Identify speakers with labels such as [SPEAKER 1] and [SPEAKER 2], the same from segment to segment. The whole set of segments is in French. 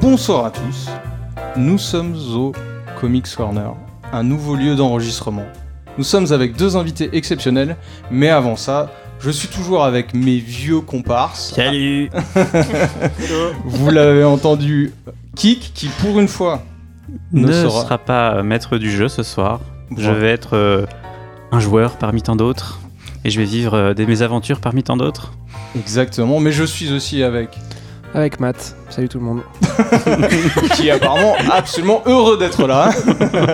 [SPEAKER 1] Bonsoir à tous. Nous sommes au Comics Corner, un nouveau lieu d'enregistrement. Nous sommes avec deux invités exceptionnels, mais avant ça, je suis toujours avec mes vieux comparses.
[SPEAKER 2] Salut
[SPEAKER 1] Vous l'avez entendu, Kik, qui pour une fois
[SPEAKER 2] Ne,
[SPEAKER 1] Ne
[SPEAKER 2] sera...
[SPEAKER 1] sera-
[SPEAKER 2] pas euh, maître du jeu ce soir. Je
[SPEAKER 1] Ouais.
[SPEAKER 2] vais être euh, un joueur parmi tant d'autres. Et je vais vivre euh, des mésaventures parmi tant d'autres.
[SPEAKER 1] Exactement, mais je suis aussi avec
[SPEAKER 3] Avec Matt. Salut tout le monde.
[SPEAKER 1] qui est apparemment absolument heureux d'être là.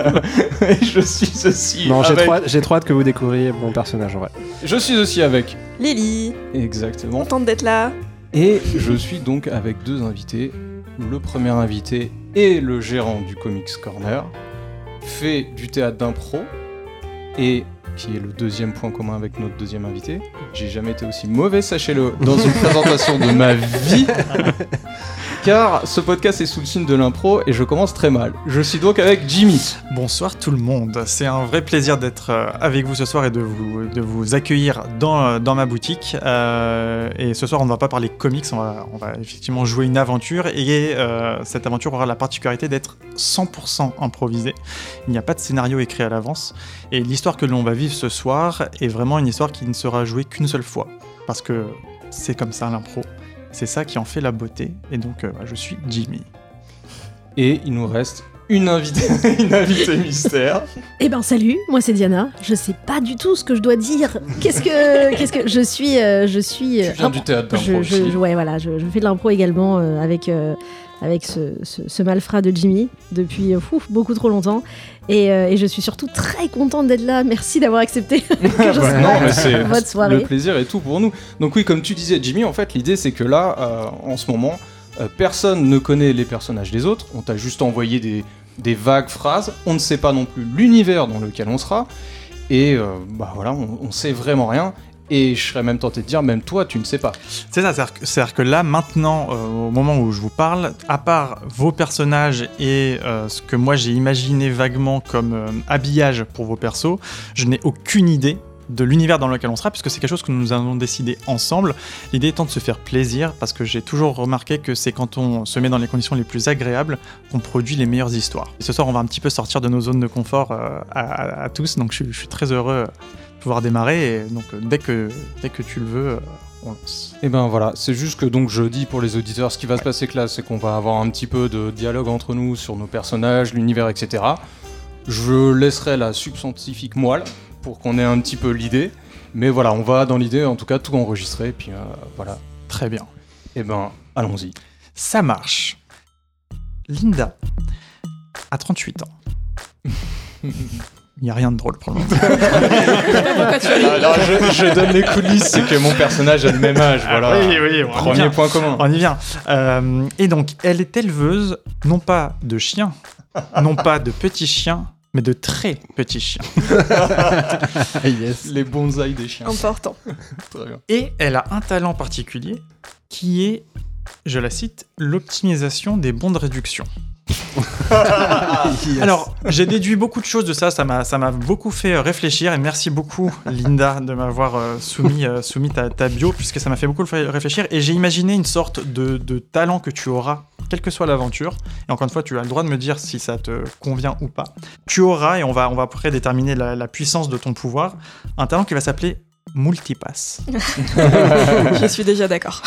[SPEAKER 1] Et je suis aussi
[SPEAKER 3] Non, j'ai
[SPEAKER 1] avec...
[SPEAKER 3] trop, hâte- j'ai trop hâte que vous découvriez mon personnage en vrai.
[SPEAKER 1] Je suis aussi avec.
[SPEAKER 4] Lily,
[SPEAKER 1] Exactement.
[SPEAKER 4] contente d'être là.
[SPEAKER 1] Et je suis donc avec deux invités. Le premier invité est le gérant du Comics Corner, fait du théâtre d'impro, et qui est le deuxième point commun avec notre deuxième invité. J'ai jamais été aussi mauvais, sachez-le, dans une présentation de ma vie, car ce podcast est sous le signe de l'impro et je commence très mal. Je suis donc avec Jimmy.
[SPEAKER 5] Bonsoir tout le monde, c'est un vrai plaisir d'être euh, avec vous ce soir et de vous, de vous accueillir dans, euh, dans ma boutique. Euh, et ce soir on ne va pas parler comics, on va, on va effectivement jouer une aventure et euh, cette aventure aura la particularité d'être 100% improvisée. Il n'y a pas de scénario écrit à l'avance et l'histoire que l'on va vivre ce soir est vraiment une histoire qui ne sera jouée qu'une seule fois. Parce que c'est comme ça l'impro, c'est ça qui en fait la beauté et donc euh, je suis Jimmy.
[SPEAKER 1] Et il nous reste une invitée, une invitée mystère.
[SPEAKER 6] Eh ben salut, moi c'est Diana. Je sais pas du tout ce que je dois dire. Qu'est-ce que, qu'est-ce que, je suis, euh, je suis. euh,
[SPEAKER 1] Tu viens du théâtre d'impro
[SPEAKER 6] je, je-
[SPEAKER 1] aussi.
[SPEAKER 6] je- ouais, voilà, je, je fais de l'impro également euh, avec, euh, avec ce, ce- ce malfrat de Jimmy depuis euh, fou, beaucoup trop longtemps. Et, euh, et je suis surtout très contente d'être là. Merci d'avoir accepté que je sois
[SPEAKER 1] Non, mais c'est
[SPEAKER 6] votre
[SPEAKER 1] le
[SPEAKER 6] soirée.
[SPEAKER 1] plaisir est tout pour nous. Donc oui, comme tu disais, Jimmy, en fait, l'idée c'est que là, euh, en ce moment, euh, personne ne connaît les personnages des autres. On t'a juste envoyé des, des vagues phrases. On ne sait pas non plus l'univers dans lequel on sera. Et euh, bah voilà, on, on sait vraiment rien. Et je serais même tenté de dire, même toi, tu ne sais pas.
[SPEAKER 5] C'est ça, c'est-à-dire que- c'est-à-dire que là, maintenant, euh, au moment où je vous parle, à part vos personnages et euh, ce que moi j'ai imaginé vaguement comme euh, habillage pour vos persos, je n'ai aucune idée de l'univers dans lequel on sera, puisque c'est quelque chose que nous avons décidé ensemble. L'idée étant de se faire plaisir, parce que j'ai toujours remarqué que c'est quand on se met dans les conditions les plus agréables qu'on produit les meilleures histoires. Et ce soir, on va un petit peu sortir de nos zones de confort euh, à, à- à tous, donc je, suis- je suis très heureux de pouvoir démarrer, et donc euh, dès que, dès que tu le veux, euh, on lance.
[SPEAKER 1] Et ben voilà, c'est juste que donc je dis pour les auditeurs, ce qui va se passer que là, c'est qu'on va avoir un petit peu de dialogue entre nous sur nos personnages, l'univers, etc. Je laisserai la subscientifique moelle pour qu'on ait un petit peu l'idée. Mais voilà, on va dans l'idée, en tout cas, tout enregistrer. Et puis euh, voilà.
[SPEAKER 5] Très bien.
[SPEAKER 1] Et ben, allons-y.
[SPEAKER 5] Ça marche. Linda a 38 ans. Il n'y a rien de drôle pour le moment.
[SPEAKER 1] je, donne les coulisses, c'est que mon personnage a le même âge, voilà.
[SPEAKER 5] Ah, oui,
[SPEAKER 1] Premier point commun.
[SPEAKER 5] On y vient. Euh, et donc, elle est éleveuse, non pas de chiens, non pas de petits chiens, mais de très petits chiens.
[SPEAKER 1] Les bonsaïs des chiens.
[SPEAKER 4] Important.
[SPEAKER 1] Très bien.
[SPEAKER 5] Et elle a un talent particulier qui est, je la cite, l'optimisation des bons de réduction. Alors, j'ai déduit beaucoup de choses de ça, ça m'a, ça m'a beaucoup fait euh, réfléchir et merci beaucoup Linda de m'avoir euh, soumis, euh, soumis ta, ta bio puisque ça m'a fait beaucoup le- réfléchir et j'ai imaginé une sorte de, de talent que tu auras, quelle que soit l'aventure, et encore une fois tu as le droit de me dire si ça te convient ou pas, tu auras, et on va, on va après déterminer la, la puissance de ton pouvoir, un talent qui va s'appeler Multipass.
[SPEAKER 4] Je suis déjà d'accord.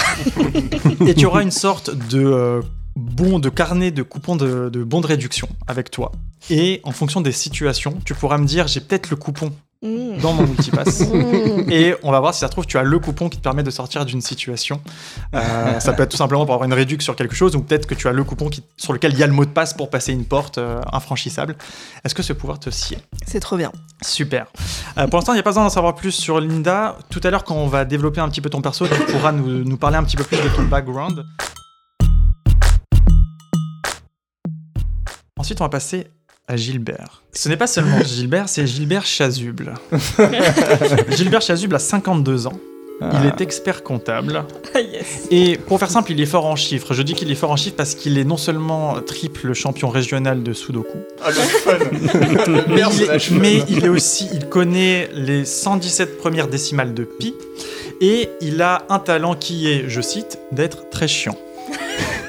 [SPEAKER 5] Et tu auras une sorte de euh, bon de carnet de coupons de, de bons de réduction avec toi. Et en fonction des situations, tu pourras me dire j'ai peut-être le coupon
[SPEAKER 4] Mmh.
[SPEAKER 5] dans mon multipass.
[SPEAKER 6] Mmh.
[SPEAKER 5] Et on va voir si ça se trouve, tu as le coupon qui te permet de sortir d'une situation. Euh, ça peut être tout simplement pour avoir une réduction sur quelque chose, ou peut-être que tu as le coupon qui- sur lequel il y a le mot de passe pour passer une porte euh, infranchissable. Est-ce que ce pouvoir te sied
[SPEAKER 4] C'est trop bien.
[SPEAKER 5] Super. Euh, pour l'instant, il n'y a pas besoin d'en savoir plus sur Linda. Tout à l'heure, quand on va développer un petit peu ton perso, tu pourras nous, nous parler un petit peu plus de ton background. Ensuite, on va passer à Gilbert. Ce n'est pas seulement Gilbert, c'est Gilbert Chasuble. Gilbert Chasuble a 52 ans. Il est expert comptable.
[SPEAKER 4] Ah yes.
[SPEAKER 5] Et pour faire simple, il est fort en chiffres. Je dis qu'il est fort en chiffres parce qu'il est non seulement triple champion régional de Sudoku, mais, il est, mais il est aussi, il connaît les 117 premières décimales de pi et il a un talent qui est, je cite, d'être très chiant.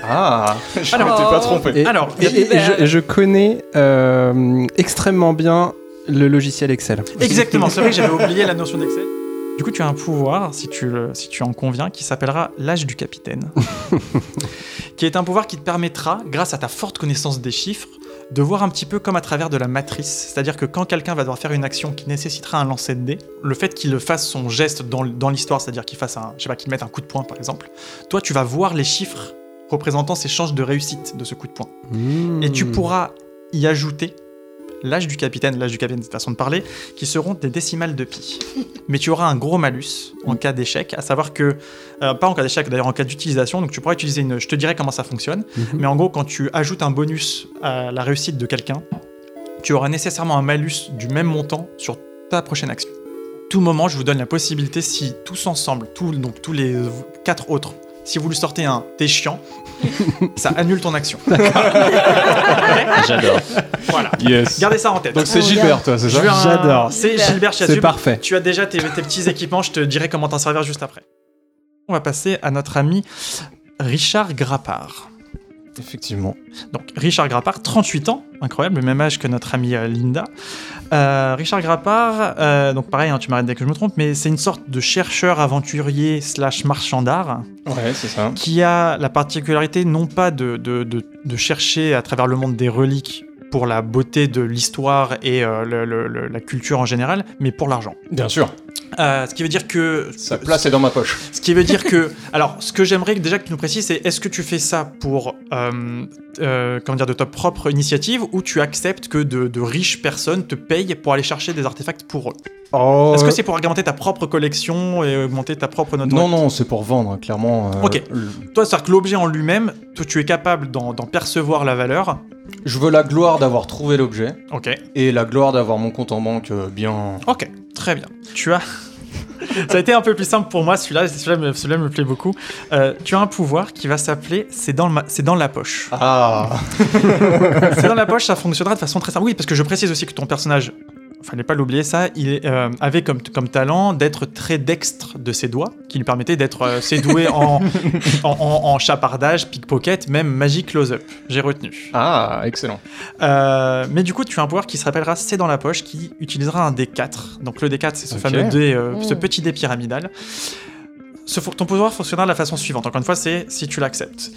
[SPEAKER 1] Ah, je ne
[SPEAKER 5] Alors-
[SPEAKER 1] m'étais pas trompé.
[SPEAKER 3] Et,
[SPEAKER 5] Alors,
[SPEAKER 3] et- et- et je, et je connais euh, extrêmement bien le logiciel Excel.
[SPEAKER 5] Exactement, c'est vrai que j'avais oublié la notion d'Excel. Du coup, tu as un pouvoir, si tu, le- si tu en conviens, qui s'appellera l'âge du capitaine. qui est un pouvoir qui te permettra, grâce à ta forte connaissance des chiffres, de voir un petit peu comme à travers de la matrice. C'est-à-dire que quand quelqu'un va devoir faire une action qui nécessitera un lancer de dés, le fait qu'il le fasse son geste dans, l- dans l'histoire, c'est-à-dire qu'il fasse un, je sais pas, qu'il mette un coup de poing par exemple, toi tu vas voir les chiffres représentant ces chances de réussite de ce coup de poing
[SPEAKER 3] Hmm.
[SPEAKER 5] et tu pourras y ajouter l'âge du capitaine, l'âge du capitaine, c'est ta façon de parler, qui seront des décimales de pi. Mais tu auras un gros malus en cas d'échec, à savoir que, euh, pas en cas d'échec, d'ailleurs en cas d'utilisation, donc tu pourras utiliser une, je te dirai comment ça fonctionne, mais en gros quand tu ajoutes un bonus à la réussite de quelqu'un, tu auras nécessairement un malus du même montant sur ta prochaine action. Tout moment, je vous donne la possibilité, si tous ensemble, tous- donc tous les quatre autres, si vous lui sortez un t'es chiant, ça annule ton action.
[SPEAKER 2] J'adore.
[SPEAKER 5] Voilà.
[SPEAKER 1] Yes.
[SPEAKER 5] Gardez ça en
[SPEAKER 3] Bah,
[SPEAKER 5] tête.
[SPEAKER 1] Donc c'est Gilbert, toi, c'est
[SPEAKER 5] Je
[SPEAKER 1] ça
[SPEAKER 5] veux un-
[SPEAKER 3] J'adore.
[SPEAKER 5] C'est
[SPEAKER 4] Gilbert.
[SPEAKER 5] Gilbert
[SPEAKER 3] C'est
[SPEAKER 5] Chazub.
[SPEAKER 3] parfait.
[SPEAKER 5] Tu as déjà tes, tes petits équipements, je te dirai comment t'en servir juste après. On va passer à notre ami Richard Grappard.
[SPEAKER 1] Effectivement.
[SPEAKER 5] Donc Richard Grappard, 38 ans, incroyable, le même âge que notre amie euh, Linda. Euh, Richard Grappard, euh, donc pareil, hein, tu m'arrêtes dès que je me trompe, mais c'est une sorte de chercheur aventurier slash marchand d'art
[SPEAKER 1] Ouais, c'est ça.
[SPEAKER 5] qui a la particularité non pas de, de- de- de chercher à travers le monde des reliques pour la beauté de l'histoire et euh, le- le- le- la culture en général, mais pour l'argent.
[SPEAKER 1] Bien sûr.
[SPEAKER 5] Euh, ce qui veut dire que...
[SPEAKER 1] Sa place est dans ma poche.
[SPEAKER 5] Ce qui veut dire que... Alors, ce que j'aimerais déjà que tu nous précises, c'est est-ce que tu fais ça pour... euh, euh, comment dire, de ta propre initiative ou tu acceptes que de, de riches personnes te payent pour aller chercher des artefacts pour eux Est-ce
[SPEAKER 1] Euh,
[SPEAKER 5] que c'est pour augmenter ta propre collection et augmenter ta propre notoriété
[SPEAKER 1] Oh. Non, non, c'est pour vendre, clairement. euh,
[SPEAKER 5] Ok.
[SPEAKER 1] le-
[SPEAKER 5] Toi, c'est-à-dire que l'objet en lui-même, toi, tu es capable d'en d'en percevoir la valeur.
[SPEAKER 1] Je veux la gloire d'avoir trouvé l'objet
[SPEAKER 5] Ok.
[SPEAKER 1] et la gloire d'avoir mon compte en banque euh, bien.
[SPEAKER 5] Ok, très bien. Tu as. Ça a été un peu plus simple pour moi, celui-là, celui-là me, celui-là me plaît beaucoup. Euh, tu as un pouvoir qui va s'appeler C'est dans, le ma- c'est dans la poche.
[SPEAKER 1] Ah
[SPEAKER 5] C'est dans la poche, ça fonctionnera de façon très simple. Oui, parce que je précise aussi que ton personnage, fallait pas l'oublier ça, il est, euh, avait comme, comme talent d'être très dextre de ses doigts, qui lui permettait d'être euh, assez doué en, en, en- en chapardage, pickpocket, même magic close-up. J'ai retenu.
[SPEAKER 1] Ah, excellent.
[SPEAKER 5] Euh, mais du coup, tu as un pouvoir qui s'appellera C'est dans la poche, qui utilisera un D4. Donc le D4, c'est ce
[SPEAKER 1] Ok.
[SPEAKER 5] fameux dé, euh,
[SPEAKER 6] Mm.
[SPEAKER 5] ce petit dé pyramidal. Ce, fo- ton pouvoir fonctionnera de la façon suivante. Encore une fois, c'est si tu l'acceptes.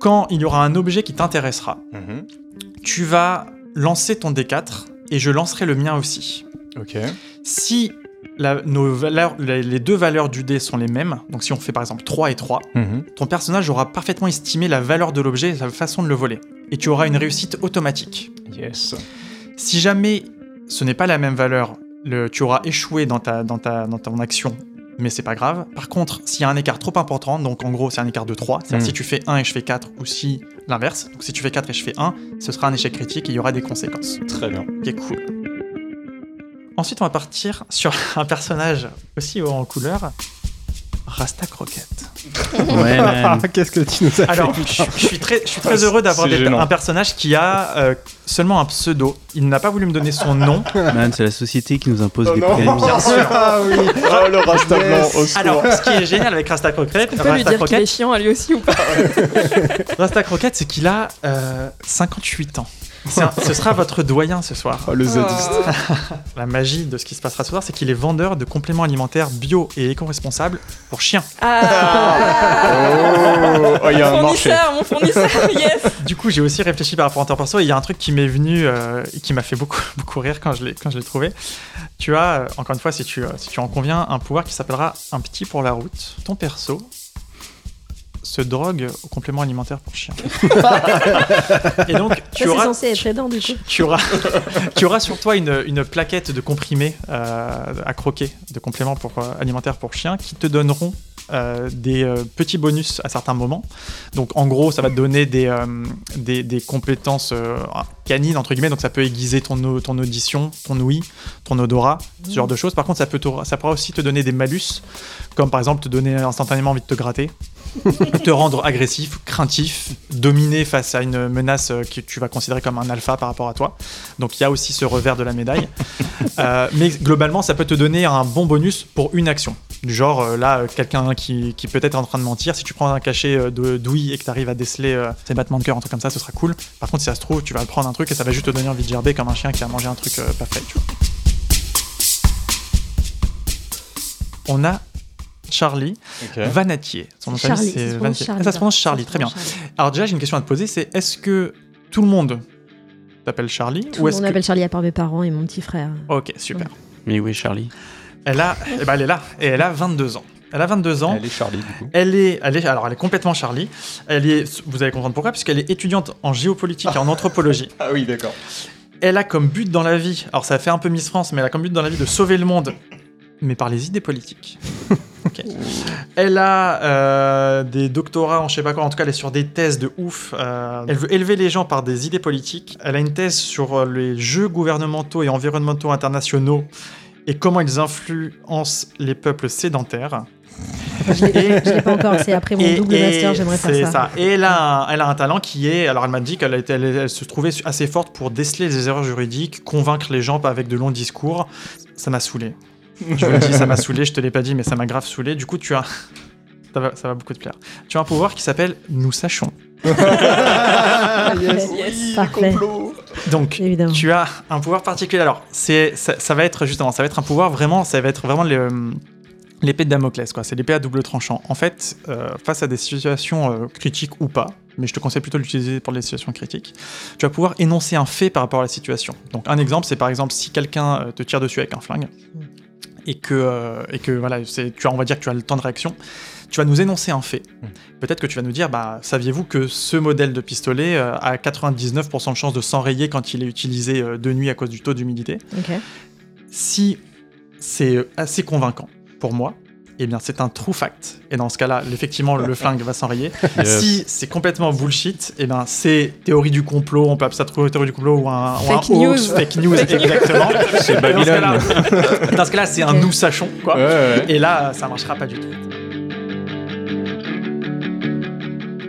[SPEAKER 5] Quand il y aura un objet qui t'intéressera,
[SPEAKER 1] Mhm.
[SPEAKER 5] tu vas lancer ton D4 et je lancerai le mien aussi.
[SPEAKER 1] Ok.
[SPEAKER 5] Si la- nos valeurs, les les deux valeurs du dé sont les mêmes, donc si on fait par exemple 3 et 3,
[SPEAKER 1] Mhm.
[SPEAKER 5] ton personnage aura parfaitement estimé la valeur de l'objet et sa façon de le voler. Et tu auras une réussite automatique.
[SPEAKER 1] Yes.
[SPEAKER 5] Si jamais ce n'est pas la même valeur, le- tu auras échoué dans ta, dans ta, dans ton action, mais c'est pas grave. Par contre, s'il y a un écart trop important, donc en gros c'est un écart de 3, c'est-à-dire
[SPEAKER 1] Mm.
[SPEAKER 5] si tu fais 1 et je fais 4, ou si l'inverse, donc si tu fais 4 et je fais 1, ce sera un échec critique et il y aura des conséquences.
[SPEAKER 1] Très bien.
[SPEAKER 5] Qui est cool. Ensuite, on va partir sur un personnage aussi haut en couleur, Rasta Croquette.
[SPEAKER 2] Ouais, man.
[SPEAKER 3] Ah, Qu'est-ce que tu nous as
[SPEAKER 5] Ah. Alors, je, je suis très, je suis très heureux d'avoir
[SPEAKER 1] C'est
[SPEAKER 5] des-
[SPEAKER 1] gênant.
[SPEAKER 5] un personnage qui a euh, seulement un pseudo. Il n'a pas voulu me donner son nom.
[SPEAKER 2] Man, c'est la société qui nous impose des problèmes.
[SPEAKER 5] Bien sûr.
[SPEAKER 3] Ah oui.
[SPEAKER 1] Ah, le rasta
[SPEAKER 3] Yes. blanc, au
[SPEAKER 5] Alors, ce qui est génial avec Rasta Croquette,
[SPEAKER 4] On peut lui
[SPEAKER 5] Rasta
[SPEAKER 4] dire qu'il est
[SPEAKER 5] Croquette,
[SPEAKER 4] chiant à lui aussi ou pas
[SPEAKER 5] Rasta Croquette, c'est qu'il a euh, 58 ans. C'est un- ce sera votre doyen ce soir.
[SPEAKER 3] Oh, le zadiste.
[SPEAKER 4] Oh.
[SPEAKER 5] La magie de ce qui se passera ce soir, c'est qu'il est vendeur de compléments alimentaires bio et éco-responsables pour chiens.
[SPEAKER 4] Ah
[SPEAKER 1] Oh, il y a un
[SPEAKER 4] Mon
[SPEAKER 1] marché.
[SPEAKER 4] fournisseur, mon fournisseur, yes
[SPEAKER 5] Du coup, j'ai aussi réfléchi par rapport à ton perso et il y a un truc qui m'est venu euh, et qui m'a fait beaucoup, beaucoup rire quand je l'ai quand je l'ai trouvé. Tu as, euh, encore une fois, si tu, euh, si tu en conviens, un pouvoir qui s'appellera un petit pour la route. Ton perso se drogue aux compléments alimentaires pour chiens. et donc,
[SPEAKER 6] Ça,
[SPEAKER 5] tu
[SPEAKER 6] c'est
[SPEAKER 5] auras,
[SPEAKER 6] censé être aidant, du coup.
[SPEAKER 5] tu auras, tu auras sur toi une, une plaquette de comprimés euh, à croquer, de compléments pour, euh, alimentaires pour chiens, qui te donneront euh, des euh, petits bonus à certains moments. Donc en gros, ça va te donner des, euh, des, des compétences euh, canines, entre guillemets, donc ça peut aiguiser ton, au- ton audition, ton ouïe, ton odorat, ce genre de choses. Par contre, ça, peut te- ça pourra aussi te donner des malus, comme par exemple te donner instantanément envie de te gratter, te rendre agressif, craintif, dominé face à une menace euh, que tu vas considérer comme un alpha par rapport à toi. Donc il y a aussi ce revers de la médaille. Euh, mais globalement, ça peut te donner un bon bonus pour une action. Du genre, euh, là, euh, quelqu'un qui, qui peut-être est en train de mentir, si tu prends un cachet euh, de- d'ouïe et que t'arrives à déceler euh, ses battements de cœur, un truc comme ça, ce sera cool. Par contre, si ça se trouve, tu vas prendre un truc et ça va juste te donner envie de gerber comme un chien qui a mangé un truc euh, pas fait, tu vois. On a Charlie Vanatier. Son nom de famille,
[SPEAKER 6] Charlie,
[SPEAKER 5] c'est
[SPEAKER 6] ça se prononce
[SPEAKER 5] Vanatier.
[SPEAKER 6] Charlie.
[SPEAKER 5] Ah, Ça se prononce Charlie, très bien. Alors déjà, j'ai une question à te poser, c'est est-ce que tout le monde t'appelle Charlie
[SPEAKER 6] Tout
[SPEAKER 5] ou
[SPEAKER 6] le
[SPEAKER 5] est-ce
[SPEAKER 6] monde
[SPEAKER 5] que...
[SPEAKER 6] appelle Charlie à part mes parents et mon petit frère.
[SPEAKER 5] Ok, super.
[SPEAKER 2] Mais où est Charlie
[SPEAKER 5] Elle a, eh ben, elle est là et elle a 22 ans. Elle a 22 ans.
[SPEAKER 1] Elle est Charlie, du coup.
[SPEAKER 5] Elle est, elle est, alors elle est complètement Charlie. Elle est, vous allez comprendre pourquoi, puisqu'elle est étudiante en géopolitique et en anthropologie.
[SPEAKER 1] Ah oui, d'accord.
[SPEAKER 5] Elle a comme but dans la vie, alors ça fait un peu Miss France, mais elle a comme but dans la vie de sauver le monde, mais par les idées politiques. Ok. Elle a euh, des doctorats en je sais pas quoi, en tout cas elle est sur des thèses de ouf. euh, elle veut élever les gens par des idées politiques. Elle a une thèse sur euh, les jeux gouvernementaux et environnementaux internationaux et comment ils influencent les peuples sédentaires.
[SPEAKER 6] Je l'ai- je l'ai pas encore, c'est après mon
[SPEAKER 5] Et-
[SPEAKER 6] double
[SPEAKER 5] et
[SPEAKER 6] master, j'aimerais faire
[SPEAKER 5] c'est
[SPEAKER 6] ça.
[SPEAKER 5] Et elle a, un, elle a un talent qui est. Alors, elle m'a dit qu'elle était- elle, elle se trouvait assez forte pour déceler les erreurs juridiques, convaincre les gens pas avec de longs discours. Ça m'a saoulé. Je vous le dis, ça m'a saoulé, je te l'ai pas dit, mais ça m'a grave saoulé. Du coup, tu as. Ça va, ça va beaucoup te plaire. Tu as un pouvoir qui s'appelle Nous sachons.
[SPEAKER 6] Parfait. Parfait,
[SPEAKER 5] Donc,
[SPEAKER 6] évidemment.
[SPEAKER 5] tu as un pouvoir particulier. Alors, c'est ça, ça va être justement, ça va être un pouvoir vraiment, ça va être vraiment le, euh, l'épée de Damoclès, quoi. C'est l'épée à double tranchant. En fait, euh, face à des situations euh, critiques ou pas, mais je te conseille plutôt de l'utiliser pour les situations critiques, tu vas pouvoir énoncer un fait par rapport à la situation. Donc, un exemple, c'est par exemple si quelqu'un euh, te tire dessus avec un flingue et que, euh, et que voilà, c'est, tu as, on va dire que tu as le temps de réaction. Tu vas nous énoncer un fait. Peut-être que tu vas nous dire, bah, saviez-vous que ce modèle de pistolet euh, a 99% de chances de s'enrayer quand il est utilisé euh, de nuit à cause du taux d'humidité
[SPEAKER 6] Ok.
[SPEAKER 5] Si c'est euh, assez convaincant pour moi, eh bien c'est un true fact. Et dans ce cas-là, effectivement, le flingue va s'enrayer. Si c'est complètement bullshit, eh bien c'est théorie du complot, on peut appeler ça trou- théorie du complot ou un, ou un
[SPEAKER 4] Fake news.
[SPEAKER 5] hoax, fake news, exactement.
[SPEAKER 2] C'est
[SPEAKER 5] Et dans ce
[SPEAKER 2] Babylone.
[SPEAKER 5] cas-là- Dans ce cas-là, c'est un
[SPEAKER 6] Ok.
[SPEAKER 5] nous sachons, quoi.
[SPEAKER 1] Ouais, ouais.
[SPEAKER 5] Et là, ça marchera pas du tout.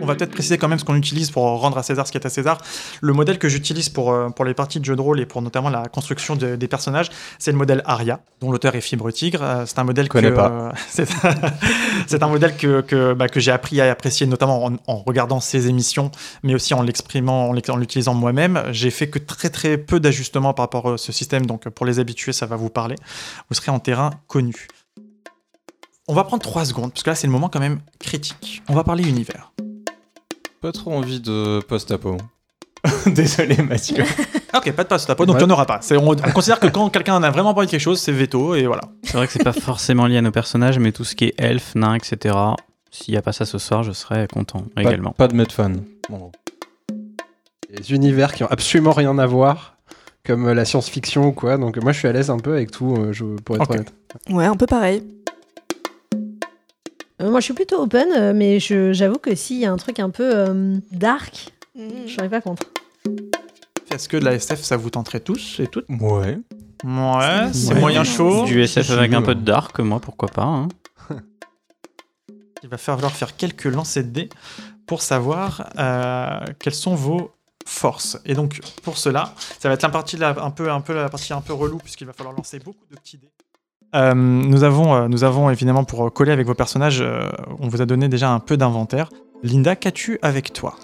[SPEAKER 5] On va peut-être préciser quand même ce qu'on utilise pour rendre à César ce qui est à César. Le modèle que j'utilise pour, euh, pour les parties de jeux de rôle et pour notamment la construction de- des personnages, c'est le modèle Aria, dont l'auteur est Fibre Tigre. Euh, c'est un modèle que
[SPEAKER 1] connais pas.
[SPEAKER 5] euh, c'est c'est un modèle que, que, bah, que j'ai appris à apprécier, notamment en, en regardant ses émissions, mais aussi en l'exprimant, en l'ex- en l'utilisant moi-même. J'ai fait que très très peu d'ajustements par rapport à ce système, donc euh, pour les habitués, ça va vous parler. Vous serez en terrain connu. On va prendre 3 secondes, parce que là c'est le moment quand même critique. On va parler univers.
[SPEAKER 1] Pas trop envie de post-apo. Désolé, Mathieu.
[SPEAKER 5] Ah, ok, pas de passe tapo, donc
[SPEAKER 1] Ouais.
[SPEAKER 5] tu n'en auras pas. C'est- On, on considère que quand quelqu'un en a vraiment parlé de quelque chose, c'est veto, et voilà.
[SPEAKER 2] C'est vrai que c'est pas forcément lié à nos personnages, mais tout ce qui est elf, nain, etc. S'il n'y a pas ça ce soir, je serais content
[SPEAKER 1] Pas,
[SPEAKER 2] également.
[SPEAKER 1] pas de Medfan. Bon.
[SPEAKER 3] Des univers qui ont absolument rien à voir, comme euh, la science-fiction ou quoi. Donc moi, je suis à l'aise un peu avec tout, euh, je, pour être
[SPEAKER 5] Ok.
[SPEAKER 3] honnête.
[SPEAKER 4] Ouais, un peu pareil.
[SPEAKER 6] Euh, Moi, je suis plutôt open, euh, mais je- j'avoue que s'il y a un truc un peu euh, dark,
[SPEAKER 4] Hmm.
[SPEAKER 6] je serais pas contre.
[SPEAKER 5] Est-ce que de la SF ça vous tenterait tous et toutes
[SPEAKER 1] Ouais.
[SPEAKER 5] Ouais, c'est
[SPEAKER 2] Ouais.
[SPEAKER 5] moyen chaud.
[SPEAKER 2] Du SF avec un
[SPEAKER 1] Ouais.
[SPEAKER 2] peu de dark, moi, pourquoi pas. hein.
[SPEAKER 5] Il va falloir faire quelques lancers de dés pour savoir euh, quelles sont vos forces. Et donc pour cela, ça va être la partie la- un peu un peu la partie un peu relou puisqu'il va falloir lancer beaucoup de petits dés. Euh, nous avons euh, nous avons évidemment pour euh, coller avec vos personnages, euh, on vous a donné déjà un peu d'inventaire. Linda, qu'as-tu avec toi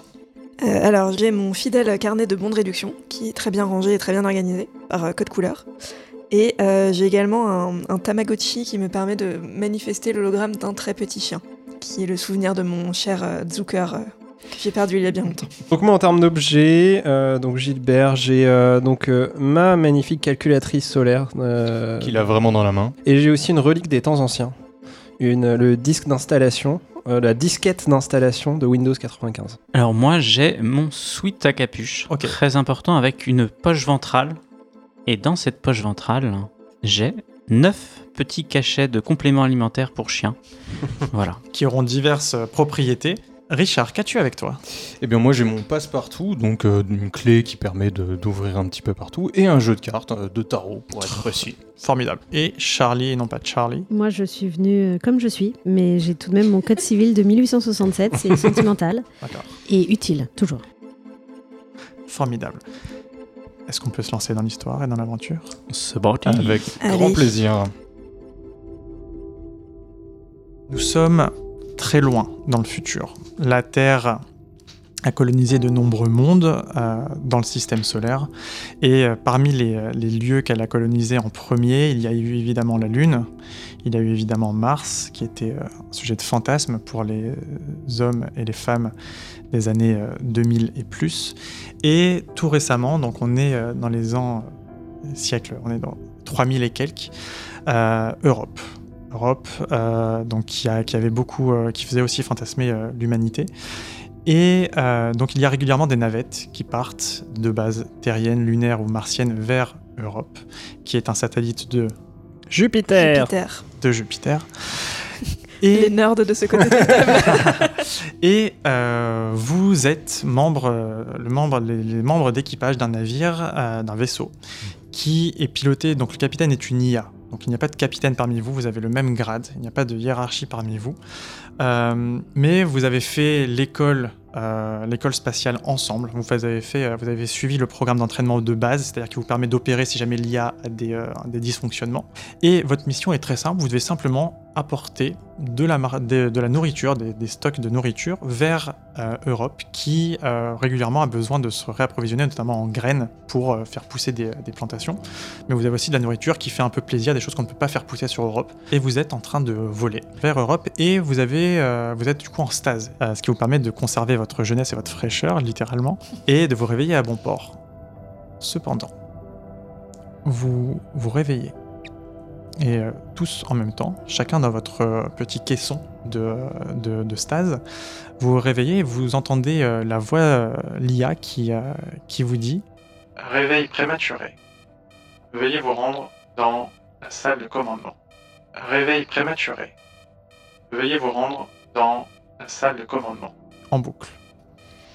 [SPEAKER 4] Euh, alors, j'ai mon fidèle carnet de bons de réduction, qui est très bien rangé et très bien organisé, par euh, code couleur. Et euh, j'ai également un, un Tamagotchi qui me permet de manifester l'hologramme d'un très petit chien, qui est le souvenir de mon cher euh, Zucker, euh, que j'ai perdu il y a bien longtemps.
[SPEAKER 3] Donc moi en termes d'objets, euh, donc Gilbert, j'ai euh, donc euh, ma magnifique calculatrice solaire euh,
[SPEAKER 1] Qu'il a vraiment dans la main.
[SPEAKER 3] et j'ai aussi une relique des temps anciens, une le disque d'installation, euh, la disquette d'installation de Windows 95.
[SPEAKER 2] Alors moi j'ai mon sweat à capuche,
[SPEAKER 5] Ok.
[SPEAKER 2] très important, avec une poche ventrale. Et dans cette poche ventrale, j'ai 9 petits cachets de compléments alimentaires pour chiens. voilà.
[SPEAKER 5] qui auront diverses euh, propriétés. Richard, qu'as-tu avec toi
[SPEAKER 1] Eh bien, moi, j'ai mon passe-partout, donc euh, une clé qui permet de- d'ouvrir un petit peu partout, et un jeu de cartes, euh, de tarot, pour être précis.
[SPEAKER 5] Formidable. Et Charlie et non pas Charlie.
[SPEAKER 6] Moi, je suis venue euh, comme je suis, mais j'ai tout de même mon code civil de 1867, c'est sentimental
[SPEAKER 5] D'accord.
[SPEAKER 6] et utile, toujours.
[SPEAKER 5] Formidable. Est-ce qu'on peut se lancer dans l'histoire
[SPEAKER 1] Ah.
[SPEAKER 5] et dans l'aventure
[SPEAKER 2] On se bat.
[SPEAKER 1] Avec grand
[SPEAKER 4] Allez.
[SPEAKER 1] plaisir.
[SPEAKER 5] Nous sommes très loin dans le futur. La Terre a colonisé de nombreux mondes euh, dans le système solaire. Et euh, parmi les, euh, les lieux qu'elle a colonisés en premier, il y a eu évidemment la Lune, il y a eu évidemment Mars, qui était euh, un sujet de fantasme pour les euh, hommes et les femmes des années euh, 2000 et plus. Et tout récemment, donc on est euh, dans les ans, euh, siècles, on est dans 3000 et quelques, euh, Europe. Europe, euh, donc qui, a- qui avait beaucoup, euh, qui faisait aussi fantasmer euh, l'humanité. Et euh, donc il y a régulièrement des navettes qui partent de bases terriennes, lunaires ou martiennes vers Europe, qui est un satellite de,
[SPEAKER 3] Jupiter
[SPEAKER 4] Jupiter.
[SPEAKER 5] de Jupiter.
[SPEAKER 4] Les
[SPEAKER 5] Et,
[SPEAKER 4] nerds de ce côté de la table.
[SPEAKER 5] et euh, vous êtes membre, euh, le membre, les, les membres d'équipage d'un navire, euh, d'un vaisseau, qui est piloté. Donc le capitaine est une IA. Donc il n'y a pas de capitaine parmi vous, vous avez le même grade, il n'y a pas de hiérarchie parmi vous. Euh, mais vous avez fait l'école, euh, l'école spatiale ensemble. Vous avez fait, euh, vous avez suivi le programme d'entraînement de base, c'est-à-dire qui vous permet d'opérer si jamais l'IA a des, euh, des dysfonctionnements. Et votre mission est très simple. Vous devez simplement apporter de la, mar- de, de la nourriture, des, des stocks de nourriture vers euh, Europe, qui euh, régulièrement a besoin de se réapprovisionner, notamment en graines, pour euh, faire pousser des, des plantations. Mais vous avez aussi de la nourriture qui fait un peu plaisir, des choses qu'on ne peut pas faire pousser sur Europe. Et vous êtes en train de voler vers Europe et vous, avez, euh, vous êtes du coup en stase, euh, ce qui vous permet de conserver votre jeunesse et votre fraîcheur, littéralement, et de vous réveiller à bon port. Cependant, vous vous réveillez. Et euh, tous en même temps, chacun dans votre euh, petit caisson de, euh, de, de stase, vous vous réveillez et vous entendez euh, la voix, euh, l'IA, qui, euh, qui vous dit Réveil prématuré. Veuillez vous rendre dans la salle de commandement. Réveil prématuré. Veuillez vous rendre dans la salle de commandement. En boucle.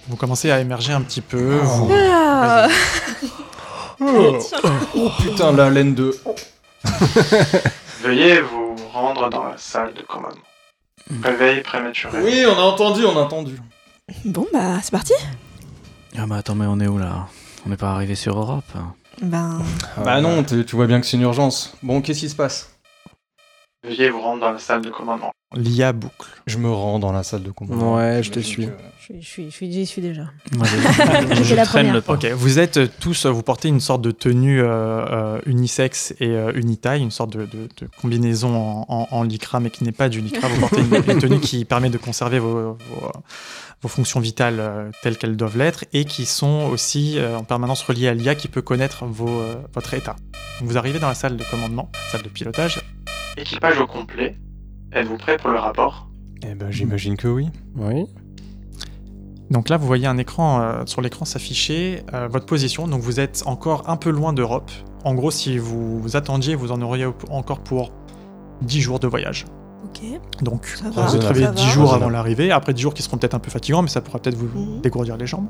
[SPEAKER 5] Vous commencez à émerger un petit peu. vous-
[SPEAKER 4] Ah. Oh.
[SPEAKER 1] Putain, la laine de.
[SPEAKER 5] Veuillez vous rendre dans la salle de commandement. Réveil prématuré.
[SPEAKER 1] Oui, on a entendu, on a entendu.
[SPEAKER 4] Bon bah c'est parti.
[SPEAKER 2] Ah bah attends, mais on est où là On n'est pas arrivé sur Europe.
[SPEAKER 4] Ben
[SPEAKER 1] Bah non, t'es- tu vois bien que c'est une urgence. Bon, qu'est-ce qui se passe
[SPEAKER 5] Veuillez vous rendre dans la salle de commandement. L'IA boucle.
[SPEAKER 1] Je me rends dans la salle de combat.
[SPEAKER 3] Ouais, je te suis.
[SPEAKER 6] Je suis, je suis, je suis, j'y suis déjà.
[SPEAKER 2] Moi, je- je
[SPEAKER 6] J'étais la
[SPEAKER 2] traîne
[SPEAKER 6] première.
[SPEAKER 2] le pas.
[SPEAKER 5] Ok, vous êtes euh, tous, vous portez une sorte de tenue euh, euh, unisexe et euh, unitaille, une sorte de, de- de combinaison en, en- en lycra, mais qui n'est pas du lycra. Vous portez une, une tenue qui permet de conserver vos, vos- euh, vos fonctions vitales euh, telles qu'elles doivent l'être et qui sont aussi euh, en permanence reliées à l'IA qui peut connaître vos, euh, votre état. Vous arrivez dans la salle de commandement, salle de pilotage. Équipage au complet. Êtes-vous prêt pour le rapport
[SPEAKER 1] Eh ben, j'imagine que oui.
[SPEAKER 3] Oui.
[SPEAKER 5] Donc là, vous voyez un écran euh, sur l'écran s'afficher euh, votre position. Donc vous êtes encore un peu loin d'Europe. En gros, si vous vous attendiez, vous en auriez op- encore pour 10 jours de voyage.
[SPEAKER 4] ok.
[SPEAKER 5] Donc
[SPEAKER 4] Ça
[SPEAKER 5] vous
[SPEAKER 4] va,
[SPEAKER 5] vous
[SPEAKER 1] raisonnable.
[SPEAKER 5] réveillez
[SPEAKER 4] ça
[SPEAKER 5] 10
[SPEAKER 4] va.
[SPEAKER 5] jours avant
[SPEAKER 1] Raisonnable.
[SPEAKER 5] l'arrivée. Après 10 jours qui seront peut-être un peu fatigants, mais ça pourra peut-être vous
[SPEAKER 4] Mhm.
[SPEAKER 5] dégourdir les jambes.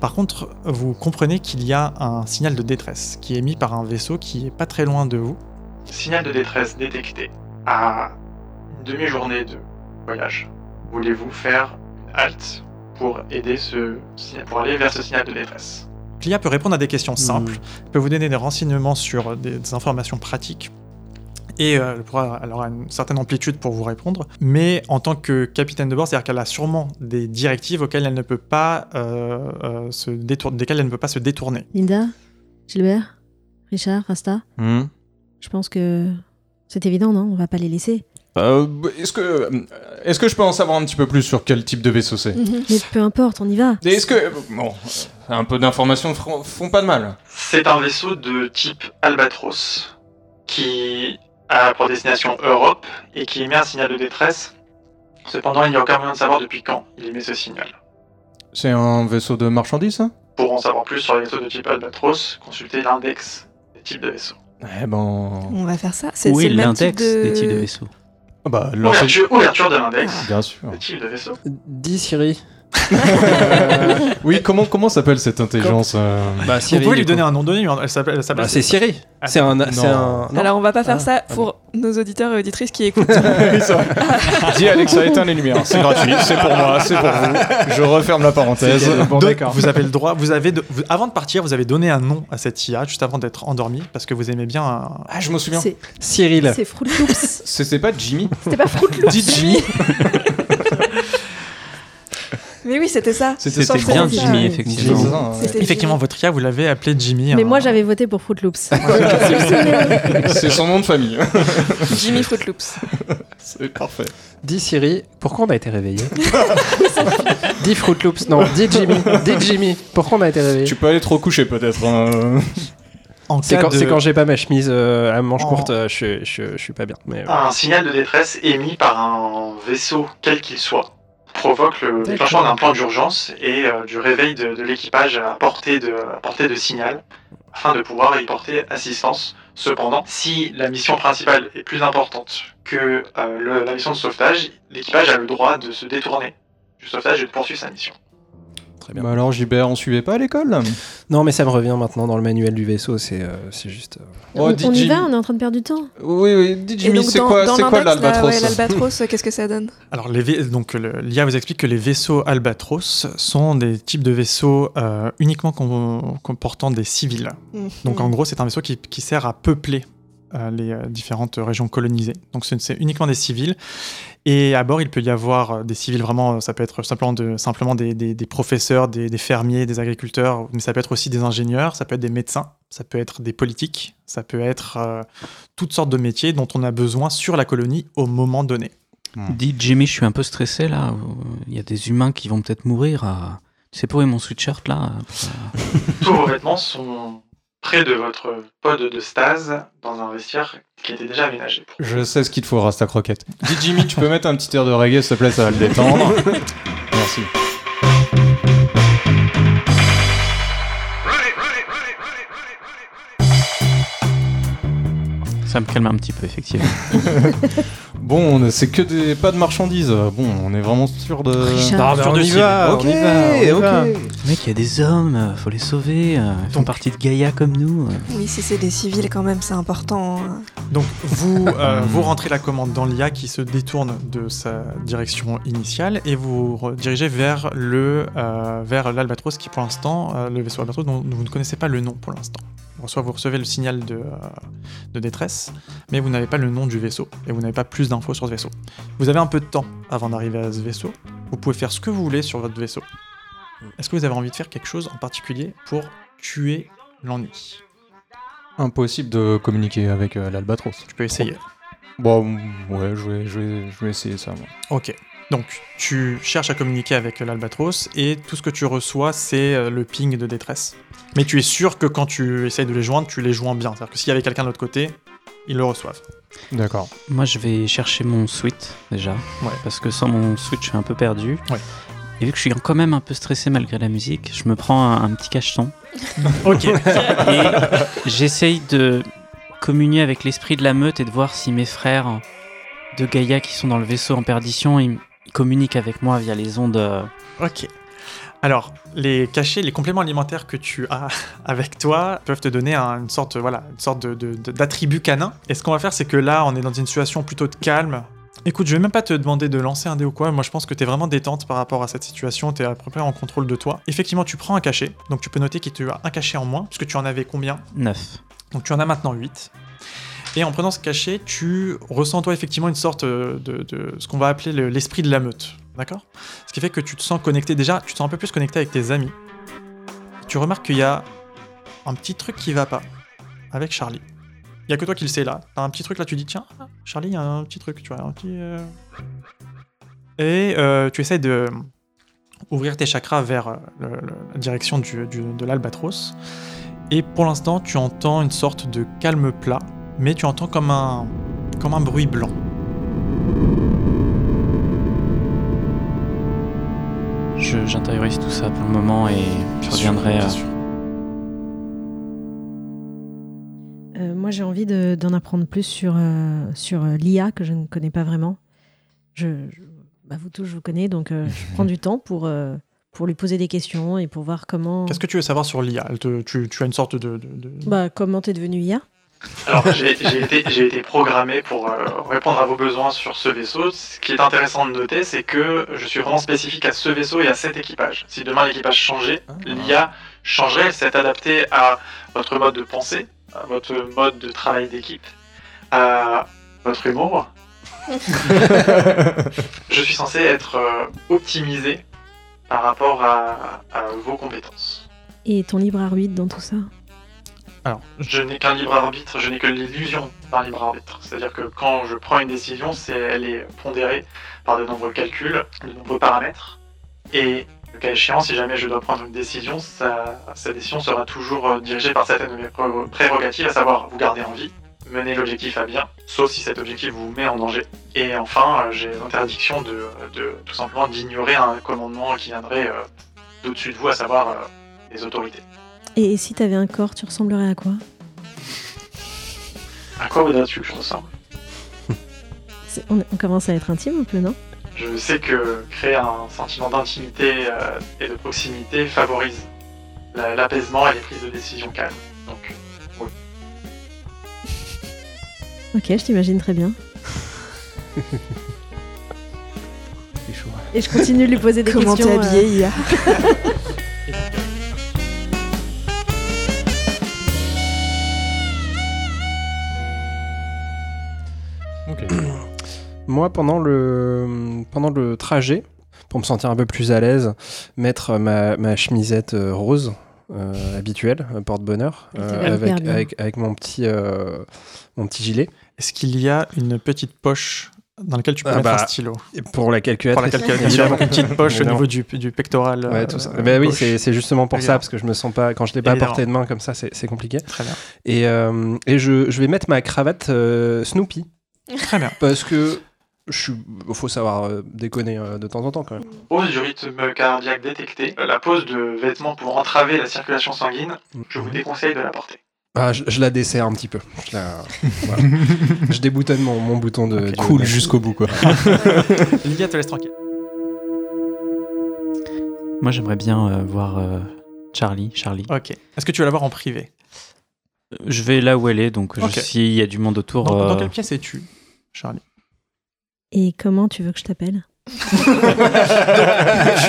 [SPEAKER 5] Par contre, vous comprenez qu'il y a un signal de détresse qui est émis par un vaisseau qui est pas très loin de vous. Signal de détresse détecté à une demi-journée de voyage. Voulez-vous faire une halte pour aider ce pour aller vers ce signal de détresse L'IA peut répondre à des questions simples, peut vous donner des renseignements sur des, des informations pratiques. Et euh, elle, pourra- elle aura une certaine amplitude pour vous répondre, mais en tant que capitaine de bord, c'est-à-dire qu'elle a sûrement des directives auxquelles elle ne peut pas euh, euh, se détourner, desquelles elle ne peut pas se détourner.
[SPEAKER 6] Linda, Gilbert, Richard, Rasta,
[SPEAKER 3] Hmm.
[SPEAKER 6] je pense que c'est évident, non On va pas les laisser.
[SPEAKER 1] Euh, bah, est-ce que euh, est-ce que je peux en savoir un petit peu plus sur quel type de vaisseau c'est
[SPEAKER 6] Mais peu importe, on y va.
[SPEAKER 1] Et Est-ce que bon, euh, un peu d'informations feront- font pas de mal.
[SPEAKER 5] C'est un vaisseau de type Albatros qui a pour destination Europe et qui émet un signal de détresse. Cependant, il n'y a aucun moyen de savoir depuis quand il émet ce signal.
[SPEAKER 1] C'est un vaisseau de marchandises ça
[SPEAKER 5] Pour en savoir plus sur les vaisseaux de type Albatros, consultez l'index des types de vaisseaux.
[SPEAKER 1] Eh ben,
[SPEAKER 4] On va faire ça. C'est
[SPEAKER 2] Où est
[SPEAKER 4] c'est le même
[SPEAKER 2] l'index
[SPEAKER 4] type de-
[SPEAKER 2] des types de vaisseaux
[SPEAKER 1] bah
[SPEAKER 5] Ouverture, ouverture de l'index
[SPEAKER 1] Ah, bien sûr.
[SPEAKER 5] des types de vaisseaux.
[SPEAKER 3] Dis Siri.
[SPEAKER 1] Oui, comment, comment s'appelle cette intelligence euh,
[SPEAKER 3] Bah,
[SPEAKER 7] Vous pouvez lui donner un nom donné, elle s'appelle. elle s'appelle-
[SPEAKER 3] Bah, c'est Siri.
[SPEAKER 7] Ah,
[SPEAKER 3] C'est un. c'est un- non.
[SPEAKER 4] Alors on va pas faire
[SPEAKER 3] Ah,
[SPEAKER 4] ça pour nos auditeurs et auditrices qui écoutent.
[SPEAKER 1] Dis Alexa, éteins les lumières. C'est gratuit, c'est pour moi, c'est pour vous. Je referme la parenthèse.
[SPEAKER 3] Bon,
[SPEAKER 7] Donc,
[SPEAKER 3] d'accord.
[SPEAKER 7] vous avez le droit, vous avez de- vous- avant de partir, vous avez donné un nom à cette IA juste avant d'être endormi parce que vous aimez bien. euh, un-
[SPEAKER 1] Ah, je me souviens.
[SPEAKER 6] C'est
[SPEAKER 3] Cyril.
[SPEAKER 6] c'est Fruit Loops.
[SPEAKER 1] C'était pas Jimmy
[SPEAKER 6] C'était pas Fruit Loops.
[SPEAKER 1] Dis Jimmy
[SPEAKER 4] Mais oui, c'était ça.
[SPEAKER 1] C'était
[SPEAKER 4] Sans
[SPEAKER 1] c'était
[SPEAKER 8] C'était bien
[SPEAKER 4] ça,
[SPEAKER 8] Jimmy,
[SPEAKER 4] ouais.
[SPEAKER 8] effectivement.
[SPEAKER 1] C'est ça, hein, ouais.
[SPEAKER 4] C'était
[SPEAKER 7] Effectivement, votre IA, vous l'avez appelé Jimmy.
[SPEAKER 6] Mais
[SPEAKER 7] hein.
[SPEAKER 6] moi, j'avais voté pour Fruit Loops.
[SPEAKER 1] C'est son nom de famille.
[SPEAKER 4] Jimmy, Jimmy Fruit Loops.
[SPEAKER 1] C'est parfait.
[SPEAKER 3] Dis Siri, pourquoi on a été réveillé Dis Fruit Loops, non, dis Jimmy, dis Jimmy, pourquoi on a été réveillé
[SPEAKER 1] Tu peux aller te recoucher peut-être. hein.
[SPEAKER 7] En
[SPEAKER 3] C'est
[SPEAKER 7] cas
[SPEAKER 3] quand,
[SPEAKER 7] de-
[SPEAKER 3] c'est quand j'ai pas ma chemise euh, à manches
[SPEAKER 7] Oh.
[SPEAKER 3] courtes, euh, je, je- je suis pas bien. Mais, euh,
[SPEAKER 5] Un signal de détresse émis par un vaisseau, quel qu'il soit, provoque le déclenchement d'un plan d'urgence et euh, du réveil de, de l'équipage à portée de, à portée de signal, afin de pouvoir y porter assistance. Cependant, si la mission principale est plus importante que euh, le- la mission de sauvetage, l'équipage a le droit de se détourner du sauvetage et de poursuivre sa mission.
[SPEAKER 3] très bien.
[SPEAKER 1] Bah alors, Gilbert, on suivait pas à l'école
[SPEAKER 3] Non, mais ça me revient maintenant dans le manuel du vaisseau, c'est euh, c'est juste. euh,
[SPEAKER 1] Oh,
[SPEAKER 6] on,
[SPEAKER 1] dis
[SPEAKER 6] on y
[SPEAKER 1] Jimmy.
[SPEAKER 6] va, on est en train de perdre du temps.
[SPEAKER 1] Oui, oui, dis Jimmy, c'est
[SPEAKER 4] dans,
[SPEAKER 1] quoi,
[SPEAKER 4] dans
[SPEAKER 1] c'est quoi
[SPEAKER 4] l'index, là, ouais,
[SPEAKER 1] l'albatros
[SPEAKER 4] l'albatros, euh, qu'est-ce que ça donne
[SPEAKER 7] Alors, les vais- donc le- l'IA vous explique que les vaisseaux Albatros sont des types de vaisseaux euh, uniquement com- comportant des civils.
[SPEAKER 1] Mm.
[SPEAKER 3] Mm.
[SPEAKER 7] Donc en gros, c'est un vaisseau qui, qui sert à peupler euh, les euh, différentes régions colonisées. Donc c'est c'est uniquement des civils. Et à bord, il peut y avoir euh, des civils vraiment, euh, ça peut être simplement, de- simplement des, des- des professeurs, des, des fermiers, des agriculteurs, mais ça peut être aussi des ingénieurs, ça peut être des médecins, ça peut être des politiques, ça peut être euh, toutes sortes de métiers dont on a besoin sur la colonie au moment donné.
[SPEAKER 8] Dis Jimmy, je suis un peu stressé là. Il y a des humains qui vont peut-être mourir. ah. Tu sais pour où est mon sweatshirt là
[SPEAKER 5] Tous vos vêtements sont près de votre pod de stase dans un vestiaire qui était déjà aménagé. pour
[SPEAKER 1] Je sais ce qu'il te faudra, ta croquette. Dis Jimmy, tu peux mettre un petit air de reggae, s'il te plaît, ça va le détendre. Merci.
[SPEAKER 8] Ça me calme un petit peu, effectivement.
[SPEAKER 1] Bon, on- c'est que des pas de marchandises. Bon, on est vraiment sûr de.
[SPEAKER 6] Richard.
[SPEAKER 3] Ah,
[SPEAKER 7] sur
[SPEAKER 3] on,
[SPEAKER 7] deux
[SPEAKER 3] y
[SPEAKER 7] cibles.
[SPEAKER 3] va,
[SPEAKER 1] Ok,
[SPEAKER 3] on y va, on y va.
[SPEAKER 1] ok.
[SPEAKER 8] Mec, il y a des hommes, euh, faut les sauver. euh, Ils font partie de Gaïa comme nous. euh.
[SPEAKER 4] Oui, si c'est des civils quand même, c'est important. hein.
[SPEAKER 7] Donc vous, euh, vous rentrez la commande dans l'IA qui se détourne de sa direction initiale et vous redirigez vers le euh, vers l'Albatros qui pour l'instant, euh, le vaisseau Albatros dont vous ne connaissez pas le nom pour l'instant. Bon, Soit vous recevez le signal de, euh, de détresse, mais vous n'avez pas le nom du vaisseau et vous n'avez pas plus d'infos sur ce vaisseau. Vous avez un peu de temps avant d'arriver à ce vaisseau. Vous pouvez faire ce que vous voulez sur votre vaisseau. Est-ce que vous avez envie de faire quelque chose en particulier pour tuer l'ennui
[SPEAKER 1] Impossible de communiquer avec euh, l'albatros.
[SPEAKER 7] Tu peux essayer.
[SPEAKER 1] Bon, mm, ouais, je vais, je vais, je vais essayer ça. moi.
[SPEAKER 7] Ok. Donc, tu cherches à communiquer avec l'albatros et tout ce que tu reçois, c'est euh, le ping de détresse. Mais tu es sûr que quand tu essayes de les joindre, tu les joins bien. C'est-à-dire que s'il y avait quelqu'un de l'autre côté, ils le reçoivent.
[SPEAKER 1] D'accord.
[SPEAKER 8] Moi, je vais chercher mon sweat déjà.
[SPEAKER 7] Ouais.
[SPEAKER 8] Parce que sans mon sweat, je suis un peu perdu.
[SPEAKER 7] Ouais.
[SPEAKER 8] Et vu que je suis quand même un peu stressé malgré la musique, je me prends un, un petit cacheton.
[SPEAKER 7] Ok.
[SPEAKER 8] Et j'essaye de communier avec l'esprit de la meute et de voir si mes frères de Gaïa qui sont dans le vaisseau en perdition, ils ils communiquent avec moi via les ondes. euh,
[SPEAKER 7] ok. Alors, les cachets, les compléments alimentaires que tu as avec toi peuvent te donner un- une sorte, voilà, une sorte de- de- de- d'attribut canin. Et ce qu'on va faire, c'est que là, on est dans une situation plutôt de calme. Écoute, je vais même pas te demander de lancer un dé ou quoi. Moi, je pense que t'es vraiment détente par rapport à cette situation. T'es à peu près en contrôle de toi. Effectivement, tu prends un cachet. Donc, tu peux noter que tu as un cachet en moins, puisque tu en avais combien
[SPEAKER 8] neuf.
[SPEAKER 7] donc tu en as maintenant 8. Et en prenant ce cachet, tu ressens toi effectivement une sorte euh, de, de ce qu'on va appeler le- l'esprit de la meute. D'accord Ce qui fait que tu te sens connecté déjà, tu te sens un peu plus connecté avec tes amis. Tu remarques qu'il y a un petit truc qui va pas avec Charlie. Il y a que toi qui le sais là. T'as un petit truc là, tu dis tiens, Charlie, il y a un petit truc, tu vois, un petit. euh. Et euh, tu essaies de ouvrir tes chakras vers euh, le- le- la direction du- du- de l'albatros. Et pour l'instant, tu entends une sorte de calme plat, mais tu entends comme un, comme un bruit blanc.
[SPEAKER 8] Je- J'intériorise tout ça pour le moment et je reviendrai. euh,
[SPEAKER 6] Euh, moi, j'ai envie de- d'en apprendre plus sur, euh, sur euh, l'IA que je ne connais pas vraiment. Je, je- bah, vous tous, je vous connais, donc euh, je prends du temps pour, euh, pour lui poser des questions et pour voir comment.
[SPEAKER 7] Qu'est-ce que tu veux savoir sur l'IA Elle te- tu, tu as une sorte de. de- de-
[SPEAKER 6] Bah, comment t'es devenu IA
[SPEAKER 5] Alors, j'ai j'ai été, j'ai été programmé pour euh, répondre à vos besoins sur ce vaisseau. Ce qui est intéressant de noter, c'est que je suis vraiment spécifique à ce vaisseau et à cet équipage. Si demain l'équipage changeait, l'IA changerait, elle s'est adaptée à votre mode de pensée, à votre mode de travail d'équipe, à votre humour. je suis censé être euh, optimisé par rapport à- à vos compétences.
[SPEAKER 6] et ton libre arbitre dans tout ça
[SPEAKER 7] Alors,
[SPEAKER 5] Je n'ai qu'un libre arbitre, je n'ai que l'illusion d'un libre arbitre. C'est-à-dire que quand je prends une décision, c'est, elle est pondérée par de nombreux calculs, de nombreux paramètres. Et le cas échéant, si jamais je dois prendre une décision, sa, sa décision sera toujours euh, dirigée par certaines de mes pré- prérogatives, à savoir vous garder en vie, mener l'objectif à bien, sauf si cet objectif vous met en danger. Et enfin, euh, j'ai l'interdiction de, de- tout simplement d'ignorer un commandement qui viendrait euh, d'au-dessus de vous, à savoir euh, les autorités.
[SPEAKER 6] Et si t'avais un corps, tu ressemblerais à quoi
[SPEAKER 5] À quoi voudrais-tu que je hein ressemble
[SPEAKER 6] C'est- on, on commence à être intime un peu, non
[SPEAKER 5] Je sais que créer un sentiment d'intimité euh, et de proximité favorise la- l'apaisement et les prises de décision calmes. Donc,
[SPEAKER 6] Ok, je t'imagine très bien.
[SPEAKER 1] C'est chaud.
[SPEAKER 6] Et je continue de lui poser des
[SPEAKER 4] Comment t'es
[SPEAKER 6] questions.
[SPEAKER 4] habillé
[SPEAKER 6] euh,
[SPEAKER 4] IA
[SPEAKER 3] Moi, pendant le, pendant le trajet, pour me sentir un peu plus à l'aise, mettre ma, ma chemisette euh, rose euh, habituelle, euh, porte-bonheur,
[SPEAKER 6] Elle te
[SPEAKER 3] euh,
[SPEAKER 6] va
[SPEAKER 3] avec,
[SPEAKER 6] hyper bien.
[SPEAKER 3] avec, avec mon, petit, euh, mon petit gilet,
[SPEAKER 7] est-ce qu'il y a une petite poche dans laquelle tu peux
[SPEAKER 3] Ah
[SPEAKER 7] mettre
[SPEAKER 3] bah,
[SPEAKER 7] un stylo
[SPEAKER 3] Et pour la
[SPEAKER 7] Pour la
[SPEAKER 3] calculatrice.
[SPEAKER 7] calculatrice,
[SPEAKER 3] évidemment.
[SPEAKER 7] une petite poche au
[SPEAKER 3] Évidemment.
[SPEAKER 7] niveau du, du pectoral.
[SPEAKER 3] Ouais,
[SPEAKER 7] euh,
[SPEAKER 3] tout ça.
[SPEAKER 7] euh,
[SPEAKER 3] Bah oui,
[SPEAKER 7] gauche.
[SPEAKER 3] c'est c'est justement pour ça,
[SPEAKER 7] Évidemment.
[SPEAKER 3] parce que je me sens pas, quand je l'ai pas à
[SPEAKER 7] Évidemment.
[SPEAKER 3] portée de main comme ça, c'est c'est compliqué.
[SPEAKER 7] Très bien.
[SPEAKER 3] Et, euh, et je, je vais mettre ma cravate euh, Snoopy,
[SPEAKER 7] Très bien.
[SPEAKER 3] parce que je suis, faut savoir euh, déconner euh, de temps en temps quand même.
[SPEAKER 5] pause du rythme cardiaque détecté, euh, la pose de vêtements pour entraver la circulation sanguine, je vous déconseille de la porter.
[SPEAKER 3] Ah, je, je la desserre un petit peu. Je, la- voilà. Je déboutonne mon, mon bouton de. du-
[SPEAKER 1] Euh, Cool jusqu'au bout, quoi.
[SPEAKER 7] L'IA te laisse tranquille.
[SPEAKER 2] Moi, j'aimerais bien euh, voir euh, Charlie. Charlie.
[SPEAKER 7] Ok. Est-ce que tu vas la voir en privé
[SPEAKER 2] Je vais là où elle est, donc je-
[SPEAKER 7] Ok.
[SPEAKER 2] s'il y a du monde autour.
[SPEAKER 7] dans, dans
[SPEAKER 2] euh,
[SPEAKER 7] quelle pièce es-tu, Charlie
[SPEAKER 6] Et comment tu veux que je t'appelle
[SPEAKER 7] Tu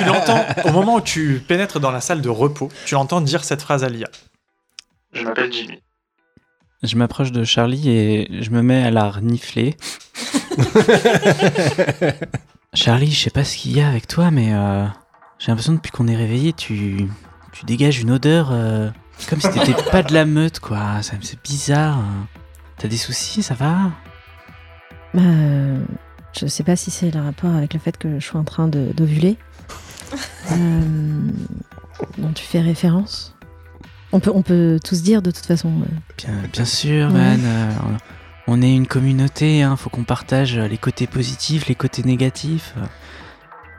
[SPEAKER 7] l'entends, au moment où tu pénètres dans la salle de repos, tu l'entends dire cette phrase à l'IA.
[SPEAKER 5] Je m'appelle Jimmy.
[SPEAKER 2] Je m'approche de Charlie et je me mets à la renifler. Charlie, je sais pas ce qu'il y a avec toi, mais euh, j'ai l'impression depuis qu'on est réveillé, tu, tu dégages une odeur euh, comme si t'étais pas de la meute, quoi. Ça- C'est bizarre. hein. T'as des soucis, ça va
[SPEAKER 6] Bah, euh, je sais pas si c'est le rapport avec le fait que je suis en train de- d'ovuler. euh, dont tu fais référence. On peut, on peut tous dire de toute façon. euh.
[SPEAKER 2] bien, bien sûr,
[SPEAKER 6] Ouais.
[SPEAKER 2] man. euh, on est une communauté, hein, faut qu'on partage les côtés positifs, les côtés négatifs.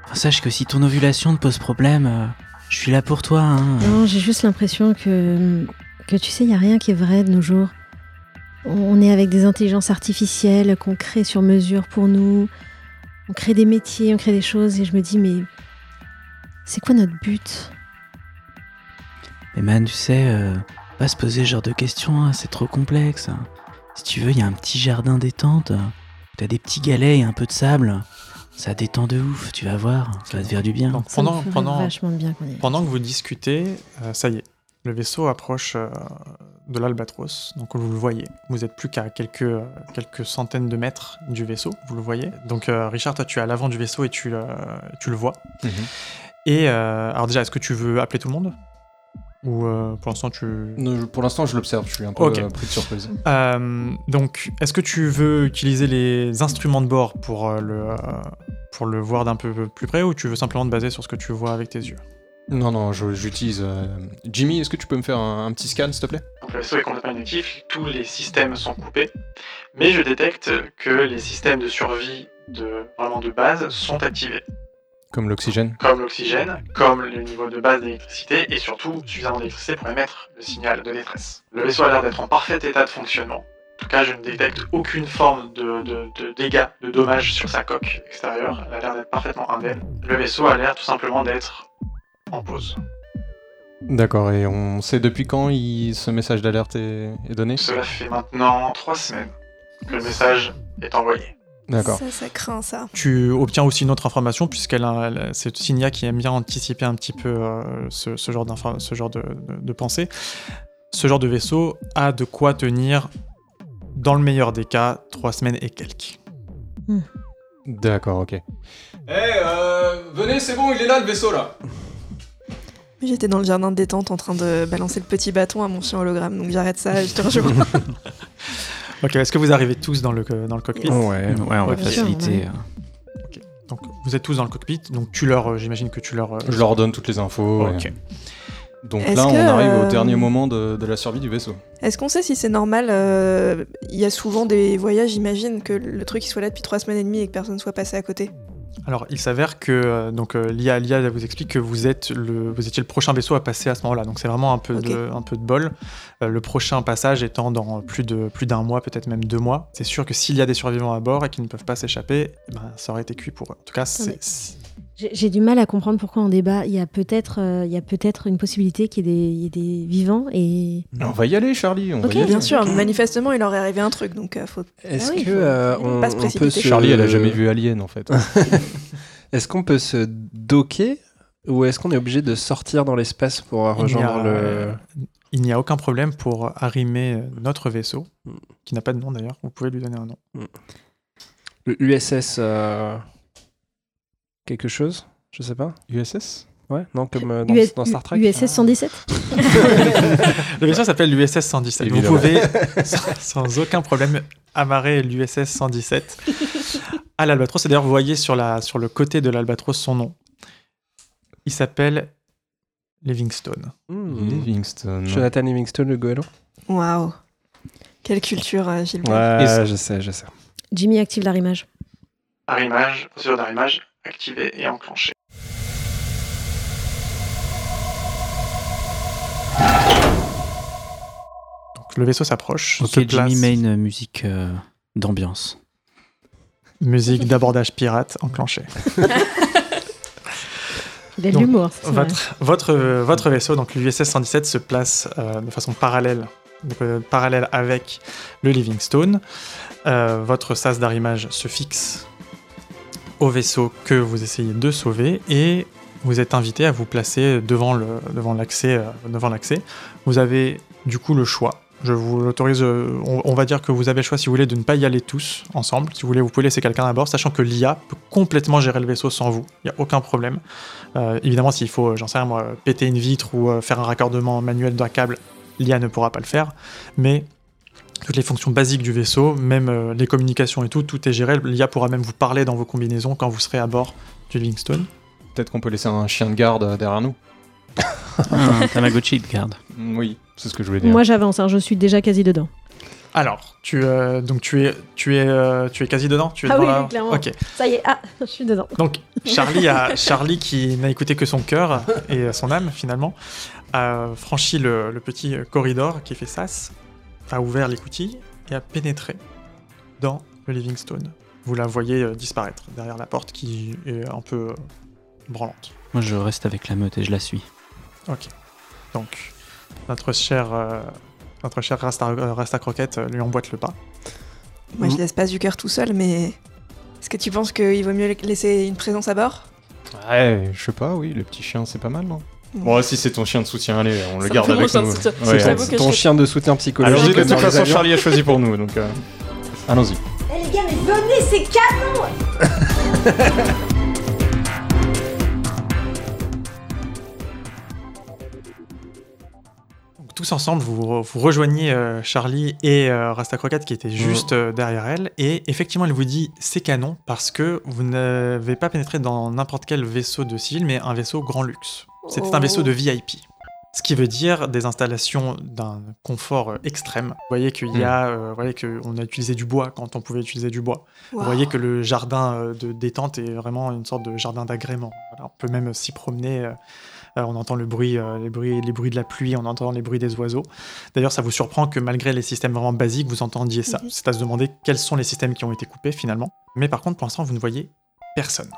[SPEAKER 2] Enfin, sache que si ton ovulation te pose problème, euh, je suis là pour toi. hein.
[SPEAKER 6] Non, j'ai juste l'impression que, que tu sais, il y a rien qui est vrai de nos jours. On- On est avec des intelligences artificielles qu'on crée sur mesure pour nous. On crée des métiers, on crée des choses et je me dis mais c'est quoi notre but
[SPEAKER 2] Mais man, tu sais, euh, pas se poser ce genre de questions, hein, c'est trop complexe. Si tu veux, il y a un petit jardin détente. euh, T'as des petits galets et un peu de sable. Ça détend de ouf, tu vas voir, ça va te faire du bien.
[SPEAKER 7] Donc,
[SPEAKER 6] Ça me
[SPEAKER 7] pendant,
[SPEAKER 6] ferait
[SPEAKER 7] pendant,
[SPEAKER 6] vachement de bien qu'on y aille.
[SPEAKER 7] pendant que vous discutez, euh, ça y est, le vaisseau approche euh, de l'Albatros. Donc vous le voyez. Vous êtes plus qu'à quelques, euh, quelques centaines de mètres du vaisseau, vous le voyez. Donc euh, Richard, toi tu es à l'avant du vaisseau et tu, le- tu le vois.
[SPEAKER 1] Mhm.
[SPEAKER 7] Et euh, alors déjà, est-ce que tu veux appeler tout le monde Ou euh, pour l'instant tu...
[SPEAKER 1] Non, je- Pour l'instant, je l'observe, je suis un peu
[SPEAKER 7] Ok.
[SPEAKER 1] euh, pris de surprise.
[SPEAKER 7] Euh, donc, est-ce que tu veux utiliser les instruments de bord pour, euh, le, euh, pour le voir d'un peu plus près ou tu veux simplement te baser sur ce que tu vois avec tes yeux
[SPEAKER 1] Non, non, je- j'utilise. euh, Jimmy, est-ce que tu peux me faire un, un petit scan, s'il te plaît
[SPEAKER 5] Donc le vaisseau est complètement inactif, tous les systèmes sont coupés, mais je détecte que les systèmes de survie de, vraiment de base sont activés.
[SPEAKER 1] Comme l'oxygène.
[SPEAKER 5] comme l'oxygène, comme le niveau de base d'électricité et surtout suffisamment d'électricité pour émettre le signal de détresse. Le vaisseau a l'air d'être en parfait état de fonctionnement. En tout cas, je ne détecte aucune forme de, de- de dégâts, de dommages sur sa coque extérieure. Elle a l'air d'être parfaitement indemne. Le vaisseau a l'air tout simplement d'être en pause.
[SPEAKER 1] D'accord, et on sait depuis quand il- ce message d'alerte est, est donné
[SPEAKER 5] Cela fait maintenant trois semaines que le message est envoyé.
[SPEAKER 1] D'accord.
[SPEAKER 4] Ça, ça craint ça.
[SPEAKER 7] Tu obtiens aussi une autre information, puisqu'elle a- elle- c'est Signia qui aime bien anticiper un petit peu euh, ce, ce genre, d'info- ce genre de, de- de pensée. Ce genre de vaisseau a de quoi tenir, dans le meilleur des cas, trois semaines et quelques.
[SPEAKER 1] D'accord, ok. Eh, euh, venez, c'est bon, il est là le vaisseau là
[SPEAKER 4] J'étais dans le jardin de détente en train de balancer le petit bâton à mon chien hologramme, donc j'arrête ça, je te rejoins.
[SPEAKER 7] Ok, est-ce que vous arrivez tous dans le, co- dans le cockpit
[SPEAKER 3] Ouais.
[SPEAKER 8] Ouais, on va
[SPEAKER 7] Bien
[SPEAKER 6] sûr,
[SPEAKER 8] faciliter. euh.
[SPEAKER 7] Donc vous êtes tous dans le cockpit, donc tu leur, euh, j'imagine que tu leur... euh,
[SPEAKER 1] Je leur donne toutes les infos.
[SPEAKER 7] Ok.
[SPEAKER 1] et- Donc
[SPEAKER 4] Est-ce
[SPEAKER 1] là, on
[SPEAKER 4] que,
[SPEAKER 1] arrive au
[SPEAKER 4] euh,
[SPEAKER 1] dernier moment de, de la survie du vaisseau.
[SPEAKER 4] Est-ce qu'on sait si c'est normal euh, Il y a souvent des voyages, j'imagine, que le truc il soit là depuis trois semaines et demie et que personne ne soit passé à côté.
[SPEAKER 7] Alors, il s'avère que euh, donc euh, l'IA, l'IA vous explique que vous êtes le, vous étiez le prochain vaisseau à passer à ce moment-là. Donc c'est vraiment un peu de, un peu de bol. Euh, le prochain passage étant dans plus de plus d'un mois, peut-être même deux mois. C'est sûr que s'il y a des survivants à bord et qu'ils ne peuvent pas s'échapper, ben, ça aurait été cuit pour eux. En tout cas,
[SPEAKER 6] mais-
[SPEAKER 7] c'est c'est-
[SPEAKER 6] J'ai j'ai du mal à comprendre pourquoi on débat. Il y a peut-être euh, il y a peut-être une possibilité qu'il y, ait des- il y ait des vivants et
[SPEAKER 1] On va y aller, Charlie. On
[SPEAKER 6] Ok,
[SPEAKER 1] va y aller.
[SPEAKER 4] Bien sûr, manifestement, il leur est arrivé un truc, donc euh, faut.
[SPEAKER 3] Est-ce
[SPEAKER 6] Ah oui,
[SPEAKER 3] que
[SPEAKER 6] faut-
[SPEAKER 3] euh,
[SPEAKER 6] faut
[SPEAKER 3] on,
[SPEAKER 4] pas se
[SPEAKER 3] on
[SPEAKER 4] précipiter.
[SPEAKER 3] peut se...
[SPEAKER 1] Charlie, elle a jamais vu Alien en fait.
[SPEAKER 3] Est-ce qu'on peut se docker ou est-ce qu'on est obligé de sortir dans l'espace pour euh, rejoindre
[SPEAKER 7] il n'y a-
[SPEAKER 3] le...
[SPEAKER 7] Il n'y a aucun problème pour arrimer notre vaisseau, qui n'a pas de nom d'ailleurs. Vous pouvez lui donner un nom.
[SPEAKER 3] le USS euh, quelque chose Je sais pas.
[SPEAKER 1] USS
[SPEAKER 3] Ouais, non, comme euh, dans,
[SPEAKER 6] US
[SPEAKER 3] dans Star Trek.
[SPEAKER 6] USS 117.
[SPEAKER 7] Le vaisseau s'appelle l'USS 117.
[SPEAKER 1] Et
[SPEAKER 7] Vous
[SPEAKER 1] lui,
[SPEAKER 7] pouvez, sans, sans aucun problème, amarrer l'USS 117 à l'Albatros. Et d'ailleurs, vous voyez sur, la, sur le côté de l'Albatros son nom. Il s'appelle Livingstone.
[SPEAKER 3] Hmm.
[SPEAKER 1] Livingston.
[SPEAKER 3] Jonathan Livingston, le goéland
[SPEAKER 4] Waouh Quelle culture, euh, Gilbert.
[SPEAKER 1] Et-
[SPEAKER 3] je sais, je sais.
[SPEAKER 6] Jimmy active l'arrimage.
[SPEAKER 5] Arrimage, procédure d'arrimage activée et enclenchée.
[SPEAKER 7] Donc le vaisseau s'approche.
[SPEAKER 8] Ok,
[SPEAKER 7] se place.
[SPEAKER 8] Jimmy Main, euh, musique euh, d'ambiance.
[SPEAKER 7] Musique d'abordage pirate enclenchée.
[SPEAKER 6] Il a de
[SPEAKER 7] Donc,
[SPEAKER 6] l'humour. ça, c'est vrai.
[SPEAKER 7] Votre, votre, euh, votre vaisseau, donc l'USS 117, se place euh, de façon parallèle, donc, euh, parallèle avec le Livingstone. Euh, votre sas d'arrimage se fixe au vaisseau que vous essayez de sauver et vous êtes invité à vous placer devant le devant l'accès euh, devant l'accès. Vous avez du coup le choix. Je vous l'autorise. euh, On, on va dire que vous avez le choix si vous voulez de ne pas y aller tous ensemble. Si vous voulez, vous pouvez laisser quelqu'un à bord, sachant que l'IA peut complètement gérer le vaisseau sans vous. Il n'y a aucun problème. Euh, évidemment, s'il faut, euh, j'en sais rien moi, péter une vitre ou euh, faire un raccordement manuel d'un câble, l'IA ne pourra pas le faire. Mais toutes les fonctions basiques du vaisseau, même euh, les communications et tout, tout est géré. L'IA pourra même vous parler dans vos combinaisons quand vous serez à bord du Livingstone.
[SPEAKER 1] Peut-être qu'on peut laisser un chien de garde euh, derrière nous.
[SPEAKER 7] Ah,
[SPEAKER 8] Un Tamagotchi de garde.
[SPEAKER 1] Mm, Oui, c'est ce que je voulais dire.
[SPEAKER 6] Moi j'avance, hein, je suis déjà quasi dedans.
[SPEAKER 7] Alors, tu, euh, donc tu es, tu es, euh, tu es quasi dedans. Tu es
[SPEAKER 6] Ah
[SPEAKER 7] dans
[SPEAKER 6] oui,
[SPEAKER 7] la-
[SPEAKER 6] oui, clairement.
[SPEAKER 7] Ok.
[SPEAKER 6] Ça y est, ah, je suis dedans.
[SPEAKER 7] Donc Charlie, a, Charlie qui n'a écouté que son cœur et euh, son âme finalement, a franchi le, le petit euh, corridor qui fait sas, a ouvert l'écoutille et a pénétré dans le Livingstone. Vous la voyez euh, disparaître derrière la porte qui est un peu euh, branlante.
[SPEAKER 8] Moi, je reste avec la meute et je la suis.
[SPEAKER 7] Donc notre cher, euh, notre cher Rasta, euh, Rasta Croquette euh, lui emboîte le pas.
[SPEAKER 4] Moi, je laisse pas du cœur tout seul, mais. Est-ce que tu penses qu'il vaut mieux laisser une présence à bord
[SPEAKER 1] Ouais, je sais pas, oui, le petit chien, c'est pas mal, non
[SPEAKER 4] Mm.
[SPEAKER 1] Bon, si c'est ton chien de soutien, allez, on le
[SPEAKER 4] C'est un
[SPEAKER 1] garde
[SPEAKER 4] peu mon
[SPEAKER 1] avec
[SPEAKER 4] chien de
[SPEAKER 1] nous.
[SPEAKER 4] soutien.
[SPEAKER 1] Ouais.
[SPEAKER 4] J'avoue que je
[SPEAKER 3] Ton
[SPEAKER 4] serais-
[SPEAKER 3] chien de soutien psychologique.
[SPEAKER 1] Allons-y, de
[SPEAKER 3] comme
[SPEAKER 1] toute
[SPEAKER 3] dans les
[SPEAKER 1] façon,
[SPEAKER 3] avions.
[SPEAKER 1] Charlie a choisi pour nous, donc euh, allons-y.
[SPEAKER 9] Eh les gars, mais venez, c'est canon
[SPEAKER 7] Donc, tous ensemble, vous, re- vous rejoignez euh, Charlie et euh, Rasta Croquette qui étaient juste euh, derrière elle. Et effectivement, elle vous dit c'est canon parce que vous n'avez pas pénétré dans n'importe quel vaisseau de civil, mais un vaisseau grand luxe. C'était un
[SPEAKER 4] Oh.
[SPEAKER 7] vaisseau de VIP. Ce qui veut dire des installations d'un confort euh, extrême. Vous voyez qu'il
[SPEAKER 8] Hmm.
[SPEAKER 7] y a, euh, vous voyez qu'on a utilisé du bois quand on pouvait utiliser du bois.
[SPEAKER 4] Oh. Waouh.
[SPEAKER 7] Vous voyez que le jardin euh, de détente est vraiment une sorte de jardin d'agrément. Voilà, on peut même s'y promener. euh, euh, on entend le bruit, euh, les bruits, les bruits de la pluie, on entend les bruits des oiseaux. D'ailleurs, ça vous surprend que malgré les systèmes vraiment basiques, vous entendiez ça.
[SPEAKER 4] Mhm.
[SPEAKER 7] C'est à se demander quels sont les systèmes qui ont été coupés finalement. Mais par contre, pour l'instant, vous ne voyez personne.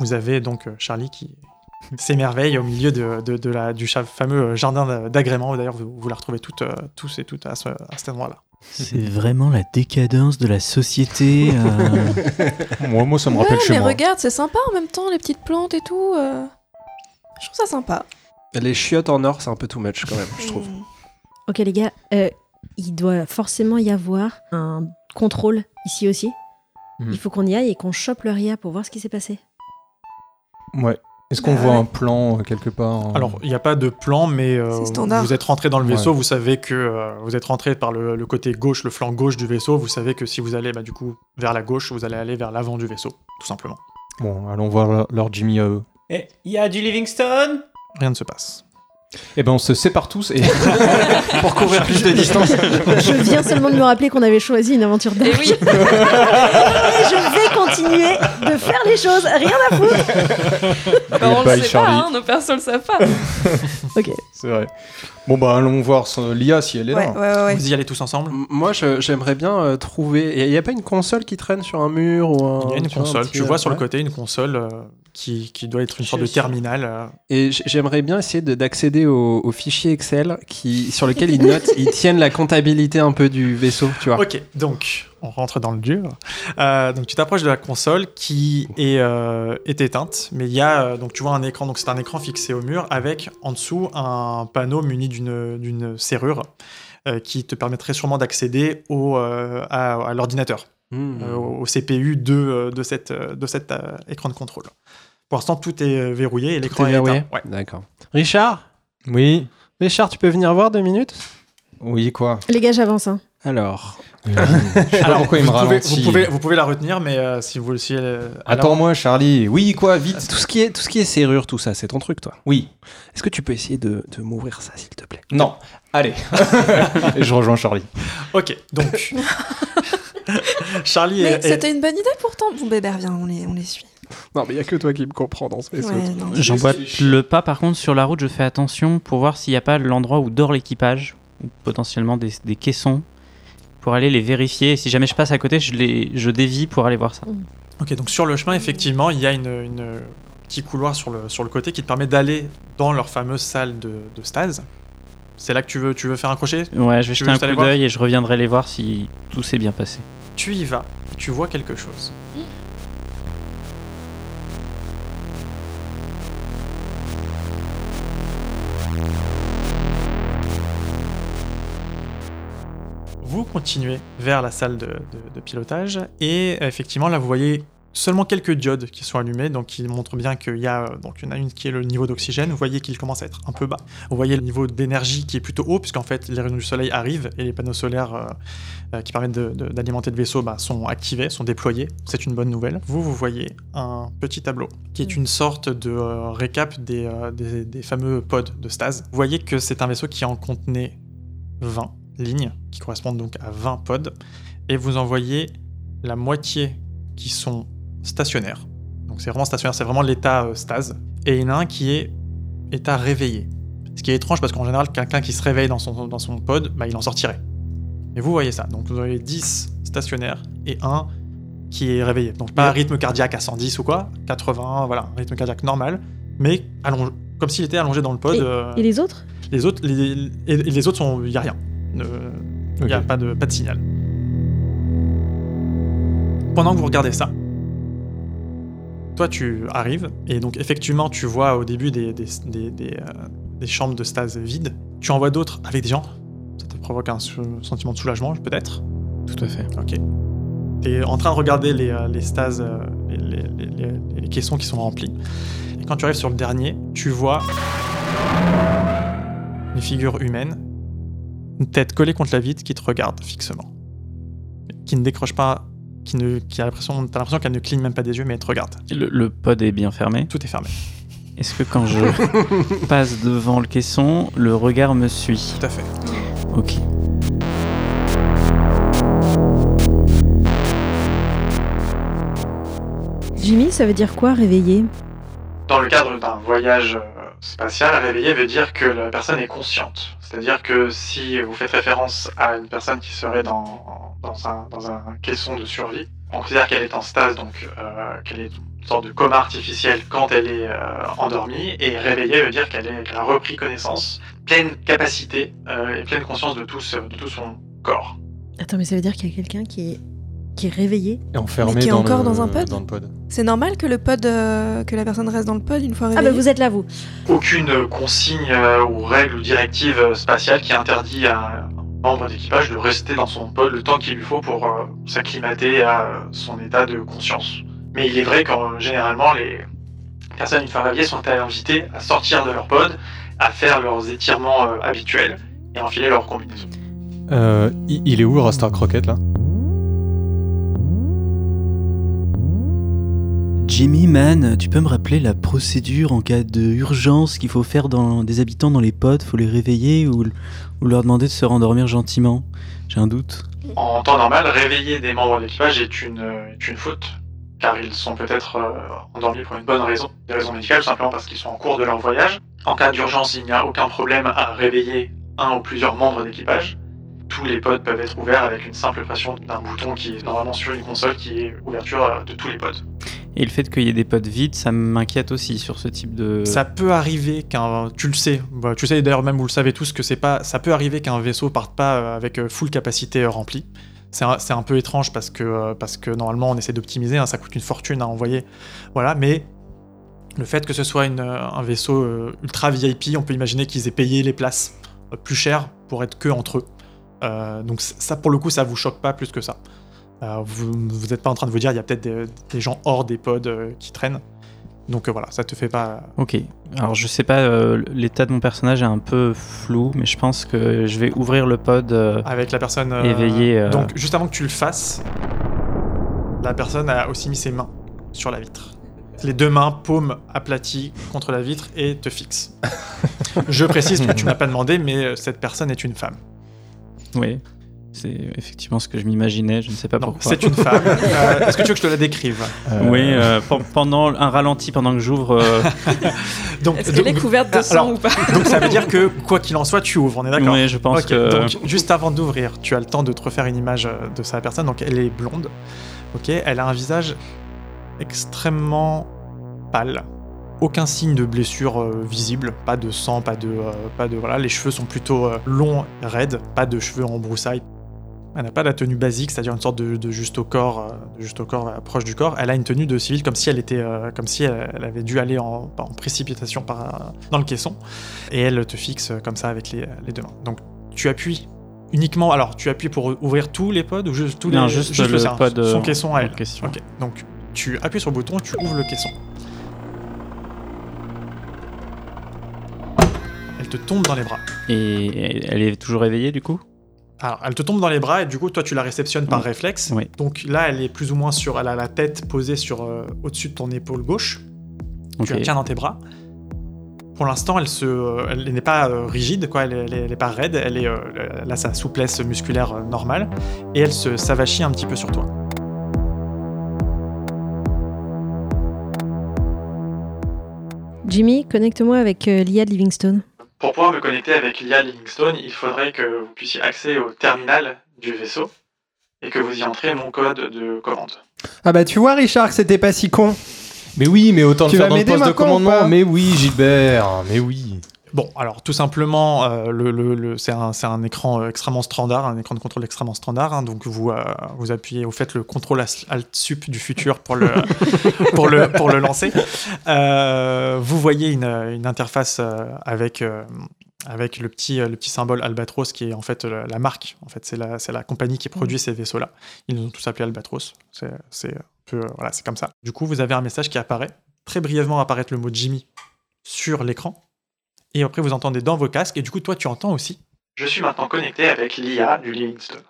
[SPEAKER 7] Vous avez donc euh, Charlie qui, s'émerveille au milieu de, de- de la, du cha- fameux euh, jardin d'agrément. D'ailleurs, vous, vous la retrouvez toutes, euh, tous et toutes à, ce- à cet endroit-là.
[SPEAKER 8] C'est vraiment la décadence de la société. euh.
[SPEAKER 1] Moi, moi, ça me
[SPEAKER 4] Ouais,
[SPEAKER 1] rappelle chez
[SPEAKER 4] mais
[SPEAKER 1] moi.
[SPEAKER 4] regarde, c'est sympa en même temps, les petites plantes et tout. euh. Je trouve ça sympa.
[SPEAKER 3] Les chiottes en or, c'est un peu too much quand même, je trouve.
[SPEAKER 4] Mm.
[SPEAKER 6] Ok les gars, euh, il doit forcément y avoir un contrôle ici aussi.
[SPEAKER 8] Hmm.
[SPEAKER 6] Il faut qu'on y aille et qu'on chope le RIA pour voir ce qui s'est passé.
[SPEAKER 1] Ouais. Est-ce qu'on
[SPEAKER 4] Bah
[SPEAKER 1] voit
[SPEAKER 4] ouais.
[SPEAKER 1] un plan euh, quelque part euh,
[SPEAKER 7] Alors, il n'y a pas de plan, mais euh,
[SPEAKER 4] C'est standard.
[SPEAKER 7] vous êtes rentré dans le vaisseau,
[SPEAKER 1] Ouais.
[SPEAKER 7] vous savez que euh, vous êtes rentré par le, le côté gauche, le flanc gauche du vaisseau, vous savez que si vous allez bah, du coup vers la gauche, vous allez aller vers l'avant du vaisseau, tout simplement.
[SPEAKER 1] Bon, allons voir leur- leur Jimmy euh, à eux.
[SPEAKER 10] Eh, il y a du Livingstone
[SPEAKER 7] Rien ne se passe.
[SPEAKER 1] Eh ben, on se sépare tous et
[SPEAKER 3] Pour couvrir plus de distance.
[SPEAKER 6] Je viens seulement de me rappeler qu'on avait choisi une aventure
[SPEAKER 4] Et
[SPEAKER 6] dingue.
[SPEAKER 4] oui,
[SPEAKER 6] Et je vais continuer de faire les choses, rien à foutre.
[SPEAKER 4] bah, on
[SPEAKER 1] bye,
[SPEAKER 4] le sait
[SPEAKER 1] Charlie.
[SPEAKER 4] pas, hein, nos persos le savent pas.
[SPEAKER 6] Ok.
[SPEAKER 1] c'est vrai. Bon bah allons voir son- Lia si elle est
[SPEAKER 4] Ouais, ouais,
[SPEAKER 1] là.
[SPEAKER 4] ouais. ouais.
[SPEAKER 7] Vous y allez tous ensemble
[SPEAKER 3] Moi, je- j'aimerais bien euh, trouver. Il n'y a pas une console qui traîne sur un mur ou un.
[SPEAKER 7] Il y a une
[SPEAKER 3] tu vois, un
[SPEAKER 7] console.
[SPEAKER 3] petit-
[SPEAKER 7] Tu vois sur le
[SPEAKER 3] Ouais.
[SPEAKER 7] côté une console euh, qui, qui doit être une
[SPEAKER 10] Je
[SPEAKER 7] sorte de
[SPEAKER 10] suis-
[SPEAKER 7] terminal. euh.
[SPEAKER 3] Et j- j'aimerais bien essayer de- d'accéder au, au fichier Excel qui, sur lequel ils notent, ils tiennent la comptabilité un peu du vaisseau, tu vois.
[SPEAKER 7] Ok, donc on rentre dans le dur. Euh, donc tu t'approches de la console qui est, euh, est éteinte, mais il y a euh, donc tu vois un écran. Donc c'est un écran fixé au mur avec en dessous un panneau muni d'une d'une serrure euh, qui te permettrait sûrement d'accéder au euh, à, à l'ordinateur,
[SPEAKER 3] Hmm.
[SPEAKER 7] euh, au au CPU de euh, de cette euh, de cet euh, écran de contrôle. Pour l'instant tout est euh, verrouillé et
[SPEAKER 3] Tout
[SPEAKER 7] l'écran
[SPEAKER 3] est
[SPEAKER 7] est,
[SPEAKER 3] verrouillé
[SPEAKER 7] éteint. Ouais.
[SPEAKER 3] D'accord. Richard
[SPEAKER 1] Oui.
[SPEAKER 3] Richard, tu peux venir voir deux minutes
[SPEAKER 1] Oui quoi.
[SPEAKER 6] Les gars, j'avance. hein.
[SPEAKER 3] Alors.
[SPEAKER 1] Je sais pas
[SPEAKER 7] Alors,
[SPEAKER 1] pourquoi il me
[SPEAKER 7] vous pouvez,
[SPEAKER 1] ralentit.
[SPEAKER 7] vous, pouvez, vous pouvez la retenir, mais euh, si vous le si
[SPEAKER 1] Attends-moi Charlie. Oui quoi vite.
[SPEAKER 3] Tout ce, qui est, tout ce qui est serrure, tout ça, c'est ton truc, toi.
[SPEAKER 1] Oui.
[SPEAKER 3] Est-ce que tu peux essayer de, de m'ouvrir ça, s'il te plaît
[SPEAKER 1] Non. Allez. et je rejoins Charlie.
[SPEAKER 7] Ok, donc. Charlie
[SPEAKER 4] Mais
[SPEAKER 7] est. est-
[SPEAKER 4] c'était une bonne idée pourtant. Bon, bébé, viens, on les, on les suit.
[SPEAKER 3] Non, mais il n'y a que toi qui me comprends dans ce
[SPEAKER 4] Ouais, non.
[SPEAKER 1] c'est
[SPEAKER 8] J'emboîte
[SPEAKER 1] chiant.
[SPEAKER 8] le pas, par contre, sur la route, je fais attention pour voir s'il n'y a pas l'endroit où dort l'équipage, ou potentiellement des, des caissons, pour aller les vérifier. Et si jamais je passe à côté, je, les, je dévie pour aller voir ça.
[SPEAKER 7] Ok, donc sur le chemin, effectivement, il y a une, une petit couloir sur le, sur le côté qui te permet d'aller dans leur fameuse salle de, de stase. C'est là que tu veux, tu veux faire un crochet
[SPEAKER 8] Ouais, je vais jeter
[SPEAKER 7] Tu veux
[SPEAKER 8] un
[SPEAKER 7] juste aller
[SPEAKER 8] coup
[SPEAKER 7] voir
[SPEAKER 8] d'œil et je reviendrai les voir si tout s'est bien passé.
[SPEAKER 7] Tu y vas, tu vois quelque chose. Vous continuez vers la salle de, de- de pilotage et euh, effectivement là vous voyez seulement quelques diodes qui sont allumées donc qui montrent bien qu'il y a euh, donc il y en a une qui est le niveau d'oxygène vous voyez qu'il commence à être un peu bas vous voyez le niveau d'énergie qui est plutôt haut puisqu'en fait les rayons du soleil arrivent et les panneaux solaires euh, euh, qui permettent de- de- d'alimenter le vaisseau bah, sont activés, sont déployés. C'est une bonne nouvelle. Vous, vous voyez un petit tableau qui est une sorte de euh, récap des, euh, des- des fameux pods de stase. Vous voyez que c'est un vaisseau qui en contenait 20 lignes, qui correspondent donc à 20 pods, et vous en voyez la moitié qui sont stationnaires. Donc c'est vraiment stationnaire, c'est vraiment l'état euh, stase. Et il y en a un qui est état réveillé. Ce qui est étrange parce qu'en général, quelqu'un qui se réveille dans son, dans son pod, bah, il en sortirait. Et vous voyez ça. Donc vous avez 10 stationnaires et un qui est réveillé. Donc pas un rythme cardiaque à 110 ou quoi, 80, voilà, un rythme cardiaque normal, mais allonge- comme s'il était allongé dans le pod. euh,
[SPEAKER 6] Et les autres
[SPEAKER 7] les autres, les, les- et les autres sont, il y a rien. Euh, Il y a
[SPEAKER 1] Ok.
[SPEAKER 7] pas de, pas de signal. Pendant que vous regardez ça, toi tu arrives et donc effectivement tu vois au début des, des, des- des, euh, des chambres de stase vides. Tu en vois d'autres avec des gens. Ça te provoque un sou- sentiment de soulagement peut-être.
[SPEAKER 8] Tout à fait.
[SPEAKER 7] Ok. T'es en train de regarder les, euh, les stases, euh, les, les- les- les- les caissons qui sont remplis. Et quand tu arrives sur le dernier, tu vois une figure humaine, une tête collée contre la vitre qui te regarde fixement. Qui ne décroche pas, qui, ne, qui a l'impression, t'as l'impression qu'elle ne cligne même pas des yeux, mais elle te regarde.
[SPEAKER 8] Le, le pod est bien fermé.
[SPEAKER 7] Tout est fermé.
[SPEAKER 8] Est-ce que quand je passe devant le caisson, le regard me suit
[SPEAKER 7] Tout à fait.
[SPEAKER 8] Ok.
[SPEAKER 6] Jimmy, ça veut dire quoi réveiller
[SPEAKER 5] Dans le cadre d'un voyage euh, spatial, réveiller veut dire que la personne est consciente. C'est-à-dire que si vous faites référence à une personne qui serait dans, dans, un, dans un caisson de survie, on considère qu'elle est en stase, donc euh, qu'elle est sorte de coma artificiel quand elle est euh, endormie, et réveillée veut dire qu'elle est- qu'elle a repris connaissance, pleine capacité euh, et pleine conscience de tout, ce- de tout son corps.
[SPEAKER 6] Attends, mais ça veut dire qu'il y a quelqu'un qui est, qui est réveillé
[SPEAKER 1] Et enfermé
[SPEAKER 4] Mais qui est
[SPEAKER 1] dans,
[SPEAKER 4] encore
[SPEAKER 1] le,
[SPEAKER 4] dans un pod
[SPEAKER 1] dans le pod.
[SPEAKER 4] C'est normal que le pod, euh, que la personne reste dans le pod une fois
[SPEAKER 6] Ah
[SPEAKER 4] réveillée
[SPEAKER 6] bah vous êtes là, vous.
[SPEAKER 5] Aucune consigne euh, ou règle ou directive euh, spatiale qui interdit à un membre d'équipage de rester dans son pod le temps qu'il lui faut pour euh, s'acclimater à euh, son état de conscience. Mais il est vrai qu'en généralement, les personnes une fois réveillées sont invitées à sortir de leur pod, à faire leurs étirements euh, habituels et à enfiler leur combinaison.
[SPEAKER 1] Euh, il il est où Rastar Croquette là
[SPEAKER 8] Jimmy, man, tu peux me rappeler la procédure en cas d'urgence qu'il faut faire dans des habitants dans les potes Faut les réveiller ou, ou leur demander de se rendormir gentiment J'ai un doute.
[SPEAKER 5] En temps normal, réveiller des membres d'équipage est une, euh, est une faute, car ils sont peut-être euh, endormis pour une bonne raison, des raisons médicales, simplement parce qu'ils sont en cours de leur voyage. En cas d'urgence, il n'y a aucun problème à réveiller un ou plusieurs membres d'équipage. Tous les pods peuvent être ouverts avec une simple pression d'un bouton qui est normalement sur une console qui est ouverture euh, de tous les pods.
[SPEAKER 2] Et le fait qu'il y ait des potes vides, ça m'inquiète aussi sur ce type de.
[SPEAKER 7] Ça peut arriver qu'un, tu le sais, bah, tu sais d'ailleurs même vous le savez tous que c'est pas, ça peut arriver qu'un vaisseau parte pas euh, avec euh, full capacité euh, remplie. C'est un, c'est un peu étrange parce que euh, parce que normalement on essaie d'optimiser, hein, ça coûte une fortune à envoyer, voilà. Mais le fait que ce soit une, euh, un vaisseau euh, ultra VIP, on peut imaginer qu'ils aient payé les places euh, plus chères pour être que entre eux. Euh, donc c- ça pour le coup ça vous choque pas plus que ça. Euh, vous n'êtes pas en train de vous dire il y a peut-être des, des gens hors des pods euh, qui traînent. Donc euh, voilà, ça te fait pas
[SPEAKER 2] Ok. Alors je sais pas, euh, l'état de mon personnage est un peu flou, mais je pense que je vais ouvrir le pod. euh,
[SPEAKER 7] avec la personne euh,
[SPEAKER 2] Éveillée, euh.
[SPEAKER 7] Donc, juste avant que tu le fasses, la personne a aussi mis ses mains sur la vitre. Les deux mains, paumes aplaties contre la vitre et te fixe. Je précise que tu m'as pas demandé, mais euh, cette personne est une femme.
[SPEAKER 2] Oui. C'est effectivement ce que je m'imaginais. Je ne sais pas
[SPEAKER 7] Ah. Non,
[SPEAKER 2] pourquoi.
[SPEAKER 7] c'est une femme. Euh, Est-ce que tu veux que je te la décrive
[SPEAKER 1] Euh,
[SPEAKER 2] Oui. euh, pen- pendant un ralenti, pendant que j'ouvre. euh,
[SPEAKER 7] Donc,
[SPEAKER 4] Est-ce qu'elle est
[SPEAKER 7] donc-
[SPEAKER 4] couverte de
[SPEAKER 7] Ah,
[SPEAKER 4] sang
[SPEAKER 7] alors-
[SPEAKER 4] ou pas
[SPEAKER 7] donc ça veut dire que quoi qu'il en soit, tu ouvres. On est d'accord.
[SPEAKER 2] oui, je pense
[SPEAKER 7] Ok,
[SPEAKER 2] que.
[SPEAKER 7] donc, juste avant d'ouvrir, tu as le temps de te refaire une image euh, de sa personne. Donc, elle est blonde. Ok, elle a un visage extrêmement pâle. Aucun signe de blessure euh, visible, pas de sang, pas de, euh, pas de voilà. Les cheveux sont plutôt euh, longs, raides, pas de cheveux en broussailles. Elle n'a pas la tenue basique, c'est-à-dire une sorte de, de juste au corps, euh, de juste au corps euh, proche du corps. Elle a une tenue de civile comme si elle était, euh, comme si elle, elle avait dû aller en, en précipitation par, euh, dans le caisson. Et elle te fixe euh, comme ça avec les, les deux mains. Donc tu appuies uniquement. Alors, tu appuies pour ouvrir tous les pods ou juste tous les.
[SPEAKER 2] Non, juste le
[SPEAKER 7] sien,
[SPEAKER 2] pod, euh,
[SPEAKER 7] Son caisson
[SPEAKER 2] en
[SPEAKER 7] à elle.
[SPEAKER 2] question.
[SPEAKER 7] Ok. Donc, tu appuies sur le bouton, tu ouvres le caisson. Elle te tombe dans les bras.
[SPEAKER 2] Et elle est toujours réveillée du coup
[SPEAKER 7] Alors, elle te tombe dans les bras et du coup, toi, tu la réceptionnes par
[SPEAKER 2] Oui.
[SPEAKER 7] réflexe.
[SPEAKER 2] Oui.
[SPEAKER 7] Donc là, elle est plus ou moins sur. Elle a la tête posée sur euh, au-dessus de ton épaule gauche.
[SPEAKER 2] Ok.
[SPEAKER 7] Tu la tiens dans tes bras. Pour l'instant, elle, se, euh, elle n'est pas euh, rigide, quoi. Elle n'est pas raide. Elle, est, euh, elle a sa souplesse musculaire euh, normale et elle se savachie un petit peu sur toi.
[SPEAKER 6] Jimmy, connecte-moi avec euh, l'IA de Livingstone.
[SPEAKER 5] Pour pouvoir me connecter avec l'IA Livingstone, il faudrait que vous puissiez accéder au terminal du vaisseau et que vous y entrez mon code de commande.
[SPEAKER 3] Ah bah tu vois Richard que c'était pas si con.
[SPEAKER 1] Mais oui, mais autant
[SPEAKER 3] Tu
[SPEAKER 1] le faire
[SPEAKER 3] vas
[SPEAKER 1] dans le
[SPEAKER 3] m'aider
[SPEAKER 1] poste de
[SPEAKER 3] maintenant ou pas
[SPEAKER 1] commandement. Mais oui, Gilbert, mais oui.
[SPEAKER 7] Bon, alors tout simplement, euh, le, le- le- c'est un, c'est un écran euh, extrêmement standard, un écran de contrôle extrêmement standard. hein. donc vous, euh, vous appuyez, vous faites le contrôle as- alt sup du futur pour le, pour le, pour le lancer. Euh, vous voyez une, une interface euh, avec, euh, avec le, petit, euh, le petit symbole Albatros qui est en fait la, la marque. En fait, c'est la, c'est la compagnie qui produit ces vaisseaux-là. Ils nous ont tous appelés Albatros. C'est c'est un peu, euh, voilà, c'est comme ça. Du coup, vous avez un message qui apparaît. Très brièvement apparaît le mot Jimmy sur l'écran. Et après, vous entendez dans vos casques. Et du coup, toi, tu entends aussi.
[SPEAKER 5] Je suis maintenant connecté avec l'IA du Livingstone.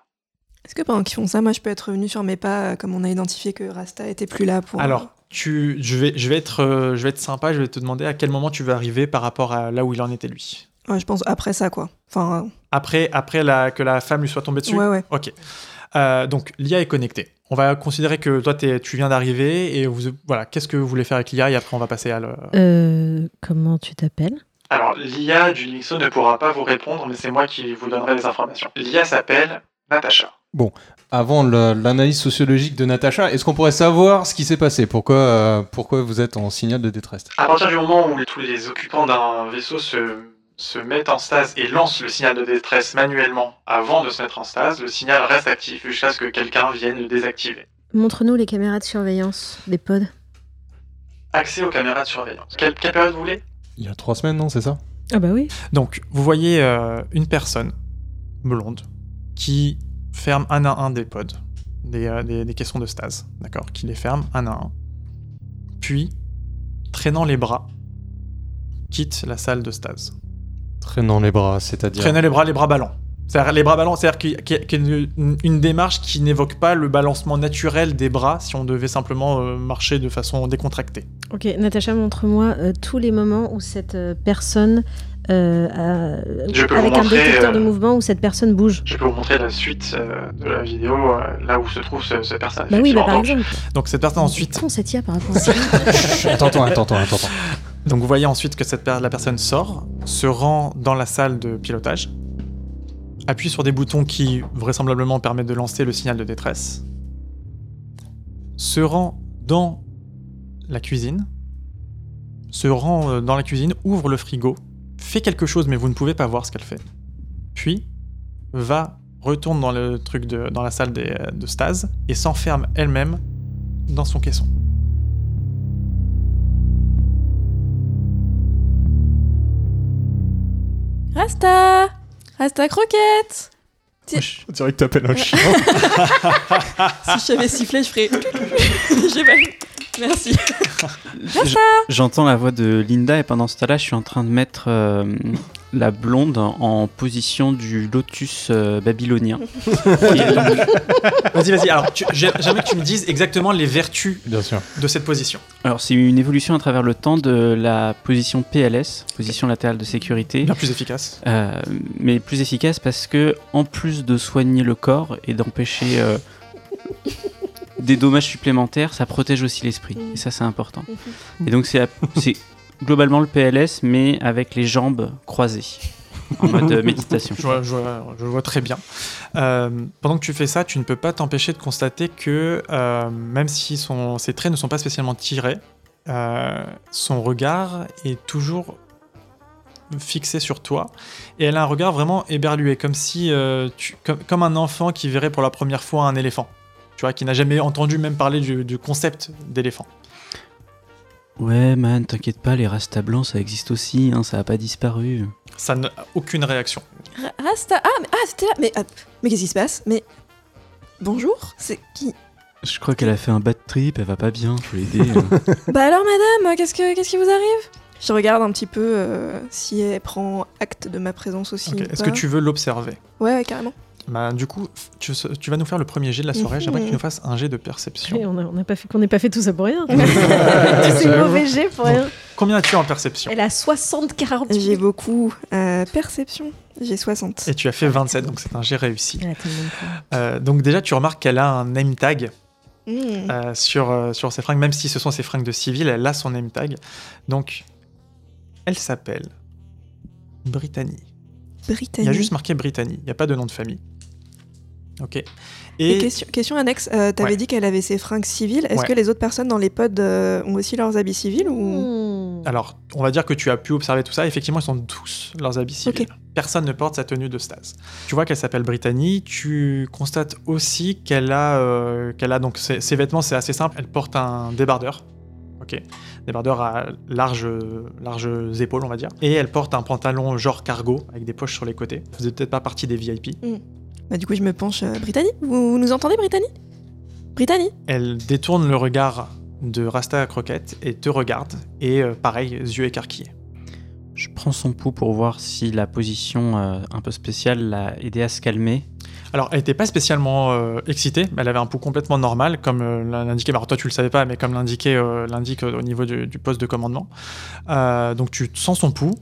[SPEAKER 4] Est-ce que pendant qu'ils font ça, moi je peux être revenue sur mes pas, euh, comme on a identifié que Rasta était plus là pour.
[SPEAKER 7] Alors, tu, je, vais, je, vais être, euh, je vais être sympa. Je vais te demander à quel moment tu vas arriver par rapport à là où il en était lui.
[SPEAKER 4] Ouais, je pense après ça quoi. Enfin,
[SPEAKER 7] Après, après la, que la femme lui soit tombée
[SPEAKER 4] euh,
[SPEAKER 7] dessus.
[SPEAKER 4] ouais, ouais.
[SPEAKER 7] Ok. Euh, donc l'IA est connectée. On va considérer que toi t'es- tu viens d'arriver et vous, voilà, qu'est-ce que vous voulez faire avec l'IA et après on va passer à le...
[SPEAKER 6] Euh, comment tu t'appelles
[SPEAKER 5] Alors, l'IA du Livingstone ne pourra pas vous répondre, mais c'est moi qui vous donnerai les informations. L'IA s'appelle Natacha.
[SPEAKER 1] Bon, avant le- l'analyse sociologique de Natacha, est-ce qu'on pourrait savoir ce qui s'est passé pourquoi, euh, pourquoi vous êtes en signal de détresse
[SPEAKER 5] À partir du moment où les- tous les occupants d'un vaisseau se, se mettent en stase et lancent le signal de détresse manuellement avant de se mettre en stase, le signal reste actif jusqu'à ce que quelqu'un vienne le désactiver.
[SPEAKER 6] Montre-nous les caméras de surveillance des pods.
[SPEAKER 5] Accès aux caméras de surveillance. Quelle, quelle période vous voulez
[SPEAKER 1] Il y a trois semaines, non, c'est ça
[SPEAKER 6] Ah bah oui.
[SPEAKER 7] Donc, vous voyez euh, une personne blonde qui ferme un à un des pods, des, euh, des- des caissons de stase, d'accord Qui les ferme un à un. Puis, traînant les bras, quitte la salle de stase.
[SPEAKER 1] Traînant les bras, c'est-à-dire.
[SPEAKER 7] Traîner les bras, les bras ballants. C'est-à-dire les bras ballants, c'est-à-dire qu'il y a- qu'il y a- qu'il y a une, une démarche qui n'évoque pas le balancement naturel des bras si on devait simplement euh, marcher de façon décontractée.
[SPEAKER 6] Ok, Natacha, montre-moi euh, tous les moments où cette euh, personne euh, a-
[SPEAKER 5] Je peux vous
[SPEAKER 6] avec un
[SPEAKER 5] montrer,
[SPEAKER 6] détecteur
[SPEAKER 5] euh,
[SPEAKER 6] de mouvement où cette personne bouge.
[SPEAKER 5] Je peux vous montrer la suite euh, de la vidéo, euh, là où se trouve ce, ce personnage.
[SPEAKER 6] Bah oui, bah par
[SPEAKER 5] Effectivement,
[SPEAKER 6] exemple.
[SPEAKER 7] Donc cette personne ensuite...
[SPEAKER 6] Con cette IA par rapport à ça.
[SPEAKER 1] attends, attends, attends, attends, attends.
[SPEAKER 7] Donc vous voyez ensuite que cette per- la personne sort, se rend dans la salle de pilotage, appuie sur des boutons qui vraisemblablement permettent de lancer le signal de détresse, se rend dans la cuisine, se rend euh, dans la cuisine, ouvre le frigo, fait quelque chose mais vous ne pouvez pas voir ce qu'elle fait. Puis va retourne dans le truc de dans la salle des, euh, de stase et s'enferme elle-même dans son caisson.
[SPEAKER 4] Rasta Rasta Croquette Ti-
[SPEAKER 7] On dirait que t'appelles un chien.
[SPEAKER 4] Si je savais siffler, je ferais. J'ai pas- Merci. Rasta
[SPEAKER 2] J'entends la voix de Linda et pendant ce temps-là, je suis en train de mettre euh, la blonde en position du lotus euh, babylonien. Qui est donc-
[SPEAKER 7] Vas-y, vas-y. Alors, tu- j'ai- j'aimerais que tu me dises exactement les vertus
[SPEAKER 1] Bien sûr.
[SPEAKER 7] de cette position.
[SPEAKER 2] Alors, c'est une évolution à travers le temps de la position PLS, position latérale de sécurité,
[SPEAKER 7] Bien plus efficace.
[SPEAKER 2] euh, mais plus efficace parce que, en plus de soigner le corps et d'empêcher euh, des dommages supplémentaires, ça protège aussi l'esprit. Et ça, c'est important. Et donc, c'est la- c'est globalement le PLS, mais avec les jambes croisées, en mode euh, méditation.
[SPEAKER 7] Je vois, je vois- je vois très bien. Euh, pendant que tu fais ça, tu ne peux pas t'empêcher de constater que, euh, même si son- ses traits ne sont pas spécialement tirés, euh, son regard est toujours fixé sur toi. Et elle a un regard vraiment éberlué, comme si, euh, tu- comme, comme un enfant qui verrait pour la première fois un éléphant. Tu vois, qui n'a jamais entendu même parler du- du concept d'éléphant.
[SPEAKER 2] Ouais, man, t'inquiète pas, les Rasta blancs, ça existe aussi, hein, ça a pas disparu.
[SPEAKER 7] Ça n'a aucune réaction.
[SPEAKER 4] Ra- Rasta Ah, mais ah, c'était là Mais, ah, mais qu'est-ce qui se passe Mais. Bonjour C'est qui
[SPEAKER 2] Je crois qu'elle a fait un bad trip, elle va pas bien, faut l'aider. hein.
[SPEAKER 4] Bah alors, madame, qu'est-ce, que, qu'est-ce qui vous arrive Je regarde un petit peu euh, si elle prend acte de ma présence aussi.
[SPEAKER 7] Ok,
[SPEAKER 4] ou
[SPEAKER 7] Est-ce
[SPEAKER 4] pas.
[SPEAKER 7] que tu veux l'observer
[SPEAKER 4] Ouais, ouais, carrément.
[SPEAKER 7] bah, Du coup, f- tu, tu vas nous faire le premier jet de la soirée.
[SPEAKER 4] Mhm.
[SPEAKER 7] J'aimerais que tu nous fasses un jet de perception.
[SPEAKER 6] Et on n'a pas fait qu'on n'ait pas fait tout ça pour rien. Tous ces mauvais jets pour rien.
[SPEAKER 7] Combien as-tu en perception
[SPEAKER 9] Elle a 60 40
[SPEAKER 4] J'ai beaucoup. euh, perception. J'ai 60.
[SPEAKER 7] Et tu as fait 27, donc c'est un jet réussi.
[SPEAKER 6] Elle a tellement de points.
[SPEAKER 7] Euh, donc déjà, tu remarques qu'elle a un name tag
[SPEAKER 4] Hmm.
[SPEAKER 7] euh, sur, euh, sur ses fringues. Même si ce sont ses fringues de civil, elle a son name tag. Donc, elle s'appelle Brittany. Il y
[SPEAKER 4] Britannique.
[SPEAKER 7] a juste marqué Brittany. Il n'y a pas de nom de famille. Ok.
[SPEAKER 4] Et
[SPEAKER 7] Et
[SPEAKER 4] question, question annexe, euh, t'avais
[SPEAKER 7] Ouais.
[SPEAKER 4] dit qu'elle avait ses fringues civiles. Est-ce
[SPEAKER 7] Ouais.
[SPEAKER 4] que les autres personnes dans les pods euh, ont aussi leurs habits civils ou
[SPEAKER 1] Hmm.
[SPEAKER 6] Mm.
[SPEAKER 7] Alors, on va dire que tu as pu observer tout ça. Effectivement, ils sont tous leurs habits civils.
[SPEAKER 4] Ok.
[SPEAKER 7] Personne ne porte sa tenue de stase. Tu vois qu'elle s'appelle Brittany. Tu constates aussi qu'elle a, euh, qu'elle a donc ses, ses vêtements, c'est assez simple. Elle porte un débardeur. Ok. Débardeur à large, larges épaules, on va dire. Et elle porte un pantalon genre cargo avec des poches sur les côtés. Vous n'êtes peut-être pas partie des VIP.
[SPEAKER 4] Bah, Du coup, je me penche. euh, Brittany vous, vous nous entendez, Brittany Brittany
[SPEAKER 7] Elle détourne le regard de Rasta Croquette et te regarde. Et euh, pareil, yeux écarquillés.
[SPEAKER 2] Je prends son pouls pour voir si la position euh, un peu spéciale l'a aidé à se calmer.
[SPEAKER 7] Alors, elle n'était pas spécialement euh, excitée, mais elle avait un pouls complètement normal, comme euh, l'indiquait. Alors, toi, tu le savais pas, mais comme l'indiquait euh, l'indique euh, au niveau du, du poste de commandement. Euh, donc, tu sens son pouls.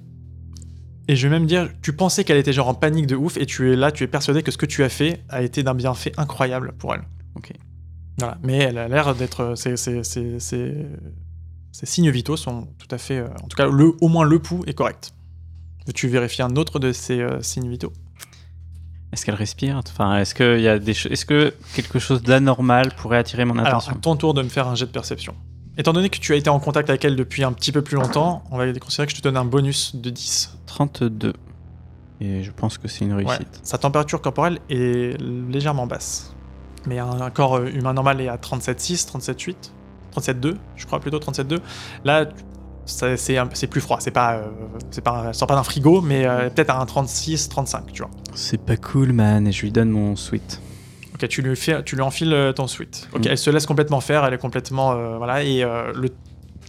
[SPEAKER 7] Et je vais même dire, tu pensais qu'elle était genre en panique de ouf, et tu es là, tu es persuadé que ce que tu as fait a été d'un bienfait incroyable pour elle.
[SPEAKER 2] Ok.
[SPEAKER 7] Voilà. Mais elle a l'air d'être. euh, Ses, ses- ses- ses- ses signes vitaux sont tout à fait. euh, en tout cas, le, au moins le pouls est correct. Veux-tu vérifier un autre de ses euh, signes vitaux
[SPEAKER 2] Est-ce qu'elle respire Enfin, est-ce que, y a des cho- est-ce que quelque chose d'anormal pourrait attirer mon
[SPEAKER 7] Alors,
[SPEAKER 2] attention
[SPEAKER 7] à ton tour de me faire un jet de perception. Étant donné que tu as été en contact avec elle depuis un petit peu plus longtemps, on va considérer que je te donne un bonus de 10.
[SPEAKER 2] 32. Et je pense que c'est une
[SPEAKER 7] Ouais.
[SPEAKER 2] réussite.
[SPEAKER 7] Sa température corporelle est légèrement basse. Mais un, un corps euh, humain normal est à 37,6, 37,8, 37,2, je crois plutôt 37,2. Là, tu- ça- c'est un- c'est plus froid. C'est pas, euh, c'est pas, elle sort pas d'un frigo, mais euh, peut-être à un 36, 35, tu vois.
[SPEAKER 2] C'est pas cool, man. Et je lui donne mon sweat.
[SPEAKER 7] Ok, tu lui, fais, tu lui enfiles euh, ton sweat. Ok,
[SPEAKER 2] Mm.
[SPEAKER 7] elle se laisse complètement faire, elle est complètement. euh, voilà, et euh, le,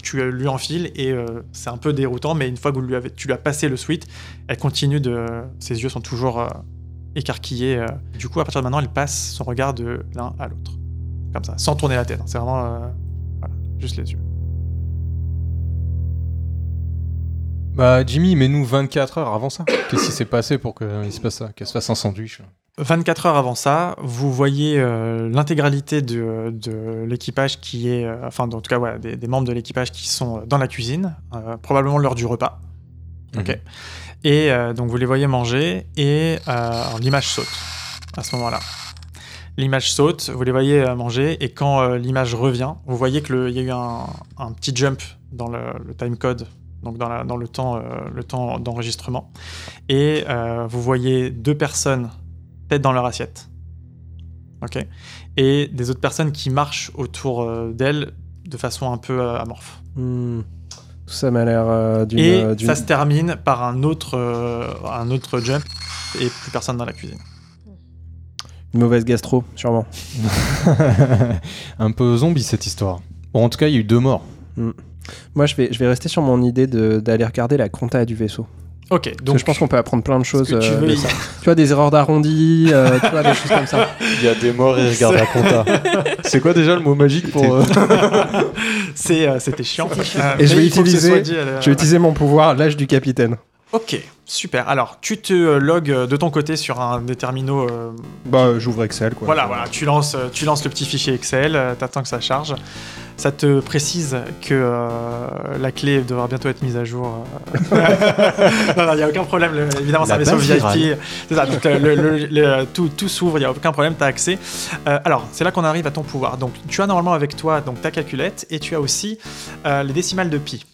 [SPEAKER 7] tu euh, lui enfiles, et euh, c'est un peu déroutant, mais une fois que vous lui avez, tu lui as passé le sweat, elle continue de. Ses yeux sont toujours euh, écarquillés. euh. Du coup, à partir de maintenant, elle passe son regard de l'un à l'autre. Comme ça, sans tourner la tête. hein, c'est vraiment. euh, voilà, juste les yeux.
[SPEAKER 1] Bah, Jimmy, mets-nous 24 heures avant ça. Qu'est-ce qui s'est passé pour qu'il se passe ça Qu'elle se fasse un sandwich
[SPEAKER 7] 24 heures avant ça, vous voyez euh, l'intégralité de, de l'équipage qui est, euh, enfin, en tout cas, voilà, des, des membres de l'équipage qui sont dans la cuisine, euh, probablement l'heure du repas. Ok.
[SPEAKER 1] Mhm.
[SPEAKER 7] Et euh, donc vous les voyez manger et euh, alors, l'image saute à ce moment-là. L'image saute, vous les voyez euh, manger et quand euh, l'image revient, vous voyez qu'il y a eu un, un petit jump dans le, le time code, donc dans, la- dans le temps, euh, le temps d'enregistrement. Et euh, vous voyez deux personnes tête dans leur assiette. Ok. Et des autres personnes qui marchent autour euh, d'elles de façon un peu euh, amorphe.
[SPEAKER 3] Hmm. Tout ça m'a l'air euh, d'une.
[SPEAKER 7] Et
[SPEAKER 3] euh, d'une-
[SPEAKER 7] ça se termine par un autre, euh, un autre jump et plus personne dans la cuisine.
[SPEAKER 3] une mauvaise gastro, sûrement.
[SPEAKER 1] Un peu zombie cette histoire. Bon, en tout cas, il y a eu deux morts.
[SPEAKER 3] Moi, je vais, je vais rester sur mon idée de- d'aller regarder la compta du vaisseau.
[SPEAKER 7] Ok,
[SPEAKER 3] Parce
[SPEAKER 7] donc
[SPEAKER 3] que je pense qu'on peut apprendre plein de choses.
[SPEAKER 7] que tu
[SPEAKER 3] euh,
[SPEAKER 7] veux
[SPEAKER 3] de
[SPEAKER 7] y-
[SPEAKER 3] ça. tu vois, des erreurs d'arrondi, euh, tu vois, des choses comme ça.
[SPEAKER 1] Il y a des morts et regarde la compta. C'est quoi déjà le mot magique pour. euh,
[SPEAKER 7] c'est, euh, c'était chiant. Euh,
[SPEAKER 3] Et
[SPEAKER 7] mais
[SPEAKER 3] je vais
[SPEAKER 7] il faut que ce
[SPEAKER 3] utiliser-
[SPEAKER 7] soit dit à la-
[SPEAKER 3] Je vais utiliser mon pouvoir, l'âge du capitaine.
[SPEAKER 7] Ok, super. Alors, tu te euh, logs euh, de ton côté sur un des terminaux. euh,
[SPEAKER 3] Bah, euh, j'ouvre Excel, quoi.
[SPEAKER 7] voilà, voilà. Tu lances, euh, tu lances le petit fichier Excel. euh, T'attends que ça charge. Ça te précise que euh, la clé devra bientôt être mise à jour. euh. non, non, il n'y a aucun problème. le- évidemment, c'est un
[SPEAKER 1] La
[SPEAKER 7] vaisseau
[SPEAKER 1] base
[SPEAKER 7] VIP. C'est ça, donc, euh, le- le- le- tout, tout s'ouvre, il n'y a aucun problème, tu as accès. Euh, alors, c'est là qu'on arrive à ton pouvoir. Donc, tu as normalement avec toi donc, ta calculette et tu as aussi euh, les décimales de pi.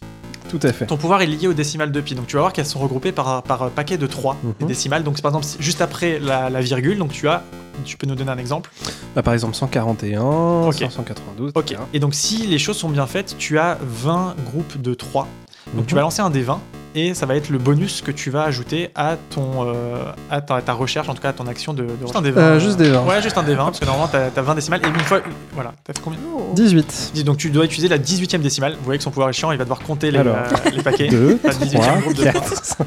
[SPEAKER 3] Tout à fait.
[SPEAKER 7] Ton pouvoir est lié aux décimales de pi, donc tu vas voir qu'elles sont regroupées par, par euh, paquet de 3
[SPEAKER 3] Mhm.
[SPEAKER 7] les décimales. Donc, c'est par exemple, si- juste après la, la virgule, donc tu as, tu peux nous donner un exemple.
[SPEAKER 3] Bah, par exemple, 141,
[SPEAKER 7] Ok.
[SPEAKER 3] 192.
[SPEAKER 7] Ok.
[SPEAKER 3] etc.
[SPEAKER 7] Et donc, si les choses sont bien faites, tu as 20 groupes de 3. Donc, tu
[SPEAKER 3] Mhm.
[SPEAKER 7] vas lancer un des 20 et ça va être le bonus que tu vas ajouter à ton euh, à ta, ta recherche, en tout cas à ton action de, de recherche. un des
[SPEAKER 3] Euh, juste des 20.
[SPEAKER 7] Ouais, juste un des 20, parce que normalement, t'as as 20 décimales. Et une fois. Voilà, t'as fait combien
[SPEAKER 3] 18.
[SPEAKER 7] Dis, Donc, tu dois utiliser la 18 e décimale. Vous voyez que son pouvoir est chiant, il va devoir compter les,
[SPEAKER 3] Alors.
[SPEAKER 7] euh, les paquets.
[SPEAKER 3] 2,
[SPEAKER 7] Pas 18, un
[SPEAKER 3] 3,
[SPEAKER 7] groupe de
[SPEAKER 6] Ah,
[SPEAKER 3] 4, 5.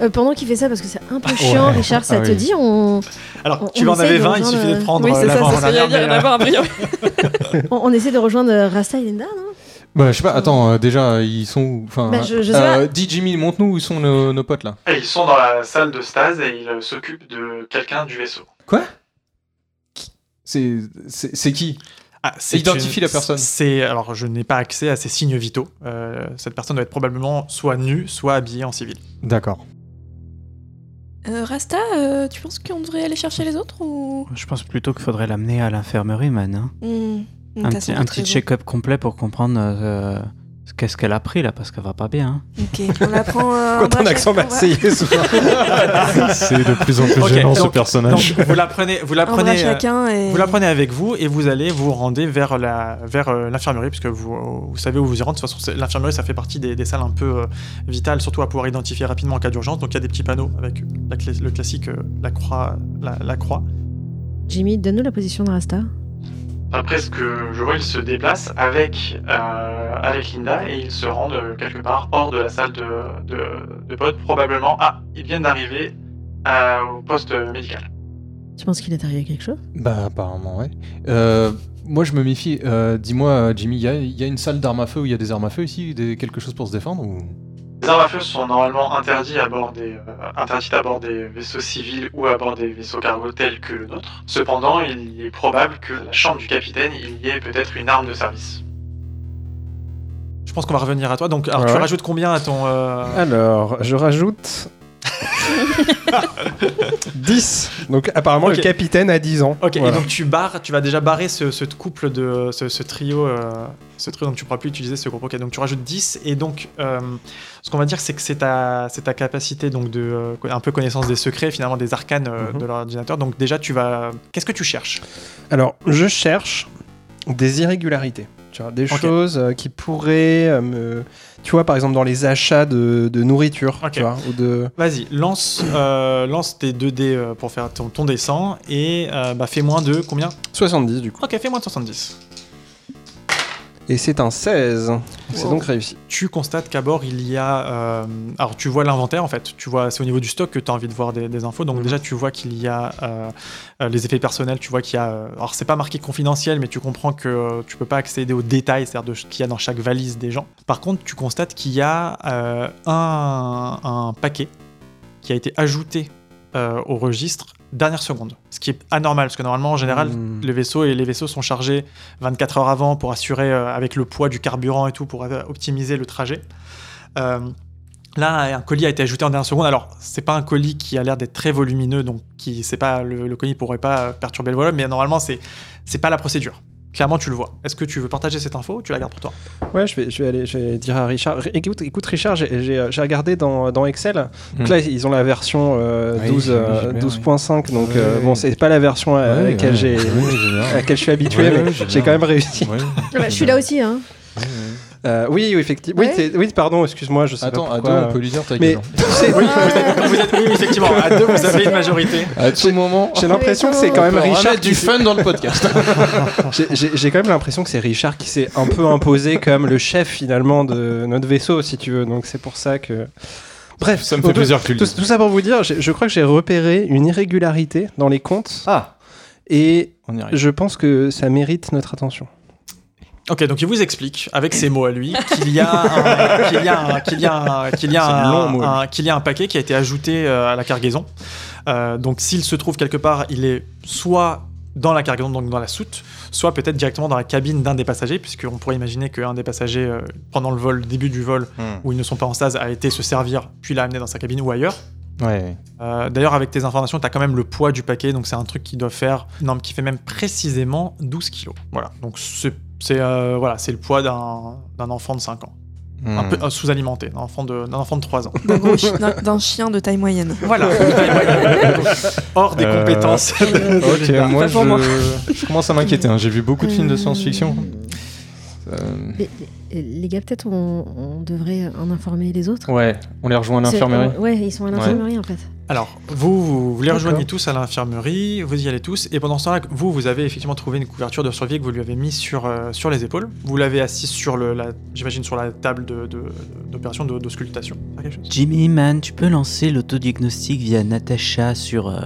[SPEAKER 6] Euh, pendant qu'il fait ça, parce que c'est un peu chiant, Richard, ça
[SPEAKER 1] Ah
[SPEAKER 6] te
[SPEAKER 1] oui.
[SPEAKER 6] dit, on,
[SPEAKER 7] Alors,
[SPEAKER 6] On-
[SPEAKER 7] tu
[SPEAKER 6] on
[SPEAKER 7] en avais
[SPEAKER 6] essaye de
[SPEAKER 7] 20, il
[SPEAKER 6] rejoindre
[SPEAKER 7] suffit de
[SPEAKER 6] le-
[SPEAKER 7] prendre
[SPEAKER 4] Oui,
[SPEAKER 7] euh,
[SPEAKER 4] c'est
[SPEAKER 7] la
[SPEAKER 4] ça,
[SPEAKER 7] barre
[SPEAKER 4] c'est
[SPEAKER 7] en
[SPEAKER 4] ce que j'allais
[SPEAKER 7] arrière.
[SPEAKER 4] dire,
[SPEAKER 7] mais, euh,
[SPEAKER 4] d'avoir un brillant.
[SPEAKER 6] on, on essaie de rejoindre euh, Rasta et Linda, non
[SPEAKER 1] Bah, je sais pas, attends, euh, déjà, euh, ils sont où enfin, euh,
[SPEAKER 6] Bah, je- je sais
[SPEAKER 1] Dis Jimmy, montre-nous où sont nos, nos potes là.
[SPEAKER 5] Et ils sont dans la salle de stase et ils euh, s'occupent de quelqu'un du vaisseau.
[SPEAKER 1] C'est c'est- c'est qui
[SPEAKER 7] Ah, c'est
[SPEAKER 1] Identifie la personne.
[SPEAKER 7] C'est alors je n'ai pas accès à ses signes vitaux. Euh, cette personne doit être probablement soit nue, soit habillée en civil.
[SPEAKER 1] D'accord.
[SPEAKER 4] Euh, Rasta, euh, tu penses qu'on devrait aller chercher les autres ou.
[SPEAKER 2] Je pense plutôt qu'il faudrait l'amener à l'infirmerie, man. hein.
[SPEAKER 4] Hmm, hmm,
[SPEAKER 2] Un
[SPEAKER 4] t'as
[SPEAKER 2] petit,
[SPEAKER 4] sans
[SPEAKER 2] un
[SPEAKER 4] doute
[SPEAKER 2] petit
[SPEAKER 4] raison.
[SPEAKER 2] check-up complet pour comprendre euh, ce- qu'est-ce qu'elle a pris là, parce qu'elle va pas bien. hein.
[SPEAKER 4] Ok, on la prend. euh,
[SPEAKER 3] Quoi, ton
[SPEAKER 4] en braquette,
[SPEAKER 3] accent
[SPEAKER 4] on va-
[SPEAKER 3] marseillais souvent.
[SPEAKER 1] C'est de plus en plus
[SPEAKER 7] Ok,
[SPEAKER 1] gênant ce
[SPEAKER 7] donc-
[SPEAKER 1] personnage.
[SPEAKER 7] Donc, vous la prenez, vous la
[SPEAKER 4] Un bras
[SPEAKER 7] prenez, euh,
[SPEAKER 4] chacun et.
[SPEAKER 7] vous la prenez avec vous et vous allez vous rendez vers la vers euh, l'infirmerie puisque vous vous savez où vous y rendre. De toute façon, c'est- l'infirmerie ça fait partie des, des salles un peu euh, vitales, surtout à pouvoir identifier rapidement en cas d'urgence. Donc il y a des petits panneaux avec la clé- le classique euh, la croix la, la croix.
[SPEAKER 6] Jimmy, donne-nous la position de Rasta.
[SPEAKER 5] Après ce que je vois, ils se déplacent avec, euh, avec Linda et ils se rendent euh, quelque part hors de la salle de, de, de pod, probablement. Ah, ils viennent d'arriver euh, au poste médical.
[SPEAKER 6] Tu penses qu'il est arrivé quelque chose
[SPEAKER 1] Bah, apparemment, ouais. Euh, moi, je me méfie. Euh, Dis-moi, euh, Jimmy, il y, a- il y a une salle d'armes à feu où il y a des armes à feu ici des, Quelque chose pour se défendre ou...
[SPEAKER 5] Les armes à feu sont normalement interdites à bord des, euh, interdites à bord des vaisseaux civils ou à bord des vaisseaux cargo tels que le nôtre. Cependant, il est probable que dans la chambre du capitaine, il y ait peut-être une arme de service.
[SPEAKER 7] Je pense qu'on va revenir à toi. Donc alors
[SPEAKER 3] Ouais,
[SPEAKER 7] tu
[SPEAKER 3] ouais.
[SPEAKER 7] rajoutes combien à ton euh,
[SPEAKER 3] Alors, je rajoute. 10 Donc apparemment le
[SPEAKER 7] Ok.
[SPEAKER 3] capitaine a 10 ans.
[SPEAKER 7] Ok,
[SPEAKER 3] Voilà.
[SPEAKER 7] et donc tu barres, tu vas déjà barrer ce, ce couple de ce, ce trio, euh, ce trio, donc tu pourras plus utiliser ce groupe. Ok, donc tu rajoutes 10 et donc euh, ce qu'on va dire c'est que c'est ta, c'est ta capacité donc de euh, un peu connaissance des secrets finalement des arcanes euh,
[SPEAKER 3] Mhm.
[SPEAKER 7] de l'ordinateur. Donc déjà tu vas, qu'est-ce que tu cherches
[SPEAKER 3] Alors je cherche des irrégularités. Tu vois, des
[SPEAKER 7] Ok.
[SPEAKER 3] choses euh, qui pourraient euh, me. Tu vois, par exemple, dans les achats de, de nourriture,
[SPEAKER 7] Ok.
[SPEAKER 3] tu vois, ou de.
[SPEAKER 7] Vas-y, lance, euh, lance tes 2 dés euh, pour faire ton, ton dessin et euh, bah, fais moins de combien
[SPEAKER 3] 70 du coup.
[SPEAKER 7] Ok, fais moins de 70.
[SPEAKER 3] Et c'est un 16. C'est
[SPEAKER 7] Wow.
[SPEAKER 3] donc réussi.
[SPEAKER 7] Tu constates qu'à bord, il y a. euh, alors, tu vois l'inventaire, en fait. Tu vois, c'est au niveau du stock que tu as envie de voir des, des infos. Donc, déjà, tu vois qu'il y a euh, euh, les effets personnels. Tu vois qu'il y a. euh, alors, c'est pas marqué confidentiel, mais tu comprends que euh, tu peux pas accéder aux détails, c'est-à-dire de ce qu'il y a dans chaque valise des gens. Par contre, tu constates qu'il y a euh, un, un paquet qui a été ajouté euh, au registre dernière seconde. Ce qui est anormal, parce que normalement, en général,
[SPEAKER 3] Hmm.
[SPEAKER 7] le vaisseau et les vaisseaux sont chargés 24 heures avant pour assurer euh, avec le poids du carburant et tout pour euh, optimiser le trajet. Euh, là, un colis a été ajouté en dernière seconde. Alors, c'est pas un colis qui a l'air d'être très volumineux, donc qui c'est pas le, le colis pourrait pas euh, perturber le volume, mais normalement c'est c'est pas la procédure. Clairement, tu le vois. Est-ce que tu veux partager cette info ou tu la gardes pour toi
[SPEAKER 3] Ouais, je vais, je vais aller je vais dire à Richard. Ré- Écoute, écoute Richard, j'ai- j'ai euh, j'ai regardé dans, dans Excel. Donc
[SPEAKER 1] Mm.
[SPEAKER 3] là, ils ont la version euh,
[SPEAKER 1] Ah Oui,
[SPEAKER 3] 12,
[SPEAKER 1] c'est
[SPEAKER 3] euh,
[SPEAKER 1] super,
[SPEAKER 3] 12.5. Donc, euh,
[SPEAKER 1] Ouais.
[SPEAKER 3] bon, c'est pas la version euh, à à laquelle j'ai- à laquelle je suis habitué,
[SPEAKER 1] Ouais,
[SPEAKER 3] mais
[SPEAKER 1] ouais, j'ai
[SPEAKER 3] j'ai
[SPEAKER 1] bien.
[SPEAKER 3] quand même réussi.
[SPEAKER 6] je suis là aussi, hein.
[SPEAKER 3] Euh, oui, oui, effectivement. Oui,
[SPEAKER 6] Ouais.
[SPEAKER 3] c'est- oui, pardon, excuse-moi, je sais
[SPEAKER 1] Attends,
[SPEAKER 3] pas
[SPEAKER 1] à deux,
[SPEAKER 3] pourquoi. euh,
[SPEAKER 1] on peut lui dire ta
[SPEAKER 3] mais
[SPEAKER 1] gueule. hein.
[SPEAKER 3] tu sais,
[SPEAKER 7] Vous êtes- oui, effectivement. À deux, vous avez une majorité.
[SPEAKER 1] À tout moment,
[SPEAKER 3] j'ai l'impression que c'est quand
[SPEAKER 1] on
[SPEAKER 3] même
[SPEAKER 1] peut
[SPEAKER 3] Richard
[SPEAKER 1] remettre
[SPEAKER 3] qui
[SPEAKER 1] du
[SPEAKER 3] s'est-
[SPEAKER 1] fun dans le podcast.
[SPEAKER 3] j'ai- j'ai j'ai quand même l'impression que c'est Richard qui s'est un peu imposé comme le chef finalement de notre vaisseau, si tu veux. Donc c'est pour ça que. Bref,
[SPEAKER 1] Ça me
[SPEAKER 3] on
[SPEAKER 1] fait
[SPEAKER 3] peut-
[SPEAKER 1] plaisir que tu le
[SPEAKER 3] Tout,
[SPEAKER 1] dises.
[SPEAKER 3] tout ça pour vous dire, j'ai- je crois que j'ai repéré une irrégularité dans les comptes.
[SPEAKER 1] Ah.
[SPEAKER 3] Et
[SPEAKER 1] On y arrive.
[SPEAKER 3] je pense que ça mérite notre attention.
[SPEAKER 7] Ok, donc il vous explique avec ses mots à lui qu'il y a un- qu'il y a un- qu'il y a un- qu'il y a
[SPEAKER 1] C'est
[SPEAKER 7] un-
[SPEAKER 1] long, moi.
[SPEAKER 7] un- qu'il y a un paquet qui a été ajouté euh, à la cargaison. Euh, donc s'il se trouve quelque part, il est soit dans la cargaison, donc dans la soute, soit peut-être directement dans la cabine d'un des passagers, puisqu'on pourrait imaginer qu'un des passagers, euh, pendant le vol, début du vol,
[SPEAKER 1] Hmm.
[SPEAKER 7] où ils ne sont pas en stase, a été se servir, puis l'a amené dans sa cabine ou ailleurs.
[SPEAKER 1] Ouais.
[SPEAKER 7] Euh, D'ailleurs, avec tes informations, tu as quand même le poids du paquet, donc c'est un truc qui doit faire, non, mais qui fait même précisément 12 kilos. Voilà, donc c'est c'est, euh, voilà, c'est le poids d'un d'un enfant de 5 ans,
[SPEAKER 1] Hmm.
[SPEAKER 7] un peu euh, sous-alimenté, d'un enfant, de- d'un enfant de 3 ans.
[SPEAKER 4] D'un gros chi- d'un- d'un chien de taille moyenne.
[SPEAKER 7] Voilà, hors des
[SPEAKER 1] Euh,
[SPEAKER 7] compétences.
[SPEAKER 1] Ok, moi
[SPEAKER 4] Pas pour moi.
[SPEAKER 1] je... je commence à m'inquiéter. hein. J'ai vu beaucoup de films de science-fiction. Euh,
[SPEAKER 6] Mais, Les les gars, peut-être on, on devrait en informer les autres.
[SPEAKER 1] Ouais, on les rejoint à
[SPEAKER 6] C'est-
[SPEAKER 1] l'infirmerie.
[SPEAKER 6] Ouais, ils sont à l'infirmerie en fait.
[SPEAKER 7] Alors, vous, vous, vous les
[SPEAKER 3] D'accord.
[SPEAKER 7] rejoignez tous à l'infirmerie, vous y allez tous, et pendant ce temps-là, vous, vous avez effectivement trouvé une couverture de survie que vous lui avez mis sur, euh, sur les épaules. Vous l'avez assise sur, le, la- j'imagine, sur la table de- de- d'opération de, d'auscultation. Faire quelque chose
[SPEAKER 8] Jimmy Man, tu peux lancer l'autodiagnostic via Natacha sur, euh,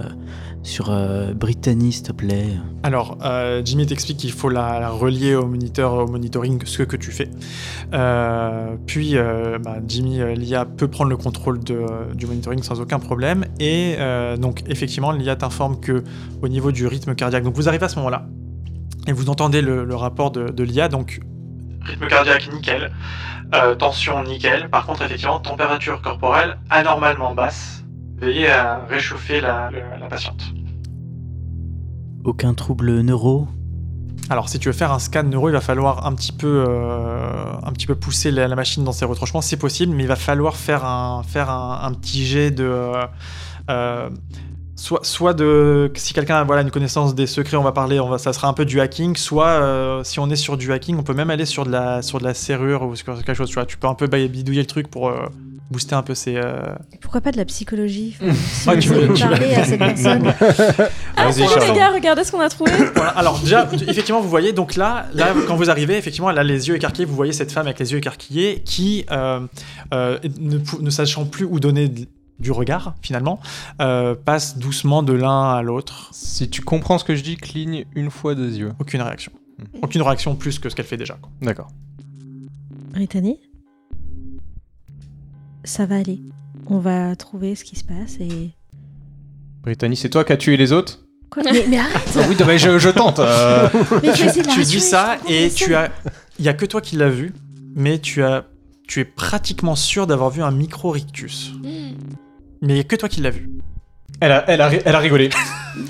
[SPEAKER 8] sur euh, Brittany, s'il te plaît.
[SPEAKER 7] Alors, euh, Jimmy t'explique qu'il faut la, la relier au moniteur, au monitoring, ce que tu fais. Euh, puis, euh, bah, Jimmy, euh, l'IA peut prendre le contrôle de, euh, du monitoring sans aucun problème. Et euh, donc, effectivement, l'IA t'informe que au niveau du rythme cardiaque, donc vous arrivez à ce moment-là et vous entendez le, le rapport de, de l'IA. Donc,
[SPEAKER 5] Rythme cardiaque, nickel. Euh, tension, nickel. Par contre, effectivement, température corporelle anormalement basse. Veillez à réchauffer la, le- la patiente.
[SPEAKER 8] Aucun trouble neuro
[SPEAKER 7] alors, si tu veux faire un scan neuro, il va falloir un petit peu, euh, un petit peu pousser la, la machine dans ses retranchements, c'est possible, mais il va falloir faire un, faire un, un petit jet de. euh, Euh, soit, soit de si quelqu'un a voilà, une connaissance des secrets, on va parler, on va, ça sera un peu du hacking. Soit euh, si on est sur du hacking, on peut même aller sur de la, sur de la serrure ou sur quelque chose. Tu, vois, tu peux un peu ba- bidouiller le truc pour euh, booster un peu ses. euh,
[SPEAKER 6] Et Pourquoi pas de la psychologie
[SPEAKER 1] Ah,
[SPEAKER 7] Ouais, tu veux-
[SPEAKER 6] Essayer de
[SPEAKER 7] tu veux-
[SPEAKER 6] parler à cette personne.
[SPEAKER 1] Vas-y,
[SPEAKER 4] Attends, Ah, les
[SPEAKER 1] Charles.
[SPEAKER 4] gars, regardez ce qu'on a trouvé.
[SPEAKER 7] Voilà, alors déjà, effectivement, vous voyez, donc là, là, quand vous arrivez, effectivement, elle a les yeux écarquillés, vous voyez cette femme avec les yeux écarquillés qui, euh, euh, ne, pou- ne sachant plus où donner de- du regard, finalement, euh, passe doucement de l'un à l'autre.
[SPEAKER 1] Si tu comprends ce que je dis, cligne une fois des yeux.
[SPEAKER 7] Aucune réaction.
[SPEAKER 1] Hmm.
[SPEAKER 7] Aucune réaction plus que ce qu'elle fait déjà. quoi.
[SPEAKER 1] D'accord.
[SPEAKER 6] Brittany Ça va aller. On va trouver ce qui se passe et.
[SPEAKER 1] Brittany, c'est toi qui as tué les autres
[SPEAKER 6] Quoi mais, mais arrête
[SPEAKER 1] Ah Oui, non, mais je, je tente. euh.
[SPEAKER 6] Mais tu,
[SPEAKER 7] tu, tu dis ça et tu as il y a que toi qui l'as vu
[SPEAKER 4] Mm.
[SPEAKER 7] mais tu as tu es pratiquement sûr d'avoir vu un micro rictus Mais il n'y a que toi qui l'as vu. Elle a, elle, a, ri- elle a rigolé.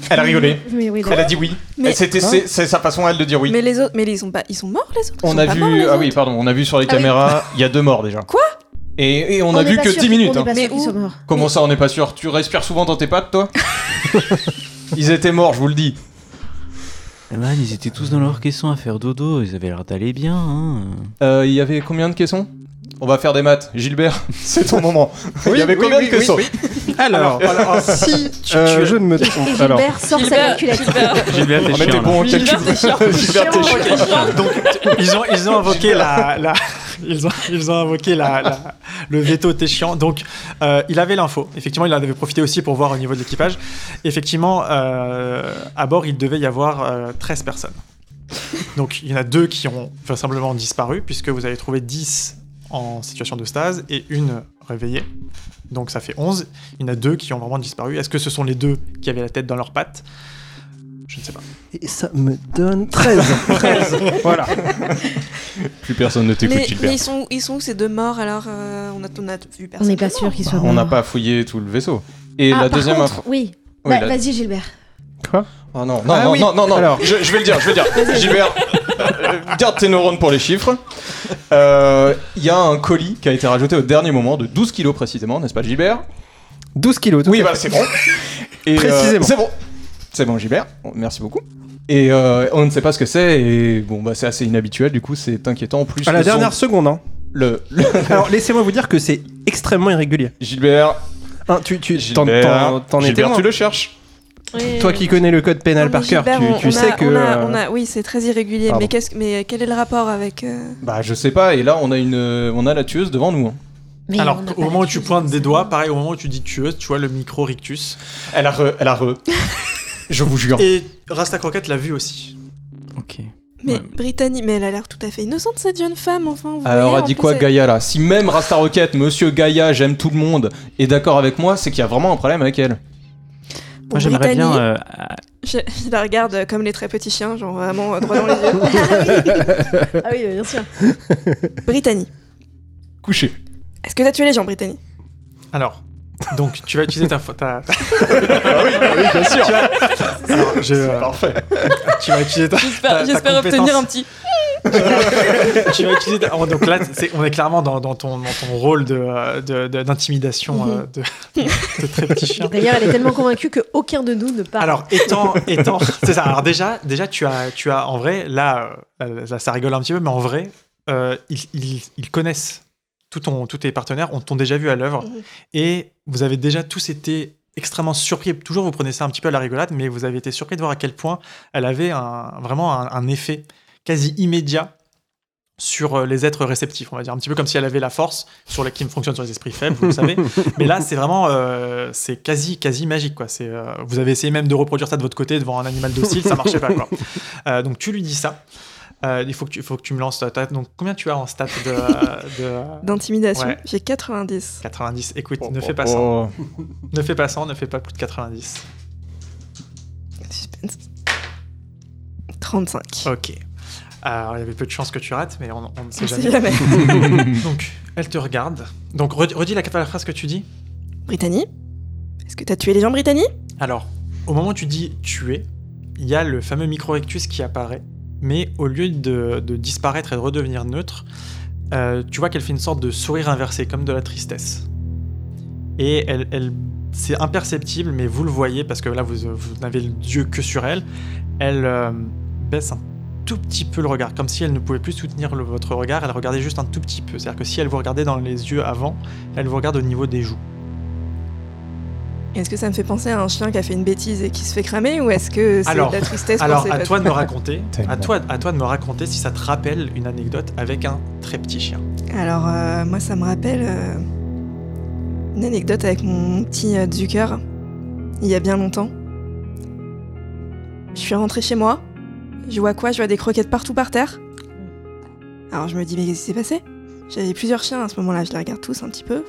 [SPEAKER 7] elle a rigolé.
[SPEAKER 6] Mais oui,
[SPEAKER 7] Elle a dit oui.
[SPEAKER 4] Mais-
[SPEAKER 1] Eh,
[SPEAKER 7] Et C'était
[SPEAKER 4] Hein
[SPEAKER 7] c'est- c'est sa façon à elle de dire oui.
[SPEAKER 4] Mais les autres, mais ils sont pas, ils sont morts les autres. Ils
[SPEAKER 1] On
[SPEAKER 4] sont
[SPEAKER 1] a
[SPEAKER 4] pas
[SPEAKER 1] vu,
[SPEAKER 4] morts, les
[SPEAKER 1] ah oui,
[SPEAKER 4] autres
[SPEAKER 1] pardon, on a vu sur les
[SPEAKER 4] Ah oui.
[SPEAKER 1] caméras, il y a deux morts déjà.
[SPEAKER 4] Quoi
[SPEAKER 1] et, et on, a vu que 10 minutes. hein.
[SPEAKER 4] Mais
[SPEAKER 6] Mais
[SPEAKER 4] où
[SPEAKER 6] où
[SPEAKER 1] Comment ça, on n'est pas sûr Tu respires souvent dans tes pattes, toi Ils étaient morts, je vous le dis.
[SPEAKER 8] Ah man, ils étaient tous dans leur caisson à faire dodo, ils avaient l'air d'aller bien. Hein.
[SPEAKER 1] Euh, Il y avait combien de caissons On va faire des maths. Gilbert, c'est ton moment. il
[SPEAKER 3] Oui,
[SPEAKER 1] y avait
[SPEAKER 3] oui,
[SPEAKER 1] combien de
[SPEAKER 3] oui,
[SPEAKER 1] caissons
[SPEAKER 3] oui, Alors, si
[SPEAKER 1] Euh,
[SPEAKER 3] je ne me
[SPEAKER 6] Et
[SPEAKER 3] trompe. Alors,
[SPEAKER 6] Gilbert sort sa calculatrice.
[SPEAKER 2] Gilbert, t'es
[SPEAKER 1] On était
[SPEAKER 2] chiant, là.
[SPEAKER 1] bon en calcul. Gilbert, t'es chiant.
[SPEAKER 7] Donc, ils ont, ils ont invoqué la, la- ils ont, ils ont invoqué la, la- le veto Téchian. Donc, euh, il avait l'info. Effectivement, il en avait profité aussi pour voir au niveau de l'équipage. Effectivement, euh, à bord, il devait y avoir euh, 13 personnes. Donc, il y en a deux qui ont simplement disparu, puisque vous avez trouvé 10 en situation de stase et une réveillée. Donc, ça fait 11. Il y en a deux qui ont vraiment disparu. Est-ce que ce sont les deux qui avaient la tête dans leurs pattes Je ne sais pas.
[SPEAKER 3] et ça me donne 13. 13. voilà.
[SPEAKER 1] Plus personne ne t'écoute,
[SPEAKER 4] Mais,
[SPEAKER 1] Gilbert.
[SPEAKER 4] mais ils sont, ils sont où ces deux morts alors euh, On a, on a vu
[SPEAKER 6] On
[SPEAKER 4] personne.
[SPEAKER 6] n'est pas sûr qu'il soit
[SPEAKER 1] Bah,
[SPEAKER 6] mort.
[SPEAKER 1] on n'a pas fouillé tout le vaisseau. Et
[SPEAKER 6] Ah,
[SPEAKER 1] la
[SPEAKER 6] par
[SPEAKER 1] deuxième
[SPEAKER 6] contre,
[SPEAKER 1] info.
[SPEAKER 6] Oui.
[SPEAKER 1] Oui,
[SPEAKER 6] Bah,
[SPEAKER 1] la-
[SPEAKER 6] Vas-y, Gilbert.
[SPEAKER 1] Ah non, non,
[SPEAKER 3] Ah
[SPEAKER 1] non,
[SPEAKER 3] oui.
[SPEAKER 1] non, non, non.
[SPEAKER 3] Alors.
[SPEAKER 1] Je, je vais le dire, je vais le dire. Gilbert, euh, garde tes neurones pour les chiffres. Euh, Il y a un colis qui a été rajouté au dernier moment de 12 kilos précisément, n'est-ce pas, Gilbert
[SPEAKER 3] 12 kilos. tout
[SPEAKER 1] Oui,
[SPEAKER 3] à
[SPEAKER 1] bah c'est
[SPEAKER 3] fait.
[SPEAKER 1] bon. Et, euh,
[SPEAKER 3] Précisément.
[SPEAKER 1] c'est bon. C'est bon, Gilbert. Bon, Merci beaucoup. Et euh, on ne sait pas ce que c'est, et bon, bah c'est assez inhabituel, du coup, c'est inquiétant. En plus,
[SPEAKER 3] À la
[SPEAKER 1] le son-
[SPEAKER 3] dernière seconde. Hein.
[SPEAKER 1] le, le-
[SPEAKER 3] Alors, laissez-moi vous dire que c'est extrêmement irrégulier.
[SPEAKER 1] Gilbert,
[SPEAKER 3] Hein, tu, tu, t'en, t'en-
[SPEAKER 1] Gilbert,
[SPEAKER 3] t'en es
[SPEAKER 1] Gilbert
[SPEAKER 3] témoin.
[SPEAKER 1] tu le cherches.
[SPEAKER 4] Oui,
[SPEAKER 3] Toi
[SPEAKER 4] oui.
[SPEAKER 3] qui connais hein. le code pénal
[SPEAKER 4] Non,
[SPEAKER 3] par
[SPEAKER 4] mais
[SPEAKER 3] cœur,
[SPEAKER 4] Gilbert,
[SPEAKER 3] tu,
[SPEAKER 4] on-
[SPEAKER 3] tu
[SPEAKER 4] on
[SPEAKER 3] sais
[SPEAKER 4] a-
[SPEAKER 3] que.
[SPEAKER 4] on a- on
[SPEAKER 3] euh,
[SPEAKER 4] a- oui, c'est très irrégulier.
[SPEAKER 3] Pardon.
[SPEAKER 4] Mais, qu'est-ce- mais quel est le rapport avec euh,
[SPEAKER 1] Bah, je sais pas, et là, on a, une, euh, on a la tueuse devant nous. hein.
[SPEAKER 6] Mais
[SPEAKER 7] Alors,
[SPEAKER 6] on n'a pas
[SPEAKER 7] au moment où tu
[SPEAKER 6] l'habitude.
[SPEAKER 7] pointes des doigts, pareil, au moment où tu dis tueuse, tu vois le micro rictus.
[SPEAKER 1] Elle a re, elle a re. je vous jure.
[SPEAKER 7] Et Rasta Croquette l'a vu aussi.
[SPEAKER 2] Ok.
[SPEAKER 4] Mais
[SPEAKER 2] Ouais.
[SPEAKER 4] Brittany, mais elle a l'air tout à fait innocente cette jeune femme. Enfin, vous
[SPEAKER 1] Alors,
[SPEAKER 4] voyez,
[SPEAKER 1] a
[SPEAKER 4] en
[SPEAKER 1] dit
[SPEAKER 4] plus,
[SPEAKER 1] quoi
[SPEAKER 4] elle-
[SPEAKER 1] Gaïa là Si même Rasta Rocket, Monsieur Gaïa, j'aime tout le monde, est d'accord avec moi, c'est qu'il y a vraiment un problème avec elle.
[SPEAKER 2] Moi, j'aimerais
[SPEAKER 4] Brittany,
[SPEAKER 2] bien. euh, à-
[SPEAKER 4] Je, je la regarde euh, comme les très petits chiens, genre vraiment euh, droit dans les yeux.
[SPEAKER 6] Ah oui, bien sûr.
[SPEAKER 4] Brittany,
[SPEAKER 1] Couché.
[SPEAKER 4] est-ce que t'as tué les gens, Brittany
[SPEAKER 7] Alors, donc tu vas utiliser ta. fo- ta...
[SPEAKER 1] Ah Oui, bien sûr.
[SPEAKER 7] Alors, j'ai, euh,
[SPEAKER 1] Parfait.
[SPEAKER 7] tu vas utiliser ta. ta- ta
[SPEAKER 11] J'espère j'espère obtenir un
[SPEAKER 7] compétence.
[SPEAKER 11] petit.
[SPEAKER 7] tu vas utiliser ta- oh, donc là, c'est- on est clairement dans, dans ton, dans ton rôle de, euh, de- de-
[SPEAKER 11] Mm-hmm.
[SPEAKER 7] d'intimidation euh, de, de très petit chien.
[SPEAKER 6] D'ailleurs, elle est tellement convaincue qu'aucun de nous ne parle.
[SPEAKER 7] Alors, étant, étant, c'est ça. Alors déjà, déjà, tu as, tu as, en vrai, là, euh, là, ça rigole un petit peu, mais en vrai, euh, ils, ils- ils connaissent tout ton, tous tes partenaires, on t'ont déjà vu à l'œuvre,
[SPEAKER 4] Mhm.
[SPEAKER 7] et vous avez déjà tous été extrêmement surpris. Toujours, vous prenez ça un petit peu à la rigolade, mais vous avez été surpris de voir à quel point elle avait un, vraiment un, un effet quasi immédiat sur euh, les êtres réceptifs, on va dire, un petit peu comme si elle avait la force sur la, qui fonctionne sur les esprits faibles, vous le savez. Mais là, c'est vraiment, euh, c'est quasi, quasi magique, quoi. C'est, euh, vous avez essayé même de reproduire ça de votre côté devant un animal docile, ça marchait pas, quoi. Euh, donc tu lui dis ça. Euh, il faut que tu, faut que tu me lances. ta- ta- donc combien tu as en stats de, de-
[SPEAKER 4] D'intimidation,
[SPEAKER 7] Ouais.
[SPEAKER 4] j'ai 90.
[SPEAKER 7] 90 Écoute,
[SPEAKER 1] Oh,
[SPEAKER 7] ne
[SPEAKER 1] oh,
[SPEAKER 7] fais pas ça.
[SPEAKER 1] oh.
[SPEAKER 7] Ne fais pas ça. Ne fais pas plus de 90.
[SPEAKER 4] Suspense. 35.
[SPEAKER 7] Ok. Alors, il y avait peu de chances que tu rates, mais on, on ne sait
[SPEAKER 4] On sait
[SPEAKER 7] jamais.
[SPEAKER 4] jamais.
[SPEAKER 7] Donc, elle te regarde. Donc, redis, redis la, la phrase que tu dis.
[SPEAKER 4] Brittany Est-ce que t'as tué les gens, Brittany
[SPEAKER 7] Alors, au moment où tu dis tuer, il y a le fameux micro-rectus qui apparaît, mais au lieu de, de disparaître et de redevenir neutre, euh, tu vois qu'elle fait une sorte de sourire inversé, comme de la tristesse. Et elle, elle- c'est imperceptible, mais vous le voyez parce que là, vous, euh, vous n'avez Dieu que sur elle. Elle euh, baisse un tout petit peu le regard, comme si elle ne pouvait plus soutenir le- votre regard. Elle regardait juste un tout petit peu. C'est-à-dire que si elle vous regardait dans les yeux avant, elle vous regarde au niveau des joues.
[SPEAKER 4] Est-ce que ça me fait penser à un chien qui a fait une bêtise et qui se fait cramer ou est-ce que c'est
[SPEAKER 7] Alors-
[SPEAKER 4] de la tristesse pour
[SPEAKER 7] Alors
[SPEAKER 4] ses
[SPEAKER 7] à
[SPEAKER 4] potes
[SPEAKER 7] toi de me raconter, à
[SPEAKER 1] Tellement.
[SPEAKER 7] toi, à toi de me raconter si ça te rappelle une anecdote avec un très petit chien.
[SPEAKER 4] Alors, euh, moi, ça me rappelle euh, une anecdote avec mon petit euh, Zucker, il y a bien longtemps. Je suis rentrée chez moi, je vois quoi Je vois des croquettes partout par terre. Alors, je me dis, mais qu'est-ce qui s'est passé J'avais plusieurs chiens à ce moment-là, je les regarde tous un petit peu.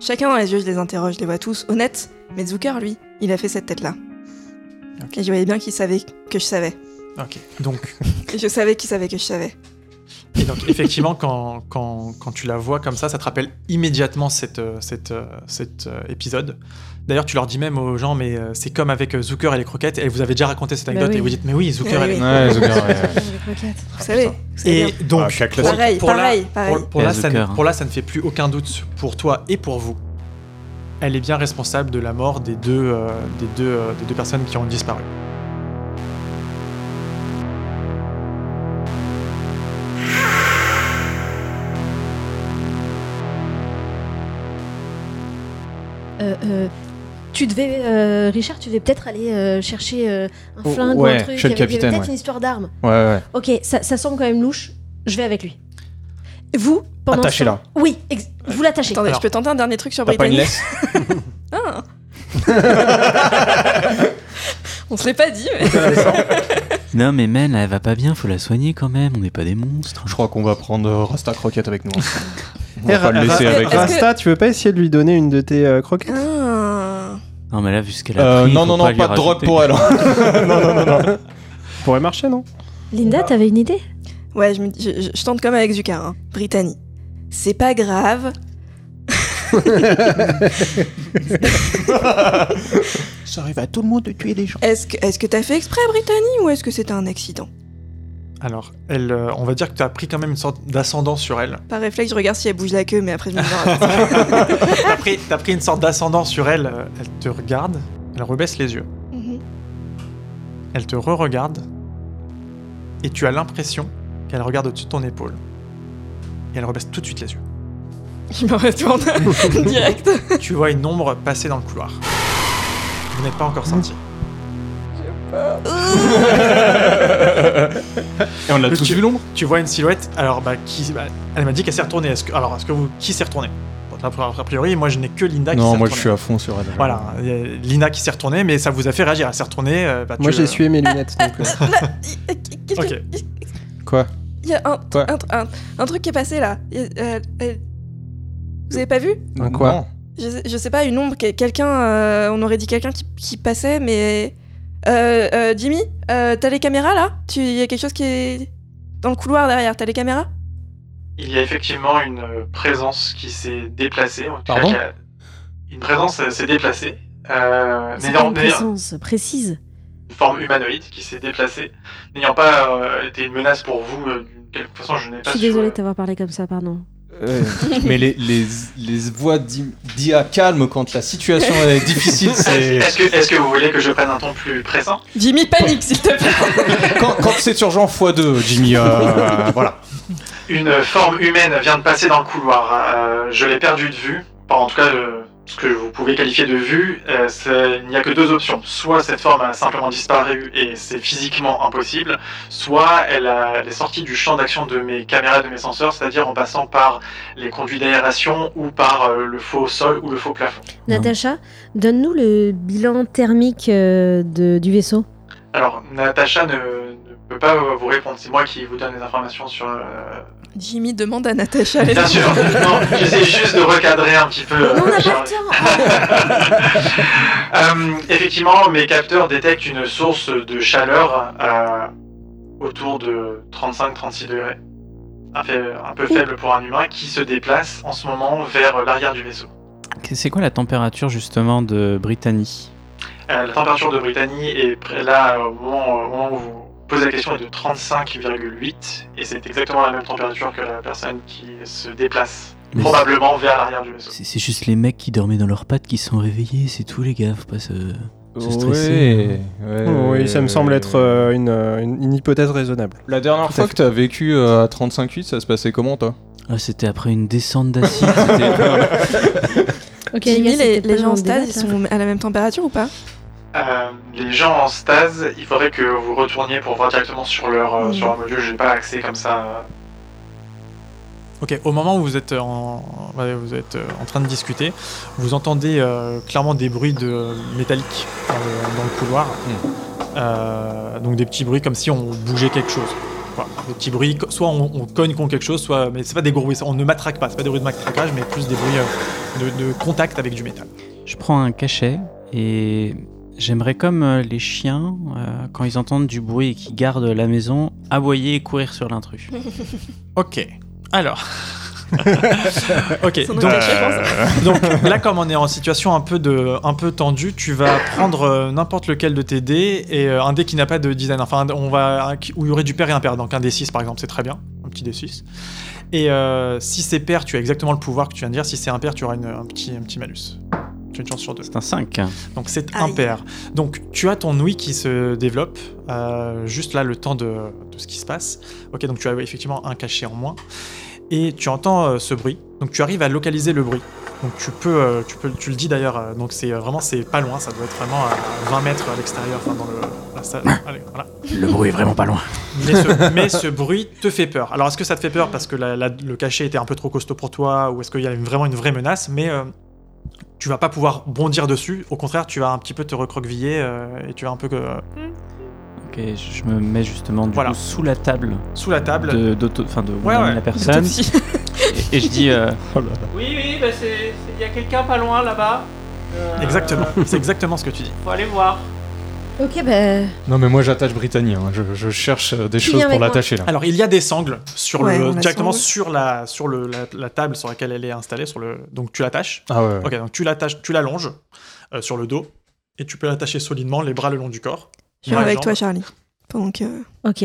[SPEAKER 4] Chacun dans les yeux, je les interroge, je les vois tous, honnêtes. Mais Zucker, lui, il a fait cette tête-là.
[SPEAKER 7] Ok.
[SPEAKER 4] Et je voyais bien qu'il savait que je savais.
[SPEAKER 7] Ok. Donc
[SPEAKER 4] Et je savais qu'il savait que je savais.
[SPEAKER 7] Et donc, effectivement, quand, quand, quand tu la vois comme ça, ça te rappelle immédiatement cette, euh, cette, euh, cet euh, épisode. D'ailleurs, tu leur dis même aux gens, mais euh, c'est comme avec euh, Zucker et les croquettes. Et vous avez déjà raconté cette
[SPEAKER 6] Bah
[SPEAKER 7] anecdote.
[SPEAKER 6] oui.
[SPEAKER 7] Et vous dites, mais oui, Zucker
[SPEAKER 4] Ah
[SPEAKER 7] et les
[SPEAKER 4] oui. Eh
[SPEAKER 1] Ouais, Zucker, ouais, ouais.
[SPEAKER 4] Vous savez, vous savez
[SPEAKER 7] Ah, Et
[SPEAKER 4] bien.
[SPEAKER 7] donc,
[SPEAKER 1] Ah, quel
[SPEAKER 7] pour-
[SPEAKER 1] classique.
[SPEAKER 4] Pareil,
[SPEAKER 7] pour la-
[SPEAKER 4] pareil,
[SPEAKER 7] pour-
[SPEAKER 4] pareil.
[SPEAKER 7] pour là,
[SPEAKER 2] Père
[SPEAKER 7] ça ne-
[SPEAKER 2] Zucker, hein.
[SPEAKER 7] pour là, ça ne fait plus aucun doute pour toi et pour vous. Elle est bien responsable de la mort des deux, euh, des deux, euh, des deux personnes qui ont disparu.
[SPEAKER 6] Euh, euh, tu devais, euh, Richard, tu devais peut-être aller euh, chercher euh, un
[SPEAKER 1] Oh,
[SPEAKER 6] flingue ou
[SPEAKER 1] ouais,
[SPEAKER 6] un truc.
[SPEAKER 1] chez le
[SPEAKER 6] Il y avait- il y avait
[SPEAKER 1] capitaine,
[SPEAKER 6] peut-être
[SPEAKER 1] ouais.
[SPEAKER 6] une histoire d'armes.
[SPEAKER 1] Ouais, ouais.
[SPEAKER 6] Ok, ça, ça semble quand même louche. Je vais avec lui. Vous, pendant ce
[SPEAKER 1] Attachez-la.
[SPEAKER 6] temps- Oui, ex- vous l'attachez.
[SPEAKER 4] Attendez,
[SPEAKER 7] Alors.
[SPEAKER 4] je peux tenter un dernier truc sur
[SPEAKER 1] T'as pas une
[SPEAKER 4] Brittany.
[SPEAKER 1] laisse
[SPEAKER 4] Ah. On se l'est pas dit, mais.
[SPEAKER 2] euh, Non, mais Man, elle va pas bien, faut la soigner quand même, on n'est pas des monstres.
[SPEAKER 1] Je crois qu'on va prendre euh, Rasta Croquette avec nous. On
[SPEAKER 3] Eh,
[SPEAKER 1] va pas le laisser
[SPEAKER 3] Ra-
[SPEAKER 1] avec Euh,
[SPEAKER 4] Est-ce
[SPEAKER 1] ça.
[SPEAKER 3] Rasta, tu veux pas essayer de lui donner une de tes euh, croquettes
[SPEAKER 4] Ah.
[SPEAKER 2] Non, mais là, vu ce qu'elle a
[SPEAKER 1] Euh,
[SPEAKER 2] pris,
[SPEAKER 1] non,
[SPEAKER 2] faut
[SPEAKER 1] non, non, pas,
[SPEAKER 2] lui
[SPEAKER 1] de drogue
[SPEAKER 2] rajouter.
[SPEAKER 1] pour elle. hein.
[SPEAKER 3] Pourrait marcher, non
[SPEAKER 6] Linda, t'avais une idée
[SPEAKER 4] Ouais, je, me- je- je- je tente comme avec Zucca, hein. Brittany. C'est pas grave.
[SPEAKER 8] Ça arrive à tout le monde de tuer des gens.
[SPEAKER 4] Est-ce que est-ce que t'as fait exprès, Brittany, ou est-ce que c'était un accident
[SPEAKER 7] Alors, elle, euh, on va dire que tu as pris quand même une sorte d'ascendant sur elle.
[SPEAKER 4] Par réflexe, je regarde si elle bouge la queue, mais après je me dis non, attends.
[SPEAKER 7] T'as pris, t'as pris une sorte d'ascendant sur elle. Euh, Elle te regarde, elle rebaisse les yeux.
[SPEAKER 4] Mhm.
[SPEAKER 7] Elle te re-regarde et tu as l'impression qu'elle regarde au-dessus de ton épaule. Et elle rebaisse tout de suite les yeux.
[SPEAKER 4] Je me retourne direct.
[SPEAKER 7] tu vois une ombre passer dans le couloir. Vous n'êtes pas encore sorti.
[SPEAKER 1] Et on l'a tous
[SPEAKER 7] tu-
[SPEAKER 1] vu l'ombre
[SPEAKER 7] Tu vois une silhouette, alors bah, qui, bah, elle m'a dit qu'elle s'est retournée. Est-ce que, alors, est-ce que vous, qui s'est retournée Bon, A priori, moi je n'ai que Linda qui s'est
[SPEAKER 1] Non, moi
[SPEAKER 7] retournée.
[SPEAKER 1] je suis à fond sur elle.
[SPEAKER 7] Voilà, il y a Linda qui s'est retournée, mais ça vous a fait réagir. Elle s'est retournée. euh, bah,
[SPEAKER 3] Moi,
[SPEAKER 7] tu-
[SPEAKER 3] j'ai essuyé mes lunettes. donc, euh,
[SPEAKER 4] Quelqu'un-
[SPEAKER 7] Ok.
[SPEAKER 1] Quoi
[SPEAKER 4] Il y a un,
[SPEAKER 1] Quoi
[SPEAKER 4] un, un- un truc qui est passé là. Il y a- euh, euh, vous avez pas vu
[SPEAKER 3] Un quoi
[SPEAKER 1] Non.
[SPEAKER 4] je, sais- je sais pas, une ombre, quel- quelqu'un. euh, on aurait dit quelqu'un qui, qui passait, mais. Euh, euh, Jimmy, euh, t'as les caméras là Tu- Il y a quelque chose qui est dans le couloir derrière. T'as les caméras
[SPEAKER 5] Il y a effectivement une euh, présence qui s'est déplacée. en tout cas,
[SPEAKER 1] Pardon
[SPEAKER 5] qui a- Une présence euh, s'est déplacée. euh,
[SPEAKER 6] C'est pas
[SPEAKER 5] n'ayant
[SPEAKER 6] une
[SPEAKER 5] n'ayant-
[SPEAKER 6] présence précise.
[SPEAKER 5] une forme humanoïde qui s'est déplacée, n'ayant pas euh, été une menace pour vous euh, d'une quelque façon, je n'ai
[SPEAKER 6] Je
[SPEAKER 5] pas
[SPEAKER 6] suis
[SPEAKER 5] su,
[SPEAKER 6] désolée
[SPEAKER 5] euh,
[SPEAKER 6] de t'avoir parlé comme ça, pardon.
[SPEAKER 1] Euh, mais les, les, les voix d'I- d'IA calme quand la situation est difficile, c'est.
[SPEAKER 5] euh, Est-ce que, est-ce que vous voulez que je prenne un ton plus pressant
[SPEAKER 4] Jimmy, panique s'il te plaît
[SPEAKER 1] Quand, quand c'est urgent, x2, Jimmy. euh, voilà.
[SPEAKER 5] Une forme humaine vient de passer dans le couloir. euh, je l'ai perdue de vue. Enfin, en tout cas, euh, ce que vous pouvez qualifier de vue, euh, c'est- il n'y a que deux options. Soit cette forme a simplement disparu et c'est physiquement impossible, soit elle, a- elle est sortie du champ d'action de mes caméras, de mes senseurs, c'est-à-dire en passant par les conduits d'aération ou par euh, le faux sol ou le faux plafond.
[SPEAKER 2] Non.
[SPEAKER 6] Natacha, donne-nous le bilan thermique euh, de- du vaisseau.
[SPEAKER 5] Alors, Natacha ne, ne peut pas euh, vous répondre. C'est moi qui vous donne les informations sur. euh,
[SPEAKER 4] Jimmy demande à Natacha.
[SPEAKER 5] Bien sûr. non, j'essaie juste de recadrer un petit peu. euh,
[SPEAKER 6] Non, on n'a
[SPEAKER 5] sur-
[SPEAKER 6] pas le temps
[SPEAKER 5] Euh, effectivement, mes capteurs détectent une source de chaleur euh, autour de 35-36 degrés. Un, fait- un peu faible pour un humain qui se déplace en ce moment vers l'arrière du vaisseau.
[SPEAKER 2] C'est quoi la température justement de Brittany
[SPEAKER 5] Euh, la température de Britannie est près- là au moment, au moment où vous posez la question est de 35,8 et c'est exactement la même température que la personne qui se déplace
[SPEAKER 2] Mais
[SPEAKER 5] probablement vers l'arrière du vaisseau.
[SPEAKER 2] C'est c'est juste les mecs qui dormaient dans leurs pattes qui se sont réveillés, c'est tout les gars, faut pas se... C'est stressé. hein.
[SPEAKER 1] Ouais, ouais,
[SPEAKER 3] oui, ça me semble
[SPEAKER 1] ouais.
[SPEAKER 3] être euh, une, euh, une- une hypothèse raisonnable.
[SPEAKER 1] La dernière
[SPEAKER 3] Tout à
[SPEAKER 1] fois
[SPEAKER 3] fait.
[SPEAKER 1] que t'as vécu euh, à 35,8, ça se passait comment toi
[SPEAKER 2] Ah, c'était après une descente d'acide,
[SPEAKER 1] Ah
[SPEAKER 2] c'était-
[SPEAKER 6] Ok,
[SPEAKER 4] Jimmy, les,
[SPEAKER 6] gars, c'était
[SPEAKER 4] les
[SPEAKER 6] pas
[SPEAKER 4] gens en
[SPEAKER 6] le débat,
[SPEAKER 4] stade, ils
[SPEAKER 6] ça.
[SPEAKER 4] sont à la même température ou pas
[SPEAKER 5] Euh, les gens en stase, il faudrait que vous retourniez pour voir directement sur leur, euh,
[SPEAKER 4] Mhm.
[SPEAKER 5] sur leur module. J'ai pas accès comme ça. euh,
[SPEAKER 7] Ok, au moment où vous êtes en, ouais, vous êtes euh, en train de discuter, vous entendez euh, clairement des bruits de euh, métallique dans le, dans le couloir.
[SPEAKER 5] Hmm.
[SPEAKER 7] Euh, donc des petits bruits comme si on bougeait quelque chose. Voilà, des petits bruits, co- soit on, on cogne contre quelque chose, soit. Mais c'est pas des gros bruits, on ne matraque pas, c'est pas des bruits de matraquage, mais plus des bruits euh, de, de contact avec du métal.
[SPEAKER 2] Je prends un cachet et J'aimerais comme euh, les chiens, euh, quand ils entendent du bruit et qu'ils gardent la maison, aboyer et courir sur l'intrus.
[SPEAKER 5] Ok. Alors. ok.
[SPEAKER 4] Son
[SPEAKER 5] Donc, euh,
[SPEAKER 4] attaché,
[SPEAKER 5] donc, là, comme on est en situation un peu de, un peu tendue, tu vas prendre euh, n'importe lequel de tes dés et euh, un dé qui n'a pas de design. Enfin, un- on va euh, un qui- où il y aurait du pair et un pair. Donc un dé 6 par exemple, c'est très bien. Un petit dé 6. Et euh, si c'est pair, tu as exactement le pouvoir que tu viens de dire. Si c'est impair, tu auras une- un petit, un petit malus. Tu as une chance sur deux.
[SPEAKER 2] C'est un 5.
[SPEAKER 5] Donc c'est
[SPEAKER 4] Aïe.
[SPEAKER 5] impair. Donc tu as ton ouïe qui se développe, euh, juste là le temps de, de ce qui se passe. Ok, donc tu as effectivement un cachet en moins. Et tu entends euh, ce bruit. Donc tu arrives à localiser le bruit. Donc tu peux, euh, tu peux, tu le dis d'ailleurs. euh, donc c'est euh, vraiment, c'est pas loin. Ça doit être vraiment à 20 mètres à l'extérieur, enfin dans le, la salle. Allez, voilà.
[SPEAKER 12] Le bruit est vraiment pas loin.
[SPEAKER 5] Mais ce, mais ce bruit te fait peur. Alors, est-ce que ça te fait peur parce que la- la- le cachet était un peu trop costaud pour toi ou est-ce qu'il y a une- vraiment une vraie menace Mais euh, tu vas pas pouvoir bondir dessus. Au contraire, tu vas un petit peu te recroqueviller euh, et tu vas un peu euh,
[SPEAKER 2] Ok, je- je me mets justement du
[SPEAKER 5] Voilà.
[SPEAKER 2] coup sous la table
[SPEAKER 5] sous la table.
[SPEAKER 2] de, d'auto- enfin, de où
[SPEAKER 5] Ouais,
[SPEAKER 2] on amène
[SPEAKER 5] ouais. Oh
[SPEAKER 2] la personne. Et, et je dis. euh,
[SPEAKER 10] Oui, oui, bah c'est. Il y a quelqu'un pas loin là-bas. Euh,
[SPEAKER 5] Exactement. C'est exactement ce que tu dis.
[SPEAKER 10] Faut aller voir.
[SPEAKER 6] Ok, bah.
[SPEAKER 1] Non, mais moi j'attache Britannia. hein. Je, je cherche euh, des
[SPEAKER 6] Tu
[SPEAKER 1] choses
[SPEAKER 6] viens
[SPEAKER 1] pour
[SPEAKER 6] avec moi.
[SPEAKER 1] l'attacher là.
[SPEAKER 5] Alors, il y a des sangles sur
[SPEAKER 4] Ouais, on
[SPEAKER 5] le,
[SPEAKER 4] la
[SPEAKER 5] directement
[SPEAKER 4] sangle.
[SPEAKER 5] sur la sur le, la, la table sur laquelle elle est installée. Sur le, donc tu l'attaches.
[SPEAKER 3] Ah ouais. ouais.
[SPEAKER 5] Ok, donc tu l'attaches, tu l'allonges euh, sur le dos et tu peux l'attacher solidement, les bras le long du corps.
[SPEAKER 4] Je suis
[SPEAKER 5] Ouais,
[SPEAKER 4] avec
[SPEAKER 5] jambes.
[SPEAKER 4] toi, Charlie. Pendant que.
[SPEAKER 6] Ok.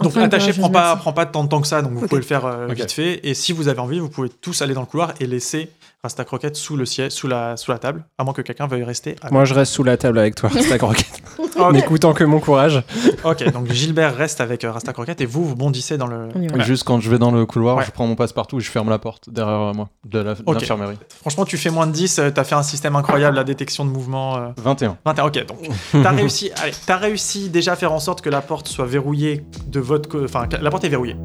[SPEAKER 5] Donc
[SPEAKER 6] Enfin,
[SPEAKER 5] attaché
[SPEAKER 6] courageuse,
[SPEAKER 5] prend pas,
[SPEAKER 6] merci.
[SPEAKER 5] prend pas tant de temps que ça, donc vous
[SPEAKER 4] Ok.
[SPEAKER 5] pouvez le faire euh,
[SPEAKER 1] Ok.
[SPEAKER 5] vite fait. Et si vous avez envie, vous pouvez tous aller dans le couloir et laisser Rasta Croquette sous le siège, sous la, sous la table, à moins que quelqu'un veuille rester. avec-
[SPEAKER 3] Moi, je reste sous la table avec toi, Rasta Croquette,
[SPEAKER 5] Ok.
[SPEAKER 3] n'écoutant que mon courage.
[SPEAKER 5] ok, donc Gilbert reste avec euh, Rasta Croquette et vous, vous bondissez dans le.
[SPEAKER 6] On y va.
[SPEAKER 5] Ouais.
[SPEAKER 1] Juste quand je vais dans le couloir,
[SPEAKER 5] Ouais.
[SPEAKER 1] je prends mon passe-partout et je ferme la porte derrière moi de la- de
[SPEAKER 5] Ok.
[SPEAKER 1] l'infirmerie.
[SPEAKER 5] Franchement, tu fais moins de 10, euh, t'as fait un système incroyable, la détection de mouvement. euh,
[SPEAKER 1] 21.
[SPEAKER 5] 21, ok, donc t'as réussi, allez, t'as réussi déjà à faire en sorte que la porte soit verrouillée de votre. co- Enfin, que la porte est verrouillée.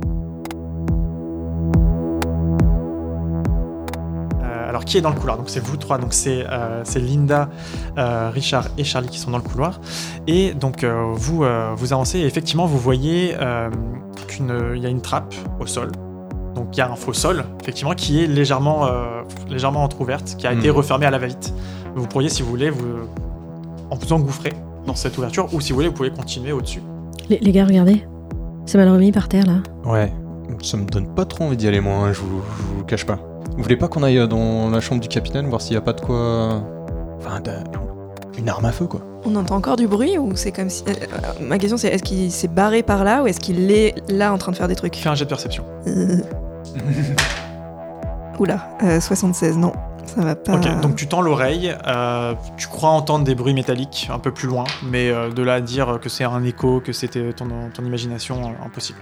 [SPEAKER 5] Euh, Alors, qui est dans le couloir Donc, c'est vous trois. Donc, c'est euh, c'est Linda, euh, Richard et Charlie qui sont dans le couloir. Et donc, euh, vous euh, vous avancez et effectivement, vous voyez euh, qu'une il y a une trappe au sol. Donc, il y a un faux sol, effectivement, qui est légèrement euh, légèrement entrouverte, qui a été
[SPEAKER 1] Mhm.
[SPEAKER 5] refermée à la va-vite. Vous pourriez, si vous voulez, vous en vous engouffrer dans cette ouverture, ou si vous voulez, vous pouvez continuer au-dessus.
[SPEAKER 6] Les, les gars, regardez. C'est mal remis par terre là.
[SPEAKER 1] Ouais. Ça me donne pas trop envie d'y aller, moi, hein, je, vous, je vous le cache pas. Vous voulez pas qu'on aille euh, dans la chambre du capitaine, voir s'il y a pas de quoi. euh, Enfin, d'un- une arme à feu, quoi.
[SPEAKER 4] On entend encore du bruit ou c'est comme si. euh, euh, ma question, c'est est-ce qu'il s'est barré par là ou est-ce qu'il est là en train de faire des trucs
[SPEAKER 5] Fais un jet de perception.
[SPEAKER 4] Euh. Oula, euh, 76, non. Ça va pas.
[SPEAKER 5] Ok, donc tu tends l'oreille, euh, tu crois entendre des bruits métalliques un peu plus loin, mais euh, de là à dire que c'est un écho, que c'était ton, ton imagination, euh, impossible.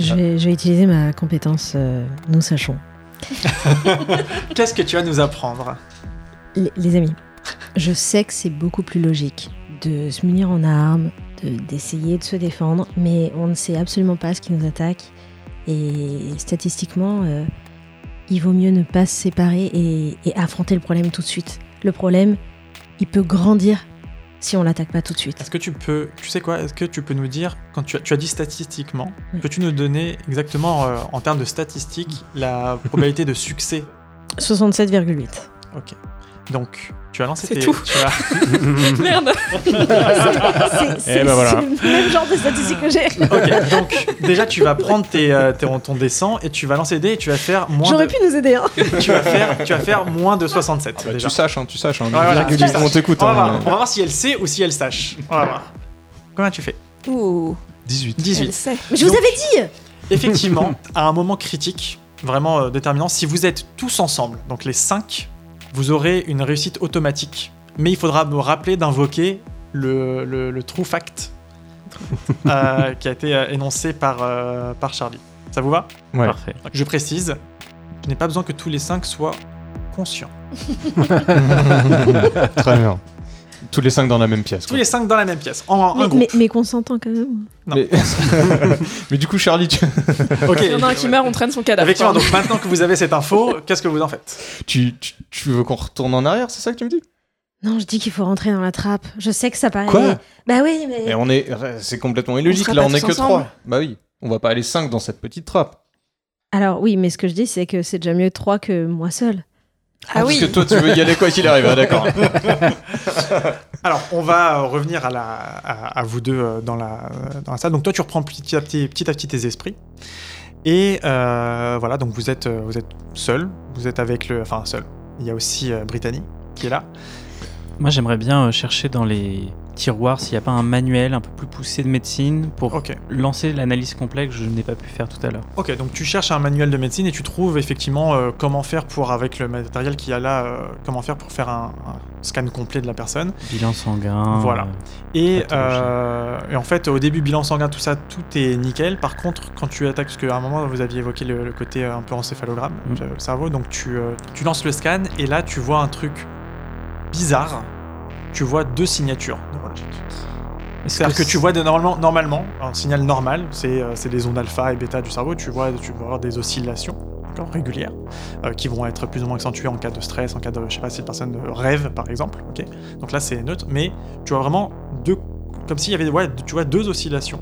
[SPEAKER 6] Je vais, je vais utiliser ma compétence, euh, nous sachons.
[SPEAKER 5] Qu'est-ce que tu vas nous apprendre
[SPEAKER 6] Les, les amis, je sais que c'est beaucoup plus logique de se munir en armes, de- d'essayer de, se défendre, mais on ne sait absolument pas ce qui nous attaque. Et statistiquement, euh, il vaut mieux ne pas se séparer et, et affronter le problème tout de suite. Le problème, il peut grandir si on l'attaque pas tout de suite.
[SPEAKER 5] Est-ce que tu peux, tu sais quoi, est-ce que tu peux nous dire, quand tu as, tu as dit statistiquement,
[SPEAKER 6] Oui.
[SPEAKER 5] peux-tu nous donner exactement euh, en termes de statistiques la probabilité de succès
[SPEAKER 6] 67,8.
[SPEAKER 5] Ok. Donc, tu as lancé
[SPEAKER 4] C'est
[SPEAKER 5] tes.
[SPEAKER 4] tout.
[SPEAKER 5] tu as-
[SPEAKER 4] Merde
[SPEAKER 6] C'est- C'est
[SPEAKER 1] ben voilà.
[SPEAKER 6] c'est le même genre de statistique que j'ai.
[SPEAKER 5] Ok, donc déjà tu vas prendre tes, euh, tes- ton dessin et tu vas lancer les dés et tu vas faire moins
[SPEAKER 6] J'aurais
[SPEAKER 5] de...
[SPEAKER 6] pu nous aider. Hein.
[SPEAKER 5] tu vas faire tu vas faire moins de 67
[SPEAKER 1] Bah,
[SPEAKER 5] déjà.
[SPEAKER 1] tu saches, hein, tu saches. Hein,
[SPEAKER 5] Ouais, voilà,
[SPEAKER 1] virgule,
[SPEAKER 5] tu saches.
[SPEAKER 1] on t'écoute.
[SPEAKER 5] On va, voir,
[SPEAKER 1] hein.
[SPEAKER 5] on va voir si elle sait ou si elle sache. On va voir. Combien tu fais
[SPEAKER 4] Ouh,
[SPEAKER 1] 18.
[SPEAKER 5] 18.
[SPEAKER 4] elle sait.
[SPEAKER 6] Mais je vous
[SPEAKER 5] Donc-
[SPEAKER 6] avais dit
[SPEAKER 5] Effectivement, à un moment critique, vraiment euh, déterminant, si vous êtes tous ensemble, donc les 5, vous aurez une réussite automatique. Mais il faudra me rappeler d'invoquer le, le, le true fact euh, qui a été euh, énoncé par, euh, par Charlie. Ça vous va
[SPEAKER 1] Ouais.
[SPEAKER 2] Parfait.
[SPEAKER 5] Je précise, je n'ai pas besoin que tous les 5 soient conscients.
[SPEAKER 1] Très bien. Tous les 5 dans la même pièce.
[SPEAKER 5] Tous
[SPEAKER 1] quoi.
[SPEAKER 5] les 5 dans la même pièce, en un
[SPEAKER 6] Mais,
[SPEAKER 5] groupe.
[SPEAKER 6] mais, mais qu'on s'entend quand même.
[SPEAKER 5] Non.
[SPEAKER 1] Mais... Mais du coup, Charlie, tu,
[SPEAKER 5] Ok.
[SPEAKER 4] Il y en a un qui meurt, on traîne son cadavre.
[SPEAKER 5] Effectivement, donc maintenant que vous avez cette info, qu'est-ce que vous en faites
[SPEAKER 1] tu, tu- tu veux qu'on retourne en arrière, c'est ça que tu me dis
[SPEAKER 6] Non, je dis qu'il faut rentrer dans la trappe. Je sais que ça paraît.
[SPEAKER 1] Quoi
[SPEAKER 6] Bah oui, mais.
[SPEAKER 1] Et on est, euh, c'est complètement illogique.
[SPEAKER 4] sera
[SPEAKER 1] Là,
[SPEAKER 4] pas
[SPEAKER 1] on est
[SPEAKER 4] tous
[SPEAKER 1] que
[SPEAKER 4] ensemble.
[SPEAKER 1] 3 Bah oui, on va pas aller 5 dans cette petite trappe.
[SPEAKER 6] Alors oui, mais ce que je dis, c'est que c'est déjà mieux trois que moi seul.
[SPEAKER 4] Ah oui.
[SPEAKER 1] Parce que toi, tu veux y aller quoi qu'il arrive, ah, d'accord.
[SPEAKER 5] Alors, on va euh, revenir à, la, à, à vous deux euh, dans la, dans la salle. Donc, toi, tu reprends petit à petit, petit, à petit tes esprits. Et euh, voilà, donc vous êtes, euh, vous êtes seul. Vous êtes avec le. Enfin, seul. Il y a aussi euh, Brittany qui est là.
[SPEAKER 2] Moi, j'aimerais bien euh, chercher dans les tiroirs s'il n'y a pas un manuel un peu plus poussé de médecine pour
[SPEAKER 5] Ok.
[SPEAKER 2] lancer l'analyse complexe que je n'ai pas pu faire tout à l'heure.
[SPEAKER 5] Ok, donc tu cherches un manuel de médecine et tu trouves effectivement euh, comment faire pour, avec le matériel qu'il y a là, euh, comment faire pour faire un, un scan complet de la personne.
[SPEAKER 2] Bilan sanguin.
[SPEAKER 5] Voilà.
[SPEAKER 2] euh,
[SPEAKER 5] Et,
[SPEAKER 2] Pathologie.
[SPEAKER 5] euh, et en fait, au début, bilan sanguin, tout ça, tout est nickel. Par contre, quand tu attaques, parce qu'à un moment, vous aviez évoqué le, le côté euh, un peu encéphalogramme,
[SPEAKER 2] Mm.
[SPEAKER 5] le cerveau, donc tu, euh, tu lances le scan et là, tu vois un truc bizarre. Tu vois deux signatures neurologiques.
[SPEAKER 2] est-ce
[SPEAKER 5] C'est-à-dire que tu vois des- normalement, normalement, un signal normal, c'est euh, c'est des ondes alpha et bêta du cerveau, tu vois, tu vas avoir des oscillations d'accord, régulières euh, qui vont être plus ou moins accentuées en cas de stress, en cas de, je sais pas, si la personne euh, rêve par exemple, ok Donc là c'est neutre, mais tu vois vraiment deux, comme s'il y avait, ouais, tu vois deux oscillations.